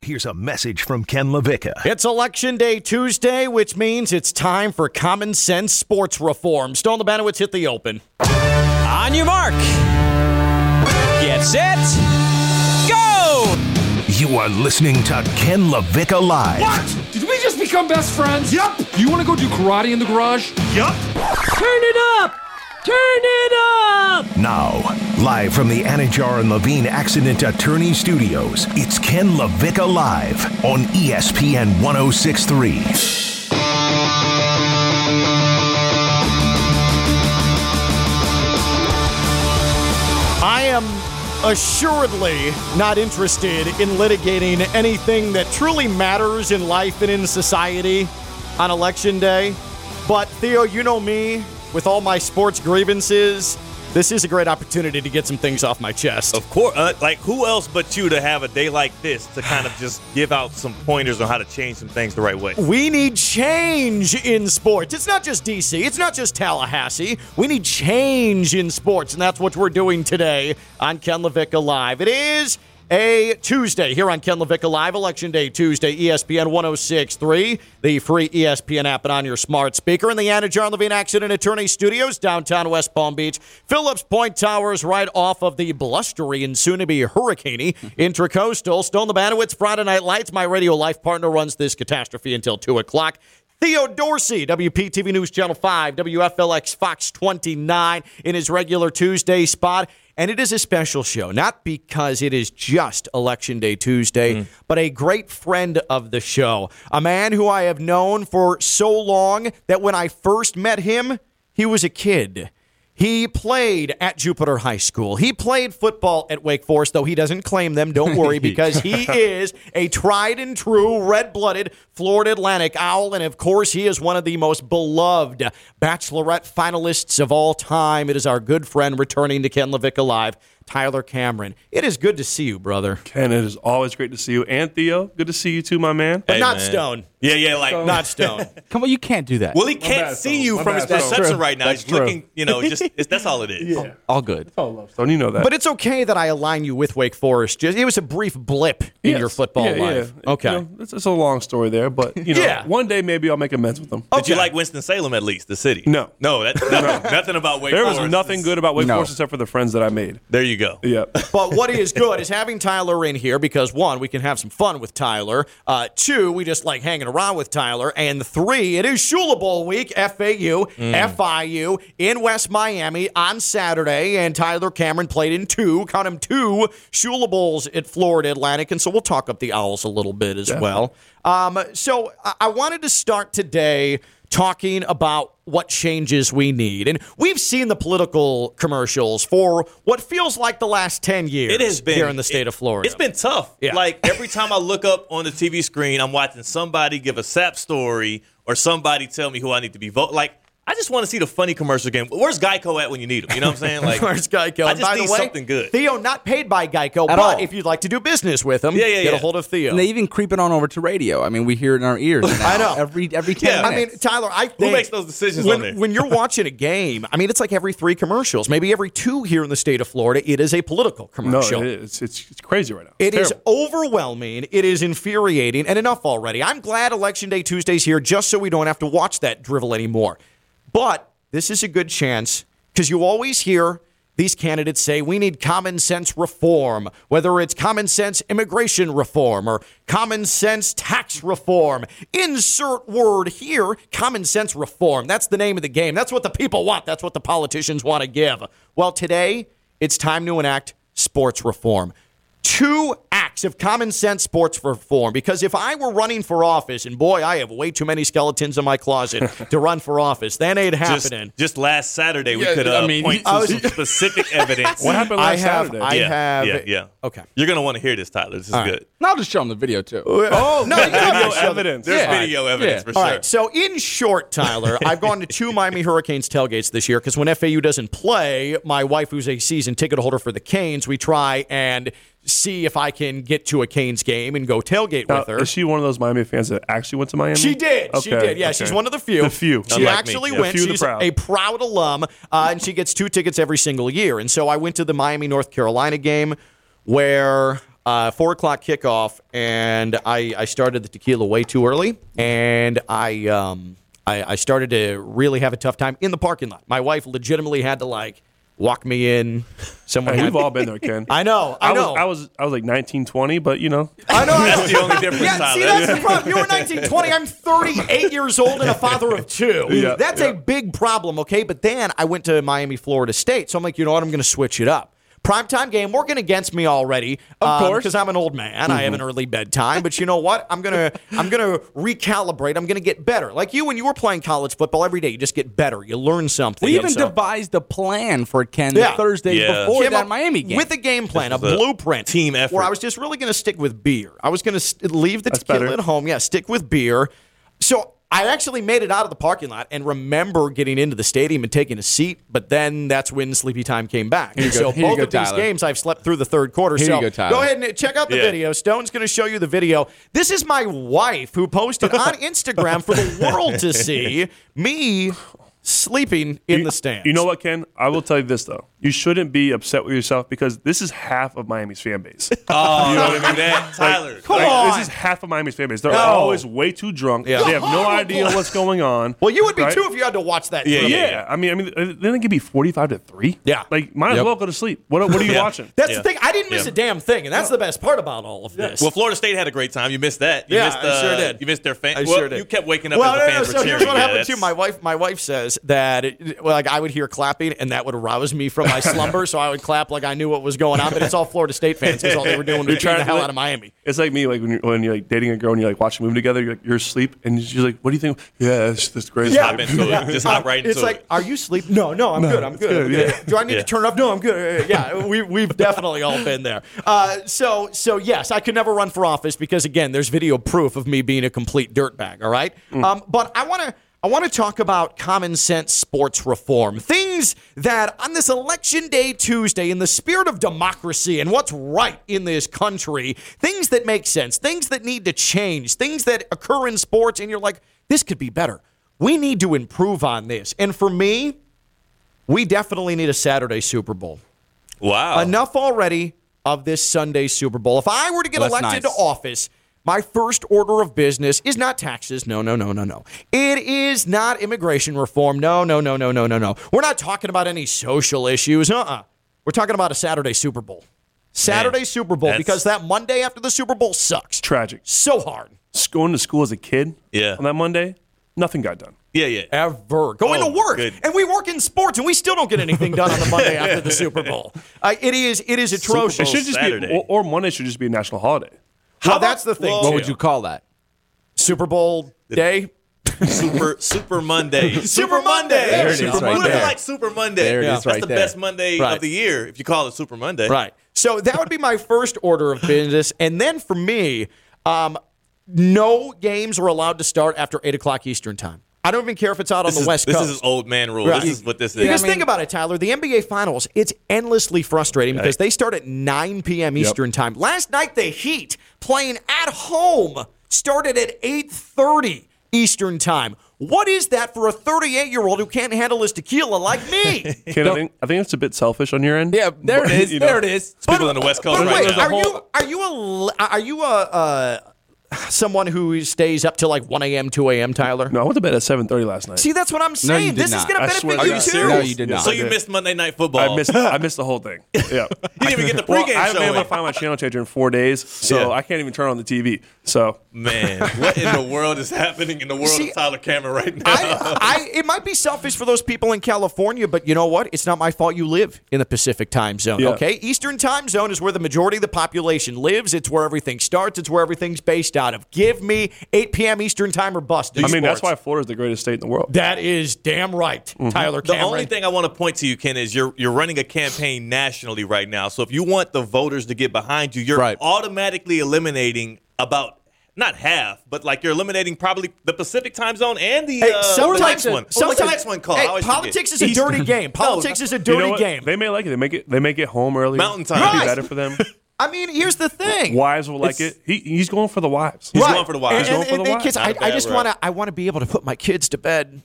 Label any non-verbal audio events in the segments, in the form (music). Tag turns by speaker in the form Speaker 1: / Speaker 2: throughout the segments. Speaker 1: Here's a message from Ken LaVica.
Speaker 2: It's Election Day Tuesday, which means it's time for common sense sports reform. Stone LeBanowitz hit the open.
Speaker 3: On your mark. Get set. Go!
Speaker 1: You are listening to Ken LaVica Live.
Speaker 4: What? Did we just become best friends? Yup. You want to go do karate in the garage?
Speaker 1: Yup.
Speaker 5: Turn it up! Turn it up!
Speaker 1: Now, live from the Anajar and Levine Accident Attorney Studios, it's Ken LaVica Live on E ESPN 1063.
Speaker 2: I am assuredly not interested in litigating anything that truly matters in life and in society on election day. But Theo, you know me, with all my sports grievances, this is a great opportunity to get some things off my chest.
Speaker 6: Of course, uh, like who else but you to have a day like this to kind of just give out some pointers on how to change some things the right way.
Speaker 2: We need change in sports. It's not just DC. It's not just Tallahassee. We need change in sports, and that's what we're doing today on Ken Levick Live. It is a Tuesday here on Ken Levick Live, Election Day Tuesday, E ESPN 106.3, the free E ESPN app and on your smart speaker in the Anna John Levine Accident Attorney Studios, downtown West Palm Beach. Phillips Point Towers right off of the blustery and soon-to-be hurricaney Intracoastal. Stone LeBanowitz, Friday Night Lights. My radio life partner runs this catastrophe until 2 o'clock. Theo Dorsey, WPTV News Channel 5, WFLX Fox 29, in his regular Tuesday spot. And it is a special show, not because it is just Election Day Tuesday, but a great friend of the show, a man who I have known for so long that when I first met him, he was a kid. He played at Jupiter High School. He played football at Wake Forest, though he doesn't claim them. Don't worry, because he is a tried and true red blooded Florida Atlantic owl. And of course, he is one of the most beloved bachelorette finalists of all time. It is our good friend returning to Ken Levick Alive, Tyler Cameron. It is good to see you, brother.
Speaker 7: Ken, it is always great to see you. And Theo, good to see you too, my man.
Speaker 2: But
Speaker 6: Hey,
Speaker 2: not
Speaker 6: man.
Speaker 2: Stone.
Speaker 6: Yeah, yeah, like
Speaker 2: Not (laughs) Stone.
Speaker 3: Come on, you can't do that.
Speaker 6: Well, he can't
Speaker 7: bad,
Speaker 6: see
Speaker 7: though.
Speaker 6: you
Speaker 7: My
Speaker 6: from his
Speaker 7: bad, though.
Speaker 6: perception right now.
Speaker 7: That's
Speaker 6: He's
Speaker 7: true.
Speaker 6: looking, you know, just it's, that's all it is.
Speaker 7: Yeah.
Speaker 3: All good.
Speaker 7: Oh, love Stone. You know that.
Speaker 2: But it's okay that I align you with Wake Forest. Just it was a brief blip in
Speaker 7: Yes.
Speaker 2: your football
Speaker 7: (laughs) Yeah, yeah.
Speaker 2: life.
Speaker 7: You
Speaker 2: (laughs) Okay.
Speaker 7: know, it's, it's a long story there, but you know,
Speaker 2: Yeah.
Speaker 7: one day maybe I'll make amends with them.
Speaker 6: Did you like Winston Salem at least, the city?
Speaker 7: No.
Speaker 6: no, that, nothing, nothing about Wake
Speaker 7: There was
Speaker 6: Forest.
Speaker 7: nothing good about Wake
Speaker 3: No.
Speaker 7: Forest except for the friends that I made.
Speaker 6: There you go.
Speaker 7: Yeah.
Speaker 2: (laughs) But what is good
Speaker 7: (laughs)
Speaker 2: is having Tyler in here because one, we can have some fun with Tyler. Uh, two, we just like hanging around with Tyler. And three, it is Shula Bowl week, FAU, FIU in West Miami on Saturday. And Tyler Cameron played in two, count them two Shula Bowls at Florida Atlantic. And so we'll talk up the Owls a little bit as well. Um, so I-, I wanted to start today talking about what changes we need. And we've seen the political commercials for what feels like the last 10 years
Speaker 6: It has been
Speaker 2: here in the state
Speaker 6: it-
Speaker 2: of Florida.
Speaker 6: It's been tough.
Speaker 2: Yeah.
Speaker 6: Like every time I look up on the TV screen, I'm watching somebody give a sap story or somebody tell me who I need to be vote. Like I just want to see the funny commercial game. Where's Geico at when you need them? You know what I'm saying?
Speaker 2: (laughs)
Speaker 6: Like
Speaker 2: Where's Geico?
Speaker 6: I
Speaker 2: And
Speaker 6: just
Speaker 2: by
Speaker 6: need
Speaker 2: the way,
Speaker 6: something good.
Speaker 2: Theo, not paid by Geico, but
Speaker 3: all.
Speaker 2: if you'd like to do business with them,
Speaker 6: Yeah, yeah,
Speaker 2: get a
Speaker 6: yeah.
Speaker 2: hold of Theo.
Speaker 3: And they even creep it on over to radio. I mean, we hear it in our ears.
Speaker 2: (laughs) I
Speaker 3: now.
Speaker 2: know.
Speaker 3: Every every ten
Speaker 6: Yeah.
Speaker 2: I mean,
Speaker 3: minutes.
Speaker 2: Tyler, I think
Speaker 6: makes those decisions
Speaker 2: when,
Speaker 6: on there?
Speaker 2: when you're watching a game? I mean, it's like every three commercials, maybe every two here in the state of Florida. It is a political
Speaker 7: No, it
Speaker 2: commercial.
Speaker 7: is. It's, it's, it's crazy right now.
Speaker 2: It is
Speaker 7: Terrible.
Speaker 2: overwhelming. It is infuriating. And enough already. I'm glad Election Day Tuesday's here just so we don't have to watch that drivel anymore. But this is a good chance because you always hear these candidates say we need common sense reform, whether it's common sense immigration reform or common sense tax reform. Insert word here common sense reform. That's the name of the game. That's what the people want. That's what the politicians want to give. Well, today it's time to enact sports reform two acts of common sense sports reform because if I were running for office, and boy, I have way too many skeletons in my
Speaker 6: (laughs)
Speaker 2: closet to run for office, that ain't
Speaker 6: just,
Speaker 2: happening.
Speaker 6: just last Saturday we
Speaker 7: Yeah,
Speaker 6: could uh,
Speaker 7: I mean,
Speaker 6: point
Speaker 7: I
Speaker 6: to
Speaker 7: was-
Speaker 6: some
Speaker 7: (laughs)
Speaker 6: specific evidence.
Speaker 7: What happened
Speaker 2: I
Speaker 7: last
Speaker 2: have,
Speaker 7: Saturday?
Speaker 2: I
Speaker 6: Yeah,
Speaker 2: have,
Speaker 6: yeah, yeah.
Speaker 2: Okay.
Speaker 6: You're gonna want to hear this, Tyler. This is good.
Speaker 3: No, I'll just show them the video too. Oh,
Speaker 2: No, you don't have to
Speaker 7: Video
Speaker 2: show them.
Speaker 7: evidence.
Speaker 6: There's
Speaker 3: Yeah.
Speaker 6: video evidence
Speaker 3: Yeah.
Speaker 6: for
Speaker 2: All
Speaker 6: sure.
Speaker 2: right. So, in short, (laughs) Tyler,
Speaker 6: (laughs)
Speaker 2: I've gone to two Miami Hurricanes tailgates this year because when FAU doesn't play, my wife, who's a season ticket holder for the Canes, we try and see if I can get to a Canes game and go tailgate
Speaker 7: Now,
Speaker 2: with her.
Speaker 7: Is she one of those Miami fans that actually went to Miami?
Speaker 2: She did. She
Speaker 7: Okay,
Speaker 2: did. Yeah,
Speaker 7: okay.
Speaker 2: she's one of the few.
Speaker 7: The few.
Speaker 2: She
Speaker 6: Unlike me.
Speaker 2: actually
Speaker 6: Yeah.
Speaker 2: went.
Speaker 7: Few of the
Speaker 2: she's
Speaker 7: proud.
Speaker 2: a proud alum, uh, and she gets two tickets every single year. And so I went to the Miami North Carolina game, where Uh, four o'clock kickoff, and I, I started the tequila way too early, and I, um, I I started to really have a tough time in the parking lot. My wife legitimately had to like walk me in. Someone
Speaker 7: Hey,
Speaker 2: had-
Speaker 7: we've all
Speaker 2: (laughs)
Speaker 7: been there, Ken.
Speaker 2: I know, I, know,
Speaker 7: Was, I was I was like 19, 20, but you know,
Speaker 2: I know. I know.
Speaker 6: That's the only difference.
Speaker 2: Yeah, see,
Speaker 6: Tyler.
Speaker 2: that's the problem. You were 19, 20. I'm 38 years old and a father of two.
Speaker 7: Yeah,
Speaker 2: that's
Speaker 7: yeah.
Speaker 2: a big problem, okay? But then I went to Miami, Florida State. So I'm like, you know what? I'm going to switch it up. Primetime game working against me already, of
Speaker 3: course. Mm-hmm.
Speaker 2: because I'm an old man. I have an early bedtime, but you know what? I'm gonna I'm gonna recalibrate. I'm gonna get better. Like you when you were playing college football every day, you just get better. You learn something.
Speaker 3: We
Speaker 2: and
Speaker 3: even
Speaker 2: so-
Speaker 3: devised a plan for Ken
Speaker 2: Yeah.
Speaker 3: the Thursdays
Speaker 6: Yeah.
Speaker 3: before
Speaker 2: came
Speaker 3: that
Speaker 2: up
Speaker 3: Miami game.
Speaker 2: with a game plan, a
Speaker 6: was a
Speaker 2: blueprint,
Speaker 6: team effort.
Speaker 2: Where I was just really going to stick with beer. I was going to st- leave the tequila
Speaker 7: better.
Speaker 2: at home. Yeah, stick with beer. So I actually made it out of the parking lot and remember getting into the stadium and taking a seat. But then that's when sleepy time came back.
Speaker 3: you go-
Speaker 2: so
Speaker 3: here you
Speaker 2: both
Speaker 3: go,
Speaker 2: of these
Speaker 3: Tyler.
Speaker 2: games, I've slept through the third quarter.
Speaker 3: Here
Speaker 2: so
Speaker 3: you go, Tyler.
Speaker 2: ahead and check out the
Speaker 6: Yeah.
Speaker 2: video. Stone's going to show you the video. This is my wife who posted
Speaker 3: (laughs)
Speaker 2: on Instagram for the world
Speaker 7: (laughs)
Speaker 2: to see me sleeping in the stands.
Speaker 7: You know what, Ken? I will tell you this though: you shouldn't be upset with yourself because this is half of Miami's fan
Speaker 2: (laughs)
Speaker 7: base.
Speaker 6: Oh, you know what I mean? That Tyler.
Speaker 2: Come on.
Speaker 7: This is half of Miami's fan base. They're always way too drunk. They have no idea what's going on.
Speaker 2: (laughs) Well, you would be
Speaker 7: right?
Speaker 2: too if you had to watch that.
Speaker 6: Yeah,
Speaker 2: drill.
Speaker 7: Yeah, I mean, I mean, uh, then it could be forty-five to three.
Speaker 2: Yeah.
Speaker 7: like might as
Speaker 3: Yep.
Speaker 7: well go to sleep. What, what
Speaker 2: (laughs)
Speaker 7: are you
Speaker 6: Yeah.
Speaker 7: watching?
Speaker 2: That's the
Speaker 6: Yeah.
Speaker 2: thing. I didn't miss
Speaker 6: Yeah.
Speaker 2: a damn thing, and that's the best part about all of this.
Speaker 6: Well, Florida State had a great time. You missed that. You
Speaker 2: Yeah,
Speaker 6: missed, uh,
Speaker 2: I sure did.
Speaker 6: You missed their fans.
Speaker 2: I
Speaker 6: well,
Speaker 2: sure did.
Speaker 6: You kept waking up
Speaker 2: Well,
Speaker 6: as
Speaker 2: no,
Speaker 6: the
Speaker 2: no,
Speaker 6: fans
Speaker 2: so
Speaker 6: were cheering.
Speaker 2: here's what
Speaker 6: Yeah,
Speaker 2: happened too.
Speaker 6: that's-
Speaker 2: My wife, my wife says that it, well, like I would hear clapping, and that would rouse me
Speaker 6: (laughs)
Speaker 2: from my slumber. so I would clap like I knew what was going on. But it's all Florida State fans because all they were
Speaker 7: (laughs)
Speaker 2: doing was beating the hell out of Miami.
Speaker 7: It's like me, like when you're, when you're like dating a girl and you like watch a movie together, you're, like, you're asleep, and she's like, "What do you think?" Yeah, that's, that's great.
Speaker 6: hop into
Speaker 7: (laughs)
Speaker 6: it. Just hop right into
Speaker 2: Uh, It's
Speaker 6: it.
Speaker 2: like, are you asleep? No, no, I'm good. I'm good. I'm
Speaker 7: good,
Speaker 2: good. Do I need
Speaker 6: Yeah.
Speaker 2: to turn it off? No, I'm good. Yeah, yeah, we, we've definitely all been there. Uh, so, so yes, I could never run for office because again, there's video proof of me being a complete dirtbag. All right, um, but I want to. I want to talk about common sense sports reform. Things that on this election day Tuesday, in the spirit of democracy and what's right in this country, things that make sense, things that need to change, things that occur in sports, and you're like, this could be better. We need to improve on this. And for me, we definitely need a Saturday Super Bowl.
Speaker 6: wow.
Speaker 2: Enough already of this Sunday Super Bowl. If I were to get
Speaker 3: Well, that's
Speaker 2: elected
Speaker 3: nice.
Speaker 2: to office, my first order of business is not taxes. No, no, no, no, no. It is not immigration reform. No, no, no, no, no, no, no. We're not talking about any social issues. Uh uh-uh. uh. we are talking about a Saturday Super Bowl. Saturday
Speaker 6: Man,
Speaker 2: Super Bowl
Speaker 6: that's-
Speaker 2: because that Monday after the Super Bowl sucks.
Speaker 7: Tragic.
Speaker 2: So hard.
Speaker 7: Just Going to school as a kid.
Speaker 6: Yeah.
Speaker 7: On that Monday, nothing got done.
Speaker 6: Yeah, yeah.
Speaker 2: ever going
Speaker 6: Oh,
Speaker 2: to work
Speaker 6: good.
Speaker 2: and we work in sports and we still don't get anything done on the monday after
Speaker 6: (laughs)
Speaker 2: the super bowl uh, it is it is
Speaker 7: It
Speaker 2: atrocious
Speaker 7: should just
Speaker 6: Saturday.
Speaker 7: be, or, or Monday should just be a national holiday.
Speaker 2: well, that's the thing
Speaker 6: Well,
Speaker 2: too.
Speaker 3: what would you call that?
Speaker 2: super bowl day (laughs)
Speaker 6: Super (laughs) Super Monday.
Speaker 2: Super Monday. There it is
Speaker 6: Super
Speaker 3: right
Speaker 6: Who doesn't
Speaker 3: there.
Speaker 6: like Super Monday?
Speaker 3: There it
Speaker 6: yeah.
Speaker 3: is right
Speaker 6: That's the
Speaker 3: there.
Speaker 6: best Monday
Speaker 2: Right.
Speaker 6: of the year if you call it Super Monday.
Speaker 2: Right. So that would be my first order of business. And then for me, um, no games are allowed to start after 8 o'clock Eastern time. I don't even care if it's out
Speaker 6: This
Speaker 2: on the
Speaker 6: is,
Speaker 2: West
Speaker 6: this
Speaker 2: Coast.
Speaker 6: is his old man rule.
Speaker 2: Right.
Speaker 6: This is what this is.
Speaker 2: Because think about it, Tyler. The NBA Finals, it's endlessly frustrating because they start at 9 p.m. Eastern time. Last night, the Heat playing at home started at 8:30 Eastern time. What is that for a 38-year-old who can't handle his tequila like
Speaker 6: (laughs)
Speaker 2: me?
Speaker 7: Ken, I think I think it's a bit selfish on your end.
Speaker 3: Yeah, there it
Speaker 7: But,
Speaker 3: is.
Speaker 7: you
Speaker 3: There
Speaker 7: know,
Speaker 3: it is.
Speaker 6: It's people on the West Coast
Speaker 2: But
Speaker 6: right
Speaker 2: wait,
Speaker 6: now.
Speaker 2: are you are you a l- are you a uh, someone who stays up till like 1 a.m. 2 a.m. Tyler?
Speaker 7: No, I went to bed at seven thirty last night.
Speaker 2: See, that's what I'm saying.
Speaker 3: did
Speaker 2: this is
Speaker 3: not.
Speaker 2: going to
Speaker 3: I
Speaker 6: (laughs)
Speaker 2: benefit
Speaker 7: swear to
Speaker 2: you
Speaker 7: God.
Speaker 2: too.
Speaker 3: No, you did
Speaker 7: Yeah.
Speaker 3: not.
Speaker 6: so you missed Monday Night Football.
Speaker 7: I missed I missed the whole thing. Yeah.
Speaker 6: You didn't even get the
Speaker 7: Well,
Speaker 6: pregame
Speaker 7: I haven't
Speaker 6: show.
Speaker 7: been able
Speaker 6: in.
Speaker 7: to find my channel changer in four days, so
Speaker 6: Yeah.
Speaker 7: I can't even turn on the TV. So (laughs)
Speaker 6: Man, (laughs) what in the world is happening in the world
Speaker 2: See,
Speaker 6: of Tyler Cameron right now?
Speaker 2: I, I, it might be selfish for those people in California, but you know what? It's not my fault you live in the Pacific time zone,
Speaker 7: Yeah.
Speaker 2: okay? Eastern time zone is where the majority of the population lives. It's where everything starts. It's where everything's based out of. Give me 8 p.m. Eastern time or bust.
Speaker 7: I mean, that's Mm-hmm. why Florida's the greatest state in the world.
Speaker 2: That is damn right, Tyler
Speaker 6: the
Speaker 2: Cameron.
Speaker 6: only thing I want to point to you, Ken, is you're you're running a campaign nationally right now. So if you want the voters to get behind you, you're
Speaker 3: Right.
Speaker 6: automatically eliminating about not half, but like you're eliminating probably the Pacific time zone and the,
Speaker 2: Hey,
Speaker 6: uh, the
Speaker 2: sometimes,
Speaker 6: next one. Or
Speaker 2: sometimes
Speaker 6: what's the next one called? I
Speaker 2: Hey,
Speaker 6: always forget.
Speaker 2: politics is a dirty
Speaker 6: (laughs)
Speaker 2: game. Politics is a
Speaker 7: You know
Speaker 2: dirty
Speaker 7: what?
Speaker 2: game.
Speaker 7: They may like it. They make it. They make it home early.
Speaker 6: Mountain time.
Speaker 7: It'd
Speaker 2: Right.
Speaker 7: be better for
Speaker 2: (laughs)
Speaker 7: them.
Speaker 2: I mean, here's the thing.
Speaker 7: Wives will like it. He, he's going for the wives.
Speaker 6: He's going for the
Speaker 2: And,
Speaker 6: wives.
Speaker 7: He's
Speaker 2: and-
Speaker 7: going for the
Speaker 2: and they
Speaker 7: wives.
Speaker 2: kiss-
Speaker 6: Not
Speaker 2: I,
Speaker 6: a
Speaker 2: I
Speaker 6: bad
Speaker 2: just
Speaker 6: route.
Speaker 2: want to. I want to be able to put my kids to bed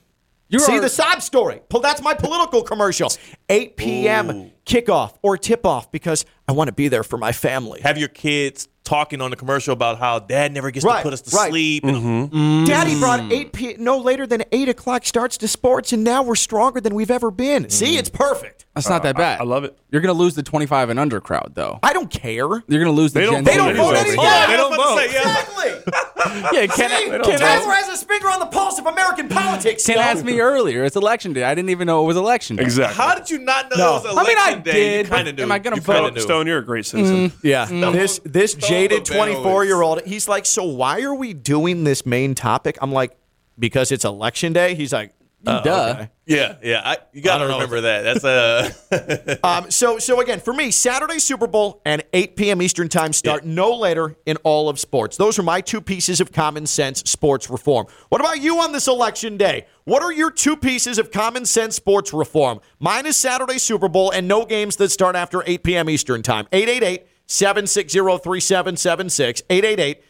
Speaker 5: You
Speaker 2: See
Speaker 5: are-
Speaker 2: the sob story. Po- That's my political commercial. 8 p.m. kickoff or tip off because I want to be there for my family.
Speaker 6: Have your kids talking on the commercial about how dad never gets
Speaker 2: Right,
Speaker 6: to put us to
Speaker 2: right. Mm-hmm.
Speaker 6: sleep. and Mm.
Speaker 2: Daddy brought 8 p. No later than 8 o'clock starts to sports, and now we're stronger than we've ever been. See,
Speaker 6: Mm-hmm.
Speaker 2: it's perfect.
Speaker 3: That's not that
Speaker 6: Uh,
Speaker 3: bad.
Speaker 7: I love it.
Speaker 3: You're gonna lose the 25 and under crowd though.
Speaker 2: I don't care.
Speaker 3: You're gonna lose the.
Speaker 7: They don't
Speaker 3: Gen
Speaker 7: vote
Speaker 2: They don't
Speaker 3: Z
Speaker 2: vote
Speaker 3: over
Speaker 2: anymore.
Speaker 3: here.
Speaker 7: Yeah,
Speaker 6: they don't
Speaker 2: I was about
Speaker 6: vote.
Speaker 2: to say, yeah. Exactly.
Speaker 3: Yeah, Ken,
Speaker 2: See,
Speaker 3: Ken,
Speaker 2: Tazra has his finger on the pulse of American politics.
Speaker 3: Ken
Speaker 2: yo.
Speaker 3: asked me earlier. It's election day. I didn't even know it was election day.
Speaker 7: Exactly.
Speaker 6: How did you not know
Speaker 2: No.
Speaker 6: it was
Speaker 3: I mean,
Speaker 6: election
Speaker 3: I
Speaker 6: day?
Speaker 3: did,
Speaker 6: You
Speaker 3: but
Speaker 6: kind of knew.
Speaker 3: am I gonna
Speaker 6: you kinda
Speaker 3: vote?
Speaker 6: knew. Mm.
Speaker 7: Stone, you're a great citizen.
Speaker 2: Mm. Yeah, this this
Speaker 6: Stone
Speaker 2: jaded
Speaker 6: the balance.
Speaker 2: 24 year old, he's like, so why are we doing this main topic? I'm like, because it's election day. He's like, "Oh,
Speaker 3: Duh.
Speaker 2: okay."
Speaker 6: Yeah, yeah. I, you got to
Speaker 2: don't know.
Speaker 6: remember that. That's uh,
Speaker 2: (laughs)
Speaker 6: a.
Speaker 2: Um, so so again, for me, Saturday Super Bowl and 8 p.m. Eastern time start no later in all of sports. Those are my two pieces of common sense sports reform. What about you on this election day? What are your two pieces of common sense sports reform? Mine is Saturday Super Bowl and no games that start after 8 p.m. Eastern time. 888 760 3776 888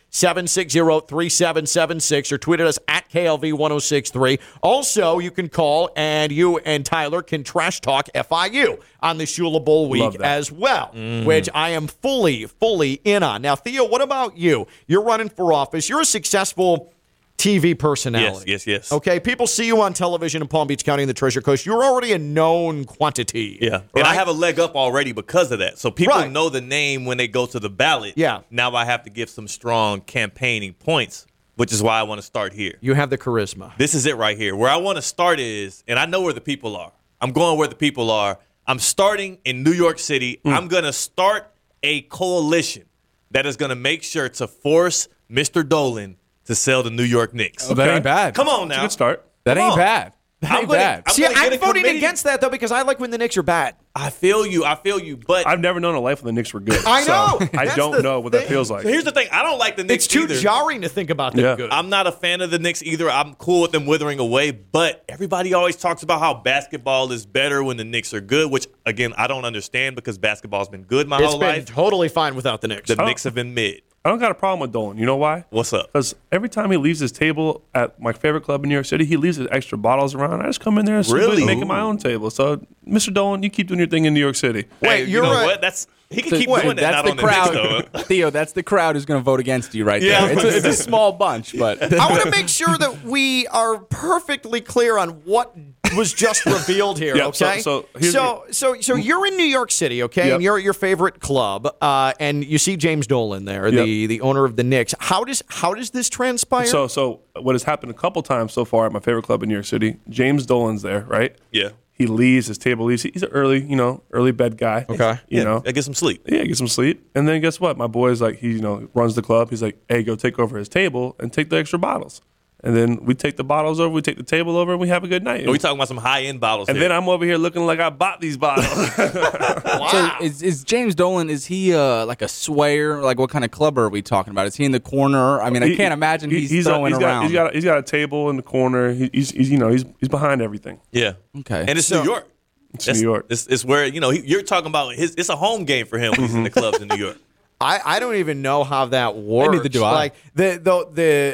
Speaker 2: 760-3776 or tweet at us at KLV1063. Also, you can call and you and Tyler can trash talk FIU on the Shula Bowl week as well,
Speaker 6: Mm.
Speaker 2: which I am fully, fully in on. Now, Theo, what about you? You're running for office. You're a successful TV personality.
Speaker 6: Yes, yes, yes.
Speaker 2: Okay, people see you on television in Palm Beach County and the Treasure Coast. You're already a known quantity.
Speaker 6: Yeah. And I
Speaker 2: right?
Speaker 6: have a leg up already because of that. So people
Speaker 2: Right.
Speaker 6: know the name when they go to the ballot.
Speaker 2: Yeah.
Speaker 6: Now I have to give some strong campaigning points, which is why I want to start here.
Speaker 2: you have the charisma.
Speaker 6: This is it right here. Where I want to start is, and I know where the people are. I'm going where the people are. I'm starting in New York City.
Speaker 2: Hmm.
Speaker 6: I'm going to start a coalition that is going to make sure to force Mr. Dolan to sell the New York Knicks.
Speaker 3: Oh, that ain't bad.
Speaker 6: Come on
Speaker 7: That's
Speaker 6: now.
Speaker 7: a good start.
Speaker 3: That
Speaker 6: Come
Speaker 3: ain't
Speaker 6: on.
Speaker 3: bad. That
Speaker 6: I'm
Speaker 3: ain't
Speaker 6: gonna-
Speaker 3: bad.
Speaker 6: I'm
Speaker 2: See,
Speaker 6: gonna get
Speaker 2: I'm
Speaker 6: a
Speaker 2: voting
Speaker 6: committee.
Speaker 2: against that though because I like when the Knicks are bad.
Speaker 6: I feel you. I feel you. But
Speaker 7: I've never known a life when the Knicks were good.
Speaker 2: I
Speaker 7: so
Speaker 2: know. That's
Speaker 7: (laughs) I
Speaker 2: the
Speaker 7: don't know what
Speaker 2: thing.
Speaker 7: that feels like.
Speaker 6: here's the thing. I don't like the Knicks
Speaker 2: It's too
Speaker 6: either.
Speaker 2: jarring to think about them
Speaker 7: Yeah.
Speaker 2: good.
Speaker 6: I'm not a fan of the Knicks either. I'm cool with them withering away, but everybody always talks about how basketball is better when the Knicks are good, which again I don't understand because basketball's been good my
Speaker 2: It's
Speaker 6: whole
Speaker 2: been
Speaker 6: life.
Speaker 2: totally fine without the Knicks.
Speaker 6: The Knicks have been mid.
Speaker 7: I don't got a problem with Dolan. You know why?
Speaker 6: What's up?
Speaker 7: Because every time he leaves his table at my favorite club in New York City, he leaves his extra bottles around. I just come in there and sit-
Speaker 6: Really?
Speaker 7: making my
Speaker 6: Ooh.
Speaker 7: own table. So, Mr. Dolan, you keep doing your thing in New York City.
Speaker 2: Wait,
Speaker 6: you
Speaker 2: you're
Speaker 6: know
Speaker 2: right.
Speaker 6: what? That's he can
Speaker 3: Dude,
Speaker 6: keep doing that.
Speaker 3: that's
Speaker 6: Not
Speaker 3: the
Speaker 6: on
Speaker 3: crowd.
Speaker 6: the Knicks
Speaker 3: (laughs)
Speaker 6: though.
Speaker 3: Theo, that's the crowd who's going to vote against you right
Speaker 6: Yeah.
Speaker 3: there. It's a, it's a small bunch, but
Speaker 2: I want to make sure that we are perfectly clear on what was
Speaker 6: (laughs)
Speaker 2: just revealed here.
Speaker 7: Yeah, so-
Speaker 2: okay,
Speaker 7: so here's Mm.
Speaker 2: so, so so you're in New York City, okay,
Speaker 7: Yep.
Speaker 2: and you're at your favorite club, uh, and you see James Dolan there, the the owner of the Knicks. How does how does this transpire?
Speaker 7: So, so what has happened a couple times so far at my favorite club in New York City? James Dolan's there, right?
Speaker 6: Yeah.
Speaker 7: He leaves his table. Leaves. He's an early, you know, early bed guy. Okay. You know.
Speaker 6: I get some sleep.
Speaker 7: Yeah, get some sleep. And then guess what? My boy's like, he, you know, runs the club. He's like, hey, go take over his table and take the extra bottles. And then we take the bottles over, we take the table over, and we have a good night.
Speaker 6: Are we talking about some high end bottles?
Speaker 7: and
Speaker 6: here?
Speaker 7: then I'm over here looking like I bought these bottles.
Speaker 3: (laughs) so is, is James Dolan? Is he uh, like a swayer? Like what kind of club are we talking about? Is he in the corner? I mean, I
Speaker 7: (laughs) He-
Speaker 3: can't imagine
Speaker 7: he-
Speaker 3: he's,
Speaker 7: a-
Speaker 3: throwing
Speaker 7: he's
Speaker 3: around.
Speaker 7: Got, he's got a, he's got a table in the corner. He, he's, he's you know he's he's behind everything.
Speaker 6: yeah.
Speaker 3: Okay.
Speaker 6: And it's New York.
Speaker 7: It's
Speaker 6: That's-
Speaker 7: New York.
Speaker 6: It's, it's where you know he, you're talking about. His, it's a home game for him. when He's in the clubs in New York.
Speaker 2: Mm-hmm. (laughs) I, I don't even know how that works.
Speaker 3: do I.
Speaker 7: (laughs)
Speaker 2: Like the the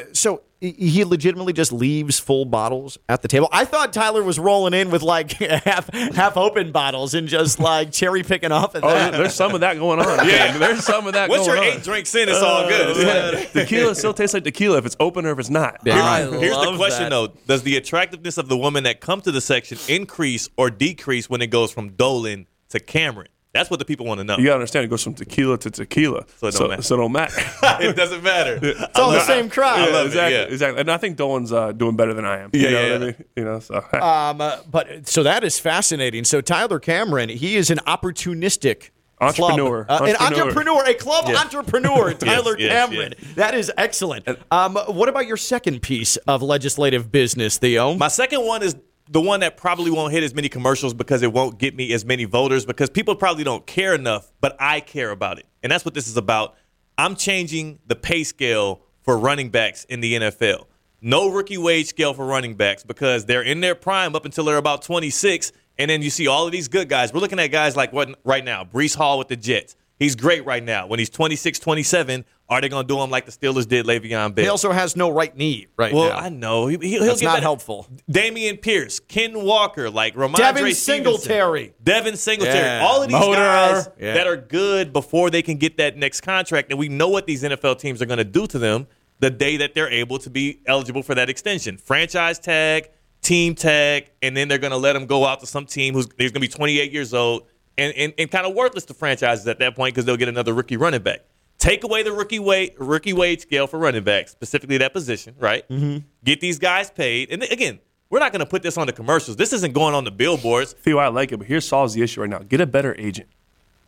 Speaker 2: the so he- he legitimately just leaves full bottles at the table. I thought Tyler was rolling in with like (laughs) half half open bottles and just like cherry picking off. At
Speaker 7: Oh,
Speaker 2: that.
Speaker 7: there- there's some of that
Speaker 2: (laughs)
Speaker 6: (laughs)
Speaker 7: going on. yeah, there's some of that
Speaker 6: Once you're
Speaker 7: going
Speaker 6: eight
Speaker 7: on. Uh,
Speaker 6: drinks in, it's all good. It's like-
Speaker 7: (laughs) tequila still tastes like tequila if it's open or if it's not.
Speaker 3: Yeah.
Speaker 6: Here's-
Speaker 3: I
Speaker 6: Here's the
Speaker 2: love
Speaker 6: question
Speaker 2: that.
Speaker 6: though: Does the attractiveness of the woman that comes to the section increase or decrease when it goes from Dolan to Cameron? That's what the people want to know.
Speaker 7: You gotta understand, it goes from tequila to tequila,
Speaker 6: So it don't matter.
Speaker 7: so don't matter.
Speaker 6: (laughs) it doesn't matter.
Speaker 2: it's all the same crowd.
Speaker 6: I love it,
Speaker 7: exactly,
Speaker 6: yeah.
Speaker 7: exactly. And I think Dolan's uh, doing better than I am.
Speaker 6: Yeah,
Speaker 7: you
Speaker 6: yeah,
Speaker 7: know what I
Speaker 6: yeah.
Speaker 7: mean? You know, so
Speaker 2: Um, uh, but so that is fascinating. So Tyler Cameron, he is an opportunistic club-
Speaker 7: Entrepreneur.
Speaker 2: uh, an
Speaker 7: Entrepreneur.
Speaker 2: entrepreneur, a club
Speaker 6: Yeah.
Speaker 2: entrepreneur, Tyler
Speaker 6: (laughs) yes,
Speaker 2: Cameron. That is excellent. Um, what about your second piece of legislative business, Theo?
Speaker 6: My second one is the one that probably won't hit as many commercials because it won't get me as many voters because people probably don't care enough, but I care about it. And that's what this is about. I'm changing the pay scale for running backs in the NFL. No rookie wage scale for running backs because they're in their prime up until they're about 26. And then you see all of these good guys. We're looking at guys like what right now, Brees Hall with the Jets. He's great right now. When he's 26, 27, are they going to do him like the Steelers did Le'Veon Bell?
Speaker 2: He also has no right knee right
Speaker 6: well,
Speaker 2: now.
Speaker 6: I know. He, he, will
Speaker 2: That's
Speaker 6: get
Speaker 2: not
Speaker 6: better.
Speaker 2: helpful.
Speaker 6: Damian Pierce, Ken Walker, like Ramondre
Speaker 2: Devin
Speaker 6: Stevenson,
Speaker 2: Singletary.
Speaker 6: Devin Singletary.
Speaker 2: Yeah.
Speaker 6: All of these
Speaker 2: Motor.
Speaker 6: guys
Speaker 2: Yeah.
Speaker 6: that are good before they can get that next contract. And we know what these NFL teams are going to do to them the day that they're able to be eligible for that extension. Franchise tag, team tag, and then they're going to let them go out to some team who's he's going to be 28 years old and, and, and kind of worthless to franchises at that point because they'll get another rookie running back. Take away the rookie weight, rookie wage scale for running backs, specifically that position, right?
Speaker 2: Mm-hmm.
Speaker 6: Get these guys paid. And again, we're not going to put this on the commercials. This isn't going on the billboards.
Speaker 7: Theo, I like it, but here solves the issue right now. Get a better agent.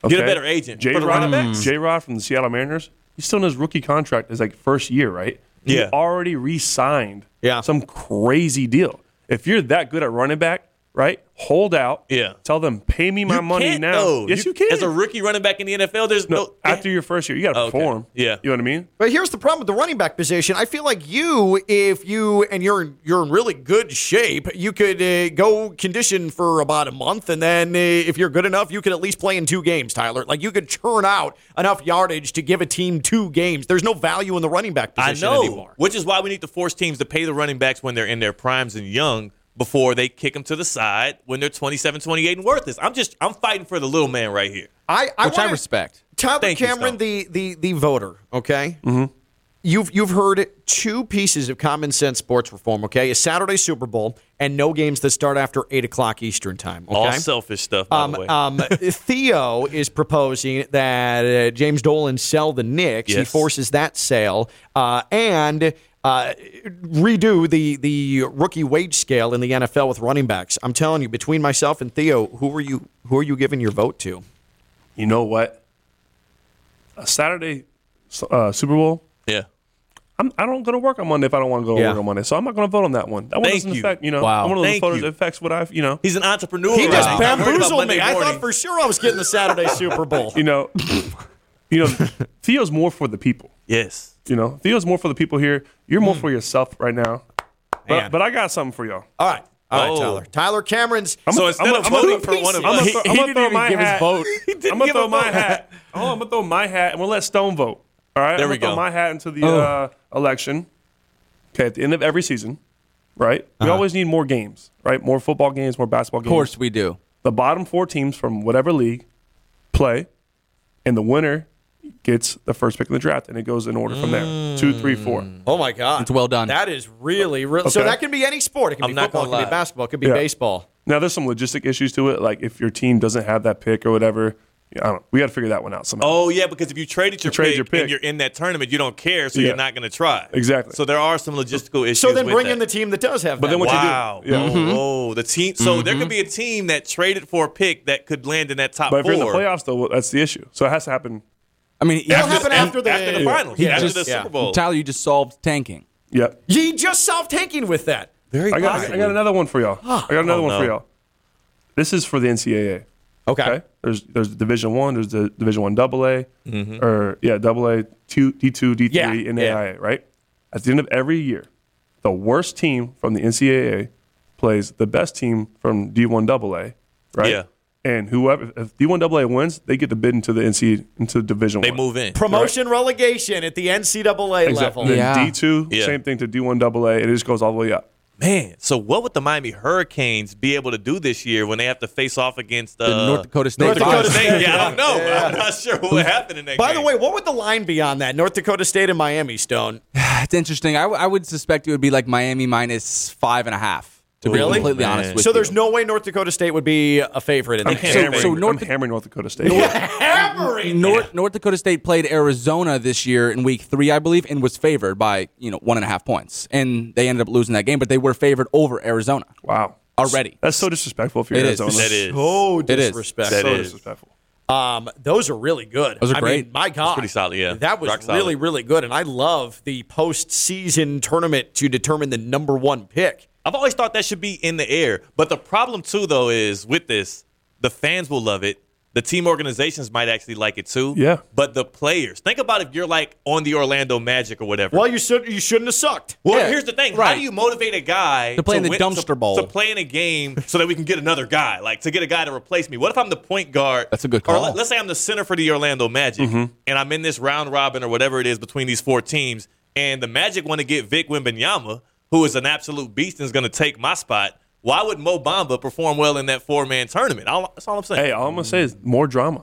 Speaker 6: Get a better agent
Speaker 7: J.
Speaker 6: for the running
Speaker 7: Rod,
Speaker 6: backs.
Speaker 7: J. Rod from the Seattle Mariners. He's still in his rookie contract. Is like first year, right? He
Speaker 6: Yeah.
Speaker 7: already re-signed.
Speaker 2: Yeah.
Speaker 7: Some crazy deal. If you're that good at running back, right? Hold out.
Speaker 6: Yeah.
Speaker 7: Tell them pay me my
Speaker 6: You
Speaker 7: money
Speaker 6: can't,
Speaker 7: now.
Speaker 6: though.
Speaker 7: Yes, you, can.
Speaker 6: As a rookie running back in the NFL, there's
Speaker 7: no,
Speaker 6: no.
Speaker 7: after your first year, you got to
Speaker 6: Okay.
Speaker 7: perform.
Speaker 6: Yeah.
Speaker 7: You know what I mean?
Speaker 2: But here's the problem with the running back position. I feel like you, if you and you're in- you're in really good shape, you could uh, go condition for about a month, and then uh, if you're good enough, you could at least play in two games. Tyler, like you could churn out enough yardage to give a team two games. There's no value in the running back
Speaker 6: I
Speaker 2: position
Speaker 6: know,
Speaker 2: anymore.
Speaker 6: which is why we need to force teams to pay the running backs when they're in their primes and young before they kick them to the side when they're 27, 28 and worthless. I'm just I'm fighting for the little man right here.
Speaker 2: I, I
Speaker 3: which I
Speaker 2: wanna-
Speaker 3: respect.
Speaker 2: Tyler
Speaker 6: Thank you,
Speaker 2: Cameron,
Speaker 6: Stone.
Speaker 2: the the the voter. Okay. Mm-hmm. You've you've heard two pieces of common sense sports reform. Okay, a Saturday Super Bowl and no games that start after eight o'clock Eastern time. Okay?
Speaker 6: All selfish stuff, by
Speaker 2: Um,
Speaker 6: the way.
Speaker 2: um,
Speaker 6: (laughs)
Speaker 2: Theo is proposing that uh, James Dolan sell the Knicks. He
Speaker 6: Yes.
Speaker 2: forces that sale uh, and uh, redo the the rookie wage scale in the NFL with running backs. I'm telling you, between myself and Theo, who are you who are you giving your vote to?
Speaker 7: You know what? A (laughs) Saturday uh, Super Bowl.
Speaker 6: yeah.
Speaker 7: I'm, I don't go to work on Monday if I don't want to go to
Speaker 2: Yeah.
Speaker 7: work on Monday. So I'm not going to vote on that one. That one
Speaker 6: Thank
Speaker 7: doesn't
Speaker 6: you.
Speaker 7: affect, you know,
Speaker 3: Wow.
Speaker 7: I'm one of those
Speaker 6: Thank
Speaker 7: voters
Speaker 6: you.
Speaker 7: that affects what I've, you know,
Speaker 6: He's an entrepreneur.
Speaker 2: He
Speaker 6: right
Speaker 2: just
Speaker 6: now. I'm worried about
Speaker 2: bamboozled
Speaker 6: Monday
Speaker 2: me. I
Speaker 6: morning.
Speaker 2: thought for sure I was getting the Saturday Super Bowl.
Speaker 7: you know,
Speaker 6: (laughs)
Speaker 7: you know, Theo's more for the people.
Speaker 6: Yes. Hmm.
Speaker 7: You know, Theo's more for the people here. You're more for yourself right now.
Speaker 2: Man.
Speaker 7: But, but I got something for y'all.
Speaker 2: All right. All right,
Speaker 6: Oh.
Speaker 2: Tyler. Tyler Cameron's.
Speaker 7: I'm
Speaker 6: so
Speaker 7: gonna-
Speaker 6: instead
Speaker 7: I'm
Speaker 6: of
Speaker 7: gonna-
Speaker 6: voting for one of
Speaker 7: I'm
Speaker 6: us,
Speaker 7: gonna throw- I'm gonna throw my hat. (laughs)
Speaker 6: He didn't
Speaker 7: I'm gonna
Speaker 6: give
Speaker 7: throw
Speaker 6: a
Speaker 7: my
Speaker 6: vote.
Speaker 7: hat. Oh, I'm gonna throw my hat, and we'll let Stone vote. All right.
Speaker 6: There
Speaker 7: I'm
Speaker 6: we
Speaker 7: gonna
Speaker 6: go. Oh.
Speaker 7: Throw my hat into the uh, election. (laughs) Okay, at the end of every season, right?
Speaker 6: Uh-huh.
Speaker 7: We always need more games, right? More football games, more basketball games.
Speaker 3: Of course we do.
Speaker 7: the bottom four teams from whatever league play, and the winner gets the first pick in the draft, and it goes in order from there. Two, three, four.
Speaker 2: Oh my God,
Speaker 3: It's well done.
Speaker 2: That is really, really. So
Speaker 7: Okay.
Speaker 2: that can be any sport. It can
Speaker 6: I'm
Speaker 2: be
Speaker 6: not
Speaker 2: football. It
Speaker 6: gonna
Speaker 2: can be
Speaker 6: lie.
Speaker 2: basketball. It can be
Speaker 7: Yeah.
Speaker 2: baseball.
Speaker 7: Now, there's some logistic issues to it, like if your team doesn't have that pick or whatever. yeah, I don't. We got to figure that one out somehow.
Speaker 6: Oh yeah, because if you traded your,
Speaker 7: trade
Speaker 6: pick,
Speaker 7: your pick.
Speaker 6: and you're in that tournament, you don't care, so
Speaker 7: Yeah.
Speaker 6: you're not going to try.
Speaker 7: Exactly.
Speaker 6: Oh, So there are some logistical issues.
Speaker 2: So then
Speaker 6: with
Speaker 2: bring
Speaker 6: that.
Speaker 2: in the team that does have. But
Speaker 7: then what you do-
Speaker 6: Wow.
Speaker 7: Yeah. Mm-hmm.
Speaker 6: Oh, oh, the team. So there
Speaker 3: Mm-hmm.
Speaker 6: could be a team that traded for a pick that could land in that top
Speaker 7: But if
Speaker 6: four.
Speaker 7: you're in the playoffs, though, well, that's the issue. So it has to happen.
Speaker 3: I mean, he
Speaker 2: It'll
Speaker 3: just-
Speaker 2: happen after the
Speaker 6: after the finals,
Speaker 3: he
Speaker 6: after
Speaker 3: just-
Speaker 6: the
Speaker 2: yeah.
Speaker 6: Super Bowl.
Speaker 3: Tyler, you just solved tanking.
Speaker 7: Yep.
Speaker 2: He just solved tanking with that.
Speaker 6: Very
Speaker 7: I got, I got another one for y'all. I got another
Speaker 6: Oh,
Speaker 7: one for
Speaker 6: no.
Speaker 7: y'all. This is for the NCAA.
Speaker 2: Okay.
Speaker 7: Okay. There's there's Division One. There's the Division One Double A,
Speaker 6: Mm-hmm.
Speaker 7: or yeah, Double A, two D two D three,
Speaker 2: Yeah,
Speaker 7: and
Speaker 2: yeah.
Speaker 7: AIA. Right. At the end of every year, the worst team from the NCAA plays the best team from D one Double A. Right.
Speaker 6: Yeah.
Speaker 7: And whoever if D one Double A wins, they get the bid into the NCAA into Division
Speaker 6: They
Speaker 7: One.
Speaker 6: move in.
Speaker 2: Promotion relegation at the NCAA
Speaker 7: Exactly.
Speaker 2: level.
Speaker 7: Then
Speaker 3: Yeah.
Speaker 7: D two,
Speaker 6: Yeah.
Speaker 7: same thing to D one Double A, and it just goes all the way up.
Speaker 6: Man, so what would the Miami Hurricanes be able to do this year when they have to face off against uh,
Speaker 3: The North Dakota State.
Speaker 2: North Dakota
Speaker 3: Bison.
Speaker 2: State.
Speaker 6: Yeah,
Speaker 7: (laughs)
Speaker 6: I don't know. I'm not sure what happened in that
Speaker 2: By the
Speaker 6: game.
Speaker 2: way, what would the line be on that? North Dakota State and
Speaker 3: (sighs)
Speaker 2: Miami Stone.
Speaker 3: That's interesting. I, w- I would suspect it would be like Miami minus five and a half. To be
Speaker 6: Really?
Speaker 3: completely
Speaker 6: Man.
Speaker 3: honest with
Speaker 2: So there's
Speaker 3: you.
Speaker 2: no way North Dakota State would be a favorite in
Speaker 7: I'm
Speaker 2: that
Speaker 3: Okay.
Speaker 2: game.
Speaker 3: So-
Speaker 7: hammering,
Speaker 3: so North-
Speaker 7: I'm hammering North Dakota State.
Speaker 2: Hammering
Speaker 3: North, North Dakota State played Arizona this year in week three, I believe, and was favored by, you know, one and a half points. And they ended up losing that game, but they were favored over Arizona
Speaker 7: Wow.
Speaker 3: already.
Speaker 7: That's so disrespectful if you're
Speaker 3: It is.
Speaker 7: Arizona.
Speaker 6: that is
Speaker 2: so
Speaker 3: It is.
Speaker 2: disrespectful.
Speaker 6: that
Speaker 7: so
Speaker 6: is.
Speaker 7: disrespectful.
Speaker 2: Um, those are really good.
Speaker 3: Those are
Speaker 2: I
Speaker 3: great.
Speaker 2: Mean, my God,
Speaker 6: pretty solid, yeah.
Speaker 2: that was
Speaker 6: Rock solid.
Speaker 2: really really good, and I love the postseason tournament to determine the number one pick.
Speaker 6: I've always thought that should be in the air. But the problem too, though, is with this, the fans will love it. The team organizations might actually like it too.
Speaker 7: Yeah.
Speaker 6: But the players, think about if you're like on the Orlando Magic or whatever.
Speaker 2: Well, you should you shouldn't have sucked.
Speaker 6: Well,
Speaker 3: Yeah,
Speaker 6: here's the thing. How
Speaker 3: right.
Speaker 6: do you motivate a guy
Speaker 3: To play in the dumpster
Speaker 6: to,
Speaker 3: bowl.
Speaker 6: to play in a game so that we can get another guy, like to get a guy to replace me? What if I'm the point guard?
Speaker 3: That's a good
Speaker 6: Or
Speaker 3: call. Mm-hmm.
Speaker 6: let, us say I'm the center for the Orlando Magic, and I'm in this round robin or whatever it is between these four teams, and the Magic want to get Vic Wimbanyama, who is an absolute beast and is going to take my spot. Why would Mo Bamba perform well in that four man tournament? All- that's all I'm saying.
Speaker 7: Hey, all I'm gonna say is more drama. Uh,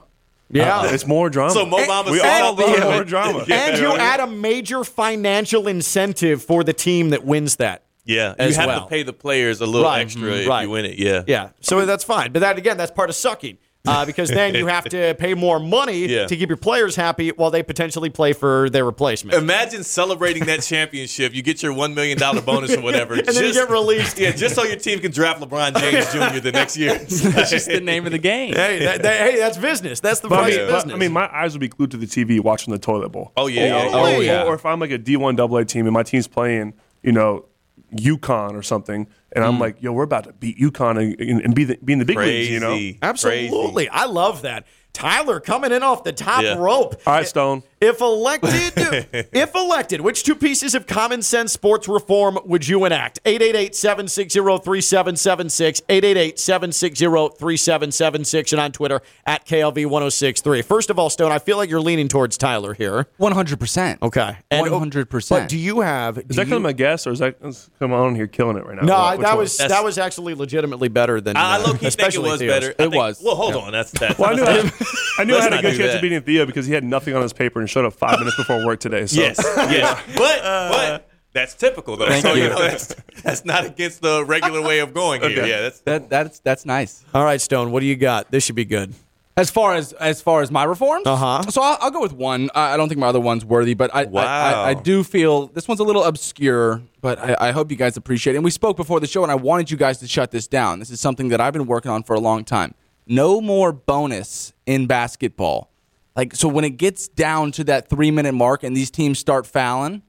Speaker 2: Yeah.
Speaker 7: It's more drama.
Speaker 6: So Mo Bamba
Speaker 7: we
Speaker 6: said
Speaker 7: all
Speaker 6: all the-
Speaker 7: love more drama.
Speaker 6: Yeah.
Speaker 2: and you add a major financial incentive for the team that wins that.
Speaker 6: yeah, you
Speaker 2: As
Speaker 6: have
Speaker 2: well.
Speaker 6: to pay the players a little
Speaker 2: Right.
Speaker 6: extra
Speaker 7: mm-hmm,
Speaker 2: Mhm.
Speaker 6: if
Speaker 2: Right.
Speaker 6: you win it. Yeah,
Speaker 2: Yeah. So that's fine. But that again, that's part of sucking. Uh, because then you have to pay more money
Speaker 6: Yeah.
Speaker 2: to keep your players happy while they potentially play for their replacement.
Speaker 6: Imagine celebrating that championship. You get your one million dollar bonus or whatever,
Speaker 7: (laughs)
Speaker 2: And then you get released.
Speaker 6: Yeah, just so your team can draft LeBron James Jr. the next
Speaker 7: (laughs)
Speaker 6: year.
Speaker 3: That's just the name of
Speaker 6: (laughs)
Speaker 3: the game.
Speaker 2: hey, that, that- hey, that's business. That's the
Speaker 7: But I,
Speaker 2: price
Speaker 7: mean,
Speaker 2: of
Speaker 7: but,
Speaker 2: business.
Speaker 7: I mean, my eyes would be glued to the TV watching the toilet bowl.
Speaker 6: Oh, yeah, yeah,
Speaker 7: Or-
Speaker 6: yeah.
Speaker 7: Or,
Speaker 2: Oh, yeah.
Speaker 7: or if I'm like a D1 AA team and my team's playing, you know, UConn or something, and
Speaker 2: Mm.
Speaker 7: I'm like, yo, we're about to beat UConn and, and, and be, the, be in the big leagues, you know?
Speaker 6: Crazy.
Speaker 2: Absolutely.
Speaker 6: Crazy.
Speaker 2: I love that. Tyler coming in off the top
Speaker 6: Yeah.
Speaker 2: rope.
Speaker 7: All right, Stone.
Speaker 2: If
Speaker 6: (laughs)
Speaker 2: elected, if elected, which two pieces of common sense sports reform would you enact? 888-760-3776, 888-760-3776, and on Twitter at KLV1063. First of all, Stone, I feel like you're leaning towards Tyler here.
Speaker 3: One hundred percent.
Speaker 2: Okay. And- oh, But
Speaker 3: 100%.
Speaker 2: do you have
Speaker 7: Is that kind of my guess, or is that is- come on here killing it right now?
Speaker 2: No,
Speaker 7: What-
Speaker 2: I-
Speaker 7: which
Speaker 2: that
Speaker 7: one?
Speaker 2: was
Speaker 6: That's-
Speaker 2: that was actually legitimately better than
Speaker 6: I, I
Speaker 2: uh,
Speaker 6: low key think it
Speaker 2: especially
Speaker 6: was
Speaker 2: Theo's.
Speaker 6: better. I
Speaker 3: It
Speaker 6: think-
Speaker 3: was.
Speaker 6: Well, hold on. That's that.
Speaker 7: Well, I knew, I, I knew I
Speaker 6: Let's
Speaker 7: had a
Speaker 6: not
Speaker 7: good
Speaker 6: do
Speaker 7: chance
Speaker 6: that.
Speaker 7: of beating Theo because he had nothing on his paper and showed up five minutes before work today.
Speaker 6: (laughs)
Speaker 7: So. (laughs)
Speaker 6: yes, yes. But but that's typical though. so you
Speaker 3: you.
Speaker 6: know that's that's not against the regular way of going here. Yeah, that's
Speaker 3: That that's that's nice.
Speaker 2: All right, Stone, what do you got? This should be good.
Speaker 3: As far as as far as my reforms,
Speaker 2: Uh-huh.
Speaker 3: So I'll, I'll go with one. I, I don't think my other one's worthy, but I, I,
Speaker 6: Wow.
Speaker 3: I I do feel this one's a little obscure, but I, I hope you guys appreciate. it. And we spoke before the show, and I wanted you guys to shut this down. This is something that I've been working on for a long time. No more bonus in basketball. Like so, when it gets down to that three minute mark, and these teams start fouling,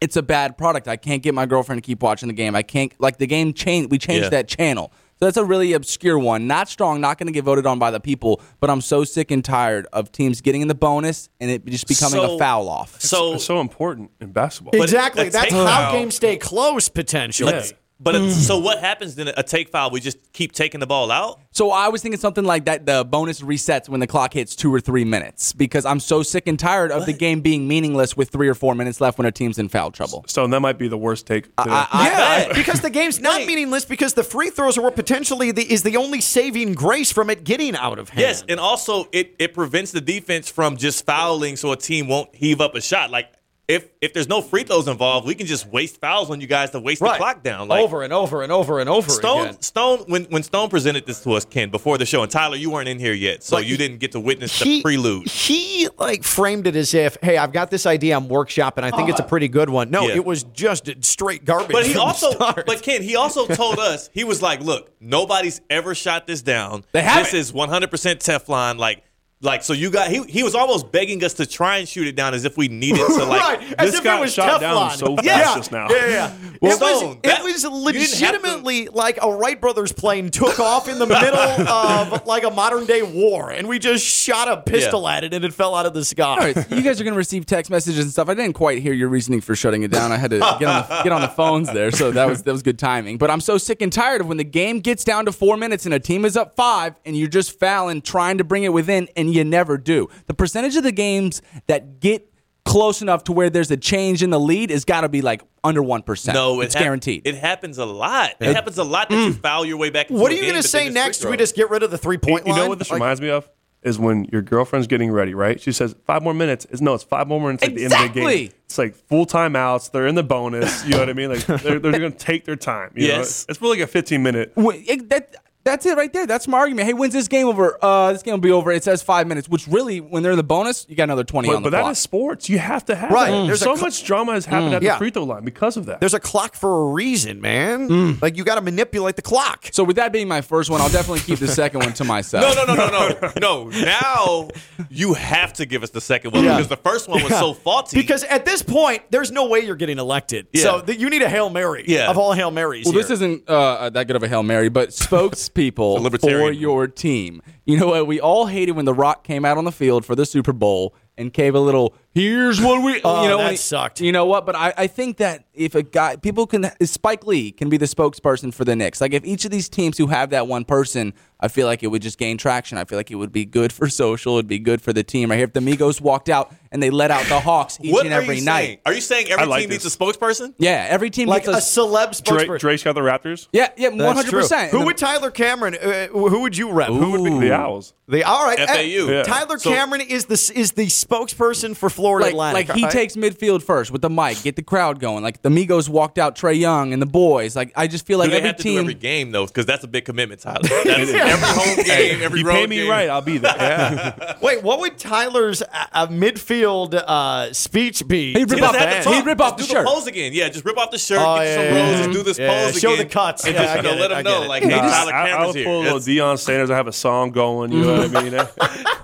Speaker 3: it's a bad product. I can't get my girlfriend to keep watching the game. I can't like the game change. We changed
Speaker 6: Yeah.
Speaker 3: that channel. So that's a really obscure one. Not strong. Not going to get voted on by the people. But I'm so sick and tired of teams getting in the bonus and it just becoming
Speaker 6: So-
Speaker 3: a foul off.
Speaker 6: so.
Speaker 7: It's so important in basketball.
Speaker 2: exactly.
Speaker 6: a
Speaker 2: That's
Speaker 6: takeout-
Speaker 2: how games stay close potentially.
Speaker 6: let's- But uh, so what happens then? A take foul? We just keep taking the ball out?
Speaker 3: So I was thinking something like that. The bonus resets when the clock hits two or three minutes because I'm so sick and tired of the game being meaningless with three or four minutes left when a team's in foul trouble.
Speaker 7: Stone, that might be the worst take. Today.
Speaker 2: Yeah, because the game's not meaningless because the free throws are potentially the, is the only saving grace from it getting out of hand.
Speaker 6: Yes, and also it it prevents the defense from just fouling, so a team won't heave up a shot. Like if if there's no free throws involved, we can just waste fouls on you guys to waste the clock down. Like
Speaker 2: over and over and over and over
Speaker 6: Stone
Speaker 2: again.
Speaker 6: Stone when when Stone presented this to us, Ken, before the show, and Tyler, you weren't in here yet, so you didn't get to witness the prelude.
Speaker 2: He like framed it as if, hey, I've got this idea I'm workshopping. I think it's a pretty good one. No,
Speaker 6: Uh, Yeah.
Speaker 2: it was just straight garbage.
Speaker 6: But he
Speaker 2: (laughs) from the
Speaker 6: also,
Speaker 2: start.
Speaker 6: but Ken, he also told us he was like, "Look, nobody's ever shot this down.
Speaker 3: They haven't.
Speaker 6: This is 100 percent Teflon. Like, like so you got he he was almost begging us to try and shoot it down as if we needed to
Speaker 2: (laughs)
Speaker 6: like
Speaker 2: right, as
Speaker 7: this
Speaker 2: if it
Speaker 7: got
Speaker 2: was
Speaker 7: shot
Speaker 2: Teflon.
Speaker 7: down so fast
Speaker 2: yeah.
Speaker 7: just now.
Speaker 2: Yeah,
Speaker 6: (laughs)
Speaker 2: yeah.
Speaker 6: Well,
Speaker 2: it, was,
Speaker 6: Stone,
Speaker 2: it
Speaker 6: that-
Speaker 2: was
Speaker 6: you didn't have to-
Speaker 2: legitimately like a Wright brothers plane took off in the
Speaker 6: (laughs)
Speaker 2: middle of like a modern day war, and we just shot a pistol
Speaker 6: Yeah.
Speaker 2: at it and it fell out of the sky.
Speaker 3: All right, you guys are going to receive text messages and stuff. I didn't quite hear your reasoning for shutting it down. I
Speaker 6: (laughs)
Speaker 3: had to get on the, get on the phones there, so that was that was good timing. But I'm so sick and tired of when the game gets down to four minutes and a team is up five, and you're just fouling, trying to bring it within, and you never do. The percentage of the games that get close enough to where there's a change in the lead has got to be like under one percent.
Speaker 6: No, it
Speaker 3: it's
Speaker 6: hap-
Speaker 3: guaranteed.
Speaker 6: It happens a lot. It, happens a lot that you foul your way back. Into
Speaker 2: Mm. What are
Speaker 6: a
Speaker 2: you
Speaker 6: game,
Speaker 2: going to
Speaker 6: but
Speaker 2: say
Speaker 6: they just free
Speaker 2: next? We
Speaker 6: throw.
Speaker 2: just get rid of the three point
Speaker 7: You
Speaker 2: line.
Speaker 7: know what this
Speaker 2: Like,
Speaker 7: reminds me of? Is when your girlfriend's getting ready, right? She says, five more minutes. It's, no, it's five more minutes at the end of the game.
Speaker 3: Exactly.
Speaker 7: It's like full timeouts. They're in the bonus. You know what I mean? Like they're, they're going to take their time. You
Speaker 6: Yes.
Speaker 7: Know? It's really like a 15 minute.
Speaker 3: Wait, it- that that's it right there. That's my argument. Hey, when's this game over? Uh, this game will be over. It says five minutes, which really, when they're in the bonus, you got another twenty
Speaker 7: But,
Speaker 3: on the
Speaker 7: but that
Speaker 3: clock.
Speaker 7: is sports. You have to have
Speaker 2: Right.
Speaker 7: that.
Speaker 2: There's a
Speaker 7: so
Speaker 2: cl- Mm.
Speaker 7: much drama has happened at
Speaker 2: Yeah.
Speaker 7: the free throw line because of that.
Speaker 2: There's a clock for a reason, man. Like you got to manipulate the clock.
Speaker 3: Mm. So with that being my first one, I'll definitely keep the second one to myself.
Speaker 2: (laughs)
Speaker 6: No, no, no, no, no, no. Now you have to give us the second one because the
Speaker 2: (laughs)
Speaker 6: first one was so faulty.
Speaker 2: Because at this point, there's no way you're getting elected.
Speaker 6: Yeah.
Speaker 2: So th- you need a hail mary
Speaker 6: Yeah.
Speaker 2: of all hail marys.
Speaker 3: Well,
Speaker 2: here.
Speaker 3: uh, this isn't uh, that good of a hail mary, but spokes people
Speaker 6: (laughs) It's a libertarian
Speaker 3: for
Speaker 6: move.
Speaker 3: your team. You know what? We all hated when The Rock came out on the field for the Super Bowl and gave a little. Here's what we.
Speaker 2: Oh,
Speaker 3: you know, when
Speaker 2: that
Speaker 3: he-
Speaker 2: sucked.
Speaker 3: You know what? But I, I think that if a guy, people can Spike Lee can be the spokesperson for the Knicks. Like if each of these teams who have that one person, I feel like it would just gain traction. I feel like it would be good for (laughs) social. It'd be good for the team. Right here, if the Migos walked out and they let out the Hawks each
Speaker 6: What
Speaker 3: and
Speaker 6: are
Speaker 3: every
Speaker 6: you
Speaker 3: night.
Speaker 6: saying? Are you saying every
Speaker 7: I like
Speaker 6: team needs
Speaker 7: this.
Speaker 6: a spokesperson?
Speaker 3: Yeah, every team
Speaker 2: Like a
Speaker 3: gets a.
Speaker 2: celeb spokesperson.
Speaker 7: Drake, Drake's got the Raptors.
Speaker 3: yeah, yeah, one
Speaker 2: That's
Speaker 3: hundred
Speaker 2: true.
Speaker 3: percent.
Speaker 2: Who would Tyler Cameron? Uh, who would you rep? Who would be
Speaker 7: The Owls.
Speaker 2: the all right? eh,
Speaker 6: FAU. Yeah.
Speaker 2: Tyler
Speaker 6: So-
Speaker 2: Cameron is the is the spokesperson for Florida
Speaker 3: (laughs) like,
Speaker 2: Atlantic.
Speaker 3: like he
Speaker 2: right?
Speaker 3: takes midfield first with the mic, get the crowd going. Like the Migos walked out Trey Young and the boys. Like I just feel like
Speaker 6: do they
Speaker 3: every
Speaker 6: have to do
Speaker 3: team.
Speaker 6: every game though? Because that's a big commitment, Tyler. That's
Speaker 2: (laughs)
Speaker 6: every home game, every
Speaker 7: you
Speaker 6: road
Speaker 7: pay me
Speaker 6: game.
Speaker 7: right,
Speaker 6: (laughs)
Speaker 7: I'll be there.
Speaker 2: Wait, what would Tyler's uh, uh, midfield uh, speech be?
Speaker 3: He'd
Speaker 6: He
Speaker 3: rip
Speaker 6: doesn't
Speaker 3: off
Speaker 6: have
Speaker 3: the
Speaker 6: to talk.
Speaker 3: he'd rip off the
Speaker 6: Just do
Speaker 3: shirt.
Speaker 6: the pose again. Yeah, just rip off the shirt,
Speaker 2: Oh,
Speaker 6: get you some
Speaker 2: yeah, yeah, yeah.
Speaker 6: roses, do this
Speaker 2: Yeah,
Speaker 6: pose
Speaker 2: Uh, show
Speaker 6: again.
Speaker 2: the cuts.
Speaker 6: And
Speaker 2: Yeah,
Speaker 6: just
Speaker 2: I
Speaker 6: you know,
Speaker 2: get
Speaker 6: let
Speaker 2: it, I
Speaker 6: them
Speaker 2: get
Speaker 6: know,
Speaker 2: it.
Speaker 6: like,
Speaker 2: Yeah.
Speaker 6: hey,
Speaker 2: Just-
Speaker 6: Tyler
Speaker 7: I, I
Speaker 6: Cameron's
Speaker 7: would
Speaker 6: here.
Speaker 7: pull a little
Speaker 6: That's-
Speaker 7: Deion Sanders. I have a song going. You know
Speaker 2: (laughs)
Speaker 7: what I mean?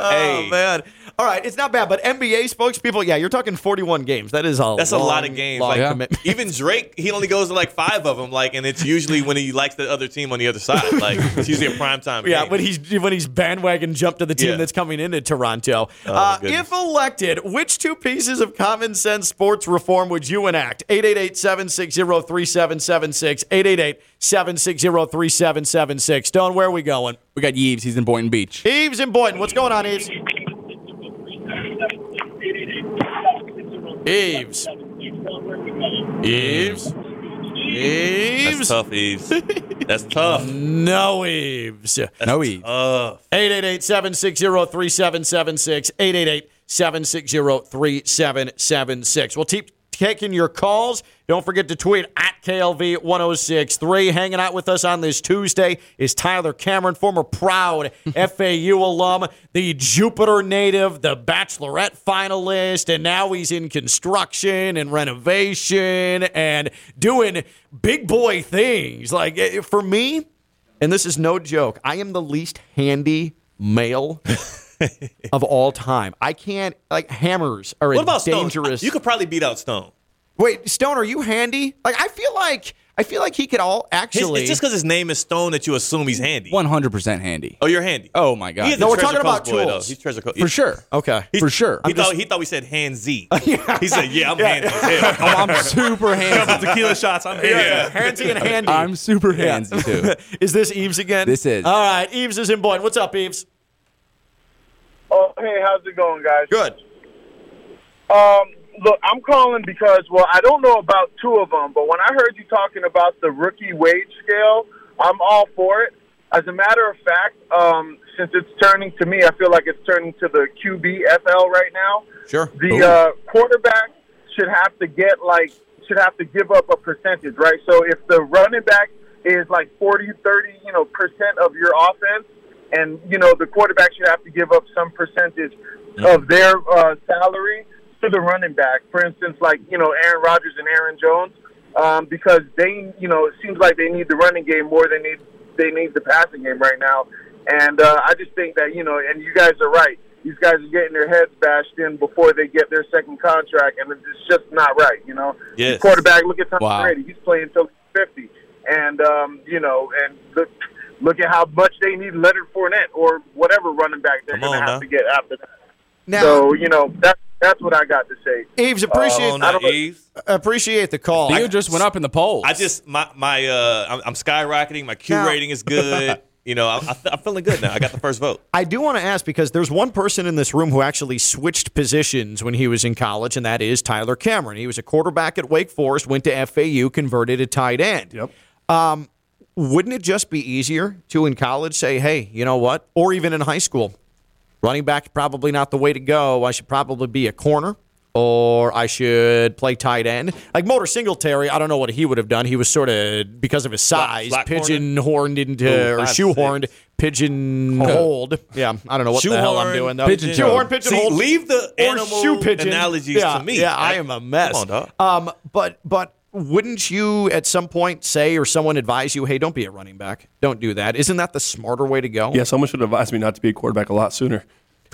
Speaker 2: Oh
Speaker 6: hey,
Speaker 2: man! All right, it's not bad, but NBA spokespeople, yeah, you're talking 41 games. That is a
Speaker 6: That's
Speaker 2: long,
Speaker 6: a lot of games.
Speaker 2: long
Speaker 6: Like
Speaker 2: commitment.
Speaker 6: even Drake, he only goes to like five of them. Like, and it's usually when he likes the other team on the other side. Like, it's usually a prime time.
Speaker 2: Yeah,
Speaker 6: game.
Speaker 2: when he's when he's bandwagon jumped to the team
Speaker 6: Yeah. Oh,
Speaker 2: that's coming into Toronto. uh,
Speaker 6: goodness.
Speaker 2: if elected, which two pieces of common sense sports reform would you enact? 888-760-3776, 888-760-3776. Stone, where are we going?
Speaker 3: We got Yves. He's in Boynton Beach.
Speaker 2: Eves and Boyden, what's going on, Eves? Eves. Eves.
Speaker 6: that's
Speaker 2: Eves.
Speaker 6: tough, Eves.
Speaker 2: (laughs)
Speaker 6: That's tough.
Speaker 2: No Eves.
Speaker 3: No Yves.
Speaker 2: 888-760-3776, 888-760-3776. We'll keep taking your calls. Don't forget to tweet at KLV1063. Hanging out with us on this Tuesday is Tyler Cameron, former
Speaker 6: (laughs)
Speaker 2: proud FAU alum, the Jupiter native, the Bachelorette finalist, and now he's in construction and renovation and doing big boy things. Like, eh, for me, and this is no joke. I am the least handy
Speaker 6: (laughs)
Speaker 2: male of all time. I can't like hammers are
Speaker 6: What about Stone?
Speaker 2: dangerous.
Speaker 6: You could probably beat out Stone.
Speaker 2: wait, Stone. Are you handy? Like I feel like I feel like he could all
Speaker 6: His-
Speaker 2: actually.
Speaker 6: it's just because his name is Stone that you assume he's handy.
Speaker 3: One hundred percent handy.
Speaker 6: Oh, you're handy.
Speaker 3: Oh, my God.
Speaker 6: He is
Speaker 3: No,
Speaker 6: a
Speaker 2: we're
Speaker 6: Treasure
Speaker 2: talking about
Speaker 6: Coast boy, though.
Speaker 2: tools.
Speaker 6: He's treasure coast.
Speaker 3: For sure.
Speaker 2: okay.
Speaker 6: He-
Speaker 3: For sure.
Speaker 6: He
Speaker 3: I'm
Speaker 6: thought, he thought we said handsy. He said, "Yeah, I'm
Speaker 2: (laughs)
Speaker 6: handsy." as
Speaker 3: (laughs)
Speaker 6: hell.
Speaker 3: I'm super handy.
Speaker 7: Tequila shots. I'm here.
Speaker 6: Yeah.
Speaker 2: Handy
Speaker 6: (laughs)
Speaker 2: and handy.
Speaker 3: I'm super handsy too.
Speaker 2: (laughs) is this Eves again?
Speaker 3: This is.
Speaker 2: All right. Eves is in Boyd. What's up, Eves?
Speaker 8: Oh, hey, how's it going, guys?
Speaker 2: Good.
Speaker 8: Um, look, I'm calling because, well, I don't know about two of them, but when I heard you talking about the rookie wage scale, I'm all for it. As a matter of fact, um, since it's turning to me, I feel like it's turning to the QBFL right now.
Speaker 2: Sure.
Speaker 8: The uh, quarterback should have to get like should have to give up a percentage, right? So if the running back is like 40, 30, you know, percent of your offense, and you know the quarterback should have to give up some percentage of their uh, salary to the running back. For instance, like you know Aaron Rodgers and Aaron Jones, um, because they you know it seems like they need the running game more than they they need the passing game right now. And uh, I just think that you know, and you guys are right. These guys are getting their heads bashed in before they get their second contract, and it's just not right. You know,
Speaker 6: Yes.
Speaker 8: quarterback. Look at Tom
Speaker 3: Wow.
Speaker 8: Brady; he's playing until fifty, and um, you know, and look, look at how much they need Leonard Fournette or whatever running back they're
Speaker 6: Come
Speaker 8: going
Speaker 6: on
Speaker 8: to have
Speaker 6: now.
Speaker 8: to get after that.
Speaker 2: Now,
Speaker 8: So you know, that's that's what I got to say.
Speaker 2: Eves,
Speaker 6: Come
Speaker 2: appreciate
Speaker 6: on now,
Speaker 8: don't-
Speaker 6: Oh, Eves.
Speaker 2: appreciate the call.
Speaker 3: You just went up in the polls.
Speaker 6: I just my my uh, I'm, I'm skyrocketing. My Q
Speaker 2: Now-
Speaker 6: rating is good. You know, I, I, I'm feeling good now. I got the
Speaker 2: (laughs)
Speaker 6: first vote.
Speaker 2: I do want to ask because there's one person in this room who actually switched positions when he was in college, and that is Tyler Cameron. He was a quarterback at Wake Forest, went to FAU, converted to tight end.
Speaker 7: Yep.
Speaker 2: Um, wouldn't it just be easier to in college say, hey, you know what? Or even in high school, running back probably not the way to go. I should probably be a corner. Or I should play tight end. Like Motor Singletary, I don't know what he would have done. He was sort of, because of his size,
Speaker 6: flat corner?
Speaker 2: pigeon-horned into,
Speaker 6: Ooh,
Speaker 2: or
Speaker 6: five,
Speaker 2: shoehorned, pigeon-holed. Yeah, I don't know what the hell I'm
Speaker 6: Shoehorn,
Speaker 2: doing. though.
Speaker 3: pigeon-toed.
Speaker 2: Shoehorn, pigeon,
Speaker 6: See,
Speaker 2: holed
Speaker 6: leave the
Speaker 2: or
Speaker 6: animal
Speaker 2: shoe pigeon
Speaker 6: analogies
Speaker 2: yeah,
Speaker 6: to me.
Speaker 2: Yeah, I, am a mess.
Speaker 6: Come on, dog.
Speaker 2: um, but but wouldn't you at some point say or someone advise you, hey, don't be a running back, don't do that? Isn't that the smarter way to go?
Speaker 7: Yeah, someone should advise me not to be a quarterback a lot sooner.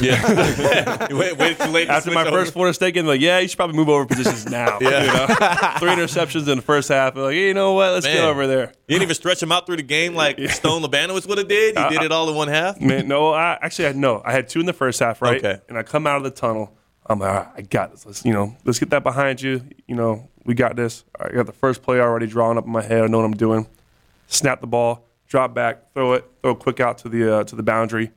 Speaker 6: Yeah. wait, wait too late. to
Speaker 7: After
Speaker 6: switch
Speaker 7: my
Speaker 6: over.
Speaker 7: first Florida State game, like, yeah, you should probably move over positions
Speaker 6: (laughs)
Speaker 7: now. yeah. Three interceptions in the first half. Like, hey, you know what? Let's get
Speaker 6: Man.
Speaker 7: over there.
Speaker 6: You didn't even stretch him out through the game
Speaker 7: (laughs)
Speaker 6: like Stone Labanowitz would have did.
Speaker 7: Uh-uh.
Speaker 6: You did it all in one half.
Speaker 7: Man, no, I actually I no. I had two in the first half, right?
Speaker 6: Okay.
Speaker 7: And I come out of the tunnel. I'm like, all right, I got this. Let's you know, let's get that behind you. You know, we got this. All right, I got the first play already drawn up in my head. I know what I'm doing. Snap the ball, drop back, throw it, throw a quick out to the uh, to the boundary.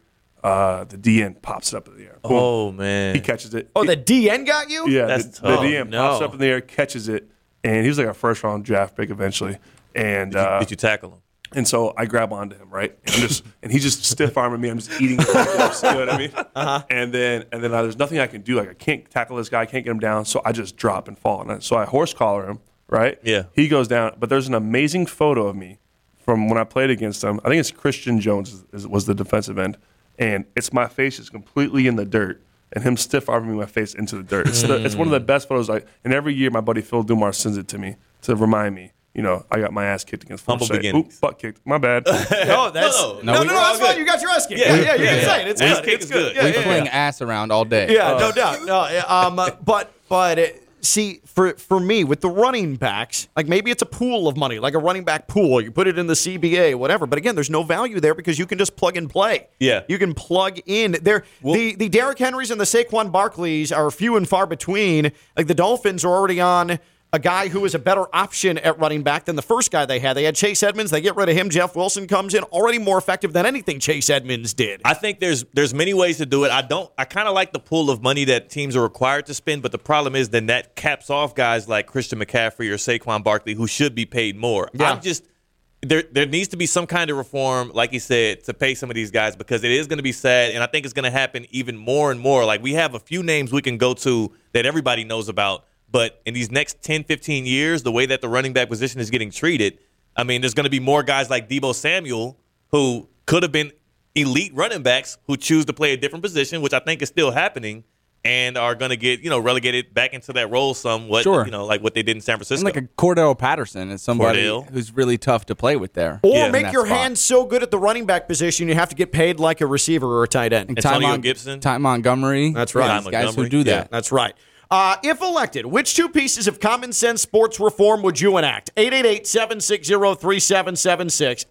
Speaker 7: Uh, the DN pops it up in the air. Boom.
Speaker 6: Oh man.
Speaker 7: He catches it.
Speaker 2: Oh, the DN got you?
Speaker 7: Yeah,
Speaker 6: That's
Speaker 7: the, the
Speaker 6: tough.
Speaker 7: DM
Speaker 6: No.
Speaker 7: pops up in the air, catches it, and he was like a first round draft pick eventually. And
Speaker 6: Did you-
Speaker 7: uh,
Speaker 6: did you tackle him?
Speaker 7: and so I grab onto him, right? And, I'm just, and he's just stiff arming me. I'm just eating. it like this, you know what I mean? And then and then uh, there's nothing I can do. Like I can't tackle this guy. I can't get him down. So I just drop and fall. And I- so I horse collar him, right?
Speaker 6: Yeah.
Speaker 7: He goes down. But there's an amazing photo of me from when I played against him. I think it's Christian Jones is- is, was the defensive end, and it's my face is completely in the dirt. And him stiff arming my face into the dirt. It's, the, it's one of the best photos. I, and every year, my buddy Phil Dumars sends it to me to remind me, you know, I got my ass kicked against
Speaker 6: Humble
Speaker 7: Florida State.
Speaker 6: beginnings.
Speaker 7: Oop, butt kicked. My bad.
Speaker 6: (laughs)
Speaker 2: No, that's no,
Speaker 6: No,
Speaker 3: no,
Speaker 2: no, no,
Speaker 6: no,
Speaker 3: we-
Speaker 2: that's
Speaker 6: we're all
Speaker 2: fine.
Speaker 6: good.
Speaker 2: You got your ass kicked.
Speaker 6: Yeah,
Speaker 2: Yeah, yeah, you
Speaker 6: yeah,
Speaker 2: can
Speaker 6: yeah.
Speaker 2: say it. It's
Speaker 6: Ass
Speaker 2: good.
Speaker 6: kick
Speaker 2: It's
Speaker 6: is
Speaker 2: good.
Speaker 6: good.
Speaker 2: Yeah,
Speaker 3: We're
Speaker 2: yeah, yeah.
Speaker 3: playing ass around all day. Uh,
Speaker 2: Yeah, no doubt. No, yeah, um, uh, but but uh, see, for for me with the running backs, like maybe it's a pool of money, like a running back pool. You put it in the CBA, whatever. But again, there's no value there because you can just plug and play.
Speaker 6: Yeah.
Speaker 2: you can plug in there. the the Derrick Henrys and the Saquon Barkleys are few and far between. Like the Dolphins are already on. A guy who is a better option at running back than the first guy they had. They had Chase Edmonds. They get rid of him. Jeff Wilson comes in already more effective than anything Chase Edmonds did.
Speaker 6: I think there's there's many ways to do it. I don't. I kind of like the pool of money that teams are required to spend, but the problem is then that caps off guys like Christian McCaffrey or Saquon Barkley who should be paid more.
Speaker 2: Yeah.
Speaker 6: I'm just there. There needs to be some kind of reform, like he said, to pay some of these guys because it is going to be sad, and I think it's going to happen even more and more. Like we have a few names we can go to that everybody knows about, but in these next 10, 15 years, the way that the running back position is getting treated, I mean, there's going to be more guys like Debo Samuel who could have been elite running backs who choose to play a different position, which I think is still happening, and are going to get you know relegated back into that role somewhat.
Speaker 3: Sure.
Speaker 6: you know, like what they did in San Francisco.
Speaker 3: And like a Cordell Patterson is somebody
Speaker 6: Cordell.
Speaker 3: who's really tough to play with there.
Speaker 2: Or
Speaker 6: Yeah.
Speaker 2: make
Speaker 3: That
Speaker 2: your
Speaker 3: spot.
Speaker 2: hands so good at the running back position you have to get paid like a receiver or a tight end.
Speaker 3: Ty
Speaker 6: Antonio Gibson.
Speaker 3: Ty Montgomery.
Speaker 2: That's right.
Speaker 3: Yeah, these
Speaker 6: Ty
Speaker 3: guys who
Speaker 6: Montgomery.
Speaker 3: do that.
Speaker 2: That's right. Uh, if elected, which two pieces of common sense sports reform would you enact? 888-760-3776.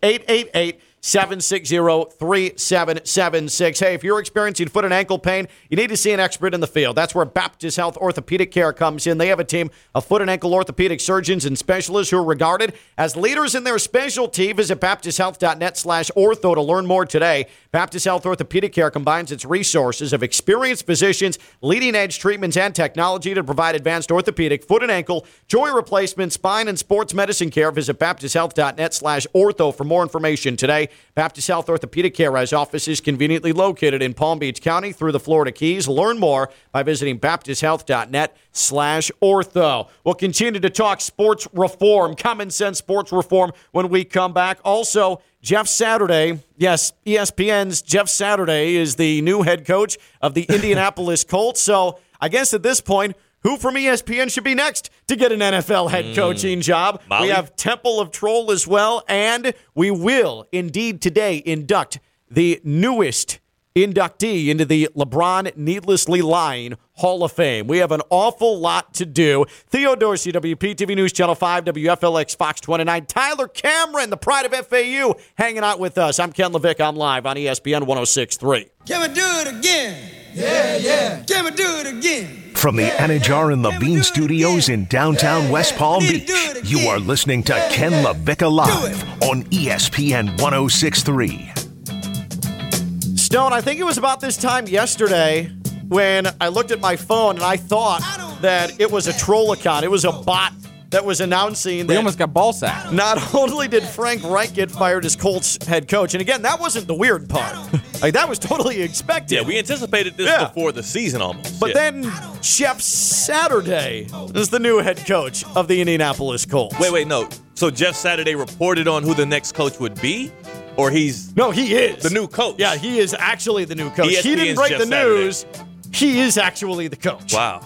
Speaker 2: 888-760-3776. Hey, if you're experiencing foot and ankle pain, you need to see an expert in the field. That's where Baptist Health Orthopedic Care comes in. They have a team of foot and ankle orthopedic surgeons and specialists who are regarded as leaders in their specialty. Visit baptisthealth.net slash ortho to learn more today. Baptist Health Orthopedic Care combines its resources of experienced physicians, leading edge treatments, and technology to provide advanced orthopedic, foot and ankle, joint replacement, spine, and sports medicine care. Visit baptisthealth.net slash ortho for more information today. Baptist Health Orthopedic Care has offices conveniently located in Palm Beach County through the Florida Keys. Learn more by visiting baptisthealth.net slash ortho. We'll continue to talk sports reform, common sense sports reform when we come back. Also, Jeff Saturday, yes, E ESPN's Jeff Saturday is the new head coach of the Indianapolis Colts. So I guess at this point, who from E ESPN should be next to get an NFL head coaching job?
Speaker 6: Molly?
Speaker 2: We have Temple of Troll as well, and we will indeed today induct the newest inductee into the LeBron Needlessly Lying Hall of Fame. We have an awful lot to do. Theo Dorsey, WPTV News Channel 5, WFLX Fox 29, Tyler Cameron, the pride of FAU, hanging out with us. I'm Ken Levick. I'm live on E ESPN 1063.
Speaker 9: Can we do it again? Yeah, yeah. Can we do it again?
Speaker 1: (laughs) From the Anajar and Levine Studios in downtown West Palm
Speaker 9: Need to
Speaker 1: Beach,
Speaker 9: do it again.
Speaker 1: you are listening to
Speaker 9: Yeah,
Speaker 1: Ken
Speaker 9: yeah.
Speaker 1: LaVica Live on E ESPN 1063.
Speaker 2: Stone, I think it was about this time yesterday when I looked at my phone and I thought that it was a troll account. It was a bot that was announcing
Speaker 3: We
Speaker 2: that
Speaker 3: almost got ball sacked.
Speaker 2: not (laughs) only did Frank Reich get fired as Colts head coach, and again, that wasn't the
Speaker 3: (laughs)
Speaker 2: weird part. Like that was totally expected.
Speaker 6: yeah, we anticipated this
Speaker 2: Yeah.
Speaker 6: before the season almost.
Speaker 2: But
Speaker 6: Yeah.
Speaker 2: then Jeff Saturday is the new head coach of the Indianapolis Colts.
Speaker 6: wait, wait, no. So Jeff Saturday reported on who the next coach would be, or he's
Speaker 2: No, he is
Speaker 6: the new coach. E
Speaker 2: Yeah, he is actually the new
Speaker 3: E
Speaker 2: coach. he
Speaker 6: ESPN's
Speaker 2: didn't break
Speaker 6: Jeff
Speaker 2: the
Speaker 6: Saturday.
Speaker 2: news. He is actually the coach.
Speaker 6: Wow.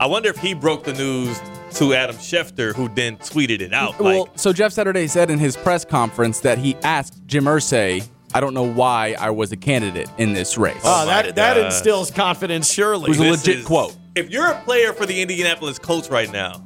Speaker 6: I wonder if he broke the news to Adam Schefter, who then tweeted it out. Like,
Speaker 3: well, so Jeff Saturday said in his press conference that he asked Jim Irsay I don't know why I was a candidate in this race.
Speaker 2: Oh,
Speaker 6: my uh,
Speaker 2: that that
Speaker 6: gosh.
Speaker 2: instills confidence, surely.
Speaker 3: Who's a
Speaker 6: This
Speaker 3: legit
Speaker 6: is-
Speaker 3: quote.
Speaker 6: If you're a player for the Indianapolis Colts right now,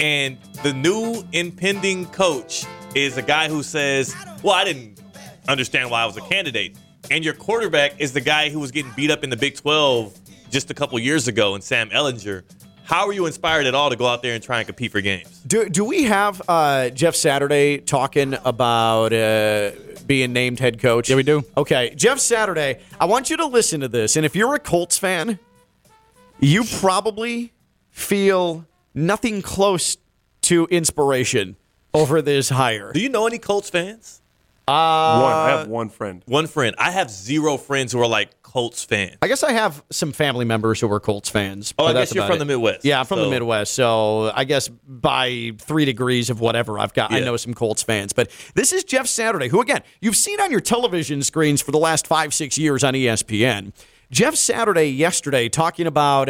Speaker 6: and the new impending coach is a guy who says, "Well, I didn't understand why I was a candidate," and your quarterback is the guy who was getting beat up in the Big 12 just a couple years ago, and Sam Ellinger. How are you inspired at all to go out there and try and compete for games?
Speaker 2: Do, do we have uh, Jeff Saturday talking about uh, being named head coach? Yeah, we do. Okay, Jeff Saturday, I want you to listen to this. And if you're a Colts fan, you probably feel nothing close to inspiration over this hire.
Speaker 6: Do you know any Colts fans?
Speaker 7: one, I
Speaker 2: Uh,
Speaker 7: have one friend.
Speaker 6: One friend. I have zero friends who are like Colts fans.
Speaker 2: I guess I have some family members who are Colts fans.
Speaker 6: Oh,
Speaker 2: but
Speaker 6: I
Speaker 2: that's
Speaker 6: guess you're
Speaker 2: about
Speaker 6: from
Speaker 2: it.
Speaker 6: the Midwest,
Speaker 2: Yeah, I'm from the
Speaker 6: so-
Speaker 2: Midwest, so I guess by three degrees of whatever I've got, I
Speaker 6: Yeah.
Speaker 2: know some Colts fans. But this is Jeff Saturday, who again you've seen on your television screens for the last five, six years on E ESPN. Jeff Saturday yesterday talking about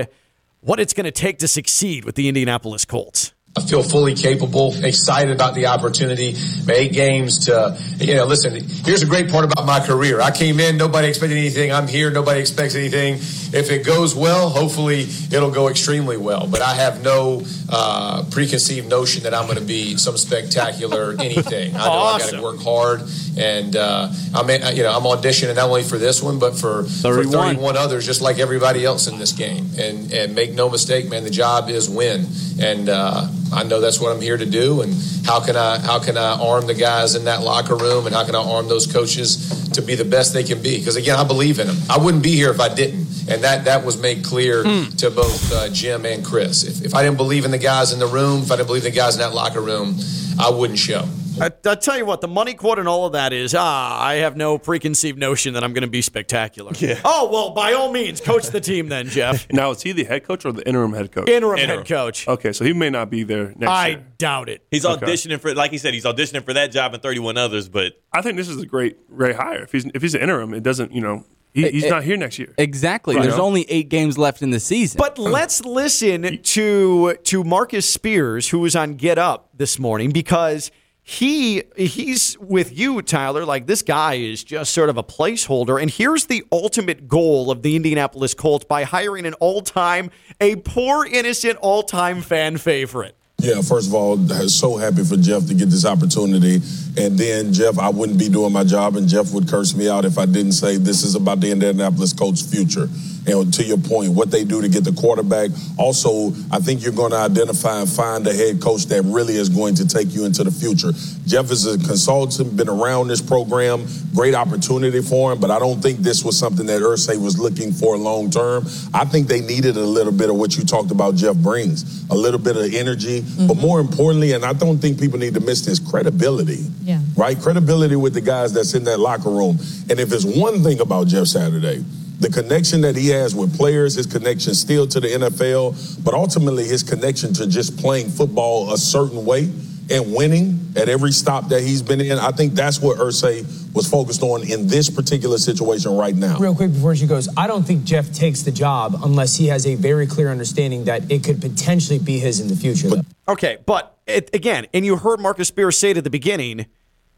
Speaker 2: what it's going to take to succeed with the Indianapolis Colts.
Speaker 10: I feel fully capable, excited about the opportunity. Eight games to, you know, listen, here's a great part about my career. I came in, nobody expected anything. I'm here, nobody expects anything. If it goes well, hopefully it'll go extremely well. But I have no uh, preconceived notion that I'm going to be some spectacular anything. I know I got
Speaker 2: Awesome.
Speaker 10: to work hard, and uh, I'm, in, you know, I'm auditioning not only for this one, but for
Speaker 3: 31.
Speaker 10: for 31 others, just like everybody else in this game. And and make no mistake, man, the job is win. And uh, I know that's what I'm here to do. And how can I how can I arm the guys in that locker room, and how can I arm those coaches to be the best they can be? Because again, I believe in them. I wouldn't be here if I didn't. And that that was made clear to both uh, Jim and Chris. If, if I didn't believe in the guys in the room, if I didn't believe in the guys in that locker room, I wouldn't show.
Speaker 2: I, I tell you what, the money quote and all of that is ah, I have no preconceived notion that I'm going to be spectacular. Yeah. Oh well, by all means, coach the team then, Jeff.
Speaker 7: (laughs) Now, is he the head coach or the interim head coach?
Speaker 2: Interim,
Speaker 6: Interim.
Speaker 2: head coach.
Speaker 7: Okay, so he may not be there next
Speaker 2: I
Speaker 7: year.
Speaker 2: doubt it.
Speaker 6: He's auditioning for, like he said, he's auditioning for that job and 31 others, but
Speaker 7: I think this is a great, great hire. If he's if he's an interim, it doesn't, you know, he, he's
Speaker 3: eh,
Speaker 7: not here next year.
Speaker 3: Exactly.
Speaker 7: Right.
Speaker 3: There's only eight games left in the season. (clears throat)
Speaker 2: But let's listen to to Marcus Spears, who was on Get Up this morning, because he he's with you, Tyler. Like this guy is just sort of a placeholder, and here's the ultimate goal of the Indianapolis Colts by hiring an all time, a poor innocent all time fan favorite.
Speaker 11: Yeah, first of all, so happy for Jeff to get this opportunity. And then, Jeff, I wouldn't be doing my job, and Jeff would curse me out if I didn't say this is about the Indianapolis Colts' future. And to your point, what they do to get the quarterback. Also, I think you're going to identify and find a head coach that really is going to take you into the future. Jeff is a consultant, been around this program, great opportunity for him, but I don't think this was something that Ursay was looking for long term. I think they needed a little bit of what you talked about Jeff brings, a little bit of energy, but more importantly, and I don't think people need to miss this, credibility.
Speaker 12: Yeah.
Speaker 11: Right? Credibility with the guys that's in that locker room. And if it's one thing about Jeff Saturday, the connection that he has with players, his connection still to the NFL, but ultimately his connection to just playing football a certain way and winning at every stop that he's been in. I think that's what Ursay was focused on in this particular situation right now.
Speaker 12: Real quick before she goes, I don't think Jeff takes the job unless he has a very clear understanding that it could potentially be his in the future. though.
Speaker 2: Okay, but it, again, and you heard Marcus Spears say at the beginning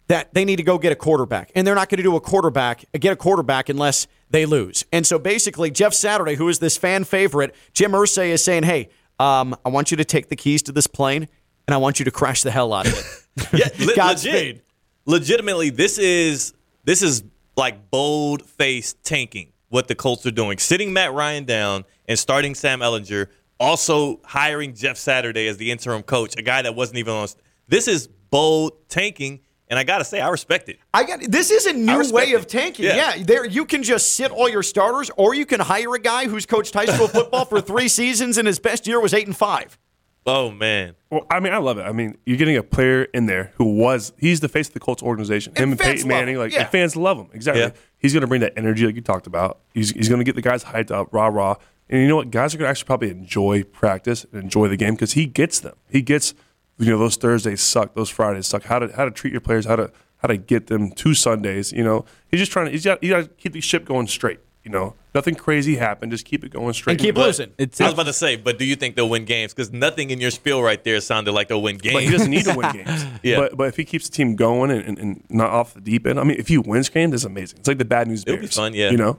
Speaker 2: that they need to go get a quarterback, and they're not going to do a quarterback, get a quarterback unless they lose. And so basically, Jeff Saturday, who is this fan favorite, Jim Irsay is saying, "Hey, um, I want you to take the keys to this plane, and I want you to crash the hell out of it."
Speaker 6: Yeah, le-
Speaker 2: Godspeed.
Speaker 6: legit. Legitimately, this is this is like bold faced tanking what the Colts are doing. Sitting Matt Ryan down and starting Sam Ellinger, also hiring Jeff Saturday as the interim coach, a guy that wasn't even on. This is bold tanking, and I gotta say, I respect it.
Speaker 2: (laughs) I got this is a new
Speaker 6: respect
Speaker 2: way of
Speaker 6: it.
Speaker 2: tanking. Yeah.
Speaker 6: Yeah.
Speaker 2: there you can just sit all your starters, or you can hire a guy who's coached high school football for three seasons, and his best year was eight and five.
Speaker 6: Oh man,
Speaker 7: Well, I mean, I love it. I mean, you're getting a player in there who was he's the face of the Colts organization.
Speaker 2: And
Speaker 7: Him and,
Speaker 2: fans
Speaker 7: Peyton
Speaker 2: love
Speaker 7: Manning,
Speaker 2: him.
Speaker 7: like
Speaker 2: Yeah.
Speaker 7: and fans love him. Exactly.
Speaker 6: Yeah.
Speaker 7: He's going to bring that energy like you talked about. He's he's going to get the guys hyped up, rah rah. And you know what? Guys are going to actually probably enjoy practice and enjoy the game because he gets them. He gets you know those Thursdays suck, those Fridays suck. How to how to treat your players, how to how to get them to Sundays. You know, he's just trying to he's got you got to keep the ship going straight. you know, nothing crazy happened. Just keep it going straight.
Speaker 6: But I was about to say, but do you think they'll win games? Because nothing in your spiel right there sounded like they'll win games.
Speaker 7: But he doesn't need to
Speaker 6: (laughs)
Speaker 7: win games.
Speaker 6: yeah.
Speaker 7: But, but if he keeps the team going and, and, and not off the deep end, I mean, if he wins games, that's amazing. It's like the bad news
Speaker 6: It'll
Speaker 7: bears.
Speaker 6: be fun, yeah.
Speaker 7: You know,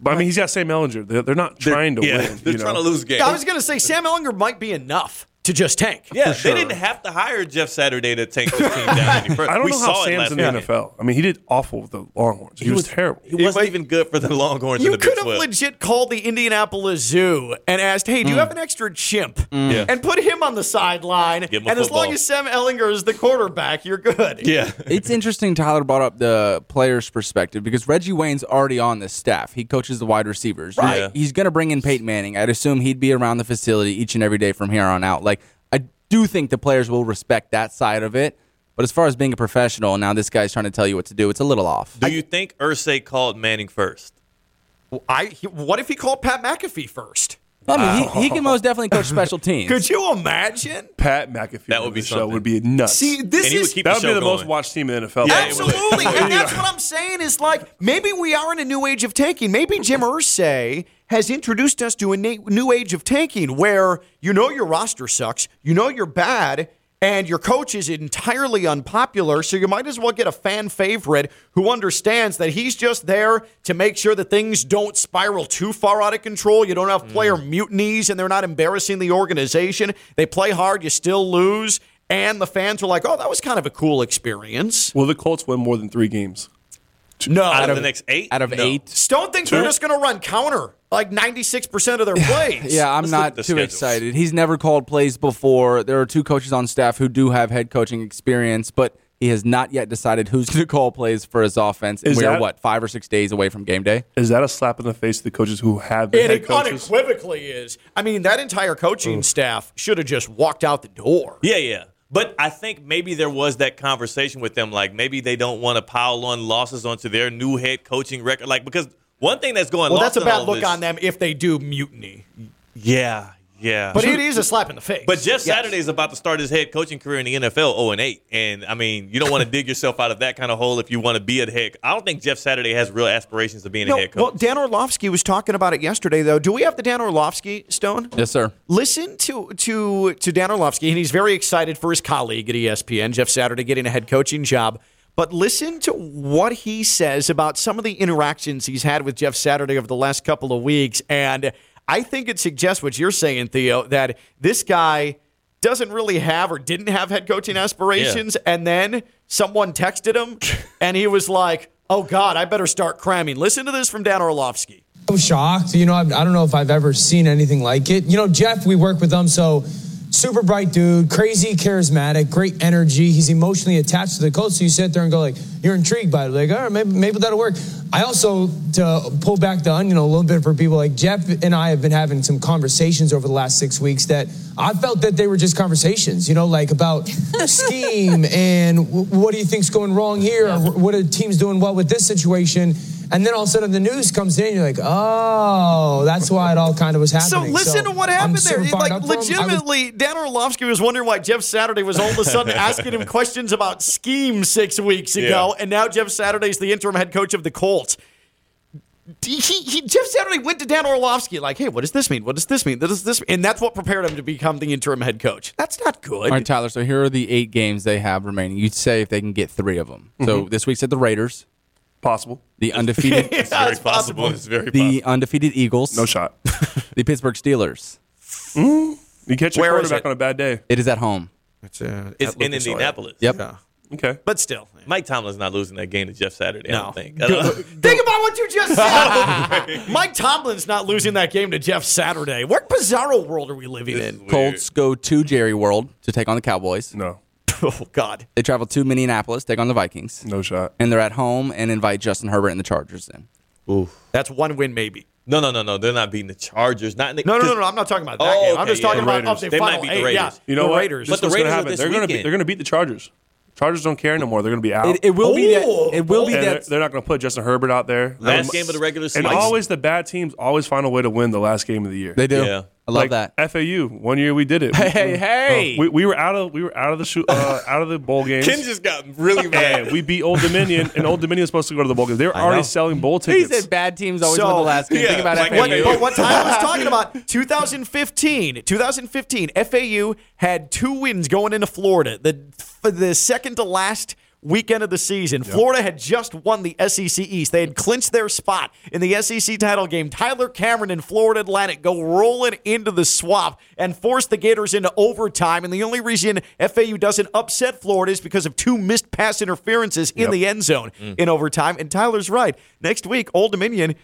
Speaker 7: but I mean, he's got Sam Ellinger. They're, they're not trying to
Speaker 6: yeah,
Speaker 7: win.
Speaker 6: they're
Speaker 7: you know?
Speaker 6: trying to lose games.
Speaker 2: I was going to say Sam Ellinger might be enough to just tank.
Speaker 6: yeah, they didn't have to hire Jeff Saturday to take this team down any further.
Speaker 7: I don't
Speaker 6: we
Speaker 7: know
Speaker 6: saw
Speaker 7: how
Speaker 6: it
Speaker 7: Sam's
Speaker 6: last
Speaker 7: in the
Speaker 6: year.
Speaker 7: NFL. I mean, he did awful with the Longhorns. He, was, terrible.
Speaker 6: He wasn't even good for the Longhorns. in
Speaker 2: You
Speaker 6: the Big
Speaker 2: could have
Speaker 6: 12.
Speaker 2: legit called the Indianapolis Zoo and asked, "Hey, do you have an extra chimp?"
Speaker 6: Yeah.
Speaker 2: And put him on the sideline. And
Speaker 3: Give him a
Speaker 2: as long
Speaker 3: football.
Speaker 2: as Sam Ellinger is the quarterback, you're good.
Speaker 6: Yeah. (laughs)
Speaker 3: it's interesting Tyler brought up the player's perspective because Reggie Wayne's already on this staff. He coaches the wide receivers.
Speaker 2: Right. Yeah.
Speaker 3: He's going to bring in Peyton Manning. I'd assume he'd be around the facility each and every day from here on out. Like, I do think the players will respect that side of it. But as far as being a professional, now this guy's trying to tell you what to do. It's a little off.
Speaker 6: Do you think Ursay called Manning first?
Speaker 2: I. he- What if he called Pat McAfee first?
Speaker 3: I mean,
Speaker 2: (laughs)
Speaker 3: he, he can most definitely coach special teams.
Speaker 2: Could you imagine?
Speaker 7: Pat McAfee that would be show
Speaker 6: something.
Speaker 7: would be nuts.
Speaker 2: See, this And he would is- keep
Speaker 7: that
Speaker 2: the
Speaker 7: would be
Speaker 2: show
Speaker 7: the most
Speaker 2: going.
Speaker 7: watched team in the NFL. (laughs)
Speaker 2: Absolutely. and that's what I'm saying is like maybe we are in a new age of tanking. Maybe Jim Ursay has introduced us to a na- new age of tanking where you know your roster sucks, you know you're bad, and your coach is entirely unpopular, so you might as well get a fan favorite who understands that he's just there to make sure that things don't spiral too far out of control. You don't
Speaker 3: Mm.
Speaker 2: have player mutinies and they're not embarrassing the organization. They play hard, you still lose. And the fans were like, oh, that was kind of a cool experience.
Speaker 7: (laughs) Will the Colts win more than three games?
Speaker 2: No,
Speaker 6: Out, of, the next eight?
Speaker 3: out of
Speaker 6: No.
Speaker 3: eight.
Speaker 2: Stone thinks
Speaker 7: Two.
Speaker 2: they're just going to run counter like 96% of their plays.
Speaker 3: (laughs) Yeah, I'm
Speaker 6: Let's look at
Speaker 3: not
Speaker 6: the
Speaker 3: too
Speaker 6: schedules.
Speaker 3: excited. He's never called plays before. There are two coaches on staff who do have head coaching experience, but he has not yet decided who's going to (laughs) call plays for his offense.
Speaker 7: Is
Speaker 3: we are
Speaker 7: that-
Speaker 3: what five or six days away from game day.
Speaker 7: Is that a slap in the face to the coaches who have been
Speaker 2: It
Speaker 7: head coaches?
Speaker 2: unequivocally is. I mean, that entire coaching staff should have just walked out the door.
Speaker 6: Yeah, yeah. But I think maybe there was that conversation with them, like maybe they don't want to pile on losses onto their new head coaching record, like because one thing that's going
Speaker 2: Well,
Speaker 6: lost
Speaker 2: that's a
Speaker 6: in all
Speaker 2: bad look
Speaker 6: this-
Speaker 2: on them if they do mutiny.
Speaker 6: Yeah, yeah.
Speaker 2: But it is a slap in the face.
Speaker 6: But Jeff Saturday is about to start his head coaching career in the NFL 0 and 8. And I mean, you don't want to dig yourself out of that kind of hole if you want to be a head. I don't think Jeff Saturday has real aspirations of being
Speaker 2: No,
Speaker 6: a head coach.
Speaker 2: well, Dan Orlovsky was talking about it yesterday, though. Do we have the Dan Orlovsky stone?
Speaker 3: Yes, sir.
Speaker 2: Listen to to to Dan Orlovsky, and he's very excited for his colleague at E ESPN, Jeff Saturday, getting a head coaching job. But listen to what he says about some of the interactions he's had with Jeff Saturday over the last couple of weeks, and I think it suggests what you're saying, Theo, that this guy doesn't really have or didn't have head coaching aspirations, and then someone texted him, and he was like, "Oh God, I better start cramming." Listen to this from Dan Orlovsky.
Speaker 12: I'm shocked. You know, I, I don't know if I've ever seen anything like it. You know, Jeff, we work with him, so super bright dude, crazy charismatic, great energy. He's emotionally attached to the coach, so you sit there and go like, you're intrigued by it. Like, all right, maybe, maybe that'll work. I also, to pull back the onion a little bit for people, like Jeff and I have been having some conversations over the last six weeks that I felt that they were just conversations, you know, like about scheme and wh- what do you think's going wrong here, or wh- what are teams doing well with this situation. And then all of a sudden the news comes in, and you're like, oh, that's why it all kind of was
Speaker 2: So
Speaker 12: happening.
Speaker 2: listen to what happened
Speaker 12: I'm super
Speaker 2: there.
Speaker 12: fired
Speaker 2: Like
Speaker 12: up for him. I was-
Speaker 2: legitimately, Dan Orlovsky was wondering why Jeff Saturday was all of a (laughs) sudden asking him questions about scheme six weeks ago, and now Jeff Saturday's the interim head coach of the Colts. He, he, Jeff Saturday went to Dan Orlovsky like, "Hey, what does this mean? What does this mean? What does this?" mean?" And that's what prepared him to become the interim head coach. That's not good.
Speaker 3: All right, Tyler. So here are the eight games they have remaining. You'd say if they can get three of them. So
Speaker 7: Mhm.
Speaker 3: this week's at the Raiders,
Speaker 7: Possible.
Speaker 3: the
Speaker 6: (laughs)
Speaker 3: undefeated,
Speaker 6: Mm-hmm. it's very possible. It's very possible.
Speaker 3: the undefeated Eagles,
Speaker 7: No shot.
Speaker 3: (laughs)
Speaker 7: Mm-hmm.
Speaker 3: the Pittsburgh Steelers.
Speaker 7: You catch your
Speaker 2: Where is
Speaker 7: quarterback
Speaker 2: it?
Speaker 7: on a bad day.
Speaker 3: It is at home.
Speaker 2: It's, uh,
Speaker 6: it's
Speaker 2: at
Speaker 6: in
Speaker 2: Lucas Oil.
Speaker 6: Indianapolis.
Speaker 3: Yep.
Speaker 7: Okay.
Speaker 2: but still,
Speaker 6: Mike Tomlin's not losing that game to Jeff Saturday, I
Speaker 2: No.
Speaker 6: don't think. I don't-
Speaker 2: Think about what you just said. (laughs) Mike Tomlin's not losing that game to Jeff Saturday. What bizarro world are we living in?
Speaker 3: Colts go to Jerry World to take on the Cowboys.
Speaker 6: (laughs)
Speaker 7: No.
Speaker 2: Oh God.
Speaker 3: They travel to Minneapolis, take on the Vikings.
Speaker 7: No shot.
Speaker 3: and they're at home and invite Justin Herbert and the Chargers in.
Speaker 2: (laughs) That's one win, maybe.
Speaker 6: no, no, no, no. They're not beating the Chargers. Not in the,
Speaker 2: No, no, no, no. I'm not talking about that
Speaker 6: Oh,
Speaker 2: game. I'm
Speaker 6: okay,
Speaker 2: just
Speaker 6: yeah,
Speaker 2: talking
Speaker 6: the
Speaker 2: about of
Speaker 6: Raiders.
Speaker 2: the
Speaker 6: They might
Speaker 2: final
Speaker 6: beat the
Speaker 2: eight. Yeah,
Speaker 6: Raiders.
Speaker 7: You know
Speaker 2: the
Speaker 7: what?
Speaker 2: Raiders.
Speaker 7: This
Speaker 6: But the
Speaker 7: is what's gonna
Speaker 6: Raiders are
Speaker 7: happen.
Speaker 6: this
Speaker 7: They're gonna be,
Speaker 6: weekend.
Speaker 7: they're going to beat the Chargers. Chargers don't care anymore. They're going to be out.
Speaker 3: It, it will be
Speaker 2: Oh.
Speaker 3: that. It will be
Speaker 7: And they're,
Speaker 3: that.
Speaker 7: they're not going to put Justin Herbert out there.
Speaker 6: Last
Speaker 7: Um,
Speaker 6: game of the regular
Speaker 7: And
Speaker 6: season.
Speaker 7: always the bad teams always find a way to win the last game of the year.
Speaker 3: They do.
Speaker 6: Yeah.
Speaker 3: I love that.
Speaker 7: FAU. One year we did
Speaker 3: (laughs)
Speaker 7: it.
Speaker 3: Hey,
Speaker 7: we, we-
Speaker 3: hey!
Speaker 7: uh, we, we were out of we were out of the shoe,
Speaker 3: (laughs)
Speaker 7: uh, out of the bowl game.
Speaker 6: Ken just got really mad.
Speaker 7: we beat Old Dominion, and Old Dominion was supposed to go to the bowl game. They were
Speaker 6: I
Speaker 7: already
Speaker 6: know.
Speaker 7: selling bowl
Speaker 3: He
Speaker 7: tickets.
Speaker 3: said bad teams always win the last game. Think about
Speaker 2: like
Speaker 3: FAU.
Speaker 2: what, but what I was talking about 2015. 2015, FAU had two wins going into Florida. The for the second to last weekend of the season, Florida had just won the SEC East. They had clinched their spot in the SEC title game. Tyler Cameron and Florida Atlantic go rolling into the swamp and force the Gators into overtime. And the only reason FAU doesn't upset Florida is because of two missed pass interferences in
Speaker 7: Yep.
Speaker 2: the end zone in overtime. And Tyler's right. Next week, Old Dominion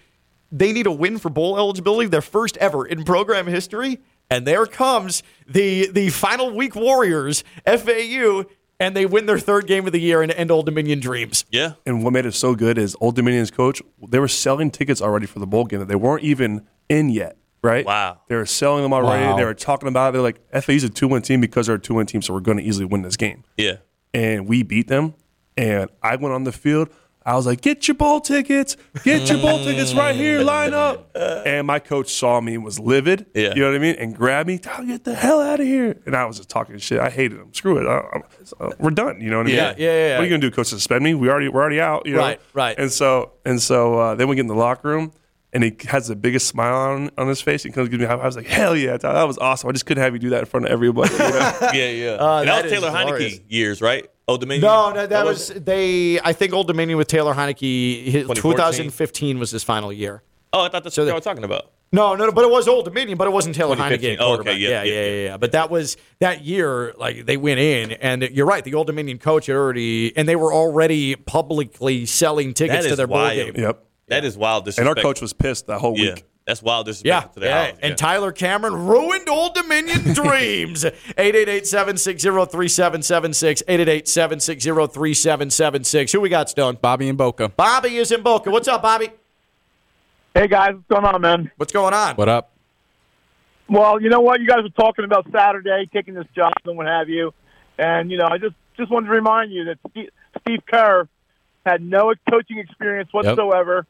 Speaker 2: they need a win for bowl eligibility, their first ever in program history. And there comes the the final week Warriors, FAU, and they win their third game of the year and end Old Dominion dreams.
Speaker 6: Yeah.
Speaker 7: And what made it so good is Old Dominion's coach, they were selling tickets already for the bowl game that they weren't even in yet, right? Wow. They were selling them already.
Speaker 6: Wow.
Speaker 7: They were talking about it. They're like, FAU's a two win team because they're a two win team, so we're going to easily win this game.
Speaker 2: (laughs)
Speaker 6: Yeah.
Speaker 7: And we beat them. And I went on the field. I was like, get your bowl tickets. Get your bowl tickets right here. Line up. And my coach saw me and was livid.
Speaker 6: Yeah.
Speaker 7: You know what I mean? And grabbed me. Tyler, get the hell out of here. And I was just talking shit. I hated him. Screw it. I, I- we're done. You know what I mean?
Speaker 2: Yeah, yeah, yeah, yeah.
Speaker 7: What are you going to do, coach? Suspend me? We already, we're already out. You know?
Speaker 2: Right, right.
Speaker 7: And so and so uh, then we get in the locker room, and he has the biggest smile on, on his face. He comes gives me a high five. I was like, hell yeah, Tyler, that was awesome. I just couldn't have you do that in front of everybody. you know?
Speaker 6: yeah, yeah.
Speaker 2: Uh, that
Speaker 6: And that was
Speaker 2: is
Speaker 6: Taylor
Speaker 2: glorious.
Speaker 6: Heineke years, right? Oh, Old Dominion.
Speaker 2: No, no, that was
Speaker 6: wasn't-
Speaker 2: they. I think Old Dominion with Taylor Heineke. His,
Speaker 6: 2014.
Speaker 2: 2015 was his final year.
Speaker 6: Oh, I thought that's what I was talking about.
Speaker 2: No, no, no, but it was Old Dominion, but it wasn't Taylor Heineke.
Speaker 6: 2015.
Speaker 2: at
Speaker 6: Oh, okay,
Speaker 2: quarterback.
Speaker 6: yeah,
Speaker 2: yeah,
Speaker 6: yeah,
Speaker 2: yeah, yeah, yeah. Uh, But that was that year. Like they went in, and you're right. The Old Dominion coach had already, and they were already publicly selling tickets
Speaker 6: That
Speaker 2: to
Speaker 6: is
Speaker 2: their bowl
Speaker 6: wild.
Speaker 2: game.
Speaker 7: yep.
Speaker 6: That is wild.
Speaker 7: And our
Speaker 6: disrespect.
Speaker 7: coach was pissed that whole
Speaker 6: Yeah.
Speaker 7: week.
Speaker 6: That's wild.
Speaker 2: Yeah,
Speaker 6: Disrespect to their
Speaker 2: yeah.
Speaker 6: house.
Speaker 2: and Tyler Cameron ruined Old
Speaker 7: (laughs)
Speaker 2: Dominion dreams. 888-760-3776, 888-760-3776. Who we got, Stone?
Speaker 3: Bobby and Boca.
Speaker 2: Bobby is in Boca. What's up, Bobby?
Speaker 13: Hey guys, what's going on, man?
Speaker 2: What's going on?
Speaker 3: What up?
Speaker 13: Well, you know what? You guys were talking about Saturday taking this job and what have you, and you know, I just just wanted to remind you that Steve, Steve Kerr had no coaching experience whatsoever.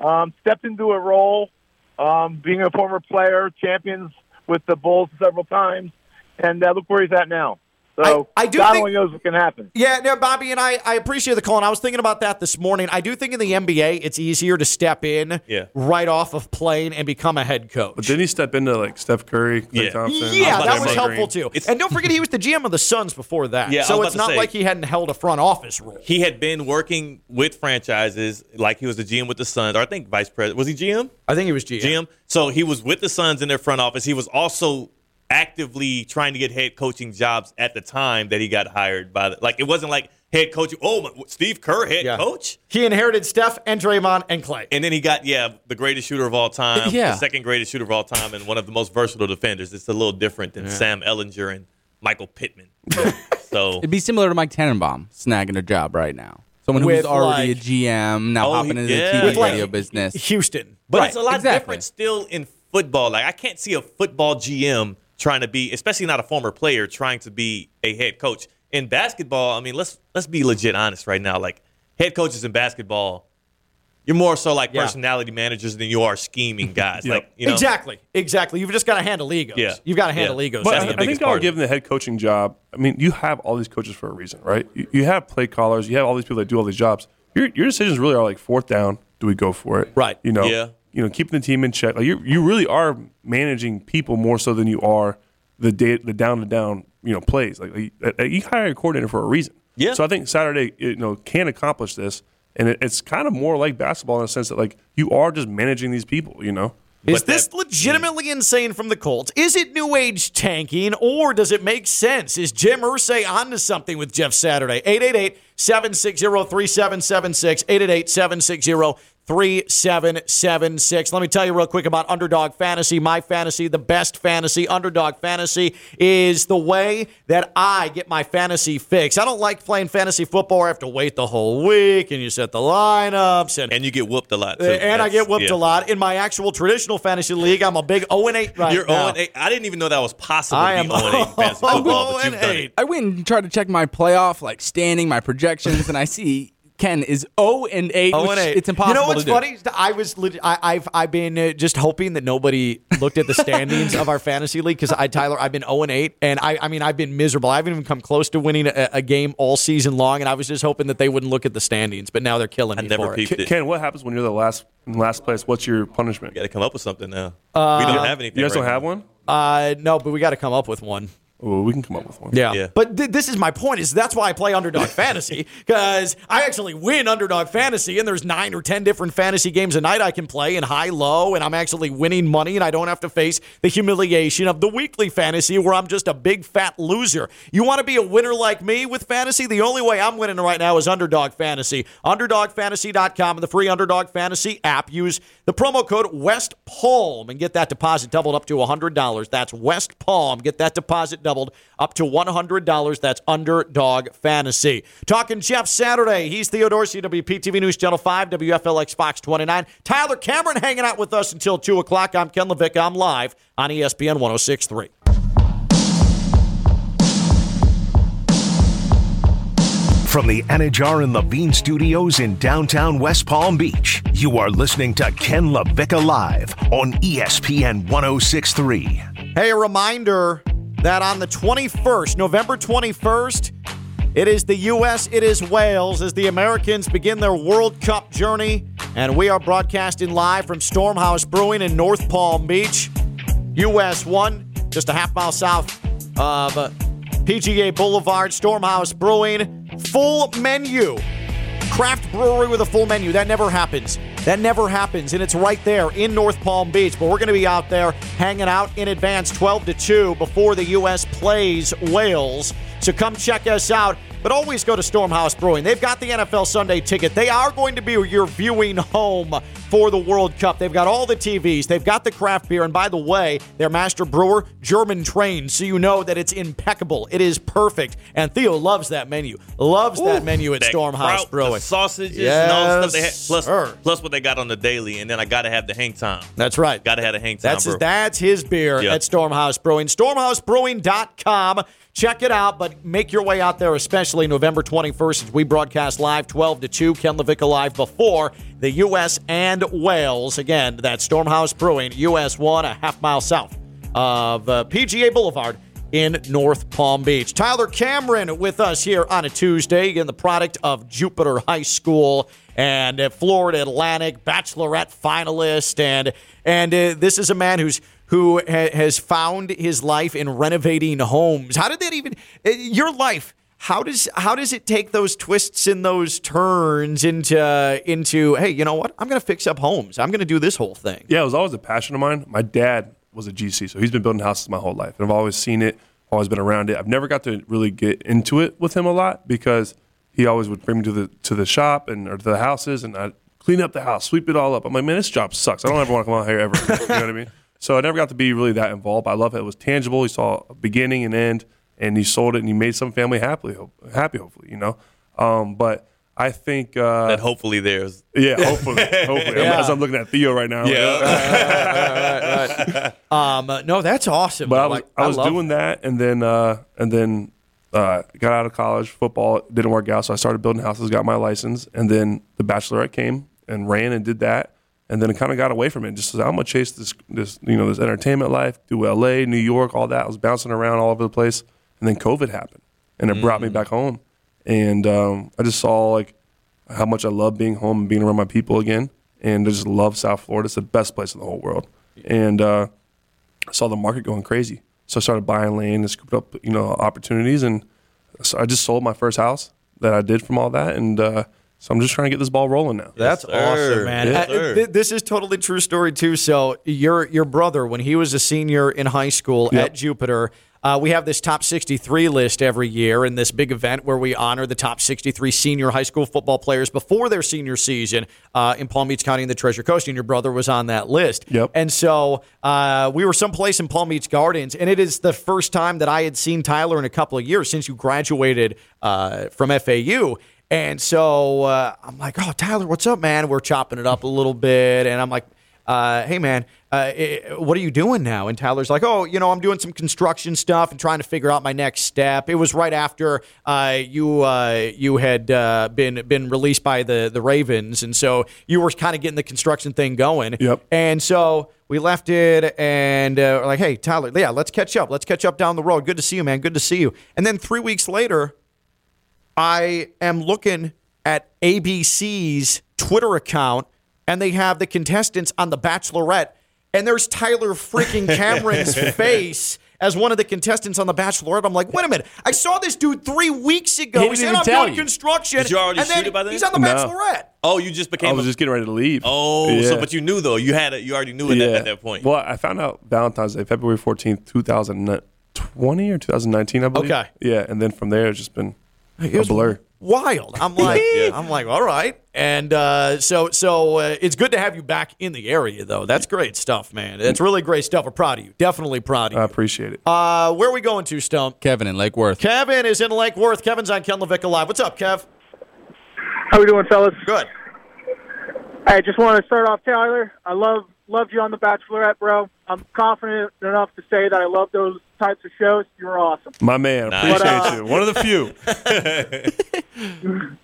Speaker 13: Um, stepped into a role, um, being a former player, champions with the Bulls several times, and uh, look where he's at now. So
Speaker 2: I do
Speaker 13: God
Speaker 2: think-
Speaker 13: only knows what can happen.
Speaker 2: Yeah, no, Bobby, and I, I appreciate the call, and I was thinking about that this morning. I do think in the NBA, it's easier to step in
Speaker 7: Yeah.
Speaker 2: right off of plane and become a head coach.
Speaker 7: But then he stepped into like Steph Curry, Clay Thompson.
Speaker 2: Yeah, that was
Speaker 7: Draymond
Speaker 2: helpful
Speaker 7: Green.
Speaker 2: too. and don't forget, he was the GM of the Suns before that.
Speaker 6: Yeah, I
Speaker 2: so
Speaker 6: was
Speaker 2: it's
Speaker 6: about
Speaker 2: not
Speaker 6: to say.
Speaker 2: like he hadn't held a front office role.
Speaker 6: He had been working with franchises, like he was the GM with the Suns, or I think vice president. Was he GM?
Speaker 2: I think he was GM.
Speaker 6: GM. So he was with the Suns in their front office. He was also actively trying to get head coaching jobs at the time that he got hired by the. Like it wasn't like head coach. Oh, my- Steve Kerr, head coach.
Speaker 2: He inherited Steph and Draymond and Clay.
Speaker 6: And then he got yeah the greatest shooter of all time,
Speaker 2: Yeah.
Speaker 6: the second greatest shooter of all time, and one of the most versatile defenders. It's a little different than
Speaker 3: Yeah.
Speaker 6: Sam Ellinger and Michael
Speaker 2: (laughs)
Speaker 6: Pittman. so
Speaker 3: It'd be similar to Mike Tannenbaum snagging a job right now. Someone who's
Speaker 6: With,
Speaker 3: already a
Speaker 6: like-
Speaker 3: GM, now
Speaker 6: Oh,
Speaker 3: hopping
Speaker 6: he-
Speaker 3: into
Speaker 6: yeah.
Speaker 3: the
Speaker 6: With,
Speaker 3: TV
Speaker 6: like,
Speaker 3: radio business.
Speaker 2: Houston.
Speaker 6: But it's a lot different still in football. Like I can't see a football GM trying to be, especially not a former player, trying to be a head coach. In basketball, I mean, let's let's be legit honest right now. Like head coaches in basketball, you're more so like
Speaker 2: Yeah.
Speaker 6: personality managers than you are scheming
Speaker 2: (laughs)
Speaker 6: guys. Like you know,
Speaker 2: Exactly, exactly. You've just got to handle egos.
Speaker 6: Yeah.
Speaker 2: You've got to
Speaker 6: Yeah.
Speaker 2: handle egos.
Speaker 7: But
Speaker 6: That's
Speaker 7: I,
Speaker 6: the
Speaker 7: I
Speaker 6: biggest
Speaker 7: think I'll
Speaker 6: part of
Speaker 7: give him the head coaching job. I mean, you have all these coaches for a reason, right? You, you have play callers, you have all these people that do all these jobs. Your, your decisions really are like fourth down, do we go for it? Right. You know,
Speaker 6: Yeah.
Speaker 7: you know, keeping the team in check. Like you, you really are managing people more so than you are the day, the down to down, you know, plays. Like you, uh, you hire a coordinator for a reason. Yeah. So I think Saturday, you know, can accomplish this, and it, it's kind of more like basketball in the sense that like you are just managing these people. You know.
Speaker 2: Is this legitimately insane from the Colts? Is it new age tanking or does it make sense? Is Jim Ursay onto something with Jeff Saturday? 888 760 3776. 888 760 3776. Let me tell you real quick about Underdog Fantasy. My fantasy, the best fantasy, Underdog Fantasy is the way that I get my fantasy fix. I don't like playing fantasy football. where I have to wait the whole week and you set the lineups and
Speaker 6: and you get whooped a lot. Too.
Speaker 2: and I
Speaker 6: That's-
Speaker 2: get whooped
Speaker 6: yeah.
Speaker 2: a lot. In my actual traditional fantasy league, I'm a big 0 and 8 right
Speaker 6: You're
Speaker 2: now.
Speaker 6: 0 8. I didn't even know that was possible.
Speaker 2: I
Speaker 6: to
Speaker 2: am oh,
Speaker 6: be
Speaker 2: (laughs)
Speaker 6: 0 8 in fantasy football, but you've done it.
Speaker 3: I went and tried to check my playoff like standing, my projections, and I see Ken is 0 and 8.
Speaker 2: Oh,
Speaker 3: which
Speaker 2: and eight.
Speaker 3: It's impossible
Speaker 2: You know what's
Speaker 3: to do.
Speaker 2: funny? I was lit- I, I've I've been uh, just hoping that nobody looked at the standings of our fantasy league because I Tyler I've been zero and eight and I I mean I've been miserable. I haven't even come close to winning a, a game all season long, and I was just hoping that they wouldn't look at the standings. But now they're killing me for
Speaker 7: Ken,
Speaker 2: it.
Speaker 7: Ken, what happens when you're the last in last place? What's your punishment? You
Speaker 6: got to come up with something now.
Speaker 2: Uh,
Speaker 6: we don't have anything.
Speaker 7: You guys don't
Speaker 6: right
Speaker 7: have
Speaker 6: now.
Speaker 7: one?
Speaker 2: Uh, no, but we got to come up with one.
Speaker 7: Oh, we can come up with one.
Speaker 2: Yeah. But th- this is my point is that's why I play underdog fantasy because I actually win underdog fantasy and there's nine or 10 different fantasy games a night I can play in high low and I'm actually winning money and I don't have to face the humiliation of the weekly fantasy where I'm just a big fat loser. You want to be a winner like me with fantasy? The only way I'm winning right now is underdog fantasy. Underdogfantasy.com and the free underdog fantasy app. Use the promo code West Palm and get that deposit doubled up to $100. That's West Palm. Get that deposit doubled up to $100. That's underdog fantasy. Talking Jeff Saturday. He's Theodore, CWPTV News Channel 5, WFLX Fox 29. Tyler Cameron hanging out with us until 2 o'clock. I'm Ken Levick. I'm live on E ESPN 1063.
Speaker 1: From the Anajar and Levine studios in downtown West Palm Beach, you are listening to Ken LaVica Live on E ESPN 1063.
Speaker 2: Hey, a reminder that on the 21st, November 21st, it is the U.S., it is Wales, as the Americans begin their World Cup journey. And we are broadcasting live from Stormhouse Brewing in North Palm Beach. U.S. 1, just a half mile south of uh, PGA Boulevard, Stormhouse Brewing. Full menu craft brewery with a full menu. That never happens. That never happens. And it's right there in North Palm Beach. But we're going to be out there hanging out in advance 12 to 2 before the U.S. plays Wales. So come check us out. But always go to Stormhouse Brewing. They've got the NFL Sunday ticket. They are going to be your viewing home for the World Cup. They've got all the TVs, they've got the craft beer. And by the way, their master brewer, German trained. So you know that it's impeccable. It is perfect. And Theo loves that menu, loves that menu at
Speaker 6: That
Speaker 2: Stormhouse
Speaker 6: kraut,
Speaker 2: Brewing.
Speaker 6: the sausages, and all the stuff they had.
Speaker 2: Yes,
Speaker 6: Plus,
Speaker 2: sir.
Speaker 6: plus what they got on the daily, and then I gotta have the hang time.
Speaker 2: That's right.
Speaker 6: Gotta have the hang time.
Speaker 2: That's
Speaker 6: bro.
Speaker 2: his, that's his beer
Speaker 6: Yeah.
Speaker 2: at Stormhouse Brewing. Stormhousebrewing.com. Check it out, but make your way out there, especially November 21st as we broadcast live 12 to 2. Ken Levick live before the U.S. and Wales. Again, that's Stormhouse Brewing, U.S. 1, a half mile south of uh, PGA Boulevard in North Palm Beach. Tyler Cameron with us here on a Tuesday, again, the product of Jupiter High School and uh, Florida Atlantic Bachelorette finalist, and and uh, this is a man who's who ha- has found his life in renovating homes. How did that even uh, your life? How does how does it take those twists and those turns into into hey you know what I'm going to fix up homes I'm going to do this whole thing
Speaker 7: Yeah, it was always a passion of mine. My dad was a GC, so he's been building houses my whole life. And I've always seen it, always been around it. I've never got to really get into it with him a lot because he always would bring me to the to the shop and or to the houses and I'd clean up the house, sweep it all up. I'm like, man, this job sucks. I don't ever want to come out here ever. You know what
Speaker 6: (laughs)
Speaker 7: I mean? So I never got to be really that involved. But I love it. It was tangible. He saw a beginning and end, and he sold it and he made some family happily, hope, happy, hopefully, you know? Um, but I think uh,
Speaker 6: that hopefully there's
Speaker 2: (laughs)
Speaker 7: yeah, hopefully, hopefully.
Speaker 6: Yeah.
Speaker 7: As I'm looking at Theo right now, I'm like,
Speaker 6: Yeah. (laughs)
Speaker 2: um uh, no that's awesome
Speaker 7: but I was
Speaker 2: Like,
Speaker 7: I was
Speaker 2: love
Speaker 7: doing that, and then uh, and then uh, got out of college. Football didn't work out, so I started building houses, got my license, and then the Bachelorette came and ran and did that, and then I kind of got away from it. Just said, I'm gonna chase this this you know this entertainment life, do L.A., New York, all that. I was bouncing around all over the place, and then COVID happened, and it
Speaker 2: Mm.
Speaker 7: brought me back home, and um, I just saw like how much I love being home and being around my people again, and I just love South Florida. It's the best place in the whole world, and. Uh, I saw the market going crazy. So I started buying land and scooped up, you know, opportunities. And so I just sold my first house that I did from all that. And uh, so I'm just trying to get this ball rolling now.
Speaker 2: That's awesome, man.
Speaker 7: Yeah.
Speaker 2: Uh, th- this is totally true story too. So your your brother, when he was a senior in high school
Speaker 7: Yep.
Speaker 2: at Jupiter, uh, we have this top 63 list every year in this big event where we honor the top 63 senior high school football players before their senior season uh, in Palm Beach County and the Treasure Coast. And your brother was on that list. Yep. And so uh, we were someplace in Palm Beach Gardens, and it is the first time that I had seen Tyler in a couple of years since you graduated uh, from FAU. And so uh, I'm like, oh, Tyler, what's up, man? We're chopping it up a little bit. And I'm like, uh, hey, man, uh, eh, what are you doing now? And Tyler's like, oh, you know, I'm doing some construction stuff and trying to figure out my next step. It was right after uh, you uh, you had uh, been been released by the the Ravens, and so you were kind of getting the construction thing going. Yep. And so we left it, and uh, we're like, hey, Tyler, yeah, let's catch up. Let's catch up down the road. Good to see you, man. Good to see you. And then three weeks later, I am looking at ABC's Twitter account, and they have the contestants on The Bachelorette, and there's Tyler freaking
Speaker 6: (laughs)
Speaker 2: Cameron's face as one of the contestants on The Bachelorette. I'm like, wait a minute, I saw this dude three weeks ago.
Speaker 6: He
Speaker 2: He
Speaker 6: didn't
Speaker 2: said
Speaker 6: even
Speaker 2: "Oh, I'm
Speaker 6: tell
Speaker 2: doing
Speaker 6: you.
Speaker 2: construction,
Speaker 6: Did you already
Speaker 2: and then
Speaker 6: shoot it by then?
Speaker 2: he's on The
Speaker 6: No.
Speaker 2: Bachelorette.
Speaker 6: Oh, you just became.
Speaker 7: I was
Speaker 6: a-
Speaker 7: just getting ready to leave.
Speaker 6: oh,
Speaker 7: Yeah.
Speaker 6: so but you knew though. You had it. You already knew it at, at that point.
Speaker 7: Well, I found out Valentine's Day, February 14th, 2020 or 2019, I believe.
Speaker 2: Okay.
Speaker 7: Yeah, and then from there, it's just been
Speaker 2: It
Speaker 7: a
Speaker 2: was
Speaker 7: blur.
Speaker 2: Wild. I'm like, I'm like, all right. And uh, so, so uh, it's good to have you back in the area, though. That's great stuff, man. That's really great stuff. We're proud of you. Definitely proud of you.
Speaker 7: I appreciate it.
Speaker 2: Uh, where are we going to, Stump?
Speaker 3: Kevin in Lake Worth.
Speaker 2: Kevin is in Lake Worth. Kevin's on Ken Levick Live. What's up, Kev?
Speaker 14: How we doing, fellas?
Speaker 2: Good.
Speaker 14: I just want to start off, Tyler. I love loved you on The Bachelorette, bro. I'm confident enough to say that I love those types of shows. You were awesome.
Speaker 7: My man,
Speaker 14: Nice.
Speaker 7: appreciate
Speaker 14: But, uh,
Speaker 7: you. One of the few.
Speaker 14: (laughs)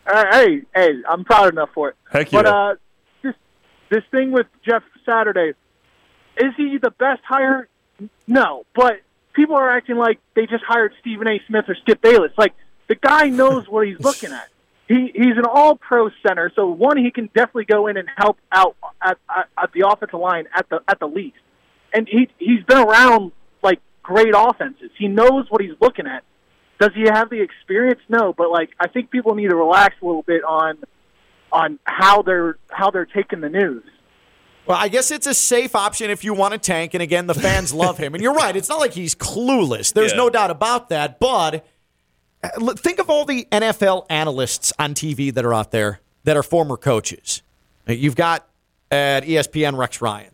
Speaker 14: Uh, hey, hey, I'm proud enough for it.
Speaker 7: Heck
Speaker 14: But
Speaker 7: yeah.
Speaker 14: uh, this this thing with Jeff Saturday, is he the best hire? No, but people are acting like they just hired Stephen A. Smith or Skip Bayless. Like the guy knows what he's looking at. He he's an all-pro center, so one he can definitely go in and help out at, at, at the offensive line at the at the least. And he he's been around like great offenses. He knows what he's looking at. Does he have the experience? No, but like I think people need to relax a little bit on on how they're how they're taking the news.
Speaker 2: Well, I guess it's a safe option if you want to tank. And again, the
Speaker 6: (laughs)
Speaker 2: fans love him. And you're right. It's not like he's clueless. There's
Speaker 6: Yeah.
Speaker 2: no doubt about that. But uh, look, think of all the NFL analysts on TV that are out there that are former coaches. Uh, You've got at E ESPN Rex Ryan,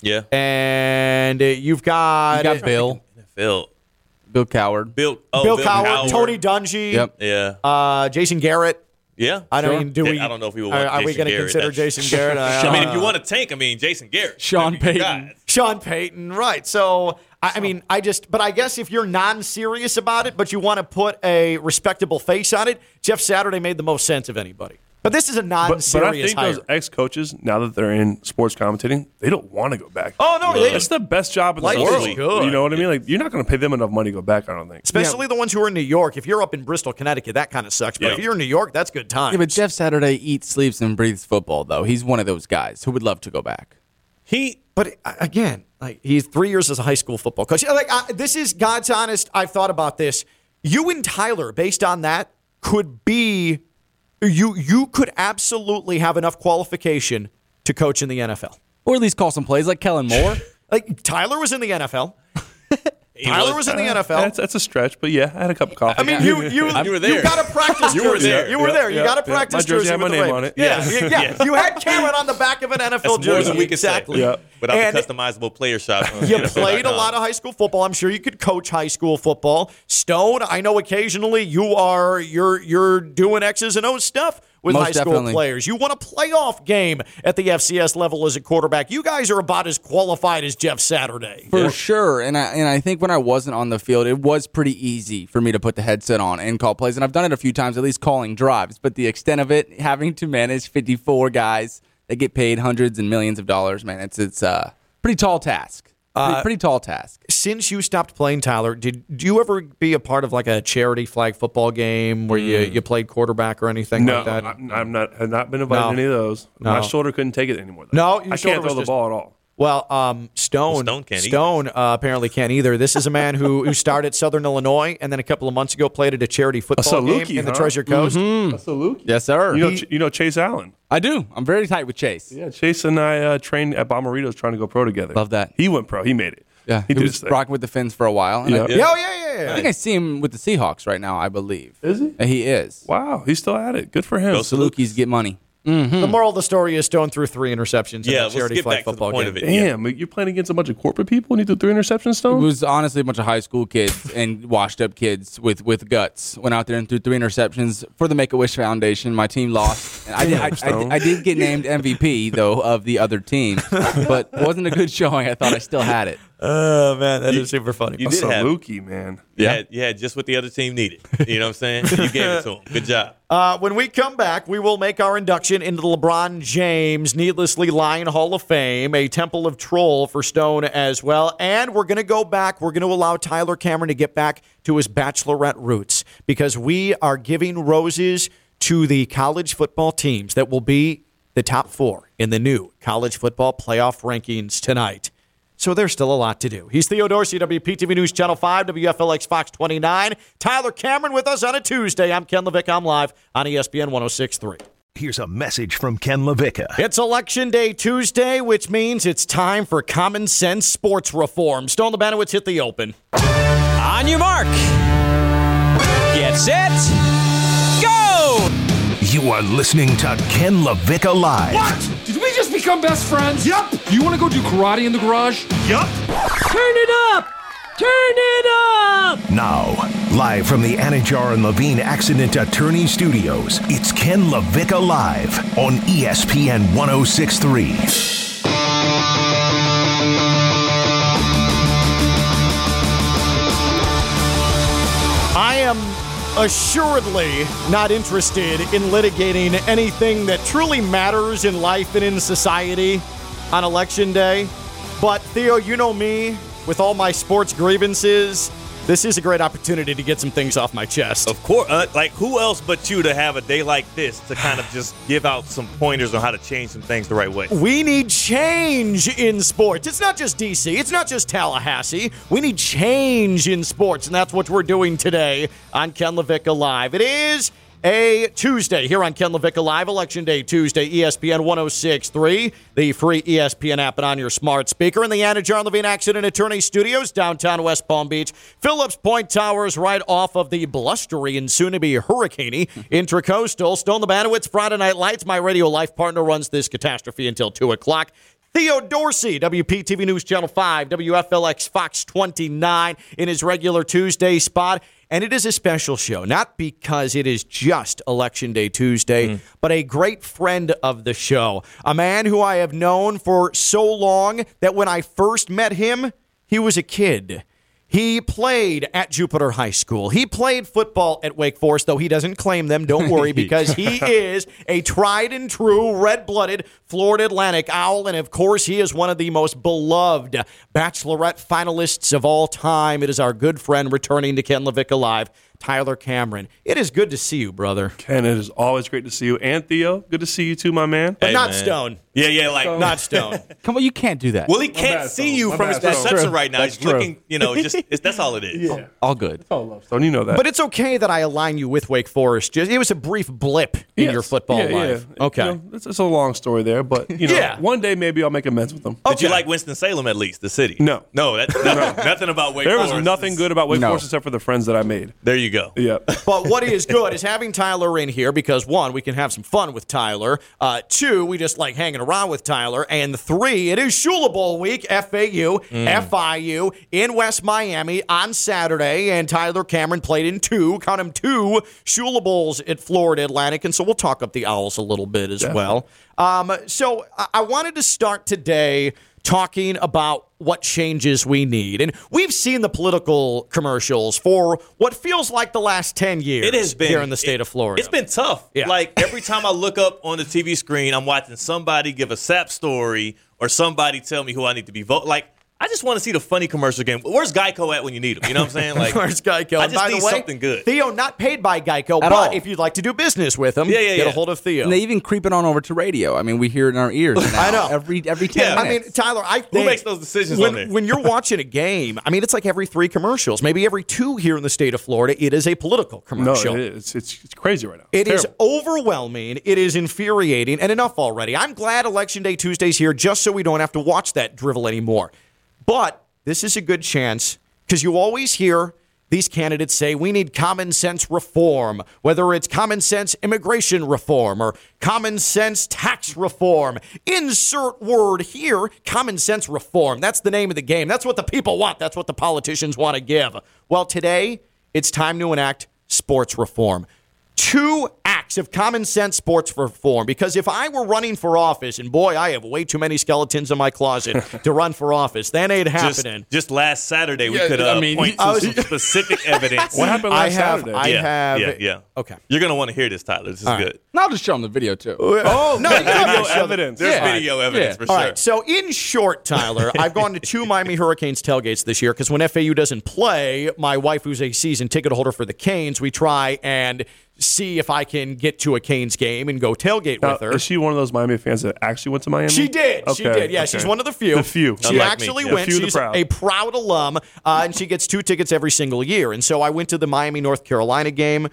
Speaker 6: Yeah.
Speaker 2: and uh, you've got,
Speaker 3: You
Speaker 2: uh,
Speaker 3: got Bill.
Speaker 6: Bill.
Speaker 3: Bill Coward.
Speaker 6: Bill. Oh,
Speaker 2: Bill, Cowher, Tony Dungy,
Speaker 3: Yep.
Speaker 6: Yeah.
Speaker 2: uh, Jason Garrett.
Speaker 6: Yeah.
Speaker 2: I don't even- do
Speaker 6: Yeah,
Speaker 2: we-
Speaker 6: I don't know if we would
Speaker 2: are-
Speaker 6: want
Speaker 2: are we
Speaker 6: Jason
Speaker 2: gonna
Speaker 6: Garrett.
Speaker 2: consider
Speaker 6: That's-
Speaker 2: Jason
Speaker 6: (laughs)
Speaker 2: Garrett? I-
Speaker 6: I mean,
Speaker 2: uh,
Speaker 6: if you want to tank, I mean, Jason Garrett.
Speaker 3: Sean Payton.
Speaker 2: Sean Payton, right. So, I, I mean, I just, but I guess if you're non serious about it, but you want to put a respectable face on it, Jeff Saturday made the most sense of anybody. But this is a non
Speaker 7: (laughs) But, but I
Speaker 2: serious
Speaker 7: think
Speaker 2: hire.
Speaker 7: those ex coaches, now that they're in sports commentating, they don't want to go back.
Speaker 2: Oh, no, they-
Speaker 7: it's the best job in
Speaker 2: Life
Speaker 7: the
Speaker 2: is
Speaker 7: world.
Speaker 2: good.
Speaker 7: You know what I mean? Like you're not going to pay them enough money to go back. I don't think.
Speaker 2: Especially the ones who are in New York. If you're up in Bristol, Connecticut, that kind of sucks. But
Speaker 3: Yeah.
Speaker 2: if you're in New York, that's good time.
Speaker 3: Yeah, but Jeff Saturday eats, sleeps, and breathes football, though. He's one of those guys who would love to go back.
Speaker 6: He
Speaker 2: But uh, again, like he's three years as a high school football coach. Like I, uh, this is God's honest. I've thought about this. You and Tyler, based on that, could be you. You could absolutely have enough qualification to coach in the NFL.
Speaker 3: Or at least call some plays like Kellen Moore.
Speaker 2: (laughs) Like Tyler was in the
Speaker 7: (laughs)
Speaker 2: NFL. Tyler was in the
Speaker 7: Uh,
Speaker 2: NFL.
Speaker 7: That's, that's a stretch, but yeah, I had a cup of
Speaker 2: (laughs)
Speaker 7: coffee.
Speaker 2: I mean, you
Speaker 7: (laughs)
Speaker 2: you
Speaker 7: I'm-
Speaker 2: you, got to practice.
Speaker 7: You were
Speaker 2: jersey.
Speaker 7: there.
Speaker 2: (laughs) You were
Speaker 7: Yeah,
Speaker 2: there. You
Speaker 7: yeah,
Speaker 2: got to
Speaker 7: yeah.
Speaker 2: practice.
Speaker 7: My jersey had
Speaker 2: with
Speaker 7: my
Speaker 2: the
Speaker 7: name
Speaker 2: Ravens.
Speaker 7: on it. (laughs)
Speaker 2: Yeah,
Speaker 7: Yeah.
Speaker 2: yeah. yeah.
Speaker 7: Yeah.
Speaker 2: You had Cameron on the back of an NFL
Speaker 6: That's
Speaker 2: jersey.
Speaker 6: more than we can
Speaker 2: exactly.
Speaker 6: say. Without
Speaker 2: And-
Speaker 6: the customizable player shop.
Speaker 7: (laughs)
Speaker 6: on
Speaker 2: You
Speaker 6: (laughs) NFL.com.
Speaker 2: played a lot of high school football. I'm sure you could coach high school football. Stone, I know occasionally you are you're you're doing X's and O's stuff with
Speaker 3: Most
Speaker 2: high school
Speaker 3: definitely.
Speaker 2: players. You won a playoff game at the FCS level as a quarterback. You guys are about as qualified as Jeff Saturday.
Speaker 3: For sure. And I and I think when I wasn't on the field, it was pretty easy for me to put the headset on and call plays. And I've done it a few times, at least calling drives, but the extent of it, having to manage fifty four guys that get paid hundreds and millions of dollars, man, it's it's uh pretty tall task. Pretty, pretty tall task.
Speaker 2: Since you stopped playing, Tyler, did do you ever be a part of like a charity flag football game where you, you played quarterback or anything
Speaker 7: Hmm. No,
Speaker 2: like that?
Speaker 7: I'm I'm not. Have not been invited
Speaker 2: No.
Speaker 7: to any of those. My
Speaker 2: No.
Speaker 7: shoulder couldn't take it anymore. though.
Speaker 2: No, your
Speaker 7: I
Speaker 2: shoulder
Speaker 7: can't
Speaker 2: was
Speaker 7: throw the
Speaker 2: just-
Speaker 7: ball at all.
Speaker 2: Well, um, Stone
Speaker 6: Stone can't either.
Speaker 2: Stone, uh, apparently can't either. This is a man who who started at Southern Illinois and then a couple of months ago played at a charity football
Speaker 7: Saluki,
Speaker 2: game in the
Speaker 7: huh?
Speaker 2: Treasure
Speaker 6: Mm-hmm.
Speaker 2: Coast.
Speaker 3: Mm.
Speaker 7: That's a Luke.
Speaker 3: Yes, sir.
Speaker 7: You know, Ch- you know Chase Allen.
Speaker 3: I do. I'm very tight with Chase.
Speaker 7: Yeah, Chase and I uh, trained at Bomberitos trying to go pro together.
Speaker 3: Love that.
Speaker 7: He went pro. He made it.
Speaker 3: Yeah.
Speaker 7: he
Speaker 3: He,
Speaker 7: did his
Speaker 3: was
Speaker 7: thing.
Speaker 3: rocking with the Finns for a while. and I-
Speaker 7: Yeah.
Speaker 2: Yeah, oh, yeah, yeah, yeah.
Speaker 3: I think I see him with the Seahawks right now, I believe. Uh,
Speaker 7: Is he?
Speaker 3: He is.
Speaker 7: Wow, he's still at it. Good for him.
Speaker 3: Salukis get money.
Speaker 2: The moral of the story is Stone threw three interceptions
Speaker 6: Yeah,
Speaker 2: in that
Speaker 6: let's
Speaker 2: charity
Speaker 6: get
Speaker 2: flag
Speaker 6: back to the
Speaker 2: football
Speaker 6: point
Speaker 2: game.
Speaker 6: of it.
Speaker 7: Damn, you're playing against a bunch of corporate people and you threw three interceptions,
Speaker 3: It
Speaker 7: Stone?
Speaker 3: was honestly a bunch of high school kids and washed up kids with, with guts. Went out there and threw three interceptions for the Make a Wish Foundation. My team lost. And I, did, I, I, I did get named MVP, though, of the other team, but wasn't a good showing. I thought I still had it.
Speaker 2: Oh man, that is super funny.
Speaker 6: You did have
Speaker 7: man.
Speaker 6: You had, you had just what the other team needed. You know what I'm saying? You gave it to them. Good job.
Speaker 2: Uh, when we come back, we will make our induction into the LeBron James Needlessly Lion Hall of Fame, a temple of troll for Stone as well. And we're going to go back. We're going to allow Tyler Cameron to get back to his bachelorette roots because we are giving roses to the college football teams that will be the top four in the new college football playoff rankings tonight. So there's still a lot to do. He's Theo Dorsey, WPTV News Channel 5, WFLX Fox 29. Tyler Cameron with us on a Tuesday. I'm Ken Levick. I'm live on E ESPN 1063.
Speaker 1: Here's a message from Ken LaVica.
Speaker 2: It's Election Day Tuesday, which means it's time for common sense sports reform. Stone Lebanowitz hit the open.
Speaker 15: On your mark.
Speaker 1: Get set, go! You are listening to Ken LaVica Live.
Speaker 4: What? Did we just become best friends? Yup. You want to go do karate in the garage? Yup.
Speaker 5: Turn it up! Turn it up!
Speaker 1: Now, live from the Anajar and Levine Accident Attorney Studios, it's Ken LaVica Live on E ESPN 1063.
Speaker 2: I am assuredly not interested in litigating anything that truly matters in life and in society on election day. But Theo, you know me, with all my sports grievances, this is a great opportunity to get some things off my chest.
Speaker 6: Of course, uh, like who else but you to have a day like this to kind of just give out some pointers on how to change some things the right way?
Speaker 2: We need change in sports. It's not just DC. It's not just Tallahassee. We need change in sports, and that's what we're doing today on Ken Levick Live. It is a Tuesday here on Ken Levick Live, Election Day Tuesday, E ESPN 106.3, the free E ESPN app and on your smart speaker in the Anna John Levine Accident Attorney Studios, downtown West Palm Beach. Phillips Point Towers right off of the blustery and soon-to-be hurricane Intracoastal. Stone Lebanowitz, Friday Night Lights. My radio life partner runs this catastrophe until 2 o'clock. Theo Dorsey, WPTV News Channel 5, WFLX Fox 29, in his regular Tuesday spot. And it is a special show, not because it is just Election Day Tuesday, but a great friend of the show, a man who I have known for so long that when I first met him, he was a kid. He played at Jupiter High School. He played football at Wake Forest, though he doesn't claim them. Don't worry, because he is a tried and true red blooded Florida Atlantic owl. And of course, he is one of the most beloved bachelorette finalists of all time. It is our good friend returning to Ken Levick Alive, Tyler Cameron. It is good to see you, brother.
Speaker 7: Ken, it is always great to see you. And Theo, good to see you too, my man.
Speaker 2: But Hey, not man. Stone.
Speaker 6: Yeah, yeah, like
Speaker 2: Not (laughs)
Speaker 7: (laughs)
Speaker 2: Stone.
Speaker 3: Come on, you can't do that.
Speaker 6: Well, he can't see you from his perception right now.
Speaker 3: That's
Speaker 6: He's
Speaker 3: true.
Speaker 6: looking, you know, just it's, that's all it is. Yeah.
Speaker 3: All good.
Speaker 7: Oh, love Stone. You know that.
Speaker 2: But it's okay that I align you with Wake Forest. Just it was a brief blip in your football
Speaker 7: Yeah,
Speaker 2: life.
Speaker 7: yeah.
Speaker 2: Okay.
Speaker 7: You know, it's, it's a long story there, but you know,
Speaker 2: Yeah.
Speaker 7: one day maybe I'll make amends with
Speaker 2: Oh.
Speaker 7: them.
Speaker 6: Did you like Winston Salem at least, the city?
Speaker 7: No.
Speaker 2: (laughs)
Speaker 6: no, that, nothing, nothing about Wake
Speaker 7: there
Speaker 6: Forest.
Speaker 7: was nothing good about Wake
Speaker 6: No.
Speaker 7: Forest except for the friends that I made.
Speaker 6: There you go.
Speaker 7: Yeah.
Speaker 2: (laughs) But what is good
Speaker 7: (laughs)
Speaker 2: is having Tyler in here because one, we can have some fun with Tyler. Uh, two, we just like hanging around with Tyler. And three, it is Shula Bowl week, FAU, FIU in West Miami on Saturday. And Tyler Cameron played in two, count them two Shula Bowls at Florida Atlantic. And so we'll talk up the Owls a little bit as well. Um, so I-, I wanted to start today talking about what changes we need. And we've seen the political commercials for what feels like the last 10 years
Speaker 6: It has been
Speaker 2: here in the state of Florida.
Speaker 6: It's been tough.
Speaker 2: Yeah.
Speaker 6: Like every time I look up on the TV screen, I'm watching somebody give a sap story or somebody tell me who I need to be vote. Like I just want to see the funny commercial game. Where's Geico at when you need them? You know what I'm saying?
Speaker 2: (laughs)
Speaker 6: Like
Speaker 2: Where's Geico?
Speaker 6: I
Speaker 2: And
Speaker 6: just
Speaker 2: by
Speaker 6: need
Speaker 2: the way,
Speaker 6: something good.
Speaker 2: Theo, not paid by Geico, but
Speaker 3: all.
Speaker 2: if you'd like to do business with them, get a hold of Theo.
Speaker 3: And they even creep it on over to radio. I mean, we hear it in our ears.
Speaker 2: (laughs) I know.
Speaker 3: Every, every 10
Speaker 2: I
Speaker 3: minutes.
Speaker 2: mean, Tyler, I think
Speaker 6: makes those decisions
Speaker 2: when,
Speaker 6: on there?
Speaker 2: when you're watching a game? I mean, it's like every three commercials, maybe every two here in the state of Florida. It is a political
Speaker 7: No, it,
Speaker 2: commercial.
Speaker 7: it's, it's it's crazy right now.
Speaker 2: It is overwhelming. It is infuriating. And enough already. I'm glad Election Day Tuesday's here just so we don't have to watch that drivel anymore. But this is a good chance because you always hear These candidates say we need common sense reform, whether it's common sense immigration reform or common sense tax reform. Insert word here, common sense reform. That's the name of the game. That's what the people want. That's what the politicians want to give. Well, today, it's time to enact sports reform two acts of common sense sports reform because if I were running for office, and boy, I have way too many skeletons in
Speaker 3: (laughs)
Speaker 2: my closet to run for office, that ain't
Speaker 6: Just,
Speaker 2: happening.
Speaker 6: just last Saturday, we
Speaker 2: Yeah,
Speaker 6: could uh,
Speaker 2: I mean,
Speaker 6: point
Speaker 2: (laughs) I
Speaker 6: to
Speaker 2: was-
Speaker 6: some specific evidence.
Speaker 2: What happened last I have- Saturday? I
Speaker 6: yeah,
Speaker 2: have-
Speaker 6: Yeah, yeah.
Speaker 2: Okay.
Speaker 6: You're going to want to hear this, Tyler. This is good.
Speaker 3: No, I'll just show them the video too.
Speaker 2: Oh, no, you have
Speaker 6: video
Speaker 2: to show them.
Speaker 6: evidence. There's
Speaker 2: Yeah.
Speaker 6: video evidence for
Speaker 2: All
Speaker 6: sure.
Speaker 2: right, so in
Speaker 3: (laughs)
Speaker 2: short, (laughs) Tyler, I've gone to two Miami Hurricanes tailgates this year because when FAU doesn't play, my wife, who's a season ticket holder for the Canes, we try and see if I can get to a Canes game and go tailgate
Speaker 7: Now,
Speaker 2: with her.
Speaker 7: Is she one of those Miami fans that actually went to Miami?
Speaker 2: She did. She
Speaker 7: Okay,
Speaker 2: did. Yeah,
Speaker 7: okay.
Speaker 2: she's one of the few.
Speaker 7: The few.
Speaker 2: She
Speaker 7: Unlike me.
Speaker 2: actually
Speaker 7: Yeah.
Speaker 2: went.
Speaker 7: The few, the
Speaker 2: she's
Speaker 7: proud.
Speaker 2: a proud alum, uh, and she gets two tickets every single year. And so I went to the Miami North Carolina game,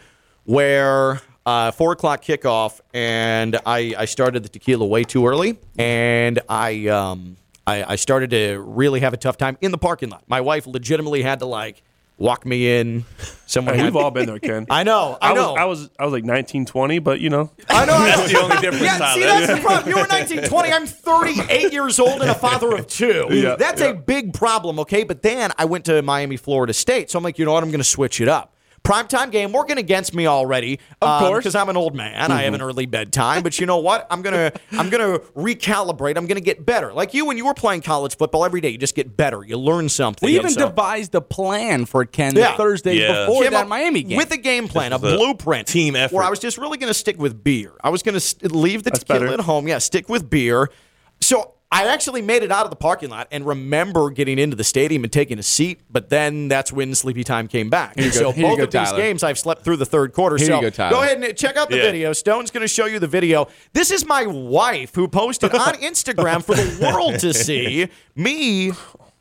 Speaker 2: where uh, four o'clock kickoff, and I, I started the tequila way too early, and I um I, I started to really have a tough time in the parking lot. My wife legitimately had to like walk me in. Someone.
Speaker 7: Hey,
Speaker 2: had-
Speaker 7: we've all been there, Ken.
Speaker 2: (laughs) I know. I, know.
Speaker 7: Was, I was I was like 19, 20, but you know.
Speaker 2: I know.
Speaker 6: That's the only difference,
Speaker 2: Yeah,
Speaker 6: Tyler.
Speaker 2: see, that's the problem. You were
Speaker 6: (laughs)
Speaker 2: 1920. I'm 38 years old and a father of two.
Speaker 7: Yeah,
Speaker 2: that's a big problem, okay? But then I went to Miami, Florida State. So I'm like, you know what? I'm going to switch it up. Primetime game working against me already, of
Speaker 3: course. Mm-hmm.
Speaker 2: because I'm an old man. I have an early bedtime. But you know what? I'm gonna I'm gonna recalibrate. I'm gonna get better. Like you when you were playing college football every day, you just get better. You learn something.
Speaker 3: We
Speaker 2: And
Speaker 3: even
Speaker 2: so-
Speaker 3: devised a plan for Ken the Thursdays
Speaker 2: Yeah.
Speaker 3: before
Speaker 2: Came
Speaker 3: that
Speaker 2: up
Speaker 3: Miami game.
Speaker 2: With a game plan, a
Speaker 3: was a
Speaker 2: blueprint.
Speaker 6: team effort.
Speaker 2: Where I was just really going to stick with beer. I was going to st- leave the tequila
Speaker 6: better.
Speaker 2: at home. Yeah, stick with beer. So I actually made it out of the parking lot and remember getting into the stadium and taking a seat, but then that's when sleepy time came back.
Speaker 3: Here you
Speaker 2: And
Speaker 3: go-
Speaker 2: so
Speaker 3: here you
Speaker 2: both
Speaker 3: go,
Speaker 2: of these
Speaker 3: Tyler.
Speaker 2: games I've slept through the third quarter.
Speaker 3: Here
Speaker 2: so
Speaker 3: you go, Tyler.
Speaker 2: ahead and check out the
Speaker 3: Yeah.
Speaker 2: video. Stone's going to show you the video. This is my wife who
Speaker 3: (laughs)
Speaker 2: posted on Instagram for the world to see E. me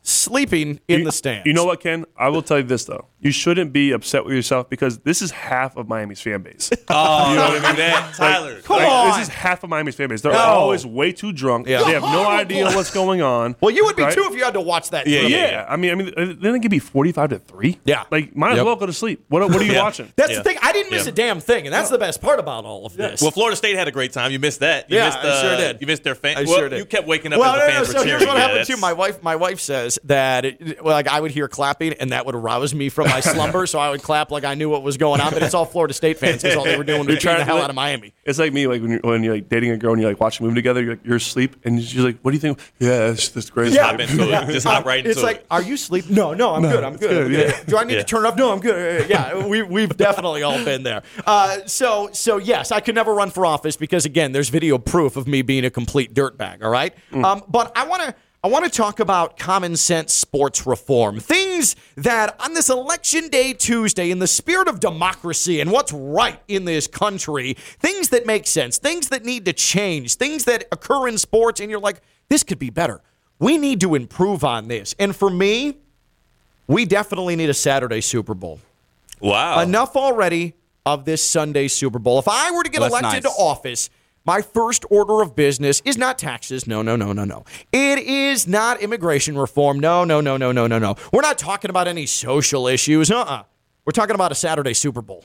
Speaker 2: sleeping in the stands.
Speaker 7: You know what, Ken? I will tell you this though. You shouldn't be upset with yourself because this is half of Miami's fan
Speaker 2: (laughs)
Speaker 7: base.
Speaker 6: Oh,
Speaker 7: you know what I mean?
Speaker 6: that, Tyler.
Speaker 7: Like,
Speaker 6: Like,
Speaker 7: This is half of Miami's fan base. They're
Speaker 6: No.
Speaker 7: always way too drunk.
Speaker 6: Yeah.
Speaker 7: They have no
Speaker 2: (laughs)
Speaker 6: Horrible.
Speaker 7: idea what's going on.
Speaker 2: Well, you would be
Speaker 7: right?
Speaker 2: too if you had to watch that.
Speaker 7: Yeah,
Speaker 2: drill.
Speaker 7: yeah, I mean, I mean, uh, then it could be forty-five to three. Yeah, like might as
Speaker 6: Yep.
Speaker 7: well go to sleep. What, what are you
Speaker 6: Yeah.
Speaker 7: watching?
Speaker 2: That's the thing. I didn't miss
Speaker 6: Yeah.
Speaker 2: a damn thing, and that's the best part about all of this.
Speaker 6: Well, Florida State had a great time. You missed that. You
Speaker 2: Yeah,
Speaker 6: missed, uh,
Speaker 2: I sure did.
Speaker 6: You missed their fans.
Speaker 2: I
Speaker 6: well,
Speaker 2: sure did.
Speaker 6: You kept waking up
Speaker 2: Well,
Speaker 6: as
Speaker 2: no,
Speaker 6: the
Speaker 2: no,
Speaker 6: fans
Speaker 2: so
Speaker 6: were cheering.
Speaker 2: here's what
Speaker 6: Yeah,
Speaker 2: happened too.
Speaker 6: that's-
Speaker 2: My wife, my wife says that it, like I would hear clapping, and that would arouse me from my
Speaker 6: (laughs)
Speaker 2: slumber, so I would clap like I knew what was going on. But it's all Florida State fans because all they were
Speaker 7: (laughs)
Speaker 2: doing was beating the hell out of Miami.
Speaker 7: It's like me, like when you're, when you're like dating a girl and you like watch a movie together. You're, you're asleep and she's like, "What do you think?" Yeah, it's this great.
Speaker 2: Yeah.
Speaker 7: movie."
Speaker 2: It's like, are you sleep? No, no, I'm
Speaker 7: No,
Speaker 2: good. I'm
Speaker 7: it's
Speaker 2: good. I'm
Speaker 7: good,
Speaker 2: good.
Speaker 7: yeah.
Speaker 2: Do I need
Speaker 7: Yeah.
Speaker 2: to turn it off? No, I'm good. Yeah, yeah, we we've definitely all been there. Uh, so so yes, I could never run for office because again, there's video proof of me being a complete dirtbag. All right, um, but I want to. I want to talk about common sense sports reform. Things that on this election day Tuesday, in the spirit of democracy and what's right in this country, things that make sense, things that need to change, things that occur in sports, and you're like, this could be better. We need to improve on this. And for me, we definitely need a Saturday Super Bowl.
Speaker 6: Wow.
Speaker 2: Enough already of this Sunday Super Bowl. If I were to get
Speaker 6: Well, that's
Speaker 2: elected
Speaker 6: nice.
Speaker 2: to office, my first order of business is not taxes. No, no, no, no, no. It is not immigration reform. No, no, no, no, no, no, no. We're not talking about any social issues. Uh uh-uh. uh. we are talking about a Saturday Super Bowl.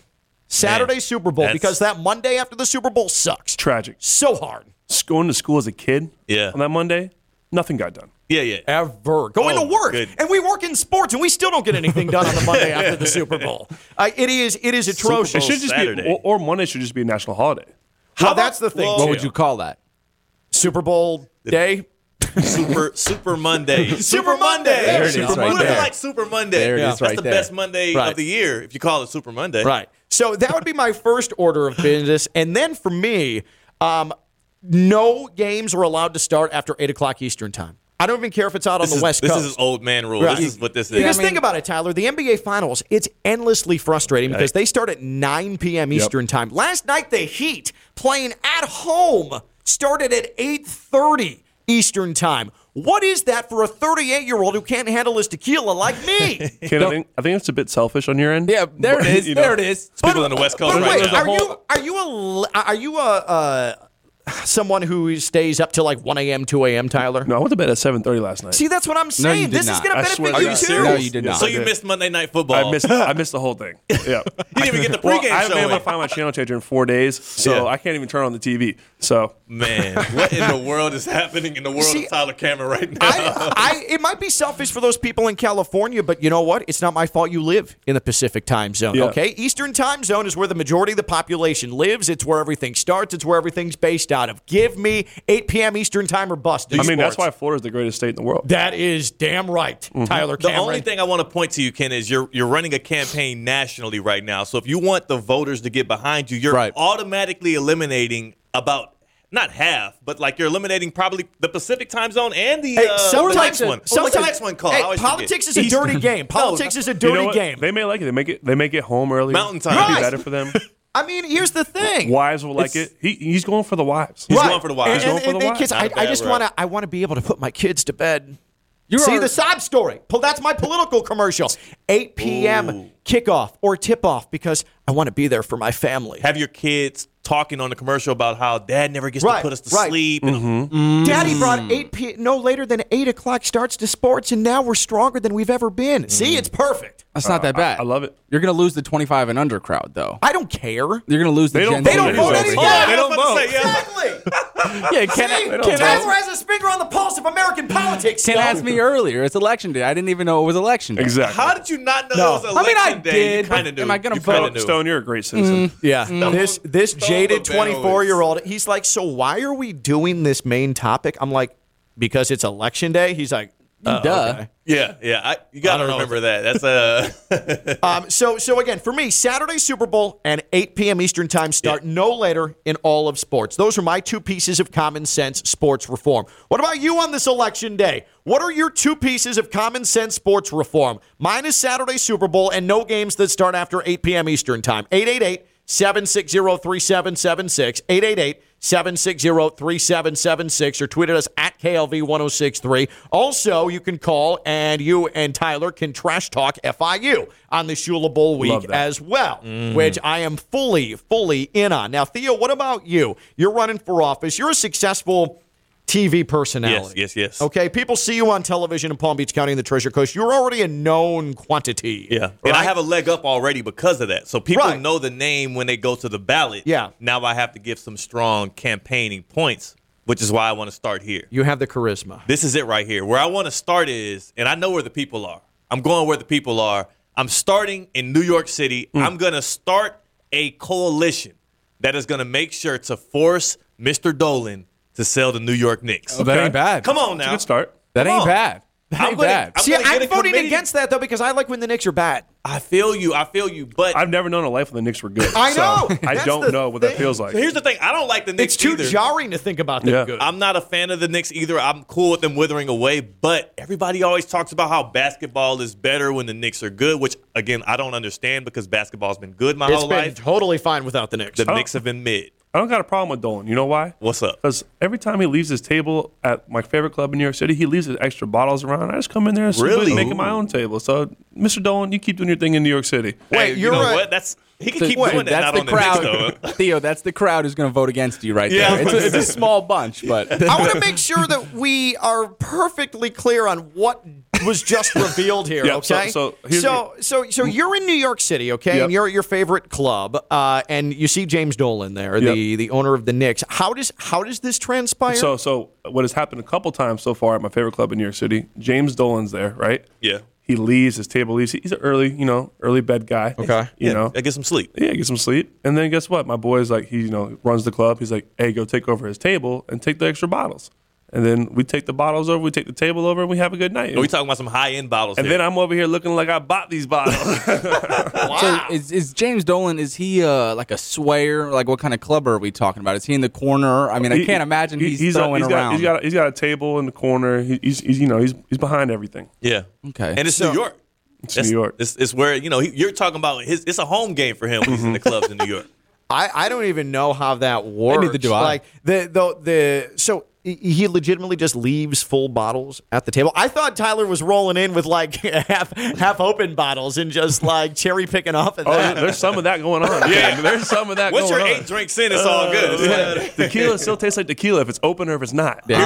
Speaker 2: Saturday Super Bowl
Speaker 7: that's-
Speaker 2: because that Monday after the Super Bowl sucks.
Speaker 7: tragic.
Speaker 2: So hard.
Speaker 7: Just Going to school as a kid.
Speaker 6: Yeah.
Speaker 7: On that Monday, nothing got done.
Speaker 6: Yeah, yeah.
Speaker 2: Ever. Going
Speaker 6: Oh,
Speaker 2: to work.
Speaker 6: good.
Speaker 2: And we work in sports and we still don't get anything done on the
Speaker 6: (laughs)
Speaker 2: Monday after the Super Bowl. Uh, it is it is atrocious.
Speaker 7: It should just be, or, or Monday should just be a national holiday.
Speaker 2: Well, that's the thing.
Speaker 3: What
Speaker 2: too.
Speaker 3: would you call that?
Speaker 2: Super Bowl day? (laughs)
Speaker 6: Super Super Monday.
Speaker 2: Super Monday.
Speaker 3: There it is
Speaker 6: Super
Speaker 3: right
Speaker 6: Monday.
Speaker 3: there.
Speaker 6: like Super Monday.
Speaker 3: There it
Speaker 2: Yeah. is
Speaker 6: That's
Speaker 2: right
Speaker 6: the
Speaker 2: there.
Speaker 6: best Monday
Speaker 2: Right.
Speaker 6: of the year if you call it Super Monday.
Speaker 2: Right. So that would be my first order of business. And then for me, um, no games are allowed to start after 8 o'clock Eastern time. I don't even care if it's out
Speaker 6: This
Speaker 2: on
Speaker 6: is,
Speaker 2: the West
Speaker 6: this
Speaker 2: Coast.
Speaker 6: is his old man rule.
Speaker 2: Right.
Speaker 6: This is what this is.
Speaker 2: Because think about it, Tyler. The NBA Finals, it's endlessly frustrating because they start at 9 p.m.
Speaker 6: Yep.
Speaker 2: Eastern time. Last night, the Heat playing at home started at 8:30 Eastern time. What is that for a 38-year-old who can't handle his tequila like
Speaker 6: (laughs)
Speaker 2: me?
Speaker 7: Ken, I think I think it's a bit selfish on your end. Yeah,
Speaker 3: there it is, there it is.
Speaker 6: It's people on the West Coast
Speaker 2: But
Speaker 6: right
Speaker 2: wait,
Speaker 6: now.
Speaker 2: are you are you a are you a, uh someone who stays up till like 1 a.m., 2 a.m., Tyler?
Speaker 7: No, I went to bed at 7.30 last night. (laughs)
Speaker 2: See, that's what I'm
Speaker 7: No, you
Speaker 2: saying.
Speaker 7: did
Speaker 2: this is
Speaker 7: not.
Speaker 2: going to
Speaker 7: I
Speaker 2: benefit
Speaker 7: swear
Speaker 2: you
Speaker 7: to God.
Speaker 2: too.
Speaker 7: No, you did not.
Speaker 6: So
Speaker 7: I
Speaker 6: you
Speaker 7: did.
Speaker 6: missed Monday Night Football.
Speaker 7: I missed I missed the whole thing. Yeah.
Speaker 6: You didn't even get the
Speaker 7: (laughs) Well,
Speaker 6: pregame
Speaker 7: I haven't
Speaker 6: show
Speaker 7: been able
Speaker 6: in.
Speaker 7: to find my channel changer in four days, so
Speaker 6: Yeah.
Speaker 7: I can't even turn on the TV. So
Speaker 6: Man, (laughs) what in the world is happening in the world of Tyler Cameron right now?
Speaker 2: I, it might be selfish for those people in California, but you know what? It's not my fault you live in the Pacific time zone,
Speaker 7: Yeah.
Speaker 2: okay? Eastern time zone is where the majority of the population lives. It's where everything starts. It's where everything's based out of. Give me 8 p.m. Eastern time or bust.
Speaker 7: (laughs) I mean, that's Mm-hmm.
Speaker 2: Sports.
Speaker 7: why Florida's the greatest state in the world.
Speaker 2: That is damn right, Tyler
Speaker 6: The
Speaker 2: Cameron.
Speaker 6: only thing I want to point to you, Ken, is you're you're running a campaign nationally right now. So if you want the voters to get behind you, you're automatically eliminating about not half, but like you're eliminating probably the Pacific time zone and the,
Speaker 2: Hey,
Speaker 6: uh, the
Speaker 2: sometimes-
Speaker 6: next one. What's the
Speaker 2: sometimes-
Speaker 6: next one called? I
Speaker 2: Hey,
Speaker 6: always
Speaker 2: politics is
Speaker 6: forget.
Speaker 2: a dirty
Speaker 6: (laughs)
Speaker 2: game. Politics is a dirty
Speaker 7: You know what?
Speaker 2: game.
Speaker 7: They may like it. They make it. They make it home early.
Speaker 6: Mountain time.
Speaker 7: It'd
Speaker 2: Right.
Speaker 7: be better for them.
Speaker 2: I mean, here's the thing.
Speaker 7: wives will like it. He, he's going for the wives.
Speaker 6: He's Right. going for the wives.
Speaker 7: He's
Speaker 2: And, and,
Speaker 7: going for the
Speaker 2: and
Speaker 7: wives.
Speaker 2: kids, I, I just want to. I want to be able to put my kids to bed.
Speaker 3: You
Speaker 2: See
Speaker 3: are-
Speaker 2: the sob story. Pull- That's my political commercial. 8 p.m. kickoff or tip off because I want to be there for my family.
Speaker 6: Have your kids talking on the commercial about how dad never gets
Speaker 2: Right,
Speaker 6: to put us to
Speaker 2: right. Mm-hmm.
Speaker 6: sleep. Mm-hmm.
Speaker 2: Daddy
Speaker 6: Mm.
Speaker 2: brought 8 p. No later than 8 o'clock starts to sports, and now we're stronger than we've ever been. See, it's perfect.
Speaker 3: That's not that bad. I,
Speaker 7: love it.
Speaker 3: You're going to lose the 25 and under crowd, though.
Speaker 2: I don't care.
Speaker 3: You're going to lose the
Speaker 7: They
Speaker 3: Gen
Speaker 7: don't
Speaker 3: Z
Speaker 7: vote
Speaker 3: voters.
Speaker 7: anyway.
Speaker 2: Vote
Speaker 7: Yeah,
Speaker 2: anyway.
Speaker 7: they don't vote.
Speaker 2: Exactly.
Speaker 3: Yeah, Ken,
Speaker 2: See,
Speaker 3: They don't
Speaker 2: Ken
Speaker 3: vote.
Speaker 2: Asper has his finger on the pulse of American politics.
Speaker 3: Ken
Speaker 2: yo.
Speaker 3: asked me earlier. It's election day. I didn't even know it was election day.
Speaker 7: Exactly.
Speaker 6: How did you not know
Speaker 3: No.
Speaker 6: it was
Speaker 3: I mean,
Speaker 6: election
Speaker 3: I
Speaker 6: day?
Speaker 3: did,
Speaker 6: you kind of
Speaker 3: but
Speaker 6: knew.
Speaker 3: am I gonna
Speaker 6: You kinda
Speaker 3: vote?
Speaker 6: knew.
Speaker 7: Stone, you're a great citizen.
Speaker 2: Mm. Yeah. This this
Speaker 6: Stone
Speaker 2: jaded
Speaker 6: the balance.
Speaker 2: 24 year old, he's like, so why are we doing this main topic? I'm like, because it's election day. He's like, uh,
Speaker 3: Duh.
Speaker 2: okay.
Speaker 6: Yeah, yeah. I, you got to
Speaker 2: know.
Speaker 6: remember that. That's uh, (laughs)
Speaker 2: (laughs)
Speaker 6: a.
Speaker 2: Um, so so again, for me, Saturday Super Bowl and 8 p.m. Eastern time start no later in all of sports. Those are my two pieces of common sense sports reform. What about you on this election day? What are your two pieces of common sense sports reform? Mine is Saturday Super Bowl and no games that start after 8 p.m. Eastern time. 888 760 3776 888 760 3776 or tweet at us at KLV 1063. Also, you can call and you and Tyler can trash talk FIU on the Shula Bowl
Speaker 7: Love
Speaker 2: week
Speaker 7: that.
Speaker 2: as well,
Speaker 6: Mm-hmm.
Speaker 2: which I am fully, fully in on. Now, Theo, what about you? You're running for office, you're a successful TV
Speaker 6: yes,
Speaker 2: personality.
Speaker 6: yes, yes.
Speaker 2: Okay, people see you on television in Palm Beach County and the Treasure Coast. You're already a known quantity.
Speaker 6: Yeah. And I
Speaker 2: right?
Speaker 6: have a leg up already because of that. So people
Speaker 2: Right.
Speaker 6: know the name when they go to the ballot.
Speaker 2: Yeah.
Speaker 6: Now I have to give some strong campaigning points, which is why I want to start here.
Speaker 2: you have the charisma.
Speaker 6: This is it right here. Where I want to start is, and I know where the people are. I'm going where the people are. I'm starting in New York City.
Speaker 2: Hmm.
Speaker 6: I'm going to start a coalition that is going to make sure to force Mr. Dolan to sell the New York Knicks.
Speaker 3: Oh, that ain't bad.
Speaker 6: Come on
Speaker 7: It's a
Speaker 6: now.
Speaker 7: good start.
Speaker 3: That
Speaker 6: Come
Speaker 3: ain't
Speaker 6: on.
Speaker 3: bad. That
Speaker 6: I'm
Speaker 3: ain't
Speaker 6: gonna-
Speaker 3: bad.
Speaker 6: I'm
Speaker 2: See,
Speaker 6: gonna get
Speaker 2: I'm
Speaker 6: a
Speaker 2: voting
Speaker 6: committee.
Speaker 2: against that though because I like when the Knicks are bad.
Speaker 6: I feel you. I feel you. But
Speaker 7: I've never known a life when the Knicks were good.
Speaker 2: I
Speaker 7: so
Speaker 2: know. That's
Speaker 7: I
Speaker 2: the
Speaker 7: don't know what that
Speaker 2: thing.
Speaker 7: feels like.
Speaker 6: So here's the thing. I don't like the Knicks
Speaker 2: It's too
Speaker 6: either.
Speaker 2: jarring to think about them
Speaker 7: Yeah.
Speaker 2: good.
Speaker 6: I'm not a fan of the Knicks either. I'm cool with them withering away, but everybody always talks about how basketball is better when the Knicks are good, which again I don't understand because basketball's been good my
Speaker 2: It's
Speaker 6: whole
Speaker 2: been
Speaker 6: life.
Speaker 2: totally fine without the Knicks.
Speaker 7: Oh.
Speaker 6: The Knicks have been mid.
Speaker 7: I don't got a problem with Dolan. You know why?
Speaker 6: What's up?
Speaker 7: Because every time he leaves his table at my favorite club in New York City, he leaves his extra bottles around. I just come in there and start
Speaker 6: Really?
Speaker 7: making my own table. So, Mr. Dolan, you keep doing your thing in New York City.
Speaker 2: Wait,
Speaker 6: you
Speaker 2: you're
Speaker 6: know
Speaker 2: right.
Speaker 6: what? That's he can
Speaker 3: So-
Speaker 6: keep
Speaker 3: wait,
Speaker 6: doing that.
Speaker 3: that's
Speaker 6: Not
Speaker 3: the
Speaker 6: on
Speaker 3: crowd.
Speaker 6: the Knicks though.
Speaker 3: (laughs) Theo, that's the crowd who's going to vote against you right
Speaker 6: Yeah.
Speaker 3: there. It's a, it's a small bunch, but
Speaker 2: I want to make sure that we are perfectly clear on what was just revealed here.
Speaker 7: Yeah, so-
Speaker 2: okay,
Speaker 7: so here's
Speaker 2: so, Mm-hmm. so so you're in New York City, okay,
Speaker 7: Yep.
Speaker 2: and you're at your favorite club, uh, and you see James Dolan there, the the owner of the Knicks. How does how does this transpire?
Speaker 7: So, so what has happened a couple times so far at my favorite club in New York City? James Dolan's there, right?
Speaker 6: Yeah.
Speaker 7: He leaves his table. Leaves. He's an early, you know, early bed guy.
Speaker 3: Okay.
Speaker 7: You
Speaker 6: Yeah,
Speaker 7: know,
Speaker 6: I get some sleep.
Speaker 7: yeah, get some sleep. And then guess what? My boy's like, he, you know, runs the club. He's like, hey, go take over his table and take the extra bottles. And then we take the bottles over, we take the table over, and we have a good night.
Speaker 6: Are we talking about some high end bottles?
Speaker 7: and
Speaker 6: here?
Speaker 7: then I'm over here looking like I bought these bottles.
Speaker 3: (laughs) So is, is James Dolan? Is he uh, like a swayer? Like what kind of club are we talking about? Is he in the corner? (laughs) I mean, I
Speaker 7: He-
Speaker 3: can't imagine
Speaker 7: he-
Speaker 3: he's,
Speaker 7: a-
Speaker 3: throwing
Speaker 7: he's
Speaker 3: around.
Speaker 7: Got, he's got he's got a table in the corner. He, he's, he's you know he's he's behind everything.
Speaker 6: yeah.
Speaker 3: Okay.
Speaker 6: And it's
Speaker 2: So-
Speaker 6: New York.
Speaker 7: It's New York.
Speaker 6: It's, it's where you know he, you're talking about. His it's a home game for him. when He's in the
Speaker 2: Mm-hmm. (laughs)
Speaker 6: clubs in New York.
Speaker 2: I, I don't even know how that works.
Speaker 3: do I.
Speaker 2: Like the the the so he legitimately just leaves full bottles at the table. I thought Tyler was rolling in with like (laughs) half half open bottles and just like cherry picking off. Of
Speaker 7: Oh,
Speaker 2: that.
Speaker 7: there's some of that
Speaker 2: (laughs)
Speaker 7: going on. Yeah, there's some of that.
Speaker 6: Once
Speaker 7: going
Speaker 6: you're
Speaker 7: on. (laughs)
Speaker 6: eight drinks in, it's all good.
Speaker 2: Uh,
Speaker 6: It's
Speaker 7: Yeah.
Speaker 6: like-
Speaker 7: tequila still tastes like tequila if it's open or if it's not.
Speaker 6: Here's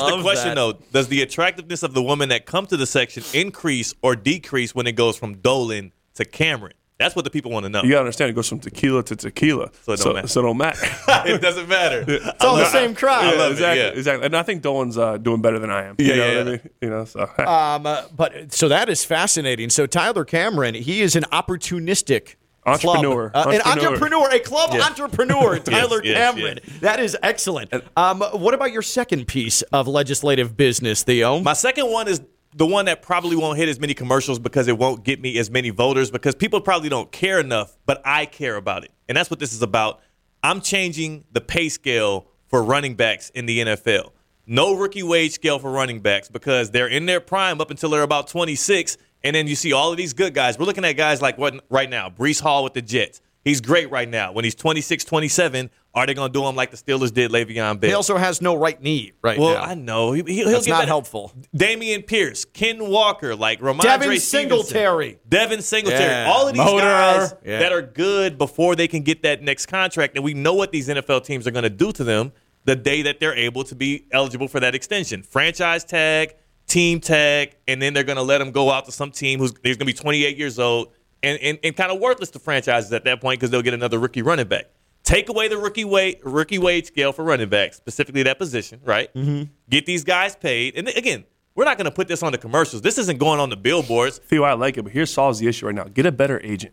Speaker 6: the question though: Does the attractiveness of the women that come to the section increase or decrease when it goes from Dolan to Cameron? That's what the people want to know.
Speaker 7: You gotta understand, it goes from tequila to tequila. So
Speaker 6: it don't matter.
Speaker 7: So it don't matter.
Speaker 6: (laughs) it doesn't matter.
Speaker 7: It's
Speaker 2: all the same crowd. I love it,
Speaker 7: exactly,
Speaker 2: yeah.
Speaker 7: exactly. And I think Dolan's uh, doing better than I am.
Speaker 2: Yeah,
Speaker 7: you know
Speaker 2: yeah,
Speaker 7: what
Speaker 2: yeah.
Speaker 7: I mean? You know, so
Speaker 2: Um, uh, but so that is fascinating. So Tyler Cameron, he is an opportunistic club-
Speaker 7: Entrepreneur.
Speaker 2: uh, an
Speaker 7: Entrepreneur.
Speaker 2: entrepreneur, a club (laughs)
Speaker 7: Yeah. (laughs)
Speaker 2: entrepreneur, Tyler
Speaker 7: yes,
Speaker 2: Cameron. That is excellent. Um, what about your second piece of legislative business, Theo?
Speaker 6: My second one is the one that probably won't hit as many commercials because it won't get me as many voters because people probably don't care enough, but I care about it. And that's what this is about. I'm changing the pay scale for running backs in the NFL. No rookie wage scale for running backs because they're in their prime up until they're about 26. And then you see all of these good guys. We're looking at guys like what right now, Brees Hall with the Jets. He's great right now. When he's 26, 27, are they going to do him like the Steelers did Le'Veon Bell?
Speaker 2: He also has no right knee right
Speaker 6: well,
Speaker 2: now.
Speaker 6: I know. He, he, will
Speaker 2: That's
Speaker 6: get
Speaker 2: not
Speaker 6: better.
Speaker 2: helpful.
Speaker 6: Damian Pierce, Ken Walker, like Ramondre
Speaker 2: Devin
Speaker 6: Stevenson,
Speaker 2: Singletary.
Speaker 6: Devin Singletary,
Speaker 2: Yeah.
Speaker 6: all of these
Speaker 2: Motor.
Speaker 6: guys
Speaker 2: Yeah.
Speaker 6: that are good before they can get that next contract, and we know what these NFL teams are going to do to them the day that they're able to be eligible for that extension, franchise tag, team tag, and then they're going to let them go out to some team who's he's going to be 28 years old and and, and kind of worthless to franchises at that point because they'll get another rookie running back. Take away the rookie weight rookie wage scale for running backs, specifically that position, right?
Speaker 2: Mm-hmm.
Speaker 7: Mhm.
Speaker 6: Get these guys paid, and again. We're not going to put this on the commercials. This isn't going on the billboards.
Speaker 7: Theo, I like it, but here solves the issue right now. Get a better agent.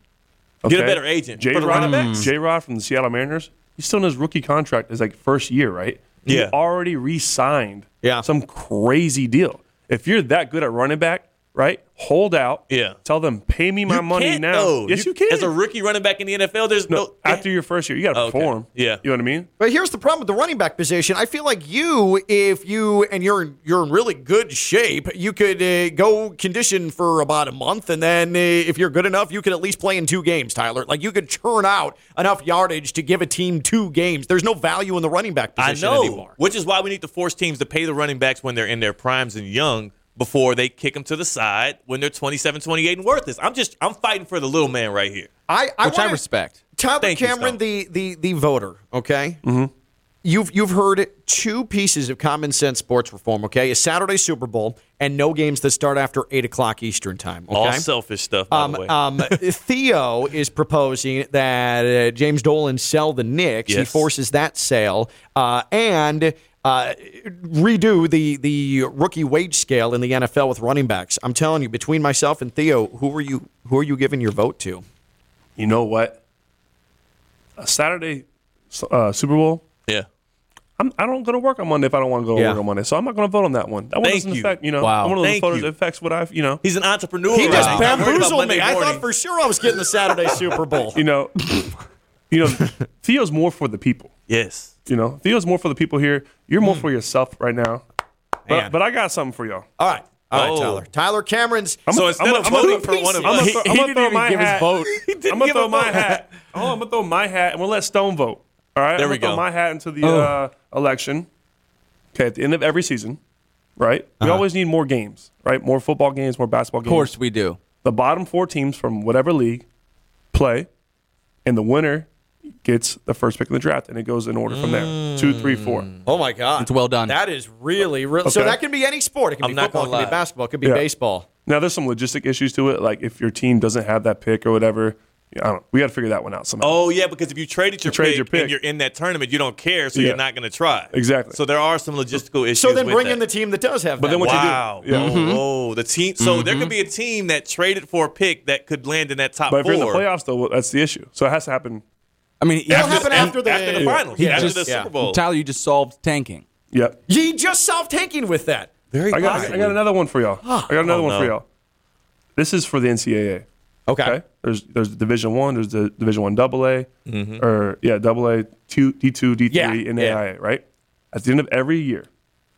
Speaker 6: Get a better agent.
Speaker 7: J.
Speaker 6: For the running
Speaker 7: Rod,
Speaker 6: backs?
Speaker 7: J. Rod from the Seattle Mariners. He's still in his rookie contract. Is like first year, right?
Speaker 6: Yeah.
Speaker 7: He already re-signed. Yeah. Some crazy deal. If you're that good at running back, right? Hold out.
Speaker 6: Yeah.
Speaker 7: Tell them pay me my
Speaker 6: You
Speaker 7: money
Speaker 6: can't,
Speaker 7: now.
Speaker 6: though.
Speaker 7: Yes, you, can.
Speaker 6: As a rookie running back in the NFL, there's no.
Speaker 7: after your first year, you got to
Speaker 6: Okay.
Speaker 7: perform.
Speaker 6: Yeah.
Speaker 7: You know what I mean?
Speaker 2: But here's the problem with the running back position. I feel like you, if you and you're you're in really good shape, you could uh, go condition for about a month, and then uh, if you're good enough, you could at least play in two games. Tyler, like you could churn out enough yardage to give a team two games. There's no value in the running back
Speaker 6: I
Speaker 2: position
Speaker 6: know,
Speaker 2: anymore.
Speaker 6: which is why we need to force teams to pay the running backs when they're in their primes and young before they kick them to the side when they're 27, 28 and worthless. I'm just I'm fighting for the little man right here.
Speaker 2: I, I
Speaker 6: Which I
Speaker 2: wanna-
Speaker 6: respect.
Speaker 2: Tyler
Speaker 6: Thank you,
Speaker 2: Cameron,
Speaker 6: Stone.
Speaker 2: the the the voter. Okay. Mm-hmm. You've you've heard two pieces of common sense sports reform. Okay, a Saturday Super Bowl and no games that start after eight o'clock Eastern time. Okay,
Speaker 6: All selfish stuff, by
Speaker 2: um,
Speaker 6: the way.
Speaker 2: um, Theo is proposing that uh, James Dolan sell the Knicks. He
Speaker 6: Yes.
Speaker 2: forces that sale uh, and uh, redo the the rookie wage scale in the NFL with running backs. I'm telling you, between myself and Theo, who are you who are you giving your vote to?
Speaker 7: You know what? A Saturday uh, Super Bowl.
Speaker 6: (laughs) Yeah.
Speaker 7: I'm, I don't go to work on Monday if I don't want to go to
Speaker 6: Yeah.
Speaker 7: work on Monday, so I'm not going to vote on that one. That one
Speaker 6: Thank
Speaker 7: doesn't
Speaker 6: you.
Speaker 7: affect, you know,
Speaker 6: Wow.
Speaker 7: I'm one of those
Speaker 6: Thank
Speaker 7: voters
Speaker 6: you.
Speaker 7: that affects what I've, you know.
Speaker 6: He's an entrepreneur.
Speaker 2: He
Speaker 6: right
Speaker 2: just
Speaker 6: now. I'm worried about
Speaker 2: bamboozled
Speaker 6: Monday
Speaker 2: me. I
Speaker 6: morning.
Speaker 2: thought for sure I was getting the Saturday Super Bowl.
Speaker 7: you know,
Speaker 2: (laughs)
Speaker 7: you know, Theo's more for the people.
Speaker 6: Yes.
Speaker 7: You know, Theo's more for the people here. You're
Speaker 2: Hmm.
Speaker 7: more for yourself right now. (laughs) But, but I got something for y'all.
Speaker 2: All right. All right,
Speaker 7: Oh.
Speaker 2: Tyler. Tyler Cameron's.
Speaker 7: I'm
Speaker 6: So
Speaker 7: gonna-
Speaker 6: instead
Speaker 7: I'm
Speaker 6: of
Speaker 7: gonna-
Speaker 6: voting for one of us,
Speaker 7: I'm gonna throw- I'm gonna throw my hat. (laughs) I'm gonna
Speaker 6: give
Speaker 7: throw
Speaker 6: a
Speaker 7: my
Speaker 6: vote.
Speaker 7: hat. Oh, I'm gonna throw my hat, and we'll let Stone vote. All right,
Speaker 6: There
Speaker 7: I'm
Speaker 6: we
Speaker 7: gonna
Speaker 6: go.
Speaker 7: Throw my hat into the
Speaker 6: Oh.
Speaker 7: uh, election. Okay, at the end of every season, right?
Speaker 6: Uh-huh.
Speaker 7: We always need more games, right? More football games, more basketball games. Of
Speaker 3: course we do.
Speaker 7: The bottom four teams from whatever league play, and the winner gets the first pick in the draft, and it goes in order from
Speaker 6: Mm.
Speaker 7: there: two, three, four.
Speaker 2: Oh my God,
Speaker 7: it's well done.
Speaker 2: That is really, really. So
Speaker 7: Okay.
Speaker 2: that can be any sport. It can
Speaker 7: I'm
Speaker 2: be
Speaker 7: not
Speaker 2: football. It
Speaker 7: gonna
Speaker 2: can
Speaker 7: lie.
Speaker 2: be basketball. It can be
Speaker 7: Yeah.
Speaker 2: baseball.
Speaker 7: Now there's some logistic issues to it, like if your team doesn't have that pick or whatever. I don't. We got to figure that one out somehow.
Speaker 6: Oh yeah, because if you traded your,
Speaker 7: trade
Speaker 6: pick,
Speaker 7: your pick.
Speaker 6: and you're in that tournament, you don't care, so
Speaker 7: Yeah.
Speaker 6: you're not going to try.
Speaker 7: Exactly.
Speaker 6: Oh, So there are some logistical issues.
Speaker 2: So then
Speaker 6: with
Speaker 2: bring
Speaker 6: that.
Speaker 2: in the team that does have. that.
Speaker 6: wow.
Speaker 7: do- yeah.
Speaker 6: Oh,
Speaker 3: Mm-hmm.
Speaker 7: Mhm.
Speaker 6: oh, the team. So there could be a team that traded for a pick that could land in that top
Speaker 7: but if
Speaker 6: four.
Speaker 7: you're in the playoffs, though, well, that's the issue. So it has to happen.
Speaker 3: I mean,
Speaker 7: It'll
Speaker 3: he just-
Speaker 7: happen
Speaker 3: and-
Speaker 7: after the-
Speaker 6: after the
Speaker 7: Yeah.
Speaker 6: finals,
Speaker 3: he
Speaker 6: after
Speaker 3: just-
Speaker 6: the Super Bowl.
Speaker 3: Tyler, you just solved tanking.
Speaker 7: Yep.
Speaker 2: Ye just self tanking with that.
Speaker 6: Very
Speaker 7: I got, I
Speaker 2: possibly.
Speaker 7: got another one for y'all.
Speaker 2: Ah.
Speaker 7: I got another
Speaker 2: Oh,
Speaker 7: one for
Speaker 2: no.
Speaker 7: y'all. This is for the NCAA.
Speaker 2: Okay.
Speaker 7: There's there's Division One. There's the Division One Double A,
Speaker 6: Mm-hmm.
Speaker 7: or yeah, Double A two D two D three
Speaker 6: Yeah,
Speaker 7: NAIA.
Speaker 6: yeah.
Speaker 7: Right. At the end of every year,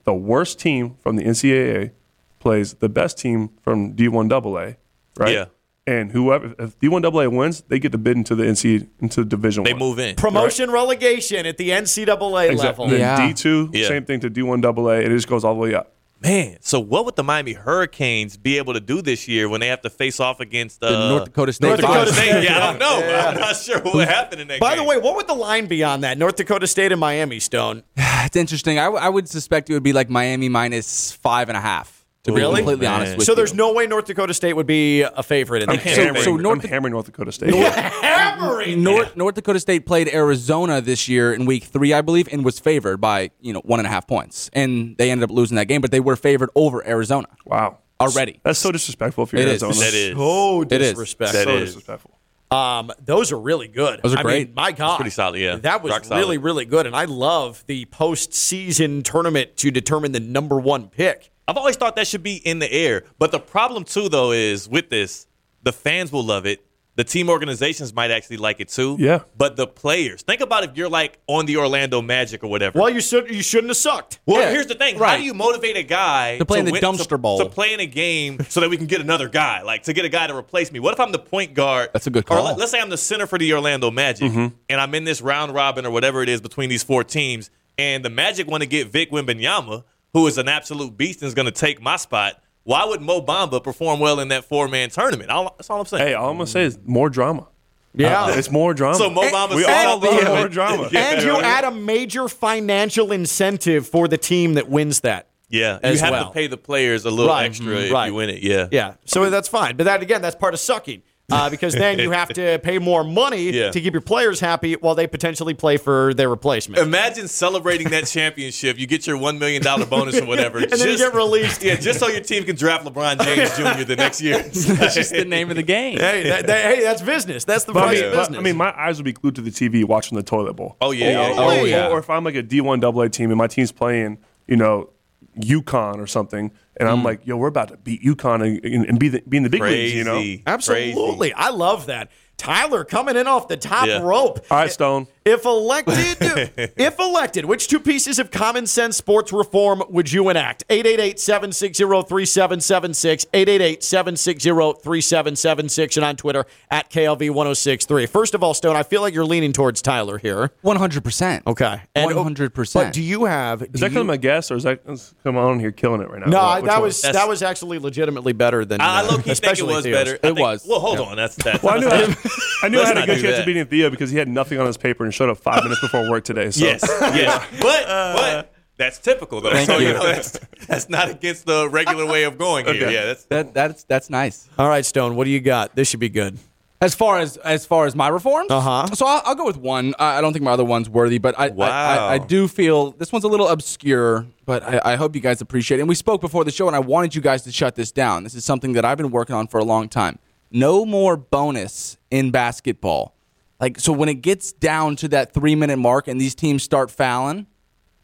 Speaker 7: the worst team from the NCAA plays the best team from D one Double A. Right.
Speaker 6: Yeah.
Speaker 7: and whoever if D1AA wins, they get the bid into the NC into Division
Speaker 6: They
Speaker 7: One.
Speaker 6: move in.
Speaker 2: Promotion relegation at the NCAA level.
Speaker 7: Exactly. Then D2, same thing to D1AA. It just goes all the way up.
Speaker 6: Man, so what would the Miami Hurricanes be able to do this year when they have to face off against uh,
Speaker 3: North Dakota State
Speaker 6: North Dakota
Speaker 3: Fire.
Speaker 6: State. Yeah, I don't know.
Speaker 2: Yeah.
Speaker 6: (laughs) I'm not sure what happened in that
Speaker 2: By
Speaker 6: game.
Speaker 2: the way, what would the line be on that? North Dakota State and Miami Stone.
Speaker 3: (sighs) It's interesting. I, w- I would suspect it would be like Miami minus five and a half. To be
Speaker 2: Really?
Speaker 3: completely honest with
Speaker 2: so
Speaker 3: you.
Speaker 2: there's no way North Dakota State would be a favorite in
Speaker 3: I'm
Speaker 2: that game.
Speaker 3: hammering- So- so North-
Speaker 7: I'm hammering North Dakota State.
Speaker 3: North, North Dakota State played Arizona this year in week three, I believe, and was favored by, you know, one and a half points. And they ended up losing that game, but they were favored over Arizona.
Speaker 7: Wow.
Speaker 3: Already.
Speaker 7: That's so disrespectful if you're
Speaker 3: It is.
Speaker 7: Arizona.
Speaker 3: That is.
Speaker 2: So
Speaker 3: It is.
Speaker 2: disrespectful.
Speaker 7: That
Speaker 2: So
Speaker 7: is.
Speaker 2: disrespectful. Um, those are really good.
Speaker 3: Those are
Speaker 2: I
Speaker 3: great.
Speaker 2: Mean, my God,
Speaker 6: pretty solid, yeah.
Speaker 2: that was
Speaker 6: Rock solid.
Speaker 2: really really good. And I love the postseason tournament to determine the number one pick.
Speaker 6: I've always thought that should be in the air. But the problem too, though, is with this, the fans will love it. The team organizations might actually like it too.
Speaker 7: Yeah.
Speaker 6: But the players, think about if you're like on the Orlando Magic or whatever.
Speaker 2: Well, you should you shouldn't have sucked.
Speaker 6: Well,
Speaker 2: Yeah.
Speaker 6: here's the thing. How
Speaker 2: Right.
Speaker 6: do you motivate a guy
Speaker 3: To play in the dumpster
Speaker 6: to,
Speaker 3: bowl.
Speaker 6: to play in a game so that we can get another guy, like to get a guy to replace me? What if I'm the point guard?
Speaker 3: That's a good
Speaker 6: Or
Speaker 3: call.
Speaker 6: let, us say I'm the center for the Orlando Magic,
Speaker 7: Mm-hmm.
Speaker 6: and I'm in this round robin or whatever it is between these four teams, and the Magic want to get Vic Wimbanyama, who is an absolute beast and is going to take my spot. Why would Mo Bamba perform well in that four man tournament? I'll- that's all I'm saying.
Speaker 7: Hey, all I'm gonna say is more drama.
Speaker 2: Yeah.
Speaker 7: Uh, it's more drama.
Speaker 6: So Mo Bamba
Speaker 7: we
Speaker 6: said
Speaker 7: all
Speaker 6: something.
Speaker 7: love
Speaker 6: Yeah.
Speaker 7: more drama.
Speaker 6: Yeah.
Speaker 2: and you add a major financial incentive for the team that wins that.
Speaker 6: yeah, you
Speaker 2: As
Speaker 6: have
Speaker 2: well.
Speaker 6: to pay the players a little
Speaker 2: Right.
Speaker 6: extra
Speaker 2: Mhm.
Speaker 6: if
Speaker 2: Right.
Speaker 6: you win it. Yeah,
Speaker 2: Yeah, so that's fine. But that again, that's part of sucking uh, because then you have to pay more money
Speaker 6: Yeah.
Speaker 2: to keep your players happy while they potentially play for their replacement.
Speaker 6: Imagine celebrating that (laughs) championship. You get your one million dollar bonus or
Speaker 2: (laughs)
Speaker 6: whatever,
Speaker 2: And then you get released.
Speaker 6: Yeah, just so your team can draft LeBron James Jr. the
Speaker 2: (laughs)
Speaker 6: next year.
Speaker 3: That's just the name of the game.
Speaker 2: Hey, that, that- hey, that's business. That's the
Speaker 7: But I,
Speaker 2: price
Speaker 7: mean,
Speaker 2: of
Speaker 7: but,
Speaker 2: business.
Speaker 7: I mean, my eyes would be glued to the TV watching the toilet bowl.
Speaker 6: Oh, yeah, yeah, yeah.
Speaker 7: Or, or-
Speaker 6: Oh, yeah.
Speaker 7: or if I'm like a D1 AA team and my team's playing, you know, UConn or something, and
Speaker 2: Mm.
Speaker 7: I'm like, yo, we're about to beat UConn and, and, and be, the, be in the big leagues, you know?
Speaker 6: Crazy.
Speaker 2: Absolutely. I love that. Tyler coming in off the top
Speaker 6: Yeah.
Speaker 2: rope.
Speaker 7: All right, Stone.
Speaker 2: If elected,
Speaker 7: (laughs)
Speaker 2: if elected, which two pieces of common sense sports reform would you enact? 888-760-3776, 888-760-3776, and on Twitter at KLV1063. First of all, Stone, I feel like you're leaning towards Tyler here.
Speaker 3: 100%.
Speaker 2: Okay. And-
Speaker 3: 100%.
Speaker 2: But do you have
Speaker 7: Is
Speaker 2: do
Speaker 7: that kind
Speaker 2: you-
Speaker 7: of my guess, or is that is- come on here killing it right now?
Speaker 2: No,
Speaker 7: What-
Speaker 2: I-
Speaker 7: which
Speaker 2: that
Speaker 7: one?
Speaker 2: was
Speaker 6: That's-
Speaker 2: that was actually legitimately better than
Speaker 6: I
Speaker 2: uh,
Speaker 6: low key think it
Speaker 2: especially
Speaker 6: was
Speaker 2: Theo's.
Speaker 6: better. I
Speaker 3: It
Speaker 6: think-
Speaker 3: was.
Speaker 6: Well, hold
Speaker 3: Yeah.
Speaker 6: on. That's that.
Speaker 7: Well, I knew, I, I knew I
Speaker 6: Let's
Speaker 7: had a
Speaker 6: not
Speaker 7: good
Speaker 6: do
Speaker 7: chance
Speaker 6: that.
Speaker 7: of beating Theo because he had nothing on his paper and showed up five minutes before work today.
Speaker 6: (laughs)
Speaker 7: So. (laughs)
Speaker 6: yes, yes, but but that's typical though.
Speaker 3: Thank
Speaker 6: so you
Speaker 3: you.
Speaker 6: know that's that's not against the regular way of going here. Yeah, that's
Speaker 3: That, that's, that's nice.
Speaker 2: All right, Stone, what do you got? This should be good.
Speaker 3: As far as as far as my reforms,
Speaker 2: Uh-huh.
Speaker 3: So I'll, I'll go with one. I, I don't think my other one's worthy, but I, I- I,
Speaker 6: Wow.
Speaker 3: I do feel this one's a little obscure. But I, I hope you guys appreciate it. And we spoke before the show, and I wanted you guys to shut this down. This is something that I've been working on for a long time. No more bonus in basketball. Like so, when it gets down to that three minute mark, and these teams start fouling,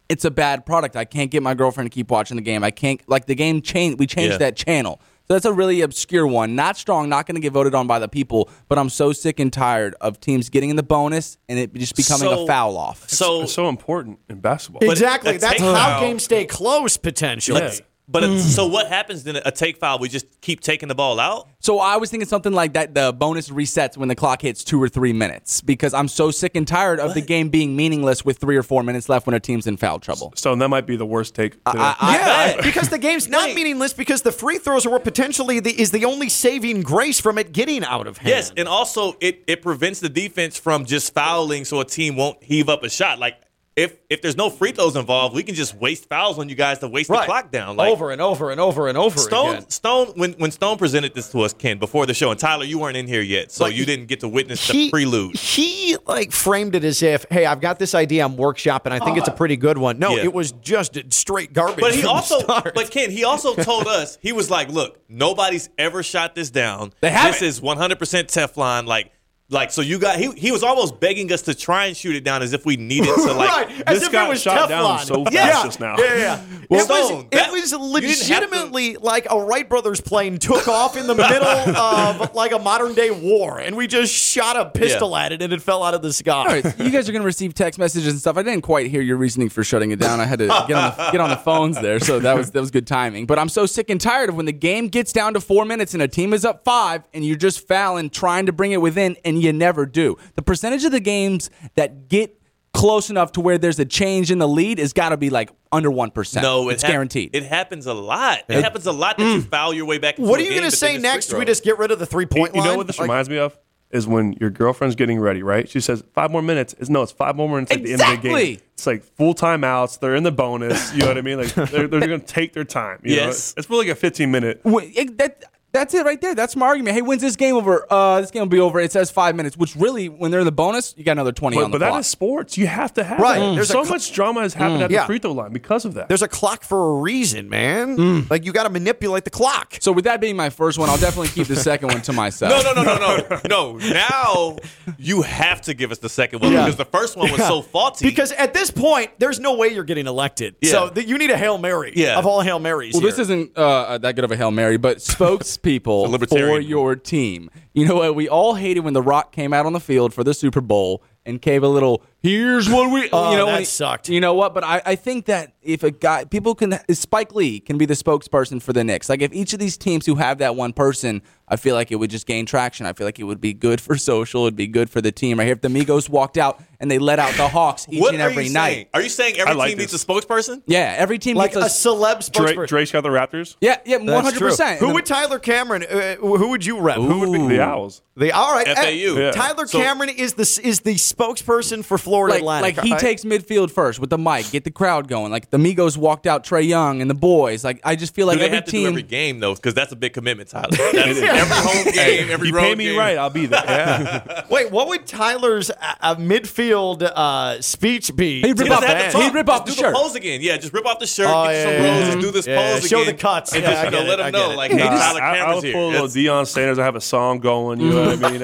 Speaker 3: it's a bad product. I can't get my girlfriend to keep watching the game. I can't like the game change. We changed
Speaker 6: Yeah.
Speaker 3: that channel. So that's a really obscure one. Not strong. Not going to get voted on by the people. But I'm so sick and tired of teams getting in the bonus and it just becoming
Speaker 6: So-
Speaker 3: a foul off.
Speaker 6: so.
Speaker 7: It's so important in basketball.
Speaker 2: exactly.
Speaker 6: a
Speaker 2: That's
Speaker 6: takeout-
Speaker 2: how games stay close potentially. Hmm.
Speaker 6: Let's- But a, so what happens then? A take foul? We just keep taking the ball out?
Speaker 3: So I was thinking something like that. The bonus resets when the clock hits two or three minutes because I'm so sick and tired of the game being meaningless with three or four minutes left when a team's in foul trouble.
Speaker 7: So that might be the worst take. today.
Speaker 2: Yeah, Uh, because the (laughs) game's not meaningless because the free throws were potentially the, is the only saving grace from it getting out of hand.
Speaker 6: Yes, and also it it prevents the defense from just fouling, so a team won't heave up a shot. Like if if there's no free throws involved, we can just waste fouls on you guys to waste the clock down. Like
Speaker 2: over and over and over and over
Speaker 6: Stone
Speaker 2: again.
Speaker 6: Stone when when Stone presented this to us, Ken, before the show, and Tyler, you weren't in here yet, so
Speaker 2: Like,
Speaker 6: you didn't get to witness
Speaker 2: He-
Speaker 6: the prelude.
Speaker 2: He like framed it as if, hey, I've got this idea I'm workshopping. I think it's a pretty good one. No,
Speaker 6: Yeah.
Speaker 2: it was just straight garbage.
Speaker 6: But he
Speaker 2: from the
Speaker 6: also,
Speaker 2: start.
Speaker 6: but Ken, he also told us he was like, "Look, nobody's ever shot this down.
Speaker 3: They
Speaker 6: this
Speaker 3: haven't.
Speaker 6: is 100 percent Teflon. Like Like so, you got he he was almost begging us to try and shoot it down as if we needed
Speaker 2: (laughs)
Speaker 6: to. Like
Speaker 2: right, as
Speaker 7: this
Speaker 2: if
Speaker 7: got
Speaker 2: it was
Speaker 7: shot
Speaker 2: Teflon.
Speaker 7: down so fast
Speaker 2: yeah.
Speaker 7: just now.
Speaker 2: Yeah,
Speaker 6: (laughs)
Speaker 2: yeah. yeah.
Speaker 7: Well,
Speaker 2: it was,
Speaker 7: Stone,
Speaker 2: it was legitimately like a Wright brothers plane took off in the (laughs) middle of like a modern day war, and we just shot a pistol at it, and it fell out of the sky.
Speaker 3: All right, you guys are going to receive text messages and stuff. I didn't quite hear your reasoning for shutting it down. I had to get on the, get on the phones there, so that was that was good timing. But I'm so sick and tired of when the game gets down to four minutes and a team is up five, and you're just fouling, trying to bring it within, and you never do. The percentage of the games that get close enough to where there's a change in the lead has got to be like under one percent.
Speaker 6: No, it
Speaker 3: it's
Speaker 6: hap-
Speaker 3: guaranteed.
Speaker 6: It happens a lot. It
Speaker 3: Yeah.
Speaker 6: happens a lot that you foul your way back. into
Speaker 2: Mm. What are
Speaker 6: a
Speaker 2: you
Speaker 6: game,
Speaker 2: going
Speaker 6: but
Speaker 2: to
Speaker 6: then
Speaker 2: say
Speaker 6: it's free
Speaker 2: next?
Speaker 6: throw.
Speaker 2: We just get rid of the three point
Speaker 7: You
Speaker 2: line.
Speaker 7: know what this
Speaker 2: Like-
Speaker 7: reminds me of is when your girlfriend's getting ready, right? She says five more minutes. It's no, it's five more minutes at the end of the
Speaker 2: Exactly.
Speaker 7: game. It's like full timeouts. They're in the bonus. You know what I mean? Like they're, they're going to take their time. You know?
Speaker 3: Yes.
Speaker 7: it's really like a fifteen minute.
Speaker 3: Wait, it- that that's it right there. That's my argument. Hey, when's this game over? Uh, this game will be over. It says five minutes, which really, when they're in the bonus, you got another twenty
Speaker 7: But,
Speaker 3: on the
Speaker 7: but that
Speaker 3: clock.
Speaker 7: is sports. You have to have
Speaker 3: Right.
Speaker 7: that.
Speaker 3: There's a
Speaker 7: so
Speaker 3: cl-
Speaker 7: much drama has happened
Speaker 3: Mm.
Speaker 7: at
Speaker 3: Yeah.
Speaker 7: the free throw line because of that.
Speaker 2: There's a clock for a reason, man. Like you got to manipulate the clock.
Speaker 3: So with that being my first one, I'll definitely keep the second one to myself.
Speaker 6: No, no, no, no, no, no. Now you have to give us the second one because the first one was so faulty.
Speaker 2: Because at this point, there's no way you're getting elected.
Speaker 3: Yeah.
Speaker 2: So th- you need a hail mary
Speaker 3: Yeah.
Speaker 2: of all hail marys.
Speaker 3: Well,
Speaker 2: here.
Speaker 3: this isn't uh, that good of a Hail Mary,
Speaker 2: (laughs)
Speaker 3: but spokespeople for your team. You know what? We all hated when The Rock came out on the field for the Super Bowl and gave a little, here's what we,
Speaker 2: Oh,
Speaker 3: you know,
Speaker 2: that
Speaker 3: and he-
Speaker 2: sucked.
Speaker 3: You know what? But I, I think that if a guy, people can, Spike Lee can be the spokesperson for the Knicks. Like if each of these teams who have that one person, I feel like it would just gain traction. I feel like it would be good for social. It'd be good for the team. Right here, if the Migos walked out and they let out the Hawks each
Speaker 6: what
Speaker 3: and
Speaker 6: are
Speaker 3: every
Speaker 6: you
Speaker 3: night.
Speaker 6: saying? Are you saying
Speaker 3: I
Speaker 6: every
Speaker 3: like
Speaker 6: team
Speaker 3: this.
Speaker 6: needs a spokesperson?
Speaker 3: Yeah, every team
Speaker 2: like a
Speaker 3: gets
Speaker 2: celeb spokesperson.
Speaker 7: Drake, Drake's got the Raptors.
Speaker 3: Yeah, yeah,
Speaker 2: That's
Speaker 3: one hundred percent.
Speaker 2: true. Who would Tyler Cameron? Uh, who would you rep? who would
Speaker 7: the Owls?
Speaker 2: The all right.
Speaker 3: FAU.
Speaker 2: eh,
Speaker 3: Yeah.
Speaker 2: Tyler
Speaker 3: So-
Speaker 2: Cameron is the is the spokesperson for Florida
Speaker 3: like,
Speaker 2: Atlantic.
Speaker 3: like he
Speaker 2: all right?
Speaker 3: takes midfield first with the mic, get the crowd going. Like the Migos walked out, Trey Young and the boys. Like I just feel like
Speaker 6: do they
Speaker 3: every
Speaker 6: have to
Speaker 3: team.
Speaker 6: do every game though? Because that's a big commitment, Tyler. That's every home game, every
Speaker 7: you
Speaker 6: road
Speaker 7: pay me
Speaker 6: game.
Speaker 7: right, I'll be
Speaker 6: (laughs)
Speaker 7: there.
Speaker 2: (laughs) Wait, what would Tyler's uh, uh, midfield uh, speech be?
Speaker 3: He'd rip
Speaker 2: to
Speaker 3: off
Speaker 2: the
Speaker 3: the-
Speaker 2: fans?
Speaker 3: he'd rip off
Speaker 6: Do
Speaker 3: the
Speaker 6: the
Speaker 3: shirt.
Speaker 6: pose again. Yeah, just rip off the shirt,
Speaker 2: Oh,
Speaker 6: get you some
Speaker 2: yeah, yeah,
Speaker 6: roses,
Speaker 2: yeah.
Speaker 6: do this
Speaker 2: Yeah,
Speaker 6: pose
Speaker 2: show the
Speaker 6: again.
Speaker 2: cuts.
Speaker 6: And
Speaker 2: Yeah, I
Speaker 6: just you know,
Speaker 2: get
Speaker 6: let
Speaker 2: it, I
Speaker 6: them
Speaker 2: get
Speaker 6: know,
Speaker 2: it.
Speaker 6: like,
Speaker 2: Nah,
Speaker 6: hey, Tyler
Speaker 7: I, I
Speaker 6: Cameron's
Speaker 7: would
Speaker 6: here.
Speaker 7: pull a little
Speaker 6: That's-
Speaker 7: Deion Sanders. I have a song going. You know (laughs) what I mean?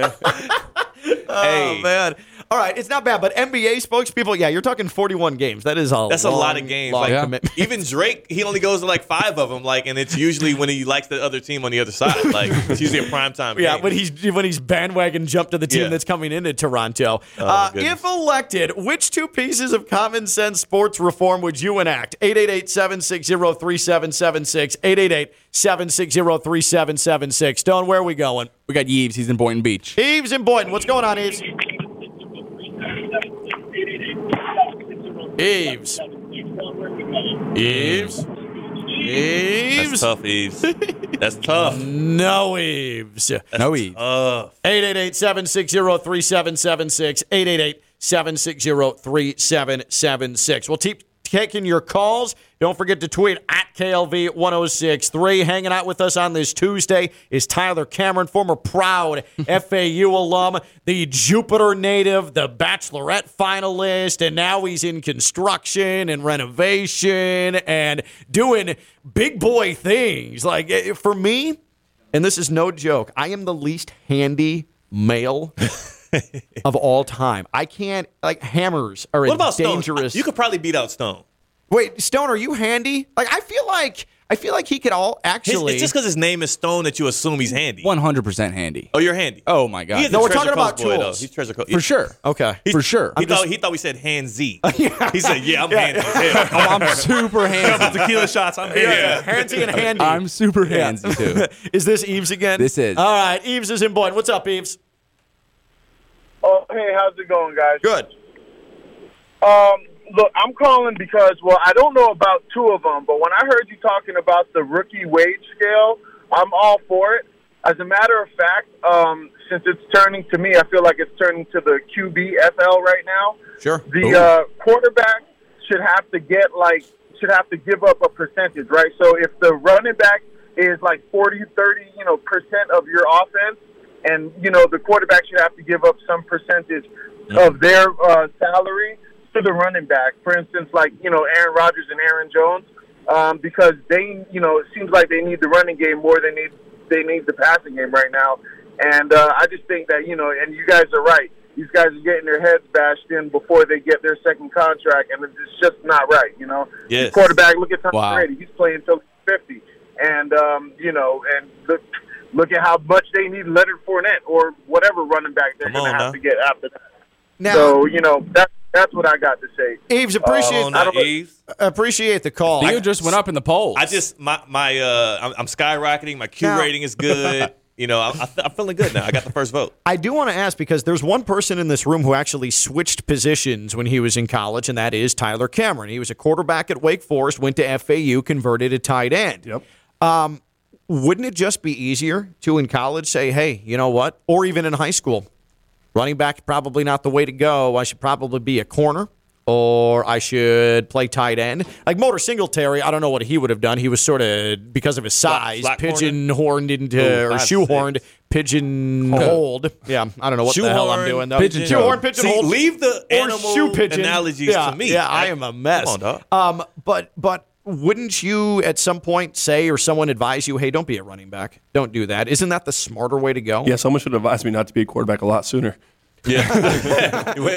Speaker 2: Oh man! All right, it's not bad, but NBA spokespeople, yeah, you're talking 41 games. That is a
Speaker 6: That's
Speaker 2: long,
Speaker 6: a lot of games.
Speaker 2: long
Speaker 6: Like
Speaker 2: commitment.
Speaker 3: (laughs)
Speaker 6: even Drake, he only goes to like five of them. Like, and it's usually when he likes the other team on the other side. Like, it's usually a prime time.
Speaker 2: Yeah,
Speaker 6: game.
Speaker 2: when he's when he's bandwagon jumped to the team
Speaker 6: Yeah.
Speaker 2: that's coming into Toronto.
Speaker 6: Oh,
Speaker 2: uh,
Speaker 6: goodness.
Speaker 2: if elected, which two pieces of common sense sports reform would you enact? 888-760-3776, 888-760-3776. Stone, where are we going?
Speaker 3: we got Yves. He's in Boynton Beach.
Speaker 2: Eves and Boynton, what's going on, Eves? Eves. Eves.
Speaker 6: That's
Speaker 2: Eves.
Speaker 6: tough, Eves. That's tough.
Speaker 2: (laughs) No Eves.
Speaker 3: No Eves.
Speaker 6: Uh,
Speaker 2: 888-760-3776, 888-760-3776. We'll keep taking your calls. Don't forget to tweet at KLV1063. Hanging out with us on this Tuesday is Tyler Cameron, former proud FAU alum, the Jupiter native, the Bachelorette finalist, and now he's in construction and renovation and doing big boy things. Like, eh, for me, and this is no joke. I am the least handy male of all time. I can't like hammers are
Speaker 6: what about
Speaker 2: dangerous.
Speaker 6: Stone? You could probably beat out Stone.
Speaker 2: Wait, Stone, are you handy? Like I feel like I feel like he could all
Speaker 6: His-
Speaker 2: actually. (laughs)
Speaker 6: it's just because his name is Stone that you assume he's handy.
Speaker 3: One hundred percent handy.
Speaker 6: Oh, you're handy.
Speaker 3: Oh my god.
Speaker 6: He is a
Speaker 2: No, we're
Speaker 6: Treasure
Speaker 2: talking about
Speaker 6: Coast boy, though.
Speaker 2: tools.
Speaker 6: He's treasure coast.
Speaker 3: for sure.
Speaker 2: Okay.
Speaker 3: for sure.
Speaker 6: He thought, he thought we
Speaker 3: (laughs)
Speaker 6: said handsy. He said, "Yeah, I'm
Speaker 2: (laughs)
Speaker 6: handy."
Speaker 3: oh, (laughs) I'm super handsy.
Speaker 7: Tequila shots. I'm handy.
Speaker 6: Yeah.
Speaker 2: handy and handy.
Speaker 3: I'm super handsy too.
Speaker 2: (laughs) is this Eves again?
Speaker 3: This is.
Speaker 2: All right, Eves is in Boyd. What's up, Eves?
Speaker 13: Oh, hey, how's it going, guys?
Speaker 2: Good.
Speaker 13: Um, look, I'm calling because, well, I don't know about two of them, but when I heard you talking about the rookie wage scale, I'm all for it. As a matter of fact, um, since it's turning to me, I feel like it's turning to the QBFL right now.
Speaker 2: Sure.
Speaker 13: The uh, quarterback should have to get like should have to give up a percentage, right? So if the running back is like 40, 30, you know, percent of your offense, and you know the quarterback should have to give up some percentage of their uh, salary to the running back. For instance, like you know Aaron Rodgers and Aaron Jones, um, because they you know it seems like they need the running game more than they they need the passing game right now.
Speaker 8: And uh, I just think that you know, and you guys are right. These guys are getting their heads bashed in before they get their second contract, and it's just not right. You know,
Speaker 6: Yes.
Speaker 8: quarterback. Look at Tom
Speaker 6: Wow.
Speaker 8: Brady; he's playing until fifty, and um, you know, and look, look at how much they need Leonard Fournette or whatever running back they're
Speaker 6: Come
Speaker 8: going to
Speaker 6: on, now.
Speaker 8: have to get after that.
Speaker 2: Now-
Speaker 8: so you know, that's that's what I got to say.
Speaker 2: Eves,
Speaker 6: (laughs)
Speaker 2: appreciate
Speaker 8: Um, I don't-
Speaker 2: appreciate the call.
Speaker 6: You
Speaker 3: just went up in the polls.
Speaker 6: I just my my uh, I'm, I'm skyrocketing. My Q
Speaker 2: Now-
Speaker 6: rating is
Speaker 7: (laughs)
Speaker 6: good. you know, I, I th- I'm feeling good now. I got the first vote.
Speaker 2: I do want to ask because there's one person in this room who actually switched positions when he was in college, and that is Tyler Cameron. He was a quarterback at Wake Forest, went to FAU, converted to tight end. Yep. Um, wouldn't it just be easier to in college say, hey, you know what? Or even in high school, running back's probably not the way to go. I should probably be a corner. Or I should play tight end. Like Motor Singletary, I don't know what he would have done. He was sort of, because of his size,
Speaker 6: flat corner?
Speaker 2: pigeon-horned into, or
Speaker 6: Ooh, five,
Speaker 2: shoehorned, pigeon-holed. Yeah, I don't know what the hell I'm
Speaker 6: Shoehorn,
Speaker 2: doing. Though.
Speaker 6: pigeon-toed.
Speaker 2: Shoehorn, pigeon,
Speaker 6: See,
Speaker 2: hold.
Speaker 6: leave the
Speaker 2: or
Speaker 6: animal
Speaker 2: shoe pigeon.
Speaker 6: analogies
Speaker 2: yeah,
Speaker 6: to me.
Speaker 2: Yeah, I
Speaker 6: Like,
Speaker 2: am a mess.
Speaker 6: come on,
Speaker 2: Um, but but wouldn't you at some point say or someone advise you, hey, don't be a running back, don't do that? Isn't that the smarter way to go?
Speaker 7: Yeah, someone should advise me not to be a quarterback a lot sooner.
Speaker 6: Wait,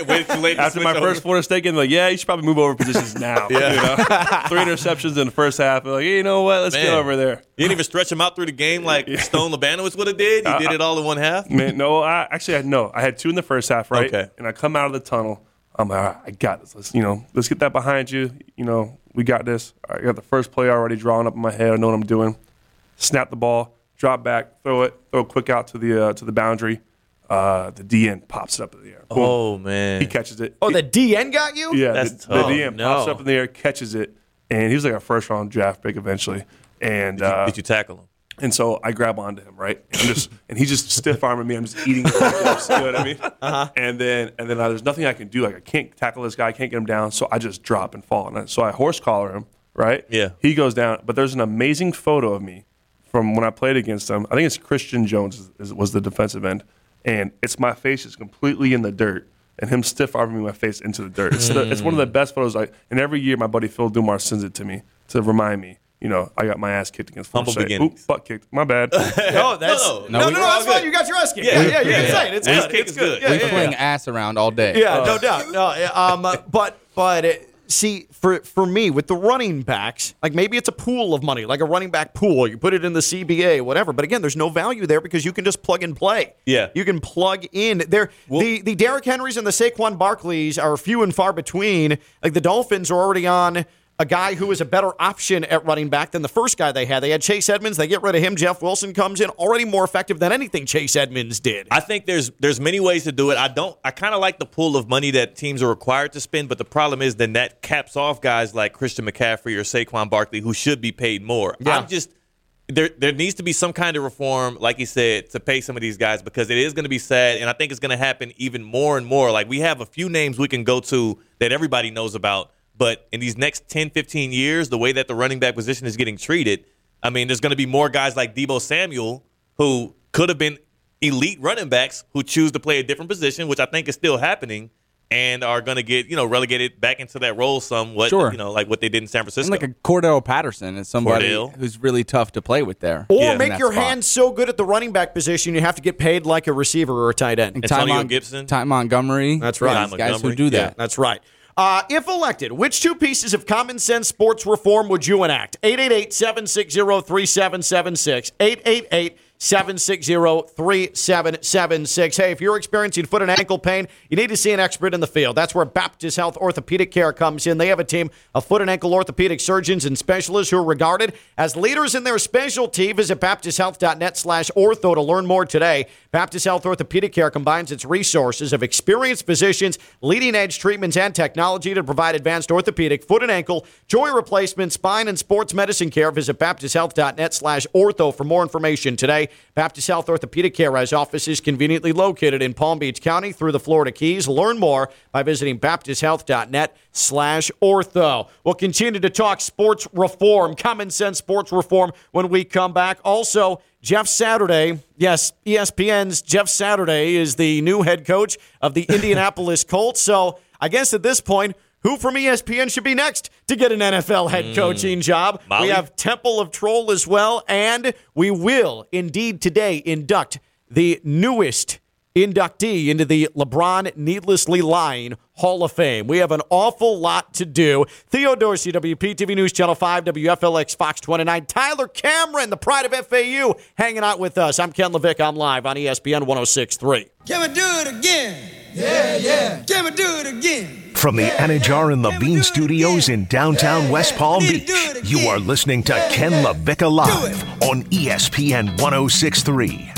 Speaker 6: wait too late. to
Speaker 7: After
Speaker 6: switch
Speaker 7: my
Speaker 6: over.
Speaker 7: first Florida State game, like, yeah, you should probably move over (laughs) positions now.
Speaker 6: (laughs) Yeah.
Speaker 7: You know? Three interceptions in the first half. Like, you know what? Let's get
Speaker 6: Man.
Speaker 7: over there.
Speaker 6: You didn't even stretch him out through the game
Speaker 7: (laughs)
Speaker 6: like Stone Labanowitz would have did. You
Speaker 7: I-
Speaker 6: did
Speaker 7: I-
Speaker 6: it all in one half.
Speaker 7: Man, no, I actually had no. I had two in the first half, right?
Speaker 6: Okay.
Speaker 7: And I come out of the tunnel. I'm like, all right, I got this. Let's, you know, let's get that behind you. You know, we got this. All right, I got the first play already drawn up in my head. I know what I'm doing. Snap the ball, drop back, throw it, throw a quick out to the uh, to the boundary. Uh, the DN pops it up in the air. Boom.
Speaker 6: Oh man,
Speaker 7: He catches it.
Speaker 2: Oh, the DN got you?
Speaker 7: Yeah,
Speaker 6: That's
Speaker 7: the, the
Speaker 6: tough.
Speaker 7: DM
Speaker 6: No.
Speaker 7: pops up in the air, catches it, and he was like a first round draft pick eventually. And
Speaker 6: Did you-
Speaker 7: uh,
Speaker 6: did you tackle him?
Speaker 7: and so I grab onto him, right? And, I'm just, and he's just stiff arming me. I'm just eating. it like this, you know what I mean? And then and then uh, there's nothing I can do. Like I can't tackle this guy. I can't get him down. So I just drop and fall. And I- so I horse collar him, right?
Speaker 6: Yeah.
Speaker 7: He goes down. But there's an amazing photo of me from when I played against him. I think it's Christian Jones is, is, was the defensive end, and it's my face is completely in the dirt. And him stiff arming my face into the dirt. It's, the, it's one of the best photos. I, and every year, my buddy Phil Dumar sends it to me to remind me, you know, I got my ass kicked against
Speaker 6: Humble
Speaker 7: Florida State.
Speaker 6: beginnings.
Speaker 7: Oop, butt kicked.
Speaker 6: (laughs)
Speaker 7: My bad.
Speaker 2: No, that's no, no, no,
Speaker 3: we-
Speaker 2: that's fine. You got your ass kicked. Yeah, yeah, you can say it. It's
Speaker 6: Ass
Speaker 2: good.
Speaker 6: kick
Speaker 2: It's
Speaker 6: is
Speaker 2: good.
Speaker 6: good.
Speaker 2: Yeah,
Speaker 3: We're
Speaker 2: yeah, yeah.
Speaker 3: playing ass around all day.
Speaker 2: Yeah, no doubt. No, yeah, um, uh, but but uh, see, for for me with the running backs, like maybe it's a pool of money, like a running back pool. You put it in the CBA, whatever. But again, there's no value there because you can just plug and play.
Speaker 6: Yeah.
Speaker 2: you can plug in there. the the Derrick Henrys and the Saquon Barkleys are few and far between. Like the Dolphins are already on. A guy who is a better option at running back than the first guy they had. They had Chase Edmonds. They get rid of him. Jeff Wilson comes in already more effective than anything Chase Edmonds did.
Speaker 6: I think there's there's many ways to do it. I don't. I kind of like the pool of money that teams are required to spend, but the problem is then that caps off guys like Christian McCaffrey or Saquon Barkley who should be paid more. I'm just there. There needs to be some kind of reform, like you said, to pay some of these guys because it is going to be sad, and I think it's going to happen even more and more. Like we have a few names we can go to that everybody knows about, but in these next 10, 15 years, the way that the running back position is getting treated, I mean, there's going to be more guys like Debo Samuel who could have been elite running backs who choose to play a different position, which I think is still happening, and are going to get you know relegated back into that role somewhat.
Speaker 3: Sure.
Speaker 6: you know, like what they did in San
Speaker 3: And
Speaker 6: Francisco.
Speaker 3: like a Cordell Patterson is somebody
Speaker 6: Cordell.
Speaker 3: who's really tough to play with there.
Speaker 2: Or
Speaker 3: in
Speaker 2: make
Speaker 3: that
Speaker 2: your
Speaker 3: spot.
Speaker 2: hands so good at the running back position you have to get paid like a receiver or a tight end.
Speaker 3: Ty
Speaker 6: Antonio
Speaker 3: Mon-
Speaker 6: Gibson.
Speaker 3: Ty Montgomery.
Speaker 2: That's right.
Speaker 3: These guys who
Speaker 6: Montgomery.
Speaker 3: do
Speaker 2: Yeah,
Speaker 3: that.
Speaker 2: that's right. Uh, if elected, which two pieces of common sense sports reform would you enact? 888-760-3776. 888-760-3776. Hey, if you're experiencing foot and ankle pain, you need to see an expert in the field. That's where Baptist Health Orthopedic Care comes in. They have a team of foot and ankle orthopedic surgeons and specialists who are regarded as leaders in their specialty. Visit baptisthealth.net slash ortho to learn more today. Baptist Health Orthopedic Care combines its resources of experienced physicians, leading edge treatments, and technology to provide advanced orthopedic, foot and ankle, joint replacement, spine, and sports medicine care. Visit baptisthealth.net slash ortho for more information today. Baptist Health Orthopedic Care has offices conveniently located in Palm Beach County through the Florida Keys. Learn more by visiting baptisthealth.net slash ortho. We'll continue to talk sports reform, common sense sports reform when we come back. Also, Jeff Saturday, yes, E ESPN's Jeff Saturday is the new head coach of the Indianapolis Colts. So I guess at this point, who from E ESPN should be next to get an NFL head coaching job?
Speaker 6: Molly?
Speaker 2: We have Temple of Troll as well, and we will indeed today induct the newest inductee into the LeBron Needlessly Lying Hall of Fame. We have an awful lot to do. Theo Dorsey, WPTV News Channel 5, WFLX Fox 29. Tyler Cameron, the pride of FAU, hanging out with us. I'm Ken Levick. I'm live on E ESPN 1063.
Speaker 9: Can we do it again? Yeah, yeah. Can we do it again?
Speaker 1: From the Anajar and Levine Studios in downtown West Palm Beach, you are listening to Ken LaVica Live on E ESPN 1063.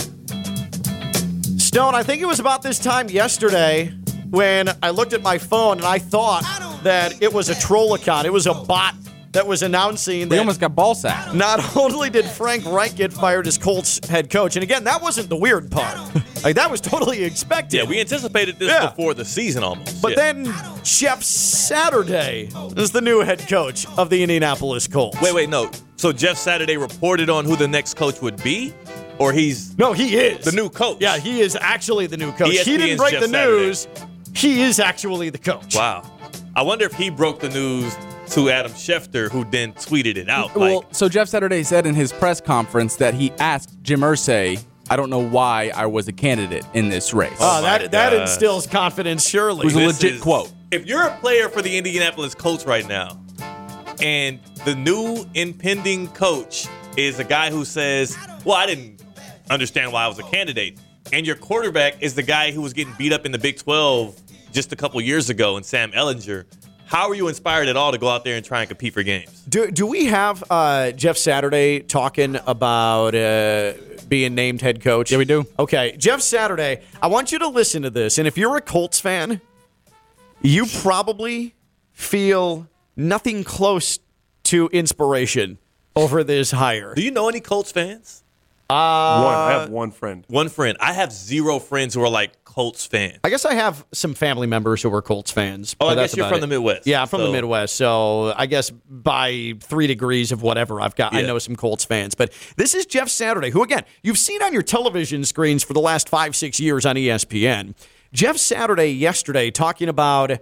Speaker 2: Stone, I think it was about this time yesterday when I looked at my phone and I thought that it was a troll account. It was a bot that was announcing that.
Speaker 3: We almost got ball sacked.
Speaker 2: Not (laughs) only did Frank Reich get fired as Colts head coach, and again, that wasn't the weird
Speaker 3: (laughs)
Speaker 2: part. Like that was totally expected.
Speaker 6: Yeah, we anticipated this
Speaker 2: Yeah.
Speaker 6: before the season almost.
Speaker 2: But
Speaker 6: Yeah.
Speaker 2: then Jeff Saturday is the new head coach of the Indianapolis Colts.
Speaker 6: Wait, wait, no. So Jeff Saturday reported on who the next coach would be, or he's
Speaker 2: no, he is
Speaker 6: the new coach. E
Speaker 2: Yeah, he is actually the new coach. he didn't
Speaker 6: ESPN's
Speaker 2: break
Speaker 6: Jeff
Speaker 2: the
Speaker 6: Saturday.
Speaker 2: news. He is actually the coach.
Speaker 6: Wow. I wonder if he broke the news to Adam Schefter, who then tweeted it out.
Speaker 3: Well,
Speaker 6: like,
Speaker 3: so Jeff Saturday said in his press conference that he asked Jim Irsay, "I don't know why I was a candidate in this race."
Speaker 2: Oh, that that
Speaker 6: gosh.
Speaker 2: instills confidence, surely.
Speaker 3: It was a
Speaker 6: this
Speaker 3: legit
Speaker 6: is-
Speaker 3: quote.
Speaker 6: If you're a player for the Indianapolis Colts right now, and the new impending coach is a guy who says, "Well, I didn't understand why I was a candidate," and your quarterback is the guy who was getting beat up in the Big 12 just a couple years ago, and Sam Ellinger. How are you inspired at all to go out there and try and compete for games?
Speaker 2: Do, do we have uh, Jeff Saturday talking about uh, being named head coach? Yeah, we do. Okay, Jeff Saturday, I want you to listen to this. And if you're a Colts fan, you probably feel nothing close to inspiration over this hire.
Speaker 6: Do you know any Colts fans?
Speaker 2: Uh,
Speaker 7: one. I have one friend.
Speaker 6: One friend. I have zero friends who are like Colts fans.
Speaker 2: I guess I have some family members who are Colts fans.
Speaker 6: Oh,
Speaker 2: but
Speaker 6: I
Speaker 2: that's
Speaker 6: guess you're
Speaker 2: about
Speaker 6: from the
Speaker 2: it.
Speaker 6: Midwest,
Speaker 2: Yeah, I'm from the
Speaker 6: so-
Speaker 2: Midwest. So I guess by three degrees of whatever I've got, I
Speaker 6: Yeah.
Speaker 2: know some Colts fans. But this is Jeff Saturday, who, again, you've seen on your television screens for the last five, six years on E ESPN. Jeff Saturday yesterday talking about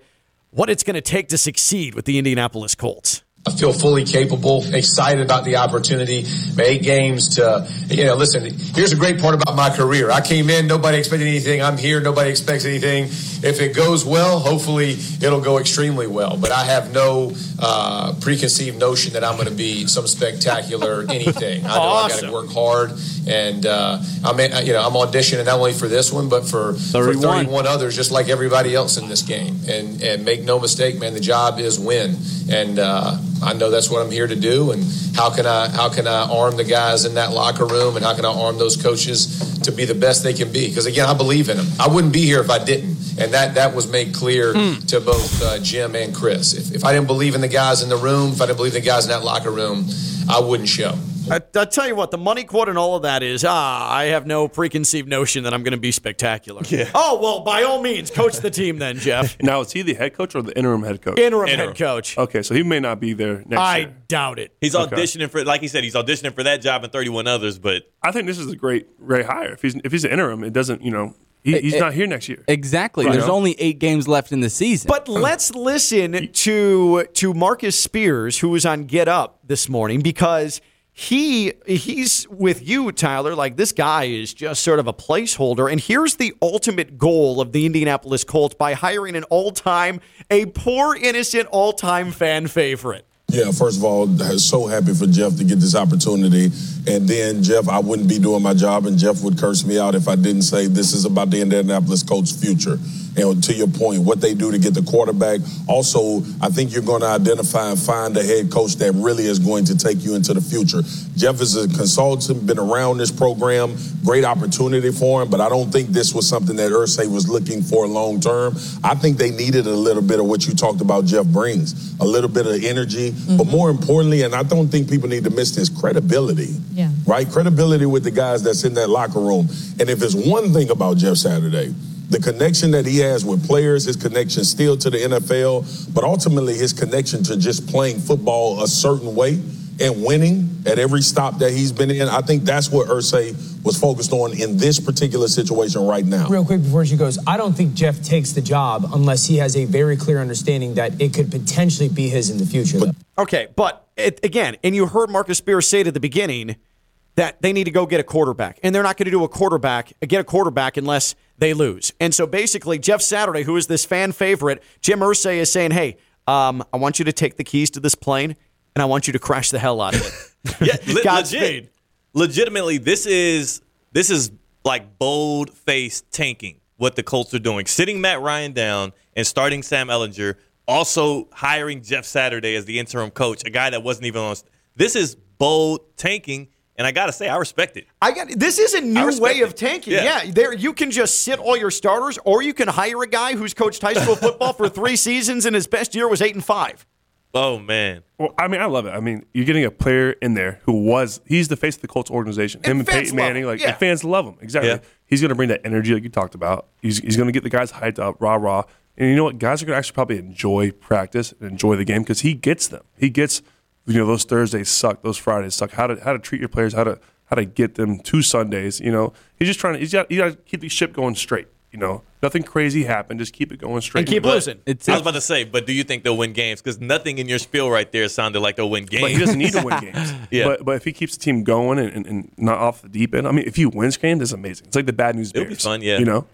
Speaker 2: what it's going to take to succeed with the Indianapolis Colts.
Speaker 10: I feel fully capable, excited about the opportunity. Eight games to, you know, listen, here's a great part about my career. I came in, nobody expected anything. I'm here, nobody expects anything. If it goes well, hopefully it'll go extremely well. But I have no uh, preconceived notion that I'm going to be some spectacular anything. I know I got
Speaker 2: Awesome.
Speaker 10: to work hard, and uh, I'm, in- you know, I'm auditioning not only for this one, but for for
Speaker 3: 31.
Speaker 10: 31 others, just like everybody else in this game. And and make no mistake, man, the job is win. And uh, I know that's what I'm here to do. And how can I how can I arm the guys in that locker room, and how can I arm those coaches to be the best they can be? Because again, I believe in them. I wouldn't be here if I didn't. And that that was made clear to both uh, Jim and Chris. If, if I didn't believe in the guys in the room, if I didn't believe in the guys in that locker room, I wouldn't show.
Speaker 2: I, I tell you what, the money quote and all of that is ah, I have no preconceived notion that I'm going to be spectacular. Yeah. Oh, well, by all means, coach the team then,
Speaker 6: (laughs)
Speaker 2: Jeff.
Speaker 7: Now is he the head coach or the interim head coach?
Speaker 2: Interim, head coach.
Speaker 7: Okay, so he may not be there next
Speaker 2: I
Speaker 7: year.
Speaker 2: doubt it.
Speaker 6: He's
Speaker 7: Okay.
Speaker 6: auditioning for, like he said, he's auditioning for that job and 31 others, but
Speaker 7: I think this is a great, great hire. If he's if he's an interim, it doesn't you know he, he's
Speaker 3: it-
Speaker 7: not here next year.
Speaker 3: E, Exactly.
Speaker 7: Right.
Speaker 3: There's only eight games left in the season. Oh.
Speaker 2: But let's listen to to Marcus Spears, who was on Get Up this morning, because he he's with you, Tyler. Like this guy is just sort of a placeholder, and here's the ultimate goal of the Indianapolis Colts by hiring an all time, a poor innocent all time fan favorite.
Speaker 11: Yeah, first of all, so happy for Jeff to get this opportunity. And then, Jeff, I wouldn't be doing my job, and Jeff would curse me out if I didn't say this is about the Indianapolis Colts' future. And to your point, what they do to get the quarterback. Also, I think you're going to identify and find a head coach that really is going to take you into the future. Jeff is a consultant, been around this program, great opportunity for him, but I don't think this was something that Ursay was looking for long term. I think they needed a little bit of what you talked about Jeff brings, a little bit of energy, but more importantly, and I don't think people need to miss this credibility.
Speaker 16: Yeah.
Speaker 11: Right? Credibility with the guys that's in that locker room. And if it's one thing about Jeff Saturday, the connection that he has with players, his connection still to the NFL, but ultimately his connection to just playing football a certain way and winning at every stop that he's been in, I think that's what Ursay was focused on in this particular situation right now.
Speaker 12: (laughs) Real quick before she goes, I don't think Jeff takes the job unless he has a very clear understanding that it could potentially be his in the future. though.
Speaker 2: Okay, but it, again, and you heard Marcus Spears say it at the beginning, that they need to go get a quarterback, and they're not going to do a quarterback get a quarterback unless they lose. And so basically, Jeff Saturday, who is this fan favorite, Jim Irsay is saying, "Hey, um, I want you to take the keys to this plane, and I want you to crash the hell out of
Speaker 6: (laughs)
Speaker 2: it."
Speaker 6: yeah, le-
Speaker 2: Godspeed.
Speaker 6: legit, legitimately, this is this is like bold faced tanking. What the Colts are doing, sitting Matt Ryan down and starting Sam Ellinger, also hiring Jeff Saturday as the interim coach, a guy that wasn't even on. This is bold tanking, and I gotta say, I respect it.
Speaker 2: I got this is a
Speaker 6: I
Speaker 2: new
Speaker 6: respect
Speaker 2: way
Speaker 6: it.
Speaker 2: of tanking. Yeah.
Speaker 6: Yeah.
Speaker 2: there you can just sit all your starters, or you can hire a guy who's coached high school football for
Speaker 6: (laughs)
Speaker 2: three seasons, and his best year was eight and five.
Speaker 6: Oh man.
Speaker 7: Well, I mean, I love it. I mean, you're getting a player in there who was he's the face of the Colts organization. Him and
Speaker 2: fans
Speaker 7: Peyton
Speaker 2: love
Speaker 7: Manning,
Speaker 2: him.
Speaker 7: like
Speaker 2: Yeah.
Speaker 7: and fans love him. Exactly.
Speaker 6: Yeah.
Speaker 7: He's going to bring that energy like you talked about. He's he's going to get the guys hyped up, rah rah. And you know what? Guys are going to actually probably enjoy practice and enjoy the game because he gets them. He gets you know those Thursdays suck, those Fridays suck. How to how to treat your players, how to how to get them to Sundays. You know, he's just trying to he's got you got to keep the ship going straight. You know, nothing crazy happened. Just keep it going straight.
Speaker 6: But-
Speaker 7: It's-
Speaker 6: I was about to say, but do you think they'll win games? Because nothing in your spiel right there sounded like they'll win games.
Speaker 7: But he doesn't
Speaker 6: (laughs)
Speaker 7: need to win games.
Speaker 6: Yeah.
Speaker 7: But but if he keeps the team going and, and, and not off the deep end, I mean, if he wins games, that's amazing. It's like the bad news
Speaker 6: It'll
Speaker 7: bears.
Speaker 6: be fun, yeah.
Speaker 7: You know,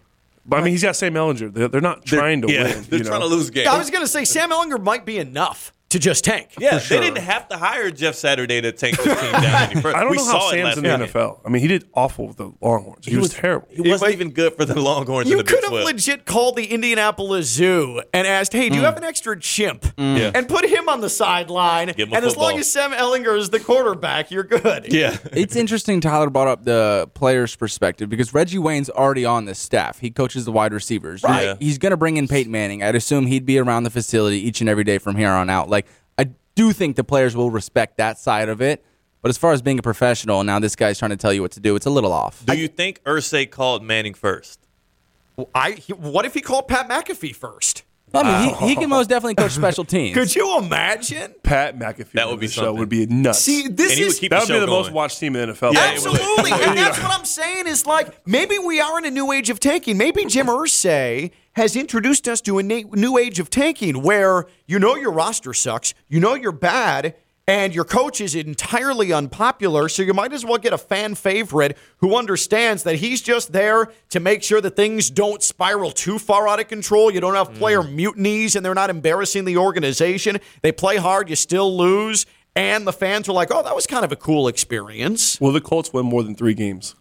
Speaker 7: but I mean, he's got Sam Ellinger. They're, they're not trying to
Speaker 6: yeah,
Speaker 7: win.
Speaker 6: (laughs) they're
Speaker 7: you know?
Speaker 6: trying to lose games.
Speaker 2: I was gonna say Sam Ellinger might be enough to just tank.
Speaker 6: Yeah, they didn't have to hire Jeff Saturday to tank the team down any further.
Speaker 7: I don't
Speaker 6: we
Speaker 7: know
Speaker 6: saw
Speaker 7: how
Speaker 6: it
Speaker 7: Sam's
Speaker 6: last
Speaker 7: in the
Speaker 6: weekend.
Speaker 7: NFL. I mean, he did awful with the Longhorns. He, was, terrible.
Speaker 6: He, wasn't even good for the Longhorns.
Speaker 2: You
Speaker 6: in the Big
Speaker 2: could have
Speaker 6: 12.
Speaker 2: legit called the Indianapolis Zoo and asked, "Hey, do you have an extra chimp?"
Speaker 6: Yeah.
Speaker 2: And put him on the sideline. And
Speaker 6: him a
Speaker 2: as long
Speaker 6: football.
Speaker 2: as Sam Ellinger is the quarterback, you're good.
Speaker 3: (laughs) it's interesting Tyler brought up the player's perspective because Reggie Wayne's already on this staff. He coaches the wide receivers.
Speaker 2: Right. Yeah.
Speaker 3: He's going to bring in Peyton Manning. I'd assume he'd be around the facility each and every day from here on out. Like, I do think the players will respect that side of it. But as far as being a professional, now this guy's trying to tell you what to do. It's a little off.
Speaker 6: Do you think Ursay called Manning first?
Speaker 2: I. he- What if he called Pat McAfee first?
Speaker 3: I mean,
Speaker 2: (laughs)
Speaker 3: he, he can most definitely coach special teams.
Speaker 2: Could (laughs) you imagine?
Speaker 7: Pat McAfee that would be show would be nuts.
Speaker 2: See, this And he would is- keep
Speaker 7: that
Speaker 2: the
Speaker 7: would
Speaker 2: show
Speaker 7: be the most
Speaker 2: going.
Speaker 7: watched team in the NFL.
Speaker 2: Yeah,
Speaker 7: (laughs)
Speaker 2: Absolutely. and
Speaker 6: (laughs)
Speaker 2: that's what I'm saying is like maybe we are in a new age of tanking. Maybe Jim Ursay has introduced us to a na- new age of tanking where you know your roster sucks, you know you're bad, and your coach is entirely unpopular, so you might as well get a fan favorite who understands that he's just there to make sure that things don't spiral too far out of control. You don't have player
Speaker 6: Mm.
Speaker 2: mutinies and they're not embarrassing the organization. They play hard, you still lose. And the fans were like, oh, that was kind of a cool experience.
Speaker 7: Will the Colts win more than three games?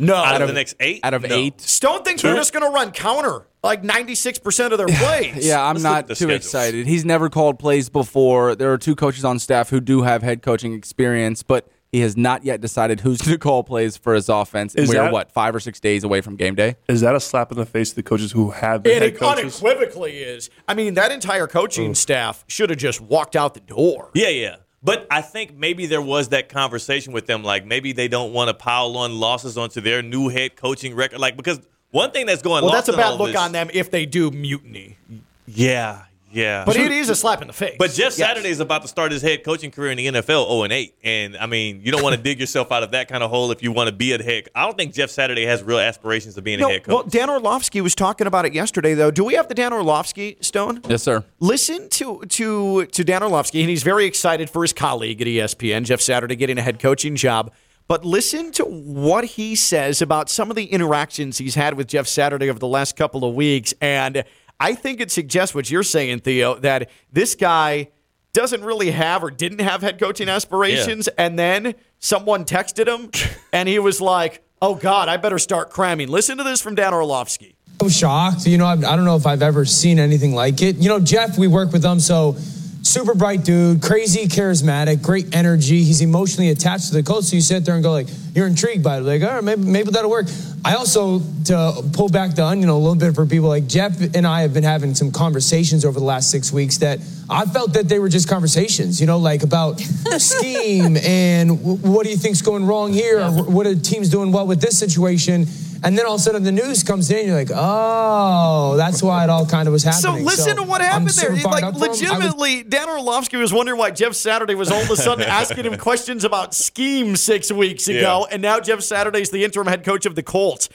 Speaker 2: No.
Speaker 6: Out, of, the next eight?
Speaker 3: out of
Speaker 6: No.
Speaker 3: eight.
Speaker 2: Stone thinks they're
Speaker 7: Two?
Speaker 2: just going to run counter like 96% of their plays.
Speaker 3: Yeah, I'm
Speaker 6: Let's look
Speaker 3: not
Speaker 6: at the
Speaker 3: too
Speaker 6: schedules.
Speaker 3: excited. He's never called plays before. There are two coaches on staff who do have head coaching experience, but he has not yet decided who's (laughs) going to call plays for his offense. And
Speaker 7: Is
Speaker 3: we are
Speaker 7: that-
Speaker 3: what five or six days away from game day.
Speaker 7: Is that a slap in the face to the coaches who have been head
Speaker 2: It
Speaker 7: coaches?
Speaker 2: unequivocally is. I mean, that entire coaching staff should have just walked out the door.
Speaker 6: Yeah, yeah. But I think maybe there was that conversation with them, like maybe they don't want to pile on losses onto their new head coaching record, like because one thing that's going
Speaker 2: Well,
Speaker 6: lost
Speaker 2: that's a
Speaker 6: in all
Speaker 2: bad
Speaker 6: of
Speaker 2: look
Speaker 6: this-
Speaker 2: on them if they do mutiny.
Speaker 6: Yeah, yeah.
Speaker 2: But it is a slap in the face.
Speaker 6: But
Speaker 2: Yes.
Speaker 6: Jeff Saturday is about to start his head coaching career in the NFL 0 and 8. And I mean, you don't want to dig yourself out of that kind of hole if you want to be a head. I don't think Jeff Saturday has real aspirations of being
Speaker 2: No,
Speaker 6: a head coach.
Speaker 2: well, Dan Orlovsky was talking about it yesterday, though. Do we have the Dan Orlovsky Stone?
Speaker 3: Yes, sir.
Speaker 2: Listen to to to Dan Orlovsky, and he's very excited for his colleague at E ESPN, Jeff Saturday, getting a head coaching job. But listen to what he says about some of the interactions he's had with Jeff Saturday over the last couple of weeks, and I think it suggests what you're saying, Theo, that this guy doesn't really have or didn't have head coaching aspirations, and then someone texted him, and he was like, "Oh God, I better start cramming." Listen to this from Dan Orlovsky.
Speaker 12: I'm shocked. You know, I, I don't know if I've ever seen anything like it. You know, Jeff, we work with him, so super bright dude, crazy charismatic, great energy. He's emotionally attached to the coach, so you sit there and go like, you're intrigued by it. Like, all right, maybe, maybe that'll work. I also, to pull back the onion a little bit for people, like Jeff and I have been having some conversations over the last six weeks that I felt that they were just conversations, you know, like about scheme and w- what do you think's going wrong here? Or what are teams doing well with this situation? And then all of a sudden the news comes in, and you're like, oh, that's why it all kind of was
Speaker 2: So
Speaker 12: happening.
Speaker 2: listen to what happened there. It, Like
Speaker 12: legitimately.
Speaker 2: legitimately, Dan Orlovsky was wondering why Jeff Saturday was all of a sudden asking him questions about scheme six weeks ago, and now Jeff Saturday's the interim head coach of the Colts.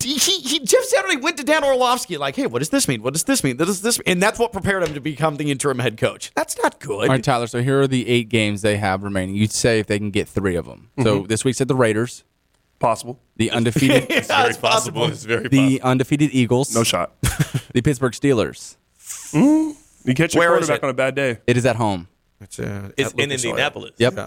Speaker 2: he, he, Jeff Saturday went to Dan Orlovsky like, hey, what does this mean? What does this mean? What does this mean? And that's what prepared him to become the interim head coach. That's not good.
Speaker 3: All right, Tyler. So here are the eight games they have remaining. You'd say if they can get three of them. So
Speaker 7: Mhm.
Speaker 3: this week's at the Raiders,
Speaker 7: possible.
Speaker 3: The undefeated,
Speaker 7: It's very It's possible. possible. It's very
Speaker 3: the undefeated Eagles, no
Speaker 7: shot.
Speaker 3: (laughs)
Speaker 7: Mm-hmm.
Speaker 3: the Pittsburgh Steelers.
Speaker 7: You catch your
Speaker 3: Where is
Speaker 7: quarterback
Speaker 3: it?
Speaker 7: on a bad day.
Speaker 3: It is at home.
Speaker 2: It's, uh,
Speaker 6: It's in Indianapolis.
Speaker 3: Yep.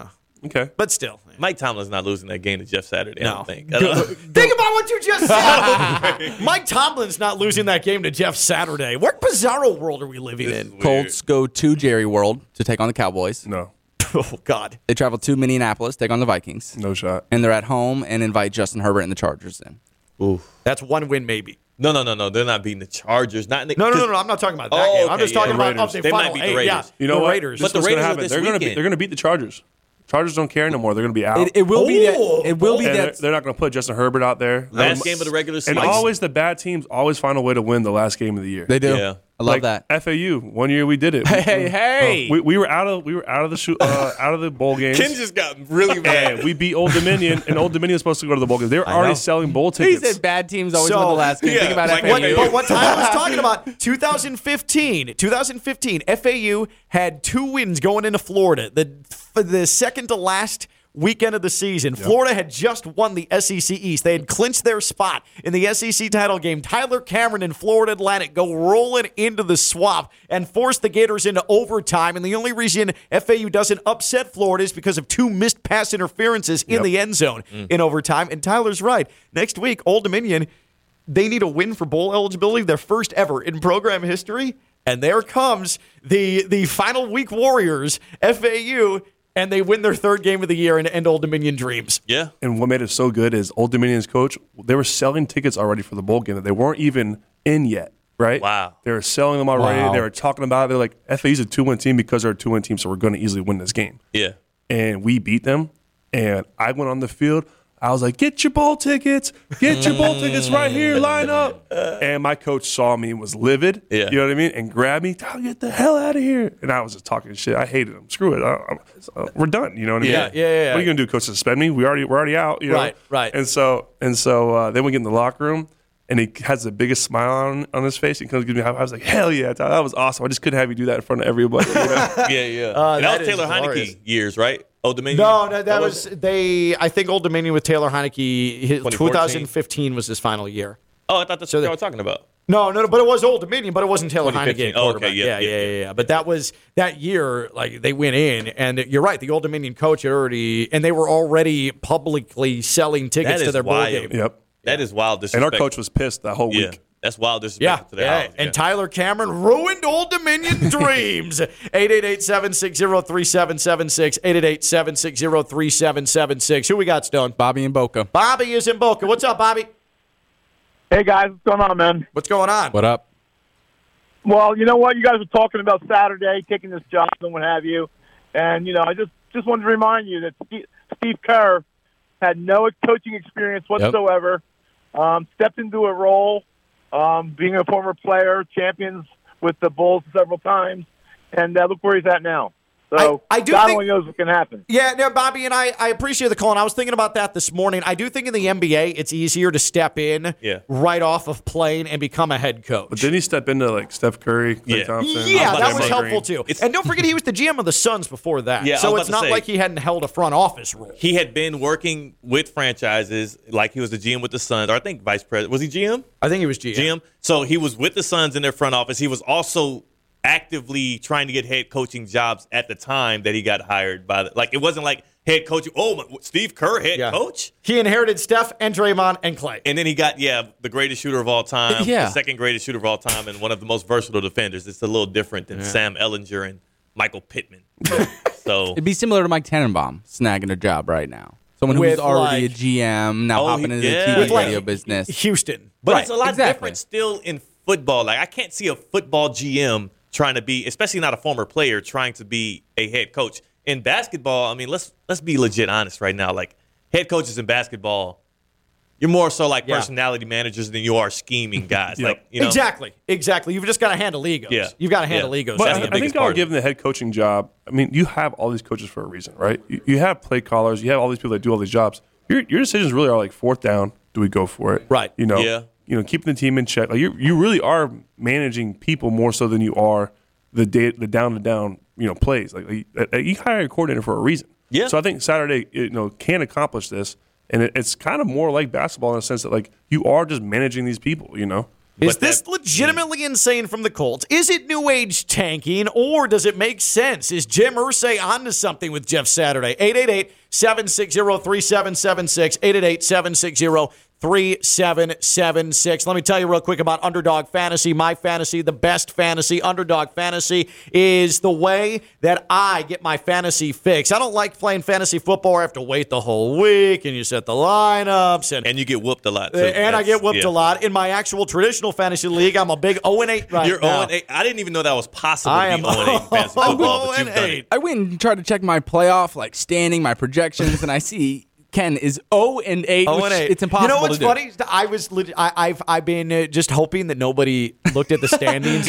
Speaker 7: Okay.
Speaker 6: But still, Mike Tomlin's not losing that game to Jeff Saturday. I don't think. I
Speaker 2: (laughs)
Speaker 6: don't-
Speaker 2: Think about what you just said. Mike Tomlin's not losing that game to Jeff Saturday. What bizarro world are we living in?
Speaker 3: Colts go to Jerry World to take on the Cowboys. (laughs)
Speaker 7: No.
Speaker 2: Oh God.
Speaker 3: They travel to Minneapolis, take on the Vikings.
Speaker 7: No shot.
Speaker 3: And they're at home and invite Justin Herbert and the Chargers in.
Speaker 2: That's one win, maybe.
Speaker 6: No, no, no, no. They're not beating the Chargers. Not in the,
Speaker 2: No, no, no,
Speaker 6: 'cause- Oh,
Speaker 2: no. I'm not talking about that
Speaker 7: Oh,
Speaker 2: game. I'm
Speaker 6: okay,
Speaker 2: just talking
Speaker 6: yeah.
Speaker 2: about up
Speaker 6: They
Speaker 2: the final
Speaker 6: might be the
Speaker 2: eight.
Speaker 6: Raiders.
Speaker 2: Yeah,
Speaker 7: You know
Speaker 2: the
Speaker 7: what?
Speaker 2: Raiders.
Speaker 7: This is what's gonna happen. They're gonna beat. They're going to beat the Chargers. Chargers don't care anymore. They're going to be out.
Speaker 3: It- it will be that-
Speaker 7: Oh.
Speaker 3: it will be
Speaker 7: And
Speaker 3: that-
Speaker 7: They're, they're not going to put Justin Herbert out there.
Speaker 6: Last
Speaker 7: Um,
Speaker 6: game of the regular
Speaker 7: And
Speaker 6: season.
Speaker 7: always the bad teams always find a way to win the last game of the year.
Speaker 3: They do. Yeah. I love
Speaker 7: Like FAU. One year we did it.
Speaker 3: Hey, hey, hey.
Speaker 7: we, we were out of we were out of the shoe, uh, out of the bowl games.
Speaker 6: Ken just got really mad.
Speaker 7: and we beat Old Dominion, and Old Dominion was supposed to go to the bowl game. They were already
Speaker 3: know.
Speaker 7: selling bowl
Speaker 3: He
Speaker 7: tickets.
Speaker 3: said bad teams always win the last game. Think about
Speaker 2: like
Speaker 3: FAU.
Speaker 2: what, But what Tyler was talking about, 2015, 2015, FAU had two wins going into Florida. The for the second to last weekend of the season, Florida had just won the SEC East. They had clinched their spot in the SEC title game. Tyler Cameron and Florida Atlantic go rolling into the swamp and force the Gators into overtime. And the only reason FAU doesn't upset Florida is because of two missed pass interferences in
Speaker 7: Yep.
Speaker 2: the end zone in overtime. And Tyler's right. Next week, Old Dominion they need a win for bowl eligibility, their first ever in program history. And there comes the the final week Warriors, FAU, and they win their third game of the year and end Old Dominion dreams.
Speaker 6: Yeah.
Speaker 7: And what made it so good is Old Dominion's coach, they were selling tickets already for the bowl game that they weren't even in yet, right? Wow. They were selling them already.
Speaker 6: Wow.
Speaker 7: They were talking about it. They're like, FAU's a two win team because they're a two win team, so we're going to easily win this game.
Speaker 6: Yeah.
Speaker 7: And we beat them. And I went on the field. I was like, get your bowl tickets. Get your bowl tickets right here. Line up. And my coach saw me and was livid.
Speaker 6: Yeah.
Speaker 7: You know what I mean? And grabbed me. Tyler, get the hell out of here. And I was just talking shit. I hated him. Screw it. I, I, we're done. You know what I mean?
Speaker 2: Yeah, yeah, yeah, yeah.
Speaker 7: What are you going to do, coach? Suspend me? We already, we're already out. You know?
Speaker 2: Right, right.
Speaker 7: And so and so uh, then we get in the locker room, and he has the biggest smile on, on his face. And comes gives me. a high five. I was like, hell yeah, Tyler, that was awesome. I just couldn't have you do that in front of everybody.
Speaker 2: (laughs)
Speaker 7: you know?
Speaker 6: yeah, yeah.
Speaker 2: Uh,
Speaker 6: and that,
Speaker 2: that
Speaker 6: was
Speaker 2: is
Speaker 6: Taylor
Speaker 2: glorious.
Speaker 6: Heineke years, right? Old Dominion.
Speaker 2: No, no, that was
Speaker 6: wasn't-
Speaker 2: they. I think Old Dominion with Taylor Heineke. his-
Speaker 6: 2014?
Speaker 2: 2015 was his final year.
Speaker 6: Oh, I thought that's what y'all were talking about.
Speaker 2: No, no, no, but it was Old Dominion, but it wasn't Taylor Heineke.
Speaker 6: 2015.
Speaker 2: at
Speaker 6: Oh, okay,
Speaker 2: quarterback.
Speaker 6: yeah,
Speaker 2: yeah,
Speaker 6: yeah,
Speaker 2: yeah, yeah, yeah. But that was that year. Like they went in, and you're right. The Old Dominion coach had already, and they were already publicly selling tickets to their bowl game.
Speaker 7: Yep.
Speaker 6: That is wild.
Speaker 7: And our
Speaker 6: disrespect.
Speaker 7: coach was pissed that whole
Speaker 6: Yeah.
Speaker 7: week.
Speaker 6: That's wild. Disrespect
Speaker 2: Yeah,
Speaker 6: to the
Speaker 2: yeah.
Speaker 6: Owls,
Speaker 2: and Tyler Cameron ruined Old
Speaker 7: (laughs)
Speaker 2: Dominion dreams. 888-760-3776, 888-760-3776. Who we got, Stone?
Speaker 3: Bobby and Boca.
Speaker 2: Bobby is in Boca. What's up, Bobby?
Speaker 13: Hey guys, what's going on, man?
Speaker 2: What's going on?
Speaker 3: What up?
Speaker 13: Well, you know what? You guys were talking about Saturday taking this job and what have you, and you know, I just just wanted to remind you that Steve, Steve Kerr had no coaching experience whatsoever. Um, stepped into a role, um, being a former player, champions with the Bulls several times, and uh, look where he's at now. So
Speaker 2: I- I do
Speaker 13: God
Speaker 2: think-
Speaker 13: only knows what can happen.
Speaker 2: Yeah, no, Bobby, and I, I appreciate the call. And I was thinking about that this morning. I do think in the NBA, it's easier to step in
Speaker 7: Yeah.
Speaker 2: right off of plane and become a head coach.
Speaker 7: But then he stepped into like Steph Curry, Klay
Speaker 6: Yeah.
Speaker 7: Thompson.
Speaker 2: Yeah, that
Speaker 7: Draymond
Speaker 2: was helpful
Speaker 7: Green.
Speaker 2: too. and don't forget, he was the GM of the Suns before that.
Speaker 6: Yeah, I
Speaker 2: so
Speaker 6: was
Speaker 2: it's
Speaker 6: about
Speaker 2: not
Speaker 6: to say-
Speaker 2: like he hadn't held a front office role.
Speaker 6: He had been working with franchises, like he was the GM with the Suns, or I think vice president. Was he GM?
Speaker 2: I think he was GM.
Speaker 6: GM. So he was with the Suns in their front office. He was also actively trying to get head coaching jobs at the time that he got hired by the. Like it wasn't like head coach. Oh, my- Steve Kerr, head coach.
Speaker 2: He inherited Steph and Draymond and Clay.
Speaker 6: And then he got yeah the greatest shooter of all time,
Speaker 2: Yeah.
Speaker 6: the second greatest shooter of all time, and one of the most versatile defenders. It's a little different than Sam Ellinger and
Speaker 2: (laughs)
Speaker 6: Michael Pittman.
Speaker 7: Oh.
Speaker 6: so
Speaker 3: It'd be similar to Mike Tannenbaum snagging a job right now. Someone who's
Speaker 2: With,
Speaker 3: already
Speaker 2: like-
Speaker 3: a GM, now
Speaker 6: Oh,
Speaker 3: hopping
Speaker 6: he-
Speaker 3: into
Speaker 6: yeah.
Speaker 3: the
Speaker 6: With,
Speaker 3: TV
Speaker 6: like,
Speaker 3: radio business.
Speaker 2: Houston.
Speaker 6: But
Speaker 3: Right,
Speaker 6: it's a lot
Speaker 3: exactly.
Speaker 6: different still in football. Like I can't see a football GM trying to be, especially not a former player, trying to be a head coach. In basketball, I mean, let's let's be legit honest right now. Like head coaches in basketball, you're more so like
Speaker 2: Yeah.
Speaker 6: personality managers than you
Speaker 2: (laughs)
Speaker 6: are scheming guys. Like you know,
Speaker 2: Exactly, exactly. You've just got to handle egos.
Speaker 6: Yeah.
Speaker 2: You've got to handle
Speaker 6: Yeah.
Speaker 2: egos.
Speaker 7: But
Speaker 2: That's
Speaker 7: I,
Speaker 2: the
Speaker 7: I
Speaker 2: biggest
Speaker 7: think I'll
Speaker 2: part.
Speaker 7: give him the head coaching job. I mean, you have all these coaches for a reason, right? You, you have play callers, you have all these people that do all these jobs. Your, your decisions really are like fourth down, do we go for it?
Speaker 2: Right.
Speaker 7: You know.
Speaker 6: Yeah.
Speaker 7: You know, keeping the team in check. Like you, you really are managing people more so than you are the day, the down to down, you know, plays. Like you, uh, you hire a coordinator for a reason.
Speaker 6: Yeah.
Speaker 7: So I think Saturday, you know, can accomplish this, and it, it's kind of more like basketball in a sense that like you are just managing these people. You know.
Speaker 2: Is this legitimately insane from the Colts? Is it new age tanking or does it make sense? Is Jim Ursay onto something with Jeff Saturday? 888 760 3776. 888 760 3776. Let me tell you real quick about Underdog Fantasy. My fantasy, the best fantasy, Underdog Fantasy is the way that I get my fantasy fix. I don't like playing fantasy football. I have to wait the whole week and you set the lineups and
Speaker 6: And you get whooped a lot. Too.
Speaker 2: uh, and I
Speaker 6: That's-
Speaker 2: get whooped
Speaker 6: yeah.
Speaker 2: a lot in my actual traditional fantasy league. I'm a big 0 and 8 right
Speaker 6: You're
Speaker 2: now.
Speaker 6: 0 and 8. I didn't even know that was possible
Speaker 2: I
Speaker 6: to
Speaker 2: am (laughs)
Speaker 6: be 0 and 8 in fantasy football, but you've done it.
Speaker 3: I went and tried to check my playoff like standing, my projections, and I see Ken is 0 and 8.
Speaker 2: 0
Speaker 3: which
Speaker 2: and 8.
Speaker 3: It's impossible.
Speaker 2: You know what's
Speaker 3: to do.
Speaker 2: funny? I was lit- I, I've I've been uh, just hoping that nobody looked at the standings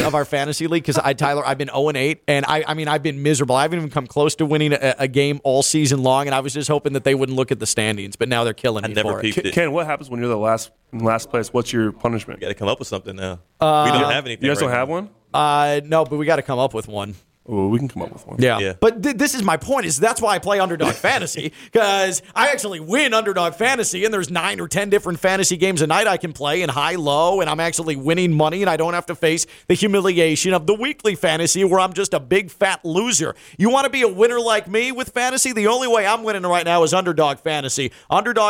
Speaker 3: (laughs)
Speaker 2: of our fantasy league because I Tyler I've been 0 and 8 and I I mean I've been miserable. I haven't even come close to winning a, a game all season long, and I was just hoping that they wouldn't look at the standings, but now they're killing me for it.
Speaker 7: Ken, Ken, what happens when you're the last in last place? What's your punishment? You
Speaker 6: got to come up with something now.
Speaker 2: Uh,
Speaker 6: we don't have anything.
Speaker 7: You guys don't
Speaker 6: right
Speaker 7: have
Speaker 6: now.
Speaker 7: one?
Speaker 2: Uh, no, but we got to come up with one.
Speaker 7: Oh, we can come up with one.
Speaker 2: Yeah. But th- this is my point is that's why I play underdog fantasy because I actually win underdog fantasy and there's nine or 10 different fantasy games a night I can play in high low and I'm actually winning money and I don't have to face the humiliation of the weekly fantasy where I'm just a big fat loser. You want to be a winner like me with fantasy? The only way I'm winning right now is underdog fantasy.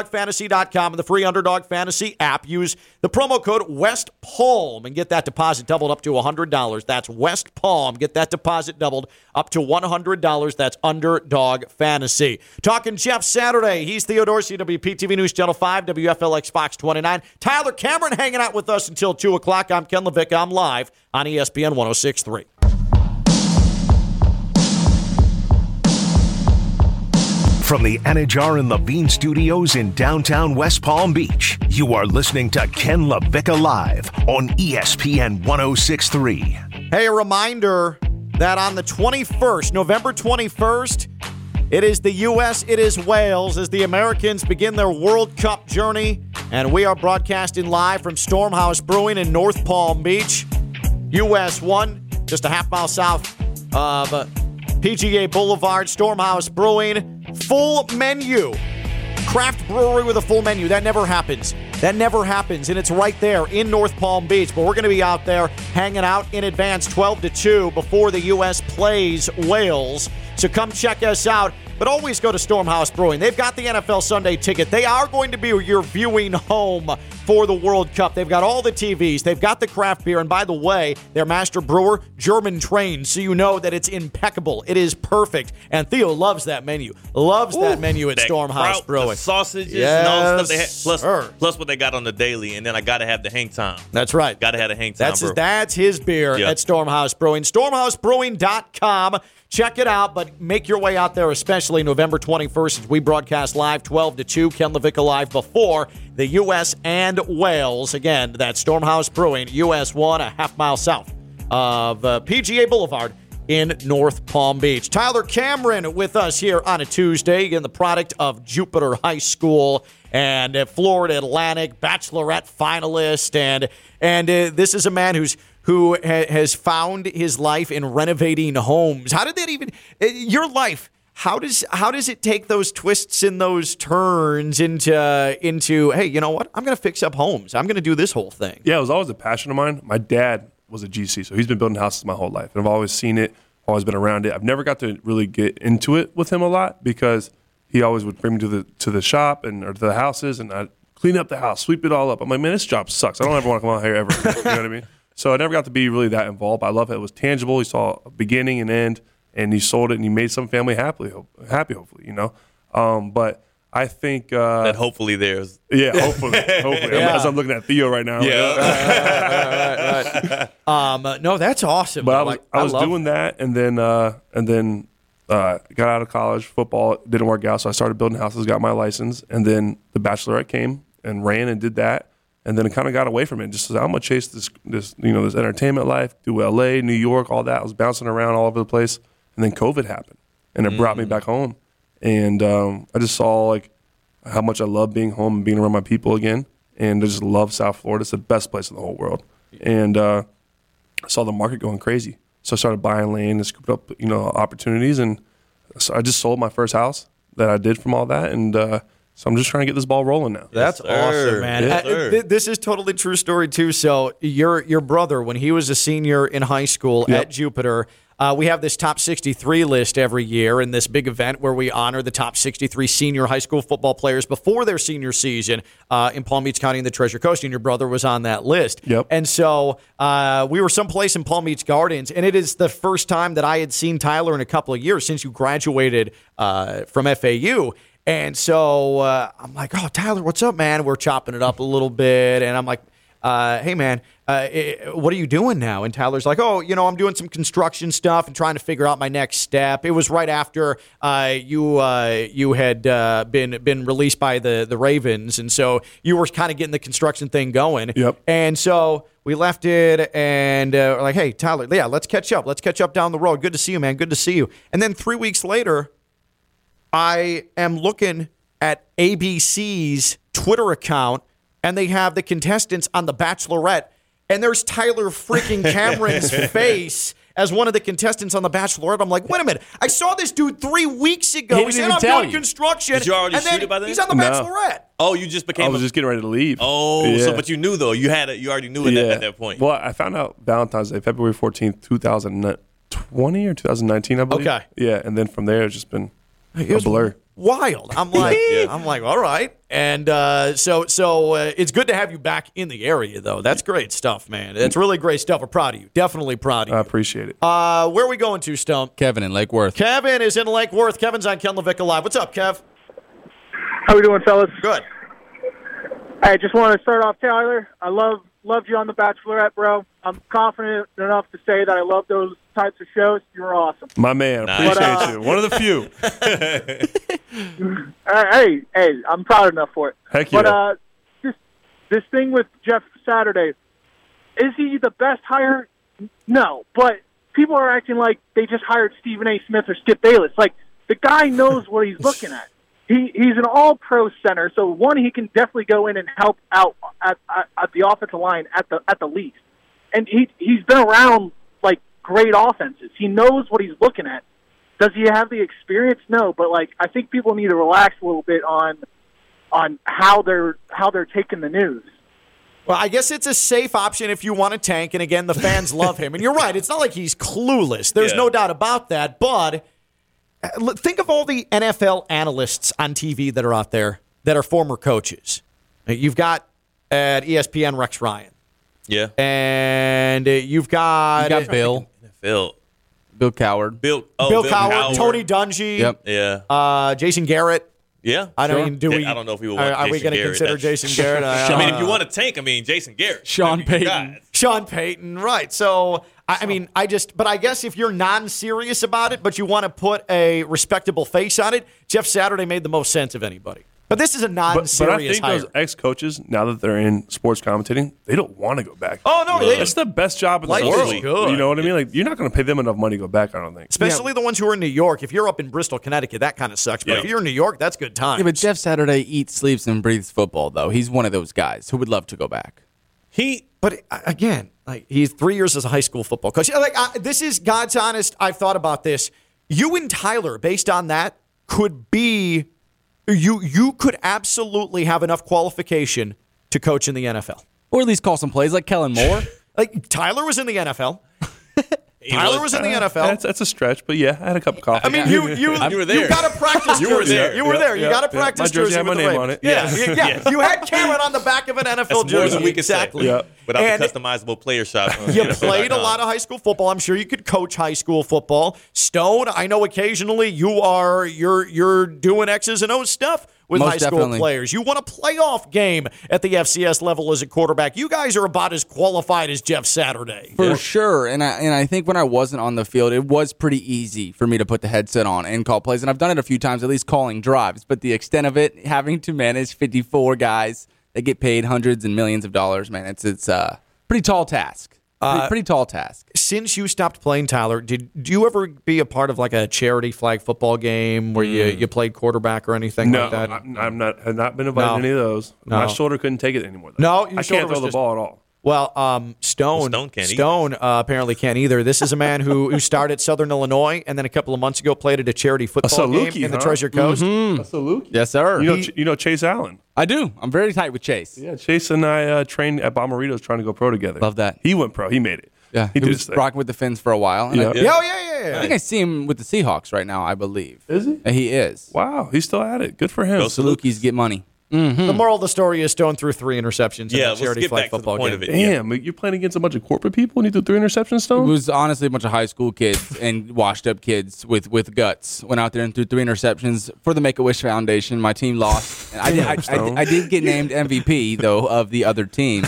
Speaker 2: Underdogfantasy.com and the free underdog fantasy app. Use the promo code West Palm and get that deposit doubled up to $100. That's West Palm. Get that deposit doubled up to $100. That's underdog fantasy. Talking Jeff Saturday. He's Theodore, CWPTV News Channel 5, WFLX Fox 29. Tyler Cameron hanging out with us until 2 o'clock. I'm Ken Levick. I'm live on E ESPN 1063.
Speaker 1: From the Anajar and Levine studios in downtown West Palm Beach, you are listening to Ken LaBicka Live on E ESPN 1063.
Speaker 2: Hey, a reminder that on the 21st, November 21st, it is the U.S., it is Wales as the Americans begin their World Cup journey. And we are broadcasting live from Stormhouse Brewing in North Palm Beach. US 1, just a half mile south of uh, PGA Boulevard, Stormhouse Brewing. Full menu craft brewery with a full menu. That never happens. That never happens. And it's right there in North Palm Beach. But we're going to be out there hanging out in advance 12 to 2 before the U.S. plays Wales. So come check us out. But always go to Stormhouse Brewing. They've got the NFL Sunday ticket. They are going to be your viewing home for the World Cup. They've got all the TVs. They've got the craft beer. And by the way, their master brewer, German trained. So you know that it's impeccable. It is perfect. And Theo loves that menu. Loves that menu at
Speaker 6: That
Speaker 2: Stormhouse
Speaker 6: kraut,
Speaker 2: Brewing.
Speaker 6: The sausages and all the stuff they had.
Speaker 2: Yes,
Speaker 6: Plus,
Speaker 2: sir.
Speaker 6: plus what they got on the daily. And then I got to have the hang time.
Speaker 2: That's right.
Speaker 6: Got to have the hang time.
Speaker 2: That's his,
Speaker 6: bro.
Speaker 2: that's his beer
Speaker 6: Yeah.
Speaker 2: at Stormhouse Brewing. Stormhousebrewing.com. Check it out, but make your way out there, especially November 21st as we broadcast live 12 to 2. Ken Levick live before the U.S. and Wales. Again, that's Stormhouse Brewing, U.S. 1, a half mile south of uh, PGA Boulevard in North Palm Beach. Tyler Cameron with us here on a Tuesday, again, the product of Jupiter High School and uh, Florida Atlantic Bachelorette finalist, and and uh, this is a man who's who ha- has found his life in renovating homes. How did that even uh, your life? How does how does it take those twists and those turns into uh, into hey you know what I'm going to fix up homes I'm going to do this whole thing
Speaker 7: Yeah, it was always a passion of mine. My dad was a GC, so he's been building houses my whole life. And I've always seen it, always been around it. I've never got to really get into it with him a lot because he always would bring me to the to the shop and or to the houses and I'd clean up the house, sweep it all up. I'm like, man, this job sucks. I don't ever want to come out here ever. again." you know what I mean? So I never got to be really that involved. But I love it. It was tangible. He saw a beginning and end, and he sold it, and he made some family happily, happy, hopefully, you know. Um, but I think uh,
Speaker 6: that hopefully there's.
Speaker 7: yeah, hopefully,
Speaker 2: (laughs)
Speaker 6: (laughs)
Speaker 7: hopefully.
Speaker 6: Yeah.
Speaker 7: As I'm looking at Theo right now, I'm like,
Speaker 6: Yeah.
Speaker 7: (laughs)
Speaker 2: um uh, (laughs) no that's awesome
Speaker 7: but I was,
Speaker 2: Like,
Speaker 7: I was
Speaker 2: love-
Speaker 7: doing that, and then uh, and then uh, got out of college. Football didn't work out, so I started building houses, got my license, and then the Bachelorette came and ran and did that, and then kind of got away from it. Just said, I'm gonna chase this this you know this entertainment life, do L.A., New York, all that. I was bouncing around all over the place, and then COVID happened, and it brought me
Speaker 2: Mm.
Speaker 7: back home, and um, I just saw like how much I love being home and being around my people again. and I just love South Florida. It's the best place in the whole world. And uh, I saw the market going crazy, so I started buying land and scooped up you know opportunities, and so I just sold my first house that I did from all that, and uh, so I'm just trying to get this ball rolling now.
Speaker 2: That's awesome, man.
Speaker 7: Yeah.
Speaker 2: Uh, th- this is totally true story too. So your your brother, when he was a senior in high school
Speaker 7: Yep.
Speaker 2: at Jupiter, uh, we have this top 63 list every year in this big event where we honor the top 63 senior high school football players before their senior season uh, in Palm Beach County and the Treasure Coast. And your brother was on that list. Yep. And so uh, we were someplace in Palm Beach Gardens, and it is the first time that I had seen Tyler in a couple of years since you graduated uh, from FAU. And so uh, I'm like, oh, Tyler, what's up, man? We're chopping it up a little bit. And I'm like, uh, hey, man, uh, eh, what are you doing now? And Tyler's like, oh, you know, I'm doing some construction stuff and trying to figure out my next step. It was right after uh, you uh, you had uh, been been released by the the Ravens, and so you were kind of getting the construction thing going. Yep. And so we left it and uh, we're like, hey, Tyler, yeah, let's catch up. Let's catch up down the road. Good to see you, man. Good to see you. And then three weeks later, I am looking at ABC's Twitter account, and they have the contestants on The Bachelorette, and there's Tyler
Speaker 6: (laughs)
Speaker 2: freaking Cameron's face as one of the contestants on The Bachelorette. I'm like, wait a minute, I saw this dude three weeks ago.
Speaker 6: He
Speaker 2: He
Speaker 6: didn't
Speaker 2: said
Speaker 6: even
Speaker 2: I'm
Speaker 6: tell
Speaker 2: doing
Speaker 6: you.
Speaker 2: construction,
Speaker 6: Did you already
Speaker 2: and
Speaker 6: shoot
Speaker 2: then
Speaker 6: it by then?
Speaker 2: he's on The
Speaker 7: No.
Speaker 2: Bachelorette.
Speaker 6: Oh, you just
Speaker 7: I
Speaker 6: became.
Speaker 7: was
Speaker 6: a-
Speaker 7: just getting ready to leave.
Speaker 6: oh,
Speaker 7: Yeah.
Speaker 6: so but you knew though. You had it. You already knew it at, at that point.
Speaker 7: Well, I found out Valentine's Day, February 14th, 2020 or 2019, I believe.
Speaker 2: Okay.
Speaker 7: Yeah, and then from there, it's just been
Speaker 2: It
Speaker 7: a
Speaker 2: was
Speaker 7: blur.
Speaker 2: Wild. I'm like, I'm like, all right. And uh, so, so uh, it's good to have you back in the area, though. That's great stuff, man. That's really great stuff. We're proud of you. Definitely proud of
Speaker 7: I appreciate it.
Speaker 2: you. Uh, where are we going to, Stump?
Speaker 3: Kevin in Lake Worth.
Speaker 2: Kevin is in Lake Worth. Kevin's on Ken Levick Alive. What's up, Kev?
Speaker 13: How we doing, fellas?
Speaker 2: Good.
Speaker 13: I just want to start off, Tyler. I love loved you on The Bachelorette, bro. I'm confident enough to say that I love those types of shows. You're awesome.
Speaker 7: My man,
Speaker 13: Nice.
Speaker 7: appreciate
Speaker 13: But, uh,
Speaker 7: you. One of
Speaker 2: (laughs)
Speaker 7: the few.
Speaker 13: (laughs) Uh, hey, hey, I'm proud enough for it.
Speaker 7: Heck
Speaker 13: But
Speaker 7: yeah.
Speaker 13: uh, this this thing with Jeff Saturday, is he the best hire? No, but people are acting like they just hired Stephen A. Smith or Skip Bayless. Like the guy knows what he's looking at. He he's an All Pro center, so one he can definitely go in and help out at, at, at the offensive line at the at the least. And he he's been around like great offenses. He knows what he's looking at. Does he have the experience? No, but like I think people need to relax a little bit on on how they're how they're taking the news.
Speaker 2: Well, I guess it's a safe option if you want to tank. And again, the fans love him. And you're right. It's not like he's clueless. There's
Speaker 6: Yeah.
Speaker 2: no doubt about that. But uh, look, think of all the NFL analysts on TV that are out there that are former coaches. Uh, You've got at E ESPN Rex Ryan,
Speaker 6: yeah.
Speaker 2: and uh, you've got,
Speaker 3: You got Bill.
Speaker 6: Bill.
Speaker 3: Bill Coward.
Speaker 6: Bill. Oh,
Speaker 2: Bill Cowher, Tony Dungy,
Speaker 3: Yep.
Speaker 6: Yeah.
Speaker 2: uh, Jason Garrett.
Speaker 6: Yeah.
Speaker 2: I don't even do
Speaker 6: Yeah,
Speaker 2: we-
Speaker 6: I don't know if we would
Speaker 2: are-
Speaker 6: want
Speaker 2: are we
Speaker 6: Jason
Speaker 2: gonna
Speaker 6: Garrett.
Speaker 2: consider
Speaker 6: That's-
Speaker 2: Jason
Speaker 6: (laughs)
Speaker 2: Garrett? I- I
Speaker 6: I mean,
Speaker 2: don't
Speaker 6: if you
Speaker 2: know.
Speaker 6: want to tank, I mean, Jason Garrett.
Speaker 3: Sean Payton.
Speaker 2: Sean Payton, right. So, I, I mean, I just, but I guess if you're non serious about it, but you want to put a respectable face on it, Jeff Saturday made the most sense of anybody. But this is a non
Speaker 7: But, but I
Speaker 2: serious
Speaker 7: think
Speaker 2: hire.
Speaker 7: those ex coaches, now that they're in sports commentating, they don't want to go back.
Speaker 2: Oh, no, they-
Speaker 7: it's the best job in
Speaker 2: Life
Speaker 7: the
Speaker 2: is
Speaker 7: world.
Speaker 2: good.
Speaker 7: You know what I mean? Like you're not going to pay them enough money to go back. I don't think.
Speaker 2: Especially the ones who are in New York. If you're up in Bristol, Connecticut, that kind of sucks. But
Speaker 3: Yeah.
Speaker 2: if you're in New York, that's good time.
Speaker 3: Yeah, but Jeff Saturday eats, sleeps, and breathes football, though. He's one of those guys who would love to go back.
Speaker 6: He,
Speaker 2: but uh, again, like he's three years as a high school football coach. Like I, this is God's honest. I've thought about this. You and Tyler, based on that, could be you. You could absolutely have enough qualification to coach in the NFL.
Speaker 3: Or at least call some plays like Kellen Moore.
Speaker 2: (laughs) Like Tyler was in the
Speaker 7: (laughs)
Speaker 2: NFL. Tyler was in the
Speaker 7: Uh,
Speaker 2: NFL.
Speaker 7: That's, that's a stretch, but yeah, I had a cup of coffee.
Speaker 2: I mean, you
Speaker 7: (laughs)
Speaker 2: you
Speaker 7: I'm-
Speaker 2: you got to practice.
Speaker 7: (laughs) You were
Speaker 2: jersey.
Speaker 7: there.
Speaker 2: You were
Speaker 7: Yeah,
Speaker 2: there. You
Speaker 7: yeah,
Speaker 2: got to
Speaker 7: yeah.
Speaker 2: practice
Speaker 7: My
Speaker 2: jersey
Speaker 7: jersey had
Speaker 2: with
Speaker 7: my
Speaker 2: the
Speaker 7: name
Speaker 2: Ravens.
Speaker 7: on it.
Speaker 2: Yeah,
Speaker 7: Yeah.
Speaker 2: yeah. yeah.
Speaker 7: Yes.
Speaker 2: You
Speaker 7: (laughs)
Speaker 2: had Cameron on the back of an NFL
Speaker 6: That's
Speaker 2: jersey.
Speaker 6: more than we can
Speaker 2: exactly.
Speaker 6: say without
Speaker 2: And-
Speaker 6: the customizable player (laughs) shop.
Speaker 7: (laughs)
Speaker 2: (laughs)
Speaker 6: on
Speaker 2: You
Speaker 6: NFL.com.
Speaker 2: played a lot of high school football. I'm sure you could coach high school football. Stone, I know occasionally you are you're you're doing X's and O's stuff with
Speaker 3: Most
Speaker 2: high school
Speaker 3: definitely.
Speaker 2: players. You won a playoff game at the FCS level as a quarterback. You guys are about as qualified as Jeff Saturday.
Speaker 3: For sure. And I and I think when I wasn't on the field, it was pretty easy for me to put the headset on and call plays. And I've done it a few times, at least calling drives, but the extent of it, having to manage fifty four guys that get paid hundreds and millions of dollars, man, it's it's a uh, pretty tall task.
Speaker 2: Uh,
Speaker 3: pretty tall task.
Speaker 2: Since you stopped playing, Tyler, did do you ever be a part of like a charity flag football game where you, you played quarterback or anything
Speaker 7: Mm. No,
Speaker 2: like that?
Speaker 7: I'm, I'm not. Have not been invited
Speaker 2: No.
Speaker 7: to any of those. My
Speaker 2: No.
Speaker 7: shoulder couldn't take it anymore. Though.
Speaker 2: No, your
Speaker 7: I
Speaker 2: shoulder
Speaker 7: can't
Speaker 2: was
Speaker 7: throw the
Speaker 2: just-
Speaker 7: ball at all.
Speaker 2: Well, um, Stone
Speaker 7: Stone can't either.
Speaker 2: Stone, uh, apparently can't either. This is a man who who starred at Southern Illinois and then a couple of months ago played at a Mm-hmm. charity football game
Speaker 7: Saluki,
Speaker 2: in the
Speaker 7: huh?
Speaker 2: Treasure Coast.
Speaker 7: Mhm.
Speaker 3: Yes, sir.
Speaker 7: You know,
Speaker 3: He-
Speaker 7: Ch- you know Chase Allen.
Speaker 3: I do. I'm very tight with Chase.
Speaker 7: Yeah, Chase and I uh, trained at Bomberitos trying to go pro together.
Speaker 3: Love that.
Speaker 7: He went pro. He made it.
Speaker 3: Yeah,
Speaker 7: he
Speaker 3: he
Speaker 7: did
Speaker 3: was
Speaker 7: his thing.
Speaker 3: rocking with the Fins for a while. and I-
Speaker 7: Yeah. Yeah, oh, yeah, yeah, yeah.
Speaker 3: I think I see him with the Seahawks right now. I believe.
Speaker 7: Is he?
Speaker 3: He is.
Speaker 7: Wow, he's still at it. Good for him.
Speaker 3: Go Salukis get money.
Speaker 2: The moral of the story is Stone threw three interceptions
Speaker 7: Yeah,
Speaker 2: in the
Speaker 7: let's
Speaker 2: charity
Speaker 7: get
Speaker 2: flag
Speaker 7: back to the
Speaker 2: football
Speaker 7: point
Speaker 2: game.
Speaker 7: of it. Damn, you're playing against a bunch of corporate people and you threw three interceptions,
Speaker 3: It
Speaker 7: Stone?
Speaker 3: was honestly a bunch of high school kids and washed up kids with, with guts. Went out there and threw three interceptions for the Make a Wish Foundation. My team lost. And I, did, I, I, I did get named MVP though of the other team,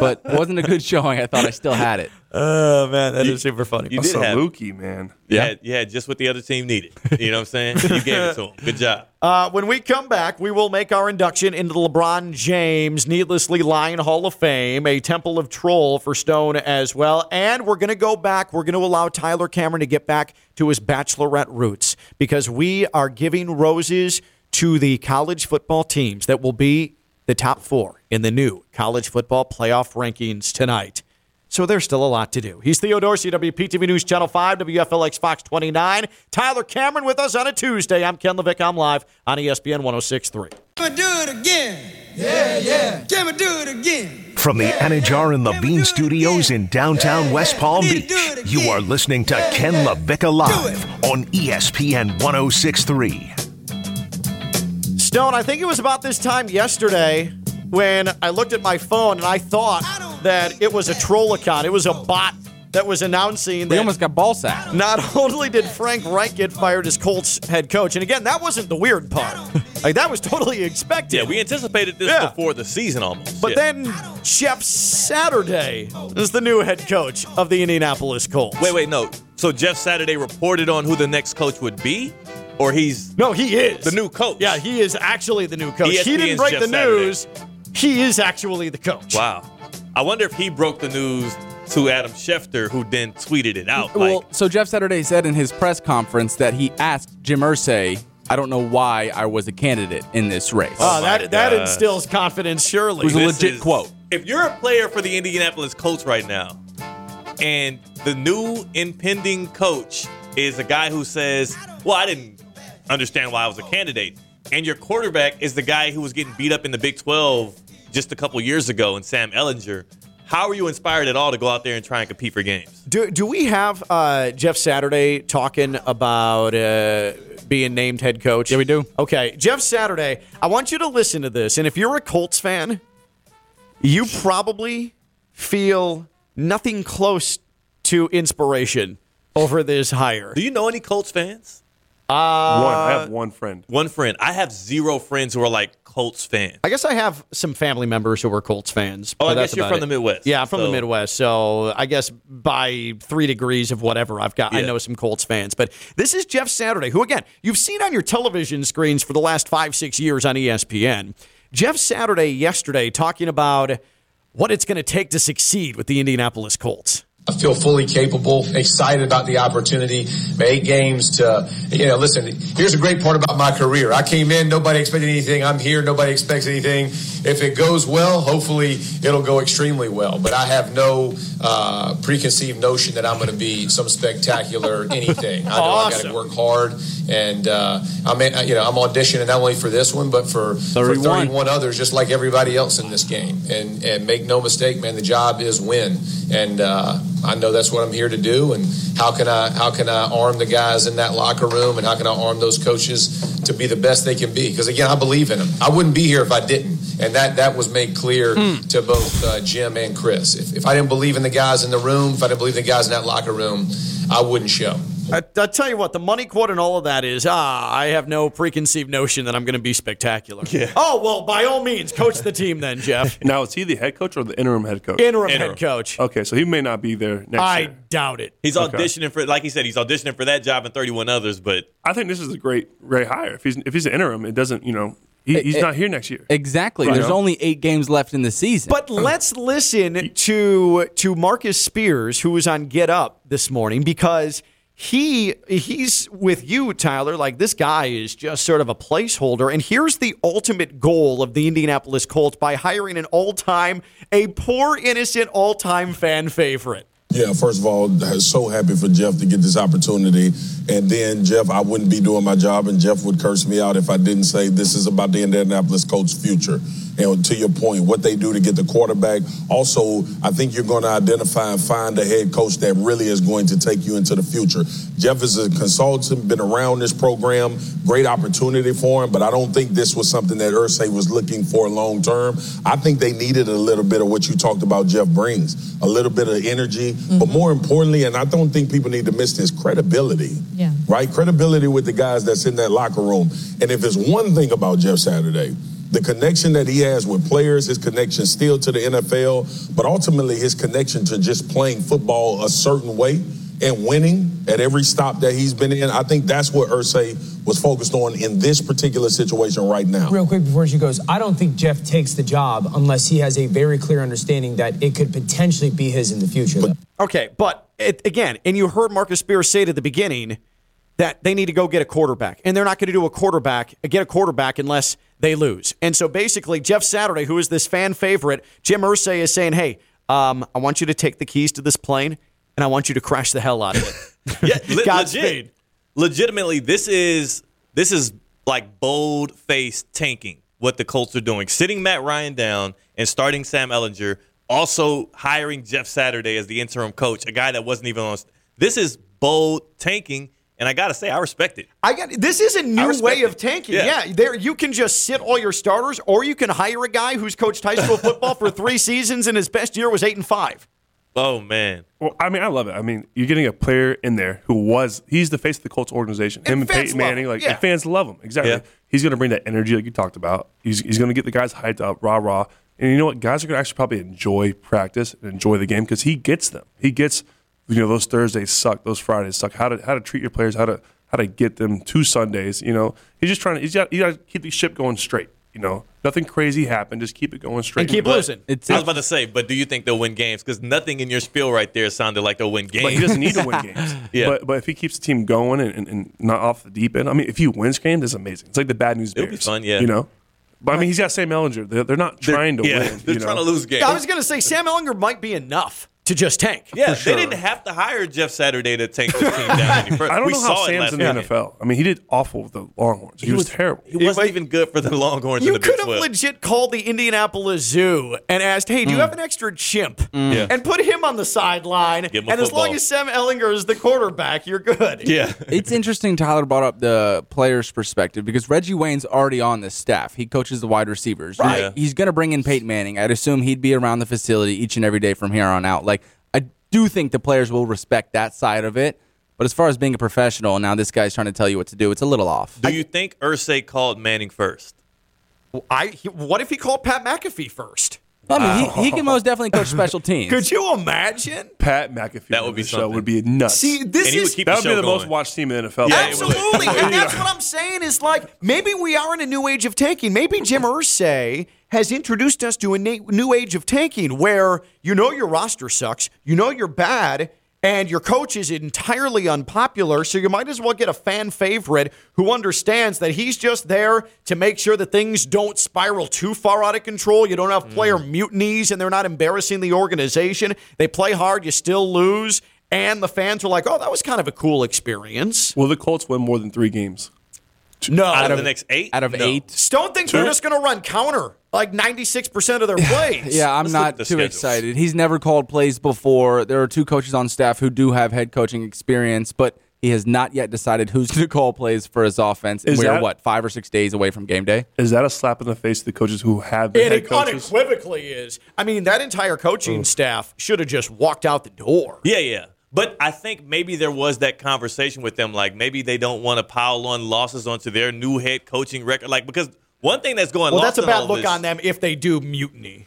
Speaker 3: but wasn't a good showing. I thought I still had it.
Speaker 2: Oh man, that is super funny.
Speaker 6: You did have it.
Speaker 7: Saluki, man.
Speaker 6: You
Speaker 3: Yeah.
Speaker 6: had- you had just what the other team needed. You know what I'm saying? You gave it to them. Good job.
Speaker 2: Uh, when we come back, we will make our induction into the LeBron James Needlessly Lion Hall of Fame, a temple of troll for Stone as well. And we're going to go back. We're going to allow Tyler Cameron to get back to his bachelorette roots because we are giving roses to the college football teams that will be the top four in the new college football playoff rankings tonight. So there's still a lot to do. He's Theo Dorsey, WPTV News Channel 5, WFLX Fox 29. Tyler Cameron with us on a Tuesday. I'm Ken Levick. I'm live on E ESPN 1063.
Speaker 9: Can we do it again? Yeah, yeah. Can we do it again?
Speaker 1: From the Anajar and Levine Studios in downtown West Palm Beach, you are listening to Ken LaBicka Live on E ESPN 1063.
Speaker 2: Stone, I think it was about this time yesterday when I looked at my phone and I thought that it was a troll account. It was a bot that was announcing that.
Speaker 3: We almost got ball sacked.
Speaker 2: Not (laughs) only did Frank Reich get fired as Colts head coach, and again, that wasn't the weird
Speaker 6: (laughs)
Speaker 2: part. Like that was totally expected.
Speaker 6: Yeah, we anticipated (laughs) this
Speaker 2: Yeah.
Speaker 6: before the season almost.
Speaker 2: But
Speaker 6: Yeah.
Speaker 2: then Jeff Saturday is the new head coach of the Indianapolis Colts.
Speaker 6: Wait, wait, no. So Jeff Saturday reported on who the next coach would be, or he's
Speaker 2: no, he is
Speaker 6: the new coach.
Speaker 2: Yeah, he is actually the new coach. he
Speaker 6: ESPN's
Speaker 2: didn't break
Speaker 6: Jeff
Speaker 2: the
Speaker 6: Saturday.
Speaker 2: news. He is actually the coach.
Speaker 6: Wow. I wonder if he broke the news to Adam Schefter, who then tweeted it out. Like,
Speaker 3: well, so Jeff Saturday said in his press conference that he asked Jim Irsay, "I don't know why I was a candidate in this race."
Speaker 2: Oh, that that
Speaker 6: gosh.
Speaker 2: instills confidence, surely.
Speaker 3: It was a
Speaker 6: This
Speaker 3: legit
Speaker 6: is-
Speaker 3: quote.
Speaker 6: If you're a player for the Indianapolis Colts right now, and the new impending coach is a guy who says, "Well, I didn't understand why I was a candidate," and your quarterback is the guy who was getting beat up in the Big 12 just a couple years ago, and Sam Ellinger. How are you inspired at all to go out there and try and compete for games?
Speaker 2: Do, do we have uh, Jeff Saturday talking about uh, being named head coach? Yeah, we do. Okay, Jeff Saturday, I want you to listen to this. And if you're a Colts fan, you probably feel nothing close to inspiration over this hire.
Speaker 6: Do you know any Colts fans?
Speaker 2: Uh,
Speaker 7: one. I have one friend.
Speaker 6: One friend. I have zero friends who are like Colts fans.
Speaker 2: I guess I have some family members who are Colts fans.
Speaker 6: Oh, I
Speaker 2: but that's
Speaker 6: guess you're
Speaker 2: about
Speaker 6: from the Midwest,
Speaker 2: Yeah, I'm from the
Speaker 6: so-
Speaker 2: Midwest. So I guess by three degrees of whatever I've got, I
Speaker 6: Yeah.
Speaker 2: know some Colts fans. But this is Jeff Saturday, who, again, you've seen on your television screens for the last five, six years on E ESPN. Jeff Saturday yesterday talking about what it's going to take to succeed with the Indianapolis Colts.
Speaker 10: I feel fully capable, excited about the opportunity. Eight games to, you know, listen, here's a great part about my career. I came in, nobody expected anything. I'm here, nobody expects anything. If it goes well, hopefully it'll go extremely well. But I have no uh, preconceived notion that I'm going to be some spectacular anything. I know I got
Speaker 2: Awesome.
Speaker 10: to work hard, and uh, I'm, in- you know, I'm auditioning not only for this one, but for for
Speaker 3: 31.
Speaker 10: 31 others, just like everybody else in this game. And and make no mistake, man, the job is win. And uh, I know that's what I'm here to do. And how can I how can I arm the guys in that locker room, and how can I arm those coaches to be the best they can be? Because again, I believe in them. I wouldn't be here if I didn't. And that that was made clear to both uh, Jim and Chris. If, if I didn't believe in the guys in the room, if I didn't believe in the guys in that locker room, I wouldn't show.
Speaker 2: I, I tell you what, the money quote and all of that is ah, I have no preconceived notion that I'm going to be spectacular. Yeah. Oh, well, by all means, coach the team then, Jeff.
Speaker 7: (laughs) Now, is he the head coach or the interim head coach?
Speaker 2: Interim, head coach.
Speaker 7: Okay, so he may not be there next
Speaker 2: I
Speaker 7: year.
Speaker 2: doubt it.
Speaker 6: He's
Speaker 7: Okay.
Speaker 6: auditioning for, like he said,
Speaker 2: (laughs)
Speaker 6: he's auditioning for that job and 31 others, but
Speaker 7: I think this is a great, great hire. If he's if he's an interim, it doesn't you know He, he's not here next year.
Speaker 3: Exactly. There's only eight games left in the season.
Speaker 2: But let's listen to to Marcus Spears, who was on Get Up this morning, because he he's with you, Tyler. Like this guy is just sort of a placeholder. And here's the ultimate goal of the Indianapolis Colts by hiring an all time, a poor innocent all time fan favorite.
Speaker 11: Yeah, first of all, so happy for Jeff to get this opportunity. And then, Jeff, I wouldn't be doing my job, and Jeff would curse me out if I didn't say this is about the Indianapolis Colts' future. And to your point, what they do to get the quarterback. Also, I think you're going to identify and find a head coach that really is going to take you into the future. Jeff is a consultant, been around this program, great opportunity for him, but I don't think this was something that Ursay was looking for long term. I think they needed a little bit of what you talked about Jeff brings, a little bit of energy, but more importantly, and I don't think people need to miss this, credibility
Speaker 16: Yeah.
Speaker 11: right? Credibility with the guys that's in that locker room. And if there's one thing about Jeff Saturday, the connection that he has with players, his connection still to the NFL, but ultimately his connection to just playing football a certain way and winning at every stop that he's been in, I think that's what Ursay was focused on in this particular situation right now.
Speaker 12: (laughs) Real quick before she goes, I don't think Jeff takes the job unless he has a very clear understanding that it could potentially be his in the future. though.
Speaker 2: Okay, but it, again, and you heard Marcus Spears say to the beginning that they need to go get a quarterback, and they're not going to do a quarterback, get a quarterback unless they lose. And so basically, Jeff Saturday, who is this fan favorite, Jim Irsay is saying, "Hey, um, I want you to take the keys to this plane, and I want you to crash the hell out of it."
Speaker 6: Le-
Speaker 2: Godspeed.
Speaker 6: legit, legitimately, this is this is like bold faced tanking. What the Colts are doing, sitting Matt Ryan down and starting Sam Ellinger, also hiring Jeff Saturday as the interim coach, a guy that wasn't even on. This is bold tanking, and I gotta say, I respect it.
Speaker 2: I got this is a new (laughs)
Speaker 6: respect
Speaker 2: way of tanking. Yeah.
Speaker 6: Yeah.
Speaker 2: there you can just sit all your starters, or you can hire a guy who's coached high school football for three seasons, and his best year was eight and five.
Speaker 6: Oh man.
Speaker 7: Well, I mean, I love it. I mean, you're getting a player in there who was he's the face of the Colts organization. Him and,
Speaker 6: fans
Speaker 7: Peyton
Speaker 6: love him.
Speaker 7: Manning, like
Speaker 6: Yeah.
Speaker 7: and fans love him. Exactly.
Speaker 6: Yeah.
Speaker 7: He's going to bring that energy, like you talked about. He's he's going to get the guys hyped up, rah rah. And you know what? Guys are going to actually probably enjoy practice and enjoy the game because he gets them. He gets you know those Thursdays suck, those Fridays suck. How to how to treat your players, how to how to get them to Sundays. You know, he's just trying to he's got you got to keep the ship going straight. You know, nothing crazy happened. Just keep it going straight. But-
Speaker 6: I was about to say, but do you think they'll win games? Because nothing in your spiel right there sounded like they'll win games.
Speaker 7: But he doesn't need to win
Speaker 6: (laughs)
Speaker 7: games.
Speaker 6: Yeah.
Speaker 7: But but if he keeps the team going and, and, and not off the deep end, I mean, if he wins games, that's amazing. It's like the bad news
Speaker 6: It'll be
Speaker 7: bears.
Speaker 6: fun, yeah.
Speaker 7: You know, but I mean, he's got Sam Ellinger. They're, they're not trying to
Speaker 6: yeah,
Speaker 7: win.
Speaker 6: (laughs) they're
Speaker 7: you know?
Speaker 6: trying to lose games.
Speaker 2: I was gonna say Sam Ellinger might be enough to just tank.
Speaker 6: Yeah, they didn't have to hire Jeff Saturday to tank this team down any further.
Speaker 7: I don't
Speaker 6: we
Speaker 7: know how
Speaker 6: saw it
Speaker 7: Sam's
Speaker 6: last
Speaker 7: in the
Speaker 6: weekend.
Speaker 7: NFL. I mean, he did awful with the Longhorns. He, was, terrible.
Speaker 6: He wasn't even good for the Longhorns in
Speaker 2: You
Speaker 6: the Big
Speaker 2: could have
Speaker 6: 12.
Speaker 2: legit called the Indianapolis Zoo and asked, "Hey, do you have an extra chimp?"
Speaker 6: Mm. Yeah.
Speaker 2: And put him on the sideline. And
Speaker 6: him a
Speaker 2: as long
Speaker 6: football.
Speaker 2: as Sam Ellinger is the quarterback, you're good.
Speaker 6: Yeah.
Speaker 3: it's interesting Tyler brought up the player's perspective because Reggie Wayne's already on this staff. He coaches the wide receivers.
Speaker 2: Right. Yeah.
Speaker 3: He's going to bring in Peyton Manning. I'd assume he'd be around the facility each and every day from here on out. Like, I do think the players will respect that side of it. But as far as being a professional, now this guy's trying to tell you what to do. It's a little off.
Speaker 6: Do you think Ursay called Manning first?
Speaker 2: I. he- What if he called Pat McAfee first?
Speaker 3: I mean,
Speaker 2: (laughs)
Speaker 3: he, he can most definitely coach special teams.
Speaker 2: Could you imagine?
Speaker 7: Pat McAfee. That would be show would be nuts.
Speaker 2: See, this And he would is- keep
Speaker 7: that
Speaker 2: the show
Speaker 7: would be the most
Speaker 2: going.
Speaker 7: watched team in the NFL.
Speaker 2: Absolutely. and that's what I'm saying is like maybe we are in a new age of tanking. Maybe Jim Ursay has introduced us to a na- new age of tanking where you know your roster sucks, you know you're bad, and your coach is entirely unpopular, so you might as well get a fan favorite who understands that he's just there to make sure that things don't spiral too far out of control. You don't have
Speaker 6: Mm.
Speaker 2: player mutinies and they're not embarrassing the organization. They play hard, you still lose. And the fans were like, oh, that was kind of a cool experience.
Speaker 7: Will the Colts win more than three games?
Speaker 2: No,
Speaker 6: Out of the next eight?
Speaker 3: out of
Speaker 6: No.
Speaker 3: eight.
Speaker 2: Stone thinks they're
Speaker 3: Two?
Speaker 2: just going to run counter like 96% of their plays.
Speaker 3: Yeah, I'm not too excited. He's never called plays before. There are two coaches on staff who do have head coaching experience, but he has not yet decided who's going to (laughs) call plays for his offense. And
Speaker 7: Is
Speaker 3: we're
Speaker 7: that-
Speaker 3: what five or six days away from game day.
Speaker 7: Is that a slap in the face to the coaches who have been
Speaker 2: And
Speaker 7: head
Speaker 2: it
Speaker 7: coaches?
Speaker 2: unequivocally is. I mean, that entire coaching staff should have just walked out the door.
Speaker 6: Yeah, yeah. But I think maybe there was that conversation with them, like maybe they don't want to pile on losses onto their new head coaching record, like because one thing that's going
Speaker 2: well,
Speaker 6: lost
Speaker 2: that's a
Speaker 6: in all
Speaker 2: bad
Speaker 6: of
Speaker 2: look
Speaker 6: this-
Speaker 2: on them if they do mutiny.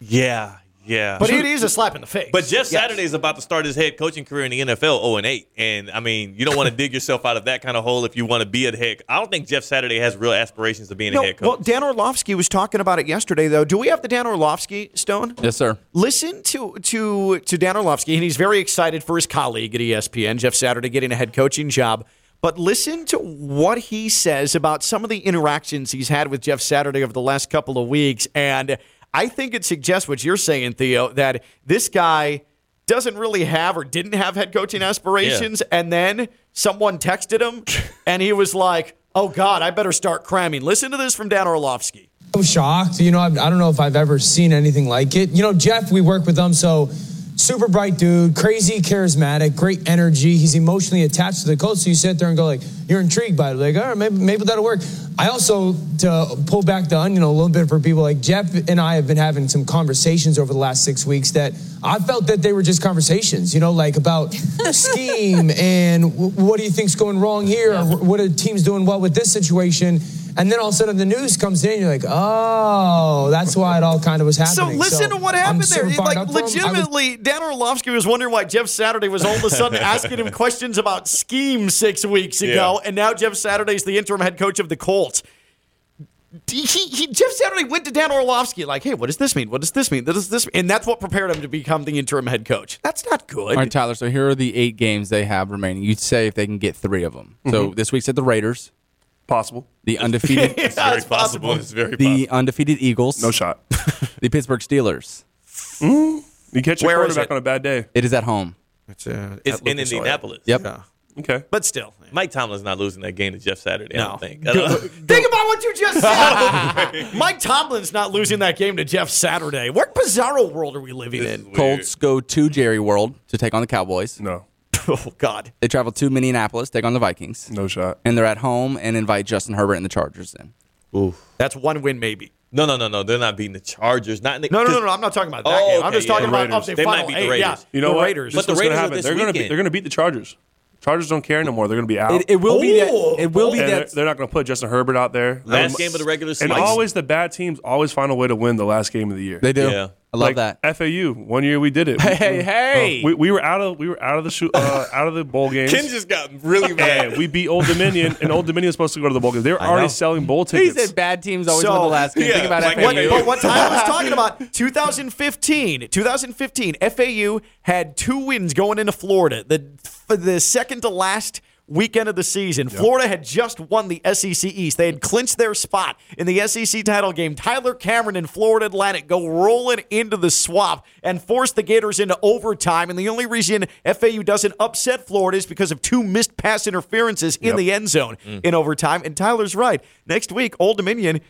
Speaker 6: Yeah, Yeah.
Speaker 2: But it is a slap in the face.
Speaker 6: But Jeff Saturday is about to start his head coaching career in the NFL 0 and 8. And I mean, you don't want to (laughs) dig yourself out of that kind of hole if you want to be a head. I don't think Jeff Saturday has real aspirations of being
Speaker 2: No,
Speaker 6: a head coach.
Speaker 2: well, Dan Orlovsky was talking about it yesterday, though. Do we have the Dan Orlovsky stone?
Speaker 3: Yes, sir.
Speaker 2: Listen to to to Dan Orlovsky, and he's very excited for his colleague at E ESPN, Jeff Saturday, getting a head coaching job. But listen to what he says about some of the interactions he's had with Jeff Saturday over the last couple of weeks, and I think it suggests what you're saying, Theo, that this guy doesn't really have or didn't have head coaching aspirations, and then someone texted him, and he was like, "Oh God, I better start cramming." Listen to this from Dan Orlovsky.
Speaker 12: I'm shocked. You know, I, I don't know if I've ever seen anything like it. You know, Jeff, we work with him, so super bright dude, crazy charismatic, great energy. He's emotionally attached to the coach, so you sit there and go like, you're intrigued by it. Like, all right, maybe, maybe that'll work. I also, to pull back the onion a little bit for people, like Jeff and I have been having some conversations over the last six weeks that I felt that they were just conversations, you know, like about scheme and w- what do you think's going wrong here, or wh- what are teams doing well with this situation. And then all of a sudden the news comes in, and you're like, oh, that's why it all kind of was
Speaker 2: So
Speaker 12: happening.
Speaker 2: listen to what happened
Speaker 12: I'm
Speaker 2: there.
Speaker 12: super fired
Speaker 2: Like
Speaker 12: up for him. I was-
Speaker 2: legitimately, Dan Orlovsky was wondering why Jeff Saturday was all of a sudden asking him questions about scheme six weeks ago, and now Jeff Saturday's the interim head coach of the Colts. He, he, Jeff Saturday went to Dan Orlovsky like, "Hey, what does this mean? What does this mean? What does this?" Mean? And that's what prepared him to become the interim head coach. That's not good.
Speaker 3: All right, Tyler. So here are the eight games they have remaining. You'd say if they can get three of them. So
Speaker 7: Mhm.
Speaker 3: this week's at the Raiders.
Speaker 7: Possible.
Speaker 3: The undefeated.
Speaker 7: (laughs) It's Yeah, very it's possible. possible. It's very
Speaker 3: the undefeated Eagles. No
Speaker 7: shot.
Speaker 3: (laughs)
Speaker 7: Mm-hmm.
Speaker 3: the Pittsburgh Steelers.
Speaker 7: You catch your
Speaker 3: Where is
Speaker 7: quarterback
Speaker 3: it?
Speaker 7: on a bad day.
Speaker 3: It is at home.
Speaker 2: It's, uh,
Speaker 6: It's in Indianapolis.
Speaker 3: Yep.
Speaker 7: Okay.
Speaker 2: But still,
Speaker 6: Mike Tomlin's not losing that game to Jeff Saturday, I
Speaker 2: No.
Speaker 6: don't think.
Speaker 2: (laughs)
Speaker 6: I don't-
Speaker 2: Think about what you just said. (laughs) Mike Tomlin's not losing that game to Jeff Saturday. What bizarro world are we living in?
Speaker 3: Colts go to Jerry World to take on the Cowboys.
Speaker 7: No.
Speaker 2: Oh God.
Speaker 3: They travel to Minneapolis, take on the Vikings.
Speaker 7: No shot.
Speaker 3: And they're at home and invite Justin Herbert and the Chargers in.
Speaker 2: That's one win, maybe.
Speaker 6: No, no, no, no. They're not beating the Chargers. Not in the,
Speaker 2: No, no, no, no. I'm not talking about that
Speaker 6: Oh,
Speaker 2: game. I'm
Speaker 6: okay,
Speaker 2: just talking
Speaker 6: yeah.
Speaker 2: about of the
Speaker 6: They might
Speaker 2: final
Speaker 6: beat the
Speaker 2: eight.
Speaker 6: Raiders.
Speaker 2: Yeah.
Speaker 7: You know
Speaker 2: the
Speaker 7: what?
Speaker 2: Raiders.
Speaker 7: This is what's gonna happen. They're gonna beat. They're going to beat the Chargers. Chargers don't care anymore. They're going to be out.
Speaker 3: It- it will be that- Oh. it will be
Speaker 7: And
Speaker 3: that-
Speaker 7: They're, they're not going to put Justin Herbert out there.
Speaker 6: Last
Speaker 7: Um,
Speaker 6: game of the regular
Speaker 7: And
Speaker 6: season.
Speaker 7: always the bad teams always find a way to win the last game of the year.
Speaker 3: They do. Yeah. I love
Speaker 7: Like, FAU. One year we did it.
Speaker 3: Hey, hey, hey.
Speaker 7: we, we were out of we were out of the shoot uh, out of the bowl games.
Speaker 6: Ken just got really mad.
Speaker 7: and we beat Old Dominion, and Old Dominion was supposed to go to the bowl game. They were already selling bowl
Speaker 3: He
Speaker 7: tickets.
Speaker 3: said bad teams always win the last game. Think about
Speaker 2: What,
Speaker 3: FAU. (laughs)
Speaker 2: but what Tyler was talking about, 2015, 2015, FAU had two wins going into Florida. The for the second to last weekend of the season, Florida had just won the SEC East. They had clinched their spot in the SEC title game. Tyler Cameron and Florida Atlantic go rolling into the swamp and force the Gators into overtime. And the only reason FAU doesn't upset Florida is because of two missed pass interferences in
Speaker 16: Yep.
Speaker 2: the end zone Mm. in overtime. And Tyler's right. Next week, Old Dominion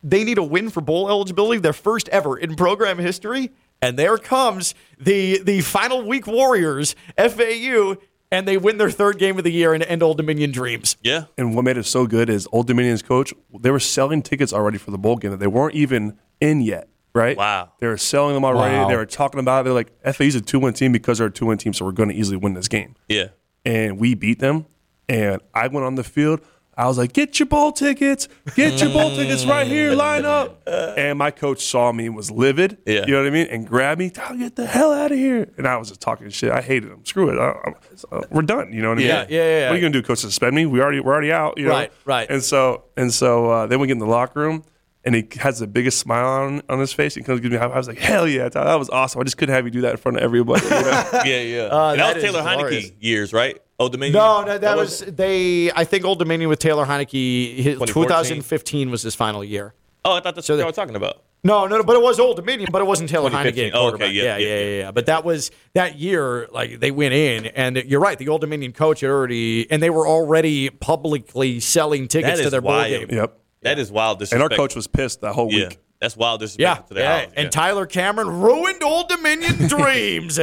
Speaker 2: they need a win for bowl eligibility, their first ever in program history. And there comes the the final week Warriors, FAU, and they win their third game of the year and end Old Dominion dreams.
Speaker 6: Yeah.
Speaker 7: And what made it so good is Old Dominion's coach, they were selling tickets already for the bowl game that they weren't even in yet, right? Wow. They were selling them already.
Speaker 6: Wow.
Speaker 7: They were talking about it. They're like, FAU's a two win team because they're a two win team, so we're going to easily win this game.
Speaker 2: (laughs)
Speaker 6: Yeah.
Speaker 7: And we beat them. And I went on the field. I was like, get your bowl tickets. Get your bowl tickets right here. Line up. And my coach saw me and was livid.
Speaker 6: Yeah.
Speaker 7: You know what I mean? And grabbed me. Tyler, get the hell out of here. And I was just talking shit. I hated him. Screw it. I, I, we're done. You know what I mean?
Speaker 6: Yeah, yeah, yeah, yeah.
Speaker 7: What are you going to do, coach? Suspend me? We already, we're already out. You know?
Speaker 6: Right, right.
Speaker 7: And so, and so uh, then we get in the locker room. And he has the biggest smile on, on his face. He comes gives me. a high five. I was like, "Hell yeah, Tyler, that was awesome! I just couldn't have you do that in front of everybody." (laughs) you know?
Speaker 6: yeah, yeah.
Speaker 2: Uh,
Speaker 6: and that,
Speaker 2: that
Speaker 6: was
Speaker 2: is
Speaker 6: Taylor
Speaker 2: glorious.
Speaker 6: Heineke years, right? Old Dominion.
Speaker 2: No, no, that, was,
Speaker 6: wasn't-
Speaker 2: they. I think Old Dominion with Taylor Heineke. His,
Speaker 6: 2014?
Speaker 2: 2015 was his final year.
Speaker 6: Oh, I thought that's what y'all were talking about.
Speaker 2: No, no, no, but it was Old Dominion, but it wasn't Taylor Heineke.
Speaker 6: 2015.
Speaker 2: at
Speaker 6: Oh, okay,
Speaker 2: quarterback. yeah,
Speaker 6: yeah, yeah,
Speaker 2: yeah, yeah, yeah. Uh, But that was that year. Like they went in, and you're right. The Old Dominion coach had already, and they were already publicly selling tickets
Speaker 6: That
Speaker 2: to
Speaker 6: is
Speaker 2: their bowl
Speaker 6: wild.
Speaker 2: game.
Speaker 7: Yep.
Speaker 6: That is wild.
Speaker 7: And our
Speaker 6: disrespect.
Speaker 7: coach was pissed that whole
Speaker 6: Yeah.
Speaker 7: week.
Speaker 6: That's wild. Disrespect
Speaker 2: Yeah,
Speaker 6: to their
Speaker 2: yeah.
Speaker 6: house.
Speaker 2: and Tyler Cameron ruined Old Dominion
Speaker 7: (laughs)
Speaker 2: dreams.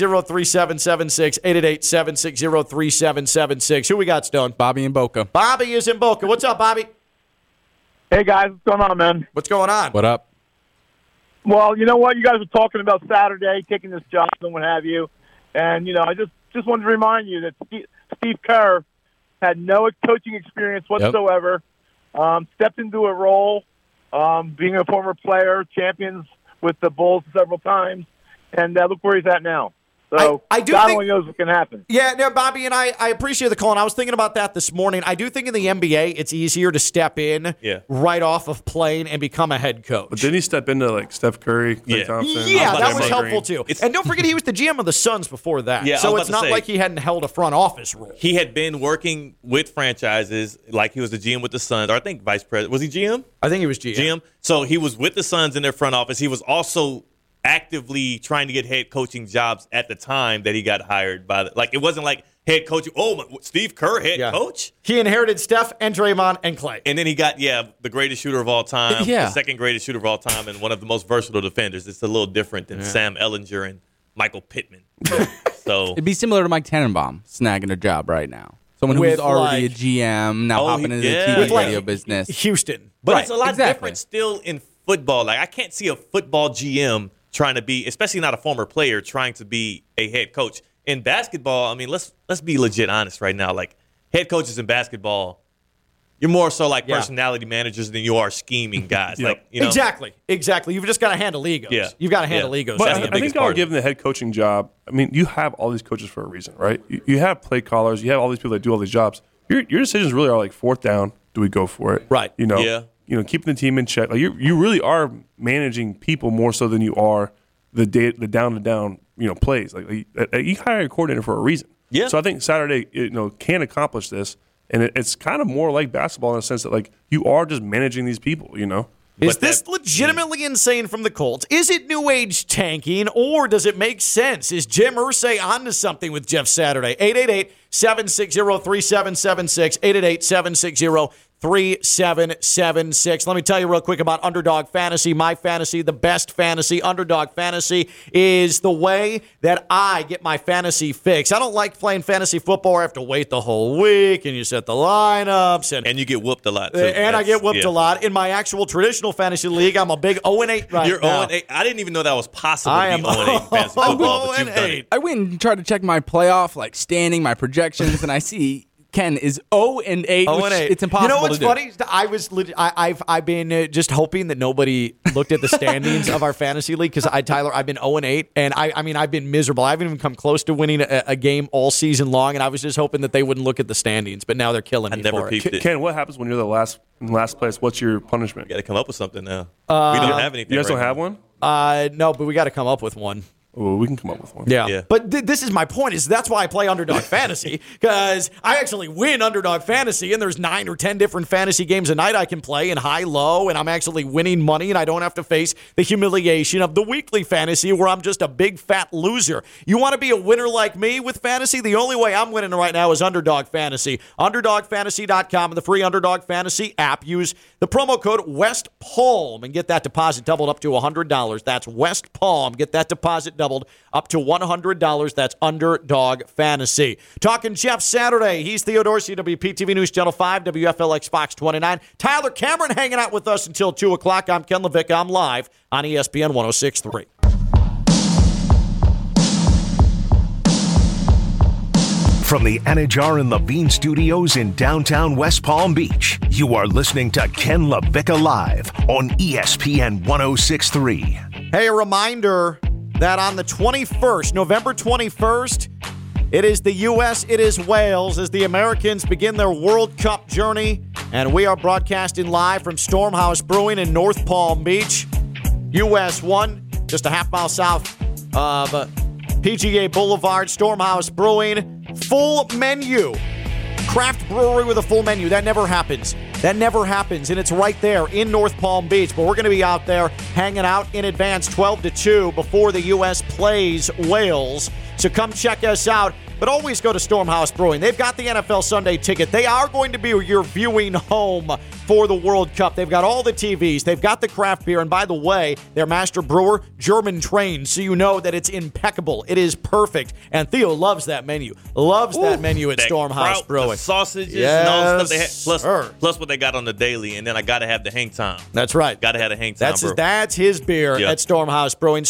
Speaker 2: 888-760-3776, 888-760-3776. Who we got, Stone?
Speaker 3: Bobby and Boca.
Speaker 2: Bobby is in Boca. What's up, Bobby?
Speaker 13: Hey guys, what's going on, man?
Speaker 2: What's going on?
Speaker 3: What up?
Speaker 13: Well, you know what? You guys were talking about Saturday taking this job and what have you, and you know, I just just wanted to remind you that Steve, Steve Kerr had no coaching experience whatsoever. Um, stepped into a role, um, being a former player, champions with the Bulls several times, and uh, look where he's at now. So
Speaker 2: I do
Speaker 13: God
Speaker 2: think-
Speaker 13: only knows what can happen.
Speaker 2: Yeah, no, Bobby, and I, I appreciate the call. And I was thinking about that this morning. I do think in the NBA, it's easier to step in
Speaker 7: Yeah.
Speaker 2: right off of plane and become a head coach.
Speaker 7: But didn't he step into like Steph Curry, Klay Thompson?
Speaker 2: Yeah, that was
Speaker 7: Draymond
Speaker 2: helpful
Speaker 7: Green?
Speaker 2: too. and don't forget, he was the GM of the Suns before that.
Speaker 6: Yeah, I
Speaker 2: so
Speaker 6: was
Speaker 2: it's
Speaker 6: about
Speaker 2: not
Speaker 6: to say.
Speaker 2: like he hadn't held a front office role.
Speaker 6: He had been working with franchises, like he was the GM with the Suns, or I think vice president. Was he GM?
Speaker 2: I think he was GM.
Speaker 6: GM. So he was with the Suns in their front office. He was also actively trying to get head coaching jobs at the time that he got hired by the. Like it wasn't like head coach. Oh, my- Steve Kerr, head coach.
Speaker 2: He inherited Steph and Draymond and Clay.
Speaker 6: And then he got yeah the greatest shooter of all time,
Speaker 2: Yeah.
Speaker 6: the second greatest shooter of all time, and one of the most versatile defenders. It's a little different than
Speaker 3: Yeah.
Speaker 6: Sam Ellinger and
Speaker 2: (laughs)
Speaker 6: Michael Pittman. so
Speaker 3: It'd be similar to Mike Tannenbaum snagging a job right now. Someone
Speaker 6: With,
Speaker 3: who's already
Speaker 6: like-
Speaker 3: a GM, now
Speaker 6: Oh,
Speaker 3: hopping
Speaker 6: he-
Speaker 3: into
Speaker 6: yeah.
Speaker 3: the
Speaker 6: With,
Speaker 3: TV
Speaker 6: like,
Speaker 3: radio business.
Speaker 2: Houston.
Speaker 6: But
Speaker 3: Right,
Speaker 6: it's a lot
Speaker 3: exactly.
Speaker 6: different still in football. Like I can't see a football GM trying to be, especially not a former player, trying to be a head coach. In basketball, I mean, let's let's be legit honest right now. Like head coaches in basketball, you're more so like
Speaker 2: Yeah.
Speaker 6: personality managers than you are scheming guys. Like you know,
Speaker 2: Exactly, exactly. You've just got to handle egos.
Speaker 6: Yeah.
Speaker 2: You've got to
Speaker 6: Yeah.
Speaker 2: handle egos.
Speaker 6: But
Speaker 2: That's
Speaker 6: I-
Speaker 2: the
Speaker 6: I
Speaker 7: I
Speaker 2: biggest
Speaker 7: think I
Speaker 2: part.
Speaker 7: would give him the head coaching job. I mean, you have all these coaches for a reason, right? You, you have play callers, you have all these people that do all these jobs. Your, your decisions really are like fourth down, do we go for it? Right. You know,
Speaker 6: Yeah.
Speaker 7: you know, keeping the team in check. Like you, you really are managing people more so than you are the day, the down to down, you know, plays. Like you, uh, you hire a coordinator for a reason. Yeah. So I think Saturday, you know, can accomplish this, and it, it's kind of more like basketball in a sense that like you are just managing these people. You know.
Speaker 2: Is this legitimately insane from the Colts? Is it new age tanking or does it make sense? Is Jim Ursay onto something with Jeff Saturday? 888 760 3776. 888 760 3776. Let me tell you real quick about Underdog Fantasy. My fantasy, the best fantasy, Underdog Fantasy is the way that I get my fantasy fix. I don't like playing fantasy football. where I have to wait the whole week and you set the lineups and
Speaker 6: and you get whooped a lot. Too.
Speaker 2: and I
Speaker 6: That's-
Speaker 2: get whooped
Speaker 6: yeah.
Speaker 2: a lot in my actual traditional fantasy league. I'm a big 0 and 8 right
Speaker 6: You're
Speaker 2: now.
Speaker 6: 0 and 8. I didn't even know that was possible.
Speaker 2: I
Speaker 6: to
Speaker 2: am
Speaker 6: be
Speaker 2: (laughs)
Speaker 6: (laughs) 0 8 in fantasy football, but you've done it.
Speaker 3: I went and tried to check my playoff like standing, my projections, and I see Ken is 0 and 8.
Speaker 2: 0
Speaker 3: which
Speaker 2: Oh, and 8.
Speaker 3: It's impossible.
Speaker 2: You know what's
Speaker 3: to do.
Speaker 2: funny? I was lit- I, I've I've been uh, just hoping that nobody looked at the standings of our fantasy league because I Tyler I've been 0 and 8 and I I mean I've been miserable. I haven't even come close to winning a, a game all season long, and I was just hoping that they wouldn't look at the standings. But now they're killing me for it.
Speaker 7: Ken, Ken, what happens when you're the last in last place? What's your punishment? You
Speaker 6: got to come up with something now.
Speaker 2: Uh,
Speaker 6: we don't have anything.
Speaker 7: You guys
Speaker 6: right
Speaker 7: don't
Speaker 6: now.
Speaker 7: have one?
Speaker 2: Uh, no, but we got to come up with one.
Speaker 7: Well, we can come up with one.
Speaker 2: Yeah. But th- this is my point is that's why I play underdog fantasy because I actually win underdog fantasy and there's nine or 10 different fantasy games a night I can play in high low and I'm actually winning money and I don't have to face the humiliation of the weekly fantasy where I'm just a big fat loser. You want to be a winner like me with fantasy? The only way I'm winning right now is underdog fantasy. Underdogfantasy.com and the free underdog fantasy app. Use the promo code West Palm and get that deposit doubled up to $100. That's West Palm. Get that deposit doubled up to $100. That's Underdog Fantasy. Talking Jeff Saturday. He's Theodore, CWP TV News Channel 5, WFLX Fox 29. Tyler Cameron hanging out with us until 2 o'clock. I'm Ken Levick. I'm live on E ESPN 1063.
Speaker 1: From the Anajar and Levine studios in downtown West Palm Beach, you are listening to Ken LaBicka Live on E ESPN 1063.
Speaker 2: Hey, a reminder that on the 21st, November 21st, it is the U.S., it is Wales, as the Americans begin their World Cup journey. And we are broadcasting live from Stormhouse Brewing in North Palm Beach. U.S. 1, just a half mile south of uh, PGA Boulevard, Stormhouse Brewing. Full menu craft brewery with a full menu. That never happens. That never happens. And it's right there in North Palm Beach. But we're going to be out there hanging out in advance 12 to 2 before the U.S. plays Wales. So come check us out. But always go to Stormhouse Brewing. They've got the NFL Sunday ticket. They are going to be your viewing home for the World Cup. They've got all the TVs, they've got the craft beer. And by the way, their master brewer, German trained. So you know that it's impeccable. It is perfect. And Theo loves that menu, loves that menu at
Speaker 6: That
Speaker 2: Stormhouse
Speaker 6: kraut,
Speaker 2: Brewing.
Speaker 6: the sausages, and all the stuff they had.
Speaker 2: Yes,
Speaker 6: Plus,
Speaker 2: sir.
Speaker 6: plus what they got on the daily, and then I gotta have the hang time.
Speaker 2: That's right.
Speaker 6: Gotta have the hang time.
Speaker 2: That's his,
Speaker 6: bro.
Speaker 2: that's his beer
Speaker 6: Yeah.
Speaker 2: at Stormhouse Brewing.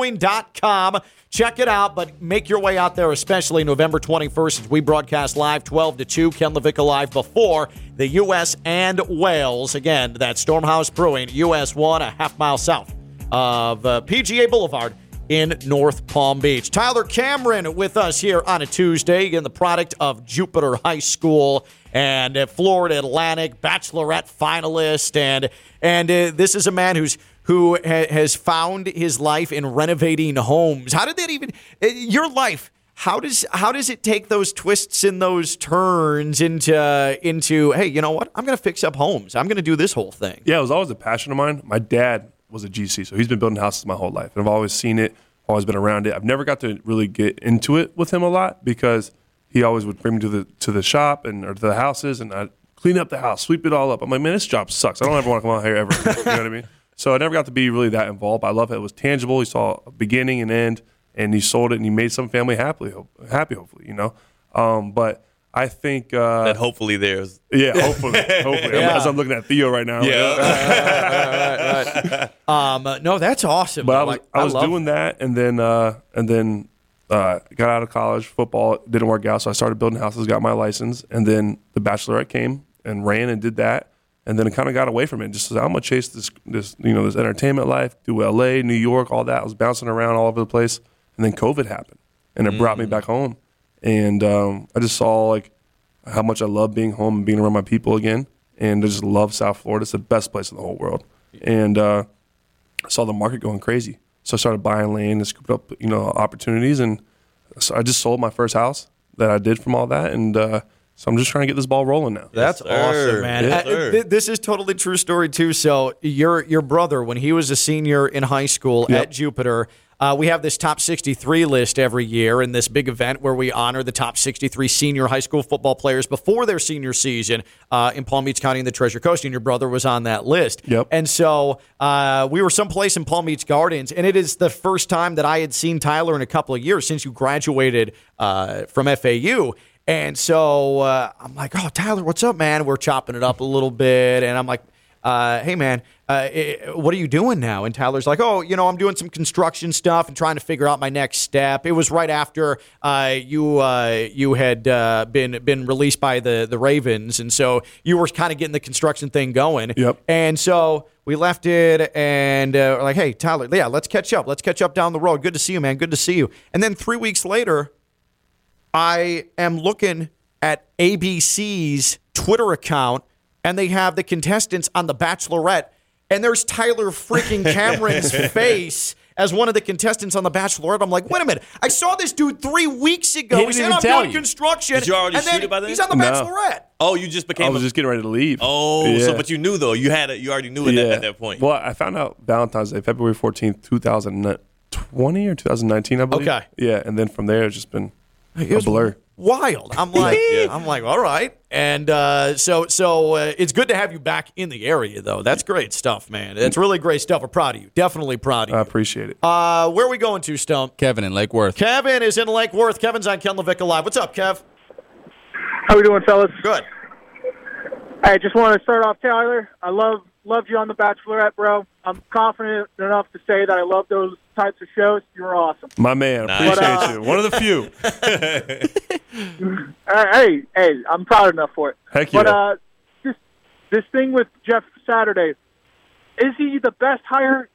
Speaker 2: Stormhousebrewing.com. Check it out, but make your way out there, especially November 21st as we broadcast live 12 to 2. Ken Levick live before the U.S. and Wales. Again, that's Stormhouse Brewing, U.S. 1, a half mile south of uh, PGA Boulevard in North Palm Beach. Tyler Cameron with us here on a Tuesday, again, the product of Jupiter High School and uh, Florida Atlantic Bachelorette finalist, and and uh, this is a man who's who ha- has found his life in renovating homes. How did that even uh, your life? How does how does it take those twists and those turns into into hey you know what I'm going to fix up homes I'm going to do this whole thing
Speaker 7: Yeah, it was always a passion of mine. My dad was a GC, so he's been building houses my whole life. And I've always seen it, always been around it. I've never got to really get into it with him a lot because he always would bring me to the to the shop and or to the houses and I'd clean up the house, sweep it all up. I'm like, man, this job sucks. I don't ever want to come out here ever. You know what I mean? So I never got to be really that involved. But I love it. It was tangible. He saw a beginning and end, and he sold it and he made some family happily, happy, hopefully, you know. Um, but I think uh,
Speaker 6: that hopefully there's
Speaker 7: yeah,
Speaker 2: (laughs)
Speaker 7: hopefully, hopefully.
Speaker 6: Yeah.
Speaker 7: As I'm "Oh, looking at Theo right now,
Speaker 6: Yeah.
Speaker 2: (laughs) um uh, no that's awesome
Speaker 7: but I
Speaker 2: I'm
Speaker 7: was,
Speaker 2: like,
Speaker 7: I was
Speaker 2: love
Speaker 7: doing that, and then uh, and then uh, got out of college. Football didn't work out, so I started building houses, got my license, and then the Bachelorette came and ran and did that, and then I kind of got away from it. Just said, I'm gonna chase this this you know this entertainment life, do L.A., New York, all that. I was bouncing around all over the place, and then COVID happened, and it brought me
Speaker 2: Mm-hmm.
Speaker 7: back home, and um, I just saw like how much I love being home and being around my people again, and I just love South Florida. It's the best place in the whole world, and. uh I saw the market going crazy. So I started buying land and scooped up, you know, opportunities. And so I just sold my first house that I did from all that. And uh, so I'm just trying to get this ball rolling now.
Speaker 2: That's awesome, man.
Speaker 7: Yeah.
Speaker 2: Uh, th- this is totally true story too. So your your brother, when he was a senior in high school
Speaker 7: Yep.
Speaker 2: at Jupiter, uh, we have this top 63 list every year in this big event where we honor the top 63 senior high school football players before their senior season uh, in Palm Beach County and the Treasure Coast. And your brother was on that list. Yep. And so uh, we were someplace in Palm Beach Gardens, and it is the first time that I had seen Tyler in a couple of years since you graduated uh, from FAU. And so uh, I'm like, oh, Tyler, what's up, man? We're chopping it up a little bit. And I'm like, uh, hey, man, uh, eh, what are you doing now? And Tyler's like, oh, you know, I'm doing some construction stuff and trying to figure out my next step. It was right after uh, you uh, you had uh, been been released by the the Ravens, and so you were kind of getting the construction thing going. Yep. And so we left it and uh, we're like, hey, Tyler, yeah, let's catch up. Let's catch up down the road. Good to see you, man. Good to see you. And then three weeks later, I am looking at ABC's Twitter account, and they have the contestants on The Bachelorette, and there's Tyler
Speaker 6: (laughs)
Speaker 2: freaking Cameron's face as one of the contestants on The Bachelorette. I'm like, wait a minute, I saw this dude three weeks ago.
Speaker 6: He
Speaker 2: He
Speaker 6: didn't
Speaker 2: said
Speaker 6: even
Speaker 2: I'm
Speaker 6: tell
Speaker 2: doing
Speaker 6: you.
Speaker 2: construction,
Speaker 6: Did you already
Speaker 2: and then
Speaker 6: shoot it by then?
Speaker 2: he's on The
Speaker 7: No.
Speaker 2: Bachelorette.
Speaker 6: Oh, you just
Speaker 7: I
Speaker 6: became.
Speaker 7: was
Speaker 6: a-
Speaker 7: just getting ready to leave.
Speaker 6: oh,
Speaker 7: Yeah.
Speaker 6: so but you knew though. You had it. You already knew it at, at that point.
Speaker 7: Well, I found out Valentine's Day, February 14th, 2020 or 2019, I believe.
Speaker 2: Okay.
Speaker 7: Yeah. And then from there, it's just been
Speaker 2: It
Speaker 7: a
Speaker 2: was
Speaker 7: blur.
Speaker 2: Wild. I'm like, I'm like, all right. And uh, so, so uh, it's good to have you back in the area, though. That's great stuff, man. That's really great stuff. We're proud of you. Definitely proud of you.
Speaker 7: I appreciate it.
Speaker 2: Uh, where are we going to, Stump?
Speaker 3: Kevin in Lake Worth.
Speaker 2: Kevin is in Lake Worth. Kevin's on Ken Levick Live. What's up, Kev?
Speaker 13: How we doing, fellas?
Speaker 2: Good.
Speaker 13: I just want to start off, Tyler. I love loved you on The Bachelorette, bro. I'm confident enough to say that I love those types of shows. You're awesome.
Speaker 7: My man,
Speaker 13: Nice.
Speaker 7: appreciate
Speaker 13: But, uh,
Speaker 7: you. One of the
Speaker 6: (laughs)
Speaker 7: few.
Speaker 13: (laughs) Uh, hey, hey, I'm proud enough for it.
Speaker 7: Heck
Speaker 13: But
Speaker 7: yeah.
Speaker 13: uh, this this thing with Jeff Saturday, is he the best hire?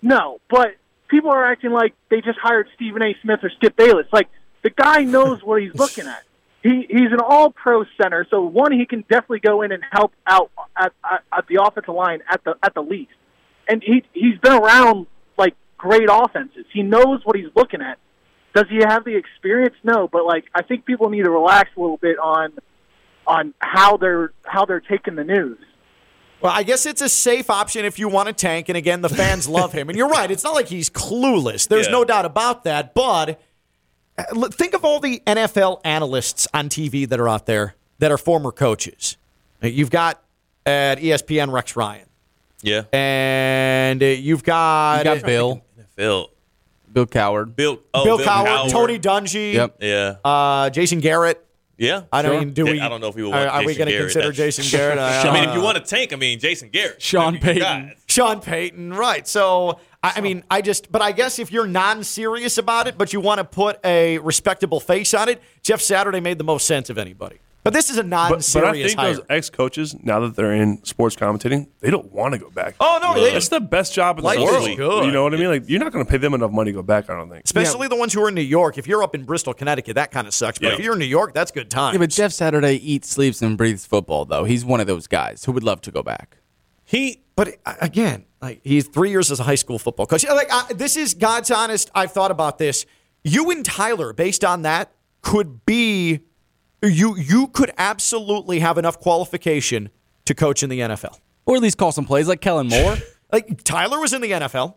Speaker 13: No, but people are acting like they just hired Stephen A. Smith or Skip Bayless. Like the guy knows what he's looking at. He he's an All Pro center, so one he can definitely go in and help out at, at, at the offensive line at the at the least. And he he's been around like great offenses. He knows what he's looking at. Does he have the experience? No, but like I think people need to relax a little bit on on how they're how they're taking the news.
Speaker 2: Well, I guess it's a safe option if you want to tank. And again, the
Speaker 6: (laughs)
Speaker 2: fans love him. And you're right. It's not like he's clueless. There's
Speaker 6: Yeah.
Speaker 2: no doubt about that. But uh, look, think of all the NFL analysts on TV that are out there that are former coaches. Uh, You've got at E ESPN Rex Ryan,
Speaker 6: yeah.
Speaker 2: and uh, you've got, uh,
Speaker 3: You got Bill.
Speaker 6: Bill.
Speaker 3: Bill Coward.
Speaker 6: Bill. Oh,
Speaker 2: Bill, Cowher, Tony Dungy,
Speaker 3: Yep.
Speaker 6: Yeah.
Speaker 2: uh, Jason Garrett.
Speaker 6: Yeah.
Speaker 2: I don't even- do
Speaker 6: Yeah,
Speaker 2: we-
Speaker 6: I don't know if we would
Speaker 2: are-
Speaker 6: want
Speaker 2: are we
Speaker 6: Jason
Speaker 2: gonna
Speaker 6: Garrett.
Speaker 2: consider
Speaker 6: That's-
Speaker 2: Jason Garrett? I-
Speaker 6: I mean,
Speaker 2: uh,
Speaker 6: if you want to tank, I mean, Jason Garrett.
Speaker 3: Sean Payton.
Speaker 2: Sean Payton, right. So, I, I mean, I just, but I guess if you're non serious about it, but you want to put a respectable face on it, Jeff Saturday made the most sense of anybody. But this is a
Speaker 7: But, but I
Speaker 2: non-serious
Speaker 7: think
Speaker 2: hire.
Speaker 7: those ex coaches, now that they're in sports commentating, they don't want to go back.
Speaker 2: Oh, no, they-
Speaker 7: it's the best job in
Speaker 2: Life
Speaker 7: the
Speaker 2: is
Speaker 7: world.
Speaker 2: good.
Speaker 7: You know what I mean? Like you're not going to pay them enough money to go back. I don't think.
Speaker 2: Especially the ones who are in New York. If you're up in Bristol, Connecticut, that kind of sucks. But
Speaker 3: Yeah.
Speaker 2: if you're in New York, that's good time.
Speaker 3: Yeah, but Jeff Saturday eats, sleeps, and breathes football, though. He's one of those guys who would love to go back.
Speaker 2: He, but uh, again, like he's three years as a high school football coach. Like I, this is God's honest. I've thought about this. You and Tyler, based on that, could be you. You could absolutely have enough qualification to coach in the NFL,
Speaker 3: or at least call some plays like Kellen Moore.
Speaker 2: (laughs) like Tyler was in the NFL.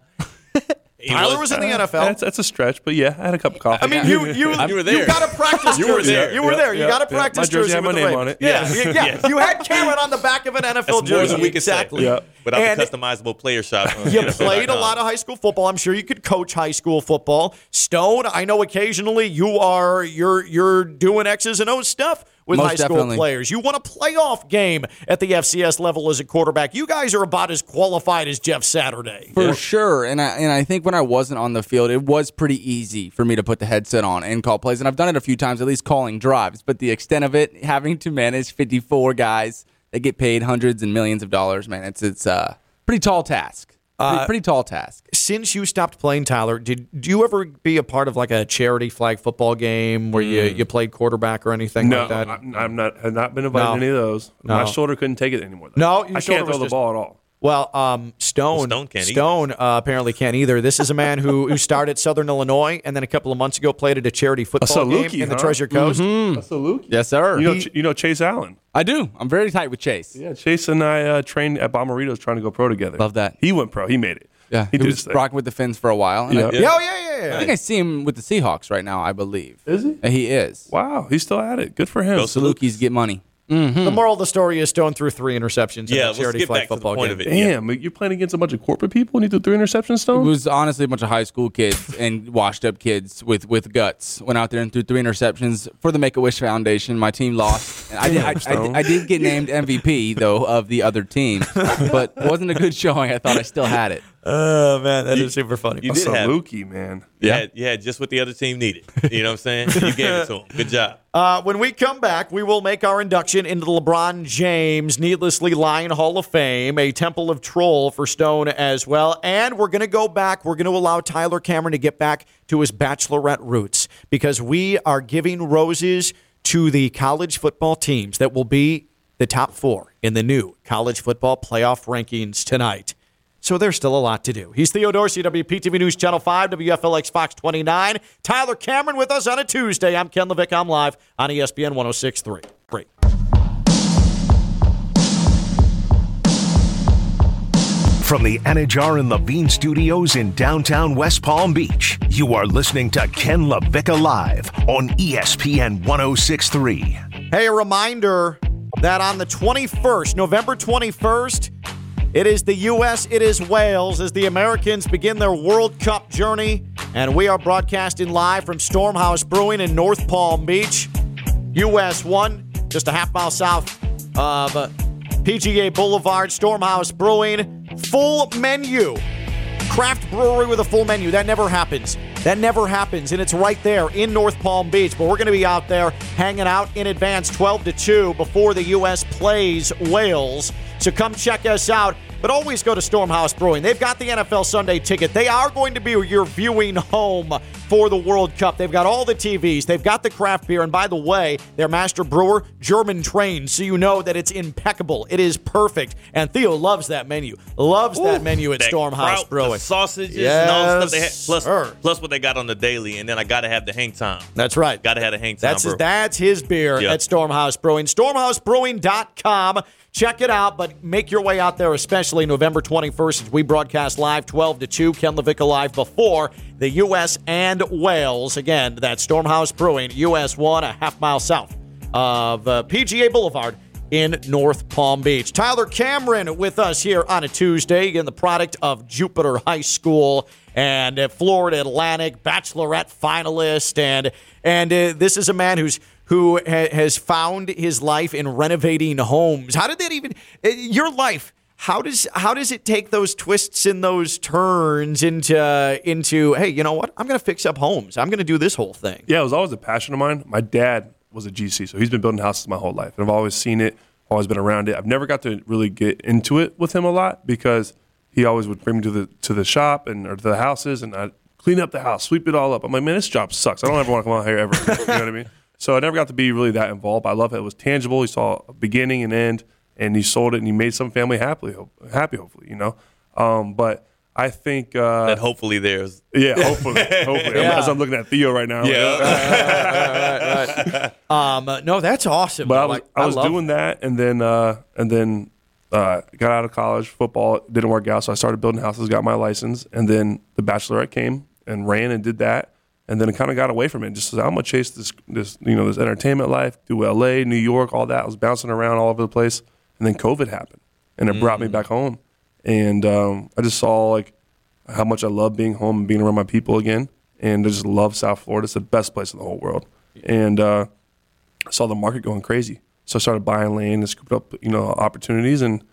Speaker 2: Tyler was in the
Speaker 7: Uh,
Speaker 2: NFL.
Speaker 7: That's, that's a stretch, but yeah, I had a cup of coffee.
Speaker 2: I mean, you
Speaker 7: (laughs)
Speaker 2: you you got
Speaker 3: (laughs)
Speaker 2: to practice.
Speaker 7: You were
Speaker 2: jersey.
Speaker 7: there.
Speaker 2: You were
Speaker 7: Yeah,
Speaker 2: there.
Speaker 7: yeah,
Speaker 2: you got to
Speaker 7: yeah.
Speaker 2: practice
Speaker 7: My jersey had
Speaker 2: with
Speaker 7: my
Speaker 2: the
Speaker 7: name
Speaker 2: Ravens.
Speaker 7: on it.
Speaker 2: Yeah,
Speaker 7: Yeah.
Speaker 2: yeah.
Speaker 6: (laughs)
Speaker 2: yeah.
Speaker 7: Yeah.
Speaker 2: You had Cameron on the back of an NFL
Speaker 6: That's
Speaker 2: jersey.
Speaker 6: more than we can
Speaker 2: exactly.
Speaker 6: say without
Speaker 2: And-
Speaker 6: the customizable player shop.
Speaker 7: (laughs)
Speaker 6: on
Speaker 2: You
Speaker 6: NFL.com.
Speaker 2: played a lot of high school football. I'm sure you could coach high school football. Stone, I know occasionally you are you're you're doing X's and O's stuff with
Speaker 3: Most
Speaker 2: high school
Speaker 3: definitely.
Speaker 2: players. You won a playoff game at the FCS level as a quarterback. You guys are about as qualified as Jeff Saturday.
Speaker 3: For sure. And I and I think when I wasn't on the field, it was pretty easy for me to put the headset on and call plays. And I've done it a few times, at least calling drives, but the extent of it, having to manage fifty four guys that get paid hundreds and millions of dollars, man, it's it's uh pretty tall task. Pretty,
Speaker 2: Uh,
Speaker 3: pretty tall task.
Speaker 2: Since you stopped playing, Tyler, did do you ever be a part of like a charity flag football game where you, you played quarterback or anything
Speaker 7: Hmm. No,
Speaker 2: like that?
Speaker 7: I'm I'm not. Have not been invited to
Speaker 2: No.
Speaker 7: any of those. My
Speaker 2: No.
Speaker 7: shoulder couldn't take it anymore.
Speaker 2: No, your
Speaker 7: I
Speaker 2: shoulder
Speaker 7: can't
Speaker 2: was
Speaker 7: throw the
Speaker 2: just-
Speaker 7: ball at all.
Speaker 2: Well, um, Stone
Speaker 7: Stone can't either.
Speaker 2: Stone, uh, apparently can't either. This is a man who who started at Southern Illinois and then a couple of months ago played at a charity football game
Speaker 7: Saluki,
Speaker 2: in the
Speaker 7: huh?
Speaker 2: Treasure Coast.
Speaker 7: That's a Luke.
Speaker 3: Yes, sir.
Speaker 7: You know,
Speaker 3: He-
Speaker 7: Ch- you know Chase Allen.
Speaker 3: I do. I'm very tight with Chase.
Speaker 7: Yeah, Chase and I uh, trained at Bomberitos trying to go pro together. Love
Speaker 3: that.
Speaker 7: He went pro. He made it.
Speaker 3: Yeah.
Speaker 7: he
Speaker 3: He,
Speaker 7: did his
Speaker 3: was
Speaker 7: thing.
Speaker 3: rocking with the Finns for a while. and I-
Speaker 7: Yeah. Yeah, oh, yeah, yeah, yeah.
Speaker 3: I think I see him with the Seahawks right now, I believe. Uh,
Speaker 7: Is he?
Speaker 3: He is.
Speaker 7: Wow, he's still at it. Good for him.
Speaker 3: Go Salukis get money. Mm-hmm.
Speaker 2: The moral of the story is Stone threw three interceptions
Speaker 3: Yeah,
Speaker 2: in
Speaker 3: let's
Speaker 2: the charity
Speaker 3: get
Speaker 2: flag
Speaker 3: back to the
Speaker 2: football
Speaker 3: point
Speaker 2: game.
Speaker 3: of it.
Speaker 7: Damn, you're playing against a bunch of corporate people and you threw three interceptions,
Speaker 3: It
Speaker 7: Stone?
Speaker 3: was honestly a bunch of high school kids and washed up kids with, with guts. Went out there and threw three interceptions for the Make a Wish Foundation. My team lost. And I, did, I, I- I did get named MVP, though, of the other team, but wasn't a good showing. I thought I still had it.
Speaker 2: Oh man, that is
Speaker 6: You-
Speaker 2: super funny.
Speaker 6: you did have-
Speaker 7: Saluki, man.
Speaker 6: You had- you had just what the other team needed. You know what I'm saying? You gave it to him. Good job.
Speaker 2: Uh, when we come back, we will make our induction into the LeBron James Needlessly Lion Hall of Fame, a temple of troll for Stone as well. And we're going to go back. We're going to allow Tyler Cameron to get back to his bachelorette roots because we are giving roses to the college football teams that will be the top four in the new college football playoff rankings tonight. So there's still a lot to do. He's Theo Dorsey, WPTV News Channel 5, WFLX Fox 29. Tyler Cameron with us on a Tuesday. I'm Ken Levick. I'm live on E ESPN 1063. Great.
Speaker 1: From the Anajar and Levine Studios in downtown West Palm Beach, you are listening to Ken LaVica Live on E ESPN 1063.
Speaker 2: Hey, a reminder that on the 21st, November 21st, it is the U.S., it is Wales as the Americans begin their World Cup journey. And we are broadcasting live from Stormhouse Brewing in North Palm Beach. US 1, just a half mile south of uh, PGA Boulevard, Stormhouse Brewing. Full menu craft brewery with a full menu. That never happens. That never happens. And it's right there in North Palm Beach. But we're going to be out there hanging out in advance 12 to 2 before the U.S. plays Wales. So come check us out. But always go to Stormhouse Brewing. They've got the NFL Sunday ticket. They are going to be your viewing home for the World Cup. They've got all the TVs. They've got the craft beer. And by the way, their master brewer, German trained. So you know that it's impeccable. It is perfect. And Theo loves that menu. Loves that menu at
Speaker 6: That
Speaker 2: Stormhouse
Speaker 6: kraut,
Speaker 2: Brewing.
Speaker 6: the sausages, and all the stuff they had.
Speaker 2: Yes,
Speaker 6: Plus,
Speaker 2: sir.
Speaker 6: plus what they got on the daily, and then I gotta have the hang time.
Speaker 2: That's right.
Speaker 6: Gotta have the hang time.
Speaker 2: That's his,
Speaker 6: bro.
Speaker 2: that's his beer
Speaker 6: Yeah.
Speaker 2: at Stormhouse Brewing. Stormhousebrewing.com. Check it out, but make your way out there, especially November 21st as we broadcast live 12 to 2. Ken Levick live before the U.S. and Wales. Again, that's Stormhouse Brewing, U.S. 1, a half mile south of uh, PGA Boulevard in North Palm Beach. Tyler Cameron with us here on a Tuesday, again, the product of Jupiter High School and uh, Florida Atlantic Bachelorette finalist, and and uh, this is a man who's who ha- has found his life in renovating homes. How did that even uh, your life? How does how does it take those twists and those turns into into hey you know what I'm going to fix up homes I'm going to do this whole thing
Speaker 7: Yeah, it was always a passion of mine. My dad was a GC, so he's been building houses my whole life, and I've always seen it, always been around it. I've never got to really get into it with him a lot because he always would bring me to the to the shop and or to the houses, and I clean up the house, sweep it all up. I'm like, man, this job sucks. I don't ever want to come out here ever. again." you know what I mean? So I never got to be really that involved. But I love it. It was tangible. He saw a beginning and end, and he sold it, and he made some family happily, happy, hopefully, you know. Um, but I think uh,
Speaker 6: that hopefully there's
Speaker 7: yeah, hopefully, hopefully.
Speaker 6: Yeah.
Speaker 7: As I'm looking at Theo right now, I'm like,
Speaker 6: Yeah.
Speaker 7: (laughs)
Speaker 2: (laughs) Um, uh, no, that's awesome.
Speaker 7: but I was,
Speaker 2: Like,
Speaker 7: I was
Speaker 2: love-
Speaker 7: doing that, and then uh, and then uh, got out of college. Football didn't work out, so I started building houses, got my license, and then the Bachelorette came and ran and did that, and then I kind of got away from it. Just said, I'm gonna chase this this you know this entertainment life, do L.A., New York, all that. I was bouncing around all over the place, and then COVID happened, and it brought me back home, and um, I just saw like how much I love being home and being around my people again, and I just love South Florida. It's the best place in the whole world, and. uh I saw the market going crazy. So I started buying land and scooping up, you know, opportunities. And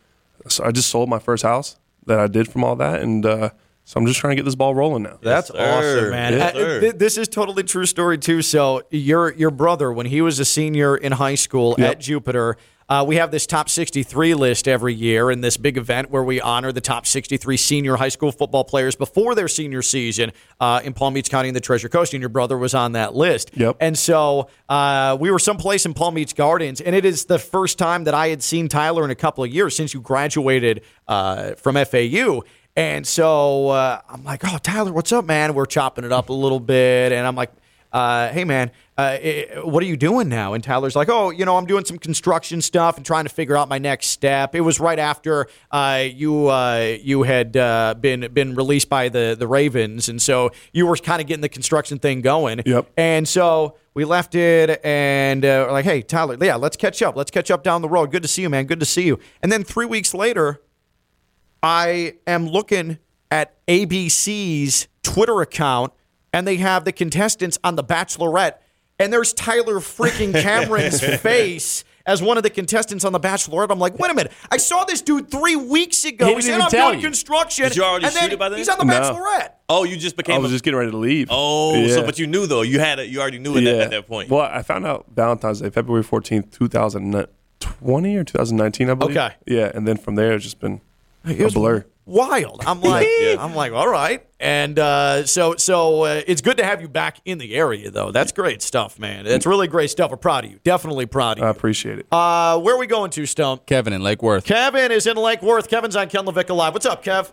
Speaker 7: so I just sold my first house that I did from all that. And uh, so I'm just trying to get this ball rolling now.
Speaker 2: That's awesome, man.
Speaker 7: Yeah.
Speaker 2: Uh, th- this is totally true story too. So your your brother, when he was a senior in high school
Speaker 7: Yep.
Speaker 2: at Jupiter, uh, we have this top 63 list every year in this big event where we honor the top 63 senior high school football players before their senior season uh, in Palm Beach County and the Treasure Coast. And your brother was on that list. Yep. And so uh, we were someplace in Palm Beach Gardens, and it is the first time that I had seen Tyler in a couple of years since you graduated uh, from FAU. And so uh, I'm like, oh, Tyler, what's up, man? We're chopping it up a little bit. And I'm like, uh, hey, man, uh, eh, what are you doing now? And Tyler's like, oh, you know, I'm doing some construction stuff and trying to figure out my next step. It was right after uh, you uh, you had uh, been been released by the the Ravens, and so you were kind of getting the construction thing going. Yep. And so we left it and uh, we're like, hey, Tyler, yeah, let's catch up. Let's catch up down the road. Good to see you, man. Good to see you. And then three weeks later, I am looking at ABC's Twitter account, and they have the contestants on The Bachelorette, and there's Tyler
Speaker 6: (laughs)
Speaker 2: freaking Cameron's face as one of the contestants on The Bachelorette. I'm like, wait a minute, I saw this dude three weeks ago.
Speaker 6: He
Speaker 2: He,
Speaker 6: didn't
Speaker 2: said
Speaker 6: even
Speaker 2: I'm
Speaker 6: tell
Speaker 2: doing
Speaker 6: you.
Speaker 2: construction,
Speaker 6: Did you already
Speaker 2: and
Speaker 6: shoot
Speaker 2: then
Speaker 6: it by then?
Speaker 2: he's on The
Speaker 7: No.
Speaker 2: Bachelorette.
Speaker 6: Oh, you just became.
Speaker 7: I was
Speaker 6: a-
Speaker 7: just getting ready to leave.
Speaker 6: Oh,
Speaker 7: Yeah.
Speaker 6: so but you knew though. You had it. You already knew it at, at that point.
Speaker 7: Well, I found out Valentine's Day, February 14th, 2020 or 2019, I believe.
Speaker 2: Okay.
Speaker 7: Yeah. And then from there, it's just been
Speaker 2: It
Speaker 7: a
Speaker 2: was
Speaker 7: blur.
Speaker 2: Wild. I'm like,
Speaker 7: (laughs) Yeah.
Speaker 2: I'm like, all right. And uh, so, so uh, it's good to have you back in the area, though. That's great stuff, man. That's really great stuff. We're proud of you. Definitely proud of you.
Speaker 7: I appreciate it.
Speaker 2: Uh, where are we going to, Stump?
Speaker 3: Kevin in Lake Worth.
Speaker 2: Kevin is in Lake Worth. Kevin's on Ken Levick Live. What's up, Kev?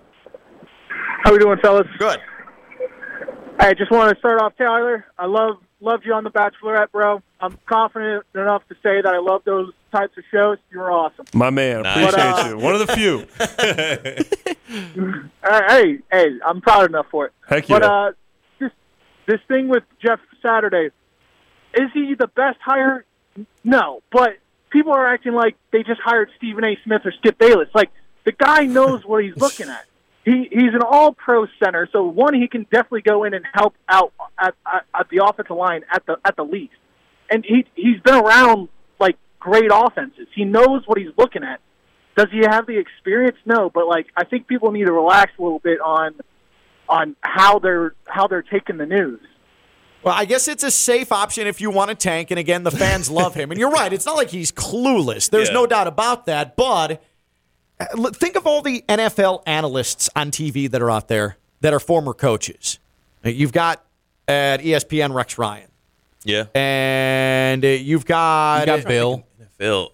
Speaker 13: How we doing, fellas?
Speaker 2: Good.
Speaker 13: I just want to start off, Tyler. I love loved you on The Bachelorette, bro. I'm confident enough to say that I love those types of shows. You're awesome.
Speaker 7: My man,
Speaker 13: Nice.
Speaker 7: appreciate
Speaker 13: But, uh,
Speaker 7: you. One of the few.
Speaker 13: (laughs) Uh, hey, hey, I'm proud enough for it.
Speaker 7: Heck
Speaker 13: But
Speaker 7: yeah.
Speaker 13: uh, this this thing with Jeff Saturday, is he the best hire? No, but people are acting like they just hired Stephen A. Smith or Skip Bayless. Like the guy knows what he's looking at. He he's an All Pro center, so one he can definitely go in and help out at, at, at the offensive line at the at the least. And he he's been around like great offenses. He knows what he's looking at. Does he have the experience? No, but like I think people need to relax a little bit on on how they're how they're taking the news.
Speaker 2: Well, I guess it's a safe option if you want to tank. And again, the
Speaker 6: (laughs)
Speaker 2: fans love him. And you're right. It's not like he's clueless. There's
Speaker 6: Yeah.
Speaker 2: no doubt about that. But uh, look, think of all the NFL analysts on TV that are out there that are former coaches. Uh, You've got at E ESPN Rex Ryan,
Speaker 6: yeah.
Speaker 2: and uh, you've got, uh,
Speaker 3: You got Bill.
Speaker 6: Bill.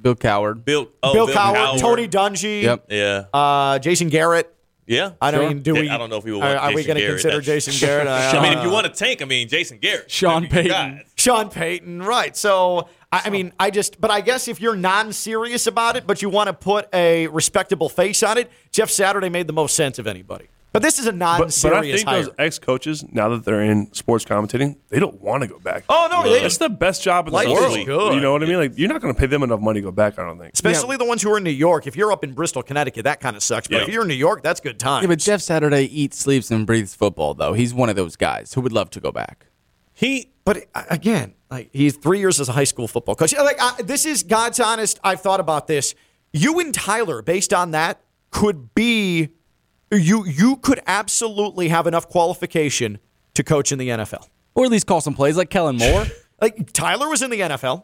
Speaker 3: Bill Coward.
Speaker 6: Bill. Oh,
Speaker 2: Bill, Cowher, Tony Dungy,
Speaker 3: Yep.
Speaker 6: Yeah.
Speaker 2: uh, Jason Garrett.
Speaker 6: Yeah.
Speaker 2: I don't even- do
Speaker 6: Yeah,
Speaker 2: we-
Speaker 6: I don't know if we
Speaker 2: are-
Speaker 6: want.
Speaker 2: are we
Speaker 6: Jason
Speaker 2: gonna
Speaker 6: Garrett.
Speaker 2: consider
Speaker 6: That's-
Speaker 3: (laughs)
Speaker 2: Jason
Speaker 6: (laughs)
Speaker 2: Garrett? I-
Speaker 6: I
Speaker 2: I
Speaker 6: mean,
Speaker 2: don't
Speaker 6: if you
Speaker 2: know.
Speaker 6: want to tank, I mean, Jason Garrett.
Speaker 3: Sean Payton.
Speaker 2: Sean Payton, right. So, I, I mean, I just, but I guess if you're non serious about it, but you want to put a respectable face on it, Jeff Saturday made the most sense of anybody. But this is a non
Speaker 7: (laughs) But, but I
Speaker 2: serious
Speaker 7: think
Speaker 2: hire.
Speaker 7: those ex coaches, now that they're in sports commentating, they don't want to go back.
Speaker 2: Oh, no, they-
Speaker 7: it's the best job in
Speaker 2: Life
Speaker 7: the
Speaker 2: is
Speaker 7: world.
Speaker 2: good.
Speaker 7: You know what I mean? Like you're not going to pay them enough money to go back. I don't think.
Speaker 2: Especially the ones who are in New York. If you're up in Bristol, Connecticut, that kind of sucks. But
Speaker 3: Yeah.
Speaker 2: if you're in New York, that's good time.
Speaker 3: Yeah, but Jeff Saturday eats, sleeps, and breathes football, though. He's one of those guys who would love to go back.
Speaker 6: He,
Speaker 2: but uh, again, like he's three years as a high school football coach. Like I, this is God's honest. I've thought about this. You and Tyler, based on that, could be you. You could absolutely have enough qualification to coach in the NFL.
Speaker 3: Or at least call some plays like Kellen Moore.
Speaker 2: (laughs) Like Tyler was in the NFL.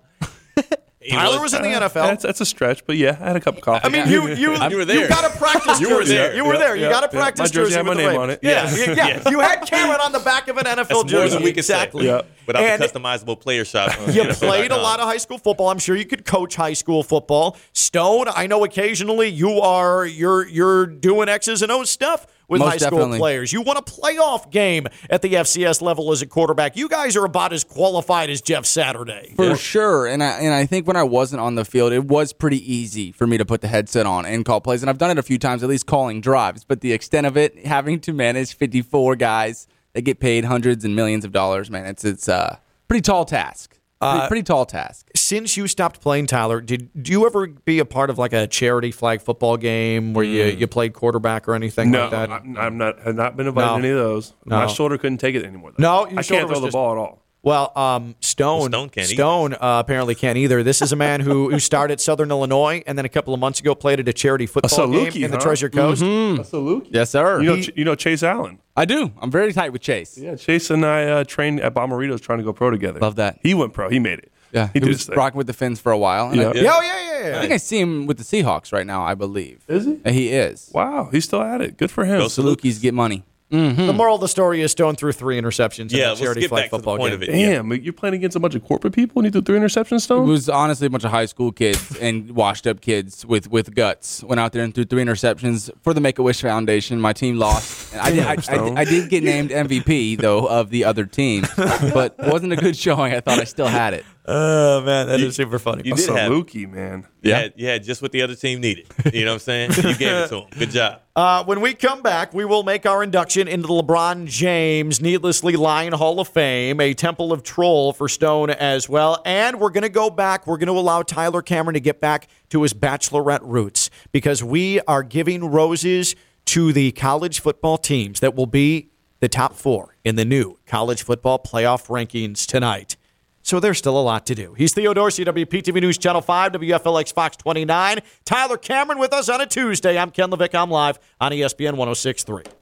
Speaker 2: Tyler was, in the
Speaker 7: Uh,
Speaker 2: NFL.
Speaker 7: That's, that's a stretch, but yeah, I had a cup of coffee.
Speaker 2: I mean,
Speaker 7: (laughs)
Speaker 2: you you
Speaker 7: I'm-
Speaker 2: you got a practice.
Speaker 7: You were
Speaker 2: jersey.
Speaker 7: there.
Speaker 2: You were
Speaker 7: Yeah,
Speaker 2: there. You
Speaker 7: yeah,
Speaker 2: got a
Speaker 7: yeah. My
Speaker 2: practice jersey
Speaker 7: jersey had my
Speaker 2: with the
Speaker 7: name
Speaker 2: Ravens.
Speaker 7: on it. (laughs)
Speaker 2: Yeah,
Speaker 7: Yeah.
Speaker 2: yeah.
Speaker 6: (laughs)
Speaker 2: yeah.
Speaker 7: Yeah.
Speaker 2: You had Cameron on the back of an NFL
Speaker 6: That's
Speaker 2: jersey.
Speaker 6: more than we can say
Speaker 2: exactly.
Speaker 6: without
Speaker 2: And-
Speaker 6: the customizable player shop.
Speaker 2: (laughs)
Speaker 6: on
Speaker 2: You
Speaker 6: NFL.com.
Speaker 2: played a lot of high school football. I'm sure you could coach high school football. Stone, I know occasionally you are you're you're doing X's and O's stuff with
Speaker 3: Most
Speaker 2: high school
Speaker 3: definitely.
Speaker 2: players. You won a playoff game at the FCS level as a quarterback. You guys are about as qualified as Jeff Saturday.
Speaker 3: For sure. And I and I think when I wasn't on the field, it was pretty easy for me to put the headset on and call plays. And I've done it a few times, at least calling drives, but the extent of it, having to manage fifty four guys that get paid hundreds and millions of dollars, man, it's it's uh pretty tall task.
Speaker 2: Uh,
Speaker 3: pretty, pretty tall task.
Speaker 2: Since you stopped playing, Tyler, did do you ever be a part of like a charity flag football game where you, you played quarterback or anything
Speaker 7: Hmm. no,
Speaker 2: like that?
Speaker 7: I'm, I'm not. Have not been invited
Speaker 2: No.
Speaker 7: to any of those. My
Speaker 2: No.
Speaker 7: shoulder couldn't take it anymore. though.
Speaker 2: No,
Speaker 7: I can't throw the ball at all.
Speaker 2: Well, um, Stone
Speaker 7: Stone can't either.
Speaker 2: Stone, uh, apparently can't either. This is a man who
Speaker 7: (laughs)
Speaker 2: who started Southern Illinois and then a couple of months ago played at a charity football game
Speaker 7: Saluki,
Speaker 2: in the
Speaker 7: huh?
Speaker 2: Treasure Coast.
Speaker 6: Mm-hmm.
Speaker 7: That's a Luke.
Speaker 3: Yes, sir.
Speaker 7: You know,
Speaker 3: He-
Speaker 7: Ch- you know Chase Allen.
Speaker 3: I do. I'm very tight with Chase.
Speaker 7: Yeah, Chase and I uh, trained at Bomberitos trying to go pro together. Love
Speaker 3: that.
Speaker 7: He went pro. He made it.
Speaker 3: Yeah.
Speaker 7: he
Speaker 3: He
Speaker 7: did
Speaker 3: was
Speaker 7: his thing.
Speaker 3: rocking with the Fins for a while. and I-
Speaker 7: Yeah.
Speaker 2: Yeah, oh, yeah, yeah, yeah.
Speaker 3: I think I see him with the Seahawks right now, I believe. Uh,
Speaker 7: Is he?
Speaker 3: He is.
Speaker 7: Wow, he's still at it. Good for him.
Speaker 3: Salukis get money.
Speaker 7: Mm-hmm.
Speaker 2: The moral of the story is Stone threw three interceptions
Speaker 7: Yeah,
Speaker 2: in the
Speaker 7: let's
Speaker 2: charity
Speaker 7: get
Speaker 2: flag
Speaker 7: back to the
Speaker 2: football
Speaker 7: point
Speaker 2: game.
Speaker 7: of it. Damn, you're playing against a bunch of corporate people and you threw three interceptions, Stone?
Speaker 3: It was honestly a bunch of high school kids and washed up kids with, with guts. Went out there and threw three interceptions for the Make a Wish Foundation. My team lost. And I, did, I, I, I did get named MVP, though, of the other
Speaker 2: (laughs)
Speaker 3: team, but it wasn't a good showing. I thought I still had it.
Speaker 2: Oh man, that is super funny.
Speaker 6: You did have
Speaker 7: Saluki, man.
Speaker 6: Yeah, had, you had just what the other team needed. You know what I'm saying? You gave it to them. Good job.
Speaker 2: Uh, when we come back, we will make our induction into the LeBron James Needlessly Lion Hall of Fame, a temple of troll for Stone as well. And we're going to go back. We're going to allow Tyler Cameron to get back to his bachelorette roots because we are giving roses to the college football teams that will be the top four in the new college football playoff rankings tonight. So there's still a lot to do. He's Theo Dorsey, WPTV News Channel 5, WFLX Fox E oh 29. Tyler Cameron with us on a Tuesday. I'm Ken Levick. I'm live on ESPN 1063.